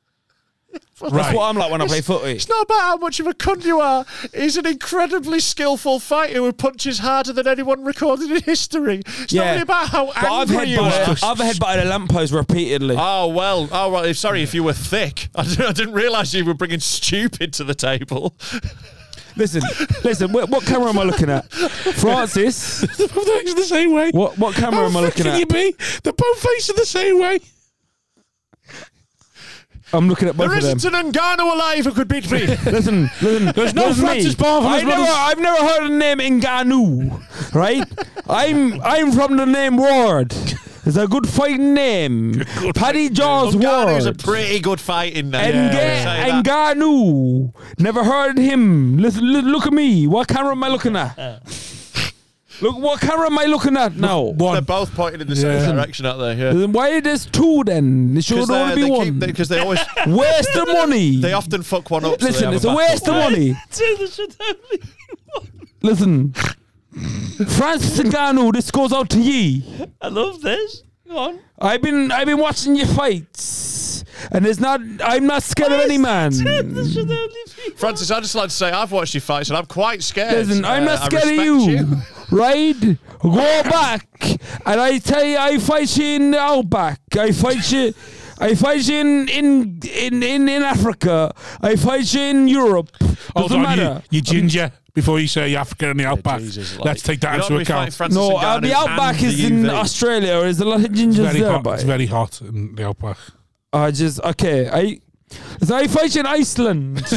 [SPEAKER 4] That's
[SPEAKER 1] Right.
[SPEAKER 4] what I'm like when I play footy.
[SPEAKER 5] It's not about how much of a cunt you are. He's an incredibly skillful fighter who punches harder than anyone recorded in history. It's not
[SPEAKER 4] Yeah.
[SPEAKER 5] really about how
[SPEAKER 4] But I've
[SPEAKER 5] angry you
[SPEAKER 4] headbutted,
[SPEAKER 5] are.
[SPEAKER 4] I've headbutted a lamppost repeatedly.
[SPEAKER 5] Oh well, oh well. if- Sorry if you were thick. <laughs> I d- I didn't realise you were bringing stupid to the table.
[SPEAKER 4] listen, listen. What, what camera am I looking at,
[SPEAKER 5] <laughs>
[SPEAKER 4] Francis?
[SPEAKER 1] They're both facing the same way.
[SPEAKER 4] What what camera
[SPEAKER 1] How
[SPEAKER 4] am I
[SPEAKER 1] thick
[SPEAKER 4] looking
[SPEAKER 1] can you
[SPEAKER 4] at?
[SPEAKER 1] be? They're both facing the same way.
[SPEAKER 4] I'm looking at both
[SPEAKER 5] There
[SPEAKER 4] of them.
[SPEAKER 5] isn't an Ngannou alive who could beat
[SPEAKER 4] <laughs>
[SPEAKER 5] me.
[SPEAKER 4] Listen, listen. There's
[SPEAKER 1] no Francis Barnes from
[SPEAKER 4] I've
[SPEAKER 1] his
[SPEAKER 4] never,
[SPEAKER 1] brother's-
[SPEAKER 4] I've never heard the name Ngannou, right? I'm I'm from the name Ward. It's a good fighting name. Paddy Jaws
[SPEAKER 5] Ngannou's a
[SPEAKER 4] Ward.
[SPEAKER 5] pretty good fighting name.
[SPEAKER 4] Nga-
[SPEAKER 5] I'll say that.
[SPEAKER 4] Ngannou. Never heard him. Listen, li- look at me. What camera am I looking at? <laughs> Look, what camera am I looking at now?
[SPEAKER 5] They're
[SPEAKER 1] One.
[SPEAKER 5] both pointing in the same
[SPEAKER 1] Yeah.
[SPEAKER 5] direction, aren't they? Yeah.
[SPEAKER 4] Then Why there's two then? It should
[SPEAKER 5] they,
[SPEAKER 4] only be
[SPEAKER 5] uh, they
[SPEAKER 4] one.
[SPEAKER 5] because
[SPEAKER 4] <laughs>
[SPEAKER 5] they always
[SPEAKER 4] Where's the money?
[SPEAKER 5] they often fuck one up. so they
[SPEAKER 4] Listen,
[SPEAKER 5] have
[SPEAKER 4] it's a
[SPEAKER 5] battle.
[SPEAKER 4] waste of money. Listen, Francis Ngannou, this goes out to ye.
[SPEAKER 2] I love this. Go
[SPEAKER 5] <laughs>
[SPEAKER 2] on.
[SPEAKER 4] I've been I've been watching your fights, and it's not I'm not scared of any man.
[SPEAKER 1] Mm.
[SPEAKER 2] This should only be
[SPEAKER 5] Francis, I'd just like to say I've watched your fights and I'm quite scared.
[SPEAKER 4] Listen, I'm
[SPEAKER 5] Uh,
[SPEAKER 4] not
[SPEAKER 5] I
[SPEAKER 4] scared of
[SPEAKER 5] respect
[SPEAKER 4] you, right? Go back, and I tell you, I fight you in the outback. I fight you. I fight you in in, in, in, in Africa. I fight you in Europe.
[SPEAKER 1] Hold
[SPEAKER 4] Doesn't
[SPEAKER 1] on, you,
[SPEAKER 4] matter.
[SPEAKER 1] you ginger. Before you say Africa in the outback,
[SPEAKER 5] Jesus, like-
[SPEAKER 1] let's take
[SPEAKER 5] You
[SPEAKER 1] that
[SPEAKER 5] don't
[SPEAKER 1] into
[SPEAKER 5] wanna be fighting
[SPEAKER 1] account.
[SPEAKER 5] Francis
[SPEAKER 4] No,
[SPEAKER 5] Ngannou
[SPEAKER 4] uh, the outback
[SPEAKER 5] and
[SPEAKER 4] is
[SPEAKER 5] the
[SPEAKER 4] in
[SPEAKER 5] UV.
[SPEAKER 4] Australia. There's a lot of
[SPEAKER 1] It's
[SPEAKER 4] gingers
[SPEAKER 1] very
[SPEAKER 4] there,
[SPEAKER 1] hot.
[SPEAKER 4] but
[SPEAKER 1] It's very hot in the outback.
[SPEAKER 4] I just okay. I so I fight in Iceland. I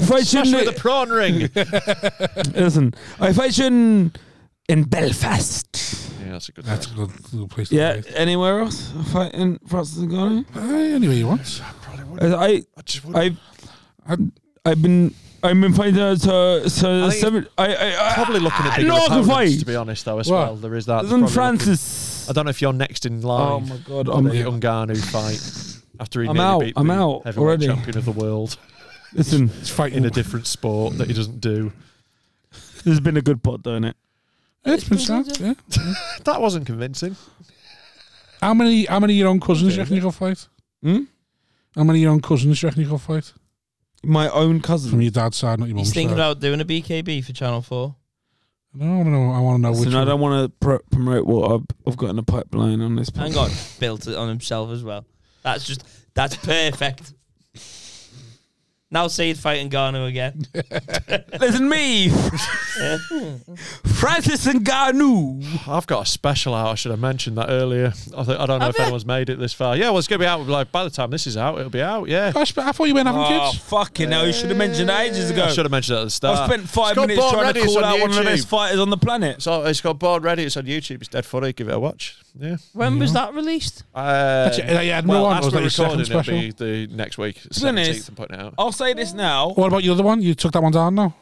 [SPEAKER 4] fight <laughs>
[SPEAKER 5] Smash
[SPEAKER 4] in
[SPEAKER 5] with the prawn ring. yeah,
[SPEAKER 4] listen. I fight in in Belfast.
[SPEAKER 5] that's a good.
[SPEAKER 1] That's a good good place. To
[SPEAKER 4] Yeah.
[SPEAKER 1] yeah.
[SPEAKER 4] Anywhere else? I fight in France and Ghana.
[SPEAKER 1] Anyway, you want.
[SPEAKER 4] I
[SPEAKER 5] I just wouldn't-
[SPEAKER 4] I I've been I've been fighting uh, so so
[SPEAKER 5] I think
[SPEAKER 4] seven. I I, I
[SPEAKER 5] probably looking at
[SPEAKER 4] I
[SPEAKER 5] bigger
[SPEAKER 4] know I can
[SPEAKER 5] opponents, to
[SPEAKER 4] fight.
[SPEAKER 5] be honest, though, as
[SPEAKER 1] What?
[SPEAKER 5] well. There is that. They're
[SPEAKER 4] Listen,
[SPEAKER 5] probably looking-
[SPEAKER 4] Francis.
[SPEAKER 5] I don't know if you're next in
[SPEAKER 4] Oh
[SPEAKER 5] line
[SPEAKER 4] my God!
[SPEAKER 5] for the
[SPEAKER 4] I'm,
[SPEAKER 5] Ngannou fight after he
[SPEAKER 4] I'm
[SPEAKER 5] nearly
[SPEAKER 4] out,
[SPEAKER 5] beat
[SPEAKER 4] I'm
[SPEAKER 5] the
[SPEAKER 4] out
[SPEAKER 5] heavyweight
[SPEAKER 4] already.
[SPEAKER 5] champion of the world
[SPEAKER 4] listen,
[SPEAKER 1] It's fighting.
[SPEAKER 5] in a different sport that he
[SPEAKER 1] Hmm. <laughs>
[SPEAKER 5] doesn't do.
[SPEAKER 4] this has been a good pod, don't it?
[SPEAKER 1] it's been sad. Yeah.
[SPEAKER 5] That wasn't convincing.
[SPEAKER 1] How many? How many of your own cousins do you reckon you go fight?
[SPEAKER 4] Hmm?
[SPEAKER 1] How many of your own cousins do you reckon you go fight?
[SPEAKER 4] My own
[SPEAKER 1] From
[SPEAKER 4] cousin.
[SPEAKER 1] your dad's side, not your mum's
[SPEAKER 2] He's thinking
[SPEAKER 1] side.
[SPEAKER 2] about doing a BKB for Channel 4.
[SPEAKER 1] no, I want to know. I want to know which.
[SPEAKER 4] Listen, I
[SPEAKER 1] one.
[SPEAKER 4] don't want to pro- promote what I've, I've got in the pipeline on this.
[SPEAKER 2] Hang
[SPEAKER 4] podcast.
[SPEAKER 5] <laughs>
[SPEAKER 2] on. Built it on himself as well. That's just, that's perfect. Now say you'd fight Ngannou again.
[SPEAKER 4] Listen,
[SPEAKER 5] <laughs>
[SPEAKER 4] me, Francis Ngannou.
[SPEAKER 5] I've got a special out. I should have mentioned that earlier. I, th- I don't know if anyone's made it this far. Yeah, well, it's going to be out. Like by the time this is out, it'll be out. Yeah.
[SPEAKER 1] I, sp- I thought you weren't having
[SPEAKER 4] Oh,
[SPEAKER 1] kids.
[SPEAKER 4] fucking hell! You should have mentioned that ages ago.
[SPEAKER 5] I should have mentioned that at the start.
[SPEAKER 4] I spent five
[SPEAKER 5] It's got
[SPEAKER 4] minutes
[SPEAKER 5] Born
[SPEAKER 4] trying
[SPEAKER 5] Ready,
[SPEAKER 4] to
[SPEAKER 5] it's
[SPEAKER 4] call out one of the
[SPEAKER 5] YouTube.
[SPEAKER 4] best fighters on the planet.
[SPEAKER 5] So it's got board ready. It's on YouTube. It's dead funny. Give it a watch. Yeah.
[SPEAKER 2] When was that released?
[SPEAKER 5] Uh,
[SPEAKER 1] Actually, yeah, yeah, no
[SPEAKER 5] well,
[SPEAKER 1] one
[SPEAKER 5] as
[SPEAKER 1] was
[SPEAKER 5] we're
[SPEAKER 1] like your second
[SPEAKER 5] recording, it'll be the next week,
[SPEAKER 4] Goodness.
[SPEAKER 5] seventeenth. I'm putting it
[SPEAKER 1] Oh.
[SPEAKER 5] out.
[SPEAKER 4] I'll say this now.
[SPEAKER 1] What about your other one? You took that one down
[SPEAKER 4] Uh,
[SPEAKER 1] now.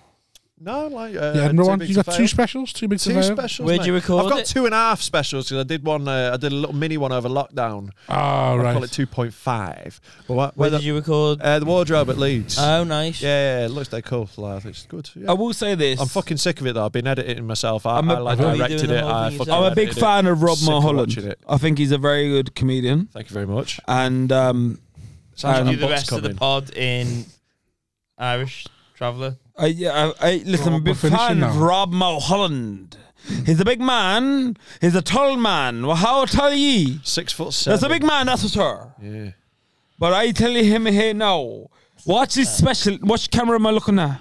[SPEAKER 5] No, like uh,
[SPEAKER 1] Yeah,
[SPEAKER 5] Too
[SPEAKER 1] Edinburgh one.
[SPEAKER 5] Big
[SPEAKER 1] You
[SPEAKER 5] to
[SPEAKER 1] got two
[SPEAKER 5] Fail.
[SPEAKER 1] specials. Two big to
[SPEAKER 5] Two
[SPEAKER 1] fail.
[SPEAKER 5] specials.
[SPEAKER 2] Where'd
[SPEAKER 5] mate.
[SPEAKER 2] you record
[SPEAKER 5] I've got
[SPEAKER 2] it?
[SPEAKER 5] two and a half specials because I did one. Uh, I did a little mini one over lockdown.
[SPEAKER 1] Oh,
[SPEAKER 5] I call it
[SPEAKER 1] right.
[SPEAKER 5] two point five. But what,
[SPEAKER 2] Where
[SPEAKER 5] where
[SPEAKER 2] did you record?
[SPEAKER 5] uh, the Uh, wardrobe at Leeds.
[SPEAKER 2] Oh, nice.
[SPEAKER 5] yeah, yeah, it looks dead cool. Like, I think it's good. Yeah.
[SPEAKER 4] I will say this.
[SPEAKER 5] I'm fucking sick of it though. I've been editing myself. I,
[SPEAKER 4] I'm
[SPEAKER 5] I'm
[SPEAKER 4] a-
[SPEAKER 5] like
[SPEAKER 2] Are you
[SPEAKER 5] directed
[SPEAKER 2] doing the
[SPEAKER 5] it.
[SPEAKER 2] whole
[SPEAKER 5] I
[SPEAKER 2] thing
[SPEAKER 5] fucking
[SPEAKER 4] I'm a big
[SPEAKER 5] edited it.
[SPEAKER 4] fan of Rob
[SPEAKER 5] Sick of
[SPEAKER 4] Mulholland.
[SPEAKER 5] watching it.
[SPEAKER 4] I think he's a very good comedian,
[SPEAKER 5] Thank you very much.
[SPEAKER 4] and um,
[SPEAKER 5] Sounds
[SPEAKER 4] Um,
[SPEAKER 5] like
[SPEAKER 2] Do
[SPEAKER 5] a
[SPEAKER 2] the
[SPEAKER 5] box
[SPEAKER 2] rest of the
[SPEAKER 5] coming.
[SPEAKER 2] pod in Irish Traveller.
[SPEAKER 4] I, yeah, I, I
[SPEAKER 1] Rob,
[SPEAKER 4] listen. I'm a big
[SPEAKER 1] we're finishing
[SPEAKER 4] fan of
[SPEAKER 1] now.
[SPEAKER 4] Rob Mulholland. He's a big man. He's a tall man. Well, how tall ye?
[SPEAKER 5] Six foot seven.
[SPEAKER 4] That's a big man. That's for sure.
[SPEAKER 5] Yeah.
[SPEAKER 4] But I tell him here now, watch this special. Watch camera am I looking at?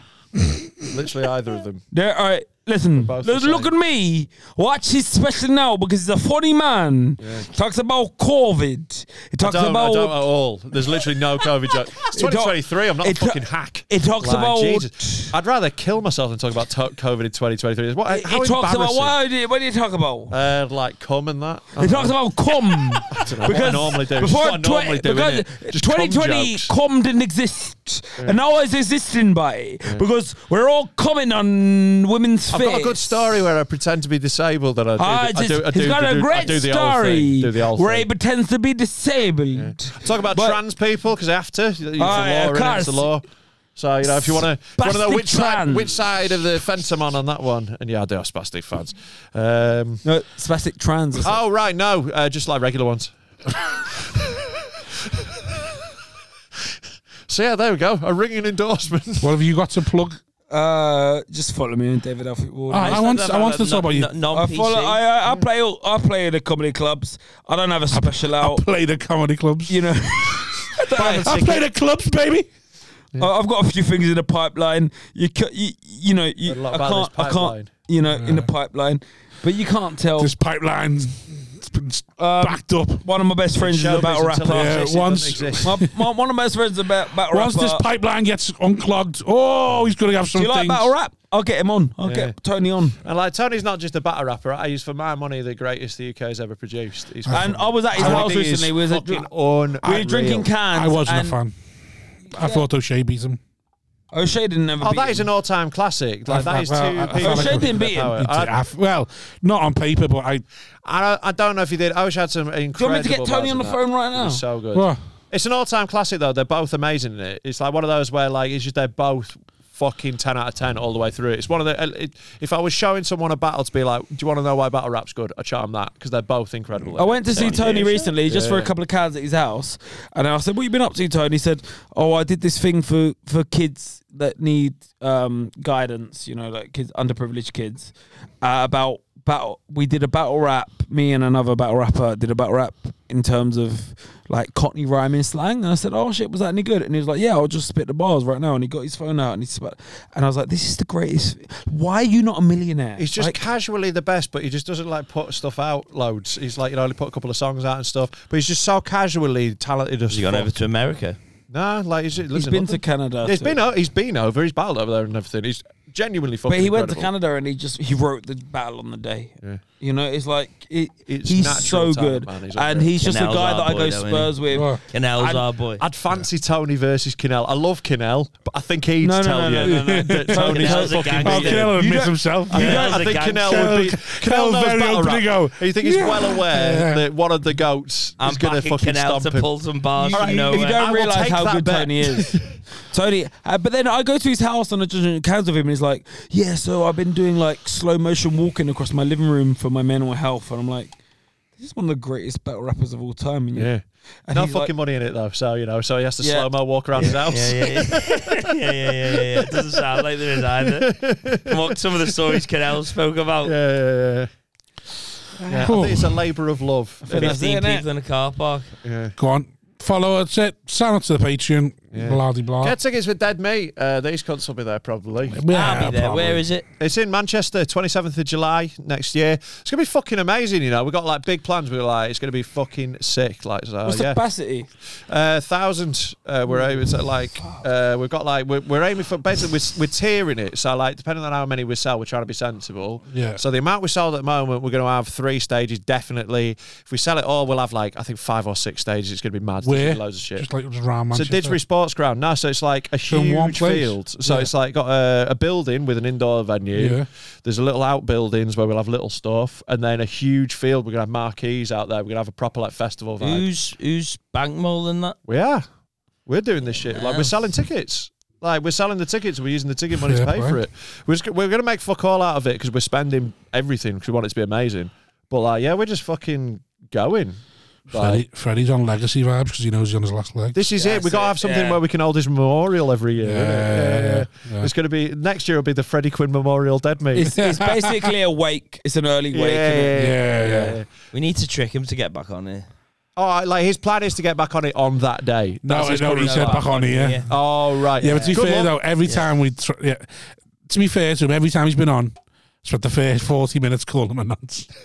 [SPEAKER 5] Literally either of them.
[SPEAKER 4] There are Listen,
[SPEAKER 5] both
[SPEAKER 4] look,
[SPEAKER 5] the
[SPEAKER 4] look at
[SPEAKER 5] same.
[SPEAKER 4] me. Watch his special now because he's a funny man. Talks about COVID. He talks
[SPEAKER 5] don't,
[SPEAKER 4] about
[SPEAKER 5] I don't at all. There's literally no COVID
[SPEAKER 4] <laughs>
[SPEAKER 5] joke. It's
[SPEAKER 4] It don't-
[SPEAKER 5] 2023. I'm not a
[SPEAKER 4] it don't-
[SPEAKER 5] fucking hack.
[SPEAKER 4] it talks
[SPEAKER 5] Like,
[SPEAKER 4] about-
[SPEAKER 5] Jesus. I'd rather kill myself than talk about to- COVID in 2023. What?
[SPEAKER 4] He
[SPEAKER 5] how
[SPEAKER 4] talks about
[SPEAKER 5] embarrassing.
[SPEAKER 4] what? do you- What do you talk about?
[SPEAKER 5] Uh, like cum and that.
[SPEAKER 4] He talks about cum
[SPEAKER 5] know <laughs> what I normally do. It's
[SPEAKER 4] before
[SPEAKER 5] what I normally
[SPEAKER 4] twe-
[SPEAKER 5] do,
[SPEAKER 4] because
[SPEAKER 5] innit? Just cum
[SPEAKER 4] 2020
[SPEAKER 5] jokes.
[SPEAKER 4] cum didn't exist, and now it's existing by because we're all coming on women's
[SPEAKER 5] I've
[SPEAKER 4] face.
[SPEAKER 5] got a good story where I pretend to be disabled and I do.
[SPEAKER 4] Ah,
[SPEAKER 5] the- I
[SPEAKER 4] it's-
[SPEAKER 5] do, I do,
[SPEAKER 4] he's got
[SPEAKER 5] the-
[SPEAKER 4] a
[SPEAKER 5] do- I
[SPEAKER 4] great
[SPEAKER 5] do the whole
[SPEAKER 4] story
[SPEAKER 5] thing, do the whole
[SPEAKER 4] where he
[SPEAKER 5] thing.
[SPEAKER 4] pretends to be disabled.
[SPEAKER 5] Talk about
[SPEAKER 4] but-
[SPEAKER 5] trans people because after it's the
[SPEAKER 4] Ah, yeah,
[SPEAKER 5] law,
[SPEAKER 4] of
[SPEAKER 5] innit? it's the
[SPEAKER 4] course.
[SPEAKER 5] law. So you know, if you want to, want to know
[SPEAKER 4] Spastic
[SPEAKER 5] which side,
[SPEAKER 4] trans.
[SPEAKER 5] which side of the fence I'm on on that one, and yeah, I do have spastic fans. Um,
[SPEAKER 4] No, spastic trans.
[SPEAKER 5] oh right, no, uh, just like regular ones. <laughs> so yeah, there we go, a ringing endorsement.
[SPEAKER 1] What have you got to
[SPEAKER 4] <laughs>
[SPEAKER 1] plug?
[SPEAKER 4] Uh, just follow me on David Alfred Ward.
[SPEAKER 1] Ah, I want- I want to talk about you.
[SPEAKER 4] I
[SPEAKER 2] Non
[SPEAKER 4] follow. I,
[SPEAKER 2] PC.
[SPEAKER 4] I, I play. all- I play in the comedy clubs. I don't have a
[SPEAKER 1] <laughs>
[SPEAKER 4] special out.
[SPEAKER 1] Played at comedy clubs.
[SPEAKER 4] You know,
[SPEAKER 1] I played at clubs, baby.
[SPEAKER 4] I- I've got a few things in the pipeline. You, ca- you, you know, you,
[SPEAKER 5] A lot
[SPEAKER 4] I
[SPEAKER 5] about
[SPEAKER 4] can't.
[SPEAKER 5] this
[SPEAKER 4] I
[SPEAKER 5] pipeline.
[SPEAKER 4] can't. You know, in the pipeline, but you can't tell.
[SPEAKER 1] This pipeline's been s-
[SPEAKER 4] Oh. Um,
[SPEAKER 1] backed up.
[SPEAKER 4] one of my best friends is a
[SPEAKER 5] Showbiz
[SPEAKER 4] battle
[SPEAKER 5] until
[SPEAKER 4] rapper.
[SPEAKER 5] it
[SPEAKER 1] Yeah,
[SPEAKER 5] exists, it doesn't
[SPEAKER 1] once-
[SPEAKER 5] exist.
[SPEAKER 4] My, my, one of my best friends is a ba- battle
[SPEAKER 1] Once
[SPEAKER 4] rapper.
[SPEAKER 1] this pipeline gets unclogged, oh, he's going to have
[SPEAKER 4] Do
[SPEAKER 1] some
[SPEAKER 4] you like
[SPEAKER 1] things.
[SPEAKER 4] battle rap? I'll get him on. I'll
[SPEAKER 5] Yeah.
[SPEAKER 4] get Tony on.
[SPEAKER 5] And like Tony's not just a batter rapper. I use for my money the greatest the UK has ever produced. He's
[SPEAKER 4] And I was at his
[SPEAKER 1] I
[SPEAKER 4] house
[SPEAKER 1] think it's
[SPEAKER 4] recently. We was at-
[SPEAKER 5] fucking on.
[SPEAKER 4] we were drinking cans.
[SPEAKER 1] I wasn't
[SPEAKER 4] and
[SPEAKER 1] a fan. I thought O'Shea beat him.
[SPEAKER 4] O'Shea didn't ever.
[SPEAKER 5] Oh,
[SPEAKER 4] beat
[SPEAKER 5] that
[SPEAKER 4] him.
[SPEAKER 5] is an all-time classic. Like that is two
[SPEAKER 1] Well, I- I
[SPEAKER 5] people.
[SPEAKER 1] felt like O'Shea
[SPEAKER 4] didn't beat him.
[SPEAKER 5] Power.
[SPEAKER 1] He did.
[SPEAKER 5] I,
[SPEAKER 1] I f- well, not on paper, but I.
[SPEAKER 5] I, don't, I don't know if he did. I wish I had some incredible.
[SPEAKER 4] Do you want me to get Tony
[SPEAKER 5] bars
[SPEAKER 4] on
[SPEAKER 5] in
[SPEAKER 4] the
[SPEAKER 5] that.
[SPEAKER 4] phone right
[SPEAKER 5] It
[SPEAKER 4] now?
[SPEAKER 5] was so good.
[SPEAKER 1] Well,
[SPEAKER 5] It's an all-time classic though. They're both amazing in it. It's like one of those where like it's just they're both fucking ten out of ten all the way through. It's one of the. uh, It, if I was showing someone a battle to be like, do you want to know why battle rap's good? I charm that because they're both incredible.
[SPEAKER 4] I went to see Tony recently just for a
[SPEAKER 5] Yeah.
[SPEAKER 4] couple of cans at his house, and I said, "What you been up to, Tony?" He said, "Oh, I did this thing for for kids that need um, guidance, you know, like kids underprivileged kids uh, about battle. We did a battle rap. Me and another battle rapper did a battle rap in terms of like Cockney rhyming slang." And I said, "Oh shit, was that any good?" And he was like, "Yeah, I'll just spit the bars right now." And he got his phone out and he spat, and I was like, "This is the greatest. Why are you not a millionaire?"
[SPEAKER 5] He's just
[SPEAKER 4] Like,
[SPEAKER 5] casually the best, but he just doesn't like put stuff out loads. He's like, you know, only put a couple of songs out and stuff. But he's just so casually talented. As
[SPEAKER 1] Oh.
[SPEAKER 2] Has he gone
[SPEAKER 5] fuck.
[SPEAKER 2] over to America?
[SPEAKER 5] Nah, like he's,
[SPEAKER 4] he's been to Canada.
[SPEAKER 5] He's
[SPEAKER 4] to-
[SPEAKER 5] been. o- He's been over. He's battled over there and everything. He's genuinely fucking.
[SPEAKER 4] But he went to
[SPEAKER 5] incredible.
[SPEAKER 4] Canada and he just he wrote the battle on the day.
[SPEAKER 5] Yeah.
[SPEAKER 4] You know, it's like it,
[SPEAKER 5] It's
[SPEAKER 4] he's so
[SPEAKER 5] natural
[SPEAKER 4] good,
[SPEAKER 5] talent, man. He's
[SPEAKER 4] and
[SPEAKER 5] unreal.
[SPEAKER 4] he's just
[SPEAKER 2] Canel's
[SPEAKER 4] a guy
[SPEAKER 2] our
[SPEAKER 4] that I
[SPEAKER 2] boy,
[SPEAKER 4] go
[SPEAKER 2] though,
[SPEAKER 4] Spurs with.
[SPEAKER 1] Oh.
[SPEAKER 2] Canel's
[SPEAKER 4] I'd-
[SPEAKER 2] our boy.
[SPEAKER 5] I'd fancy Tony versus Kinnell. I love Kinnell, but I think he'd
[SPEAKER 4] No, no,
[SPEAKER 5] tell
[SPEAKER 4] no,
[SPEAKER 5] you
[SPEAKER 4] no,
[SPEAKER 5] <laughs>
[SPEAKER 4] no, no.
[SPEAKER 5] that
[SPEAKER 4] Tony-
[SPEAKER 5] Tony's
[SPEAKER 2] Cannell's a
[SPEAKER 5] fucking.
[SPEAKER 2] gangster.
[SPEAKER 1] oh,
[SPEAKER 5] brilliant.
[SPEAKER 2] did.
[SPEAKER 1] Cannell
[SPEAKER 5] You
[SPEAKER 1] admits
[SPEAKER 5] don't-
[SPEAKER 1] himself.
[SPEAKER 5] I,
[SPEAKER 2] Cannell's
[SPEAKER 5] I
[SPEAKER 2] a
[SPEAKER 5] think
[SPEAKER 2] gangster.
[SPEAKER 5] Kinnell would be.
[SPEAKER 1] Cannell
[SPEAKER 5] Kinnell knows
[SPEAKER 1] very
[SPEAKER 5] battle
[SPEAKER 1] open
[SPEAKER 5] rap.
[SPEAKER 1] ego.
[SPEAKER 5] You think he's
[SPEAKER 1] Yeah.
[SPEAKER 5] well aware
[SPEAKER 1] Yeah.
[SPEAKER 5] that one of the goats
[SPEAKER 2] I'm
[SPEAKER 5] is going
[SPEAKER 2] backing
[SPEAKER 5] fucking
[SPEAKER 2] Canel
[SPEAKER 5] stomp
[SPEAKER 2] to
[SPEAKER 5] him.
[SPEAKER 2] pull some bars
[SPEAKER 4] You,
[SPEAKER 2] from
[SPEAKER 4] you-
[SPEAKER 2] nowhere.
[SPEAKER 4] you don't
[SPEAKER 5] I will
[SPEAKER 4] realize
[SPEAKER 5] take
[SPEAKER 4] how
[SPEAKER 5] that
[SPEAKER 4] good
[SPEAKER 5] bet.
[SPEAKER 4] Tony
[SPEAKER 5] <laughs>
[SPEAKER 4] is. Tony, uh, but then I go to his house on a judgment cans with him, and he's like, "Yeah, so I've been doing like slow motion walking across my living room for my mental health," and I'm like, "This is one of the greatest battle rappers of all time." And you-
[SPEAKER 5] Yeah.
[SPEAKER 4] and
[SPEAKER 5] No
[SPEAKER 4] he's like-
[SPEAKER 5] fucking money in it though, so you know, so he has to
[SPEAKER 4] Yeah.
[SPEAKER 5] slow mo walk around his house.
[SPEAKER 2] Yeah, yeah, yeah, <laughs> yeah, yeah, yeah, yeah, yeah. It doesn't sound like there is either. From what some of the stories Canel spoke about.
[SPEAKER 5] yeah, yeah, yeah. Yeah, I think it's a labour of love.
[SPEAKER 4] think that's
[SPEAKER 2] 15
[SPEAKER 4] it, innit?
[SPEAKER 2] people in a car park.
[SPEAKER 5] Yeah.
[SPEAKER 1] Go on. Follow us. It. Sign up to the Patreon.
[SPEAKER 5] Yeah.
[SPEAKER 1] Blah, de blah.
[SPEAKER 5] Get tickets with Dead Meat. Uh, these cunts will be there probably.
[SPEAKER 1] Yeah,
[SPEAKER 2] I'll be there.
[SPEAKER 1] probably.
[SPEAKER 2] Where is it?
[SPEAKER 5] It's in Manchester, 27th of July next year. It's going to be fucking amazing, you know. We've got like big plans. We were like, it's going to be fucking sick. Like, so,
[SPEAKER 4] What's the
[SPEAKER 5] yeah.
[SPEAKER 4] capacity?
[SPEAKER 5] Uh, thousand. Uh, we're aiming to like. Uh, we've got like. We're, we're aiming for basically we're, we're tiering it. So like, depending on how many we sell, we're trying to be sensible.
[SPEAKER 1] Yeah.
[SPEAKER 5] So the amount we sold at the moment, we're going to have three stages definitely. If we sell it all, we'll have like I think five or six stages. It's going to be mad. There's gonna
[SPEAKER 1] Where?
[SPEAKER 5] be Loads of shit.
[SPEAKER 1] Just like just round
[SPEAKER 5] So
[SPEAKER 1] Manchester.
[SPEAKER 5] Didsbury Sports Ground. No, so it's like a
[SPEAKER 1] in one
[SPEAKER 5] huge
[SPEAKER 1] place.
[SPEAKER 5] field. So
[SPEAKER 1] Yeah.
[SPEAKER 5] it's like got a, a building with an indoor venue.
[SPEAKER 1] Yeah.
[SPEAKER 5] There's a little outbuildings where we'll have little stuff, and then a huge field. We're gonna have marquees out there. We're gonna have a proper like festival vibe.
[SPEAKER 2] Who's who's bankmole in that?
[SPEAKER 5] We are. We're doing this shit. Like
[SPEAKER 2] Yeah.
[SPEAKER 5] we're selling tickets. Like we're selling the tickets. We're using the ticket money
[SPEAKER 1] Fair
[SPEAKER 5] to pay for
[SPEAKER 1] play.
[SPEAKER 5] it. We're just, we're gonna make fuck all out of it because we're spending everything because we want it to be amazing. But like, yeah, we're just fucking going. Like,
[SPEAKER 1] Freddie, Freddie's on legacy vibes because he knows he's on his last leg.
[SPEAKER 5] this is it.
[SPEAKER 2] That's
[SPEAKER 5] We gotta
[SPEAKER 2] it,
[SPEAKER 5] have something
[SPEAKER 2] yeah.
[SPEAKER 5] where we can hold his memorial every year.
[SPEAKER 1] Yeah,
[SPEAKER 5] innit? Yeah, yeah,
[SPEAKER 1] yeah, yeah.
[SPEAKER 5] It's gonna be next year. It'll be the Freddie Quinn Memorial Dead Meat.
[SPEAKER 4] It's, it's basically a wake. It's an early wake.
[SPEAKER 5] yeah,
[SPEAKER 4] innit?
[SPEAKER 5] yeah,
[SPEAKER 1] Yeah, yeah.
[SPEAKER 2] We need to trick him to get back on here.
[SPEAKER 5] Oh, like his plan is to get back on it on that day.
[SPEAKER 1] No,
[SPEAKER 5] That's
[SPEAKER 1] I
[SPEAKER 5] his
[SPEAKER 1] know he
[SPEAKER 5] current
[SPEAKER 1] said
[SPEAKER 5] plan.
[SPEAKER 1] back on here.
[SPEAKER 2] Yeah.
[SPEAKER 1] Yeah,
[SPEAKER 5] Oh right.
[SPEAKER 1] but to be
[SPEAKER 5] Good
[SPEAKER 1] fair
[SPEAKER 5] luck.
[SPEAKER 1] though, every time we, tr- yeah, to be fair to him, every time he's been on, Spent the first 40 minutes calling him a nonce. <laughs>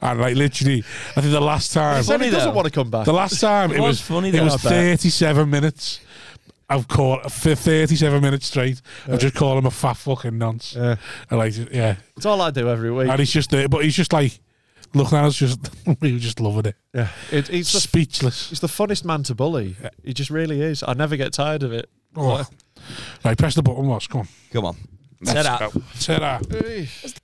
[SPEAKER 1] and like literally, I think the last time,
[SPEAKER 5] Said he
[SPEAKER 2] Funny
[SPEAKER 5] doesn't
[SPEAKER 2] though.
[SPEAKER 5] want to come back.
[SPEAKER 1] the last time it,
[SPEAKER 2] was
[SPEAKER 1] was,
[SPEAKER 2] funny
[SPEAKER 1] It
[SPEAKER 2] though,
[SPEAKER 1] was
[SPEAKER 2] I bet.
[SPEAKER 1] 37 minutes. I've called for 37 minutes straight. I just call him a fat fucking nonce.
[SPEAKER 5] Yeah.
[SPEAKER 1] And like, yeah,
[SPEAKER 5] It's all I do every week.
[SPEAKER 1] and he's just there, but he's just like looking at us, just <laughs> we were just loving it,
[SPEAKER 5] yeah. It, it's, the,
[SPEAKER 1] speechless.
[SPEAKER 5] it's the funnest man to bully. He just really is. I never get tired of it.
[SPEAKER 1] Oh. Right, press the button, Ross. Come on.
[SPEAKER 2] Come on. Set up.
[SPEAKER 1] Set up.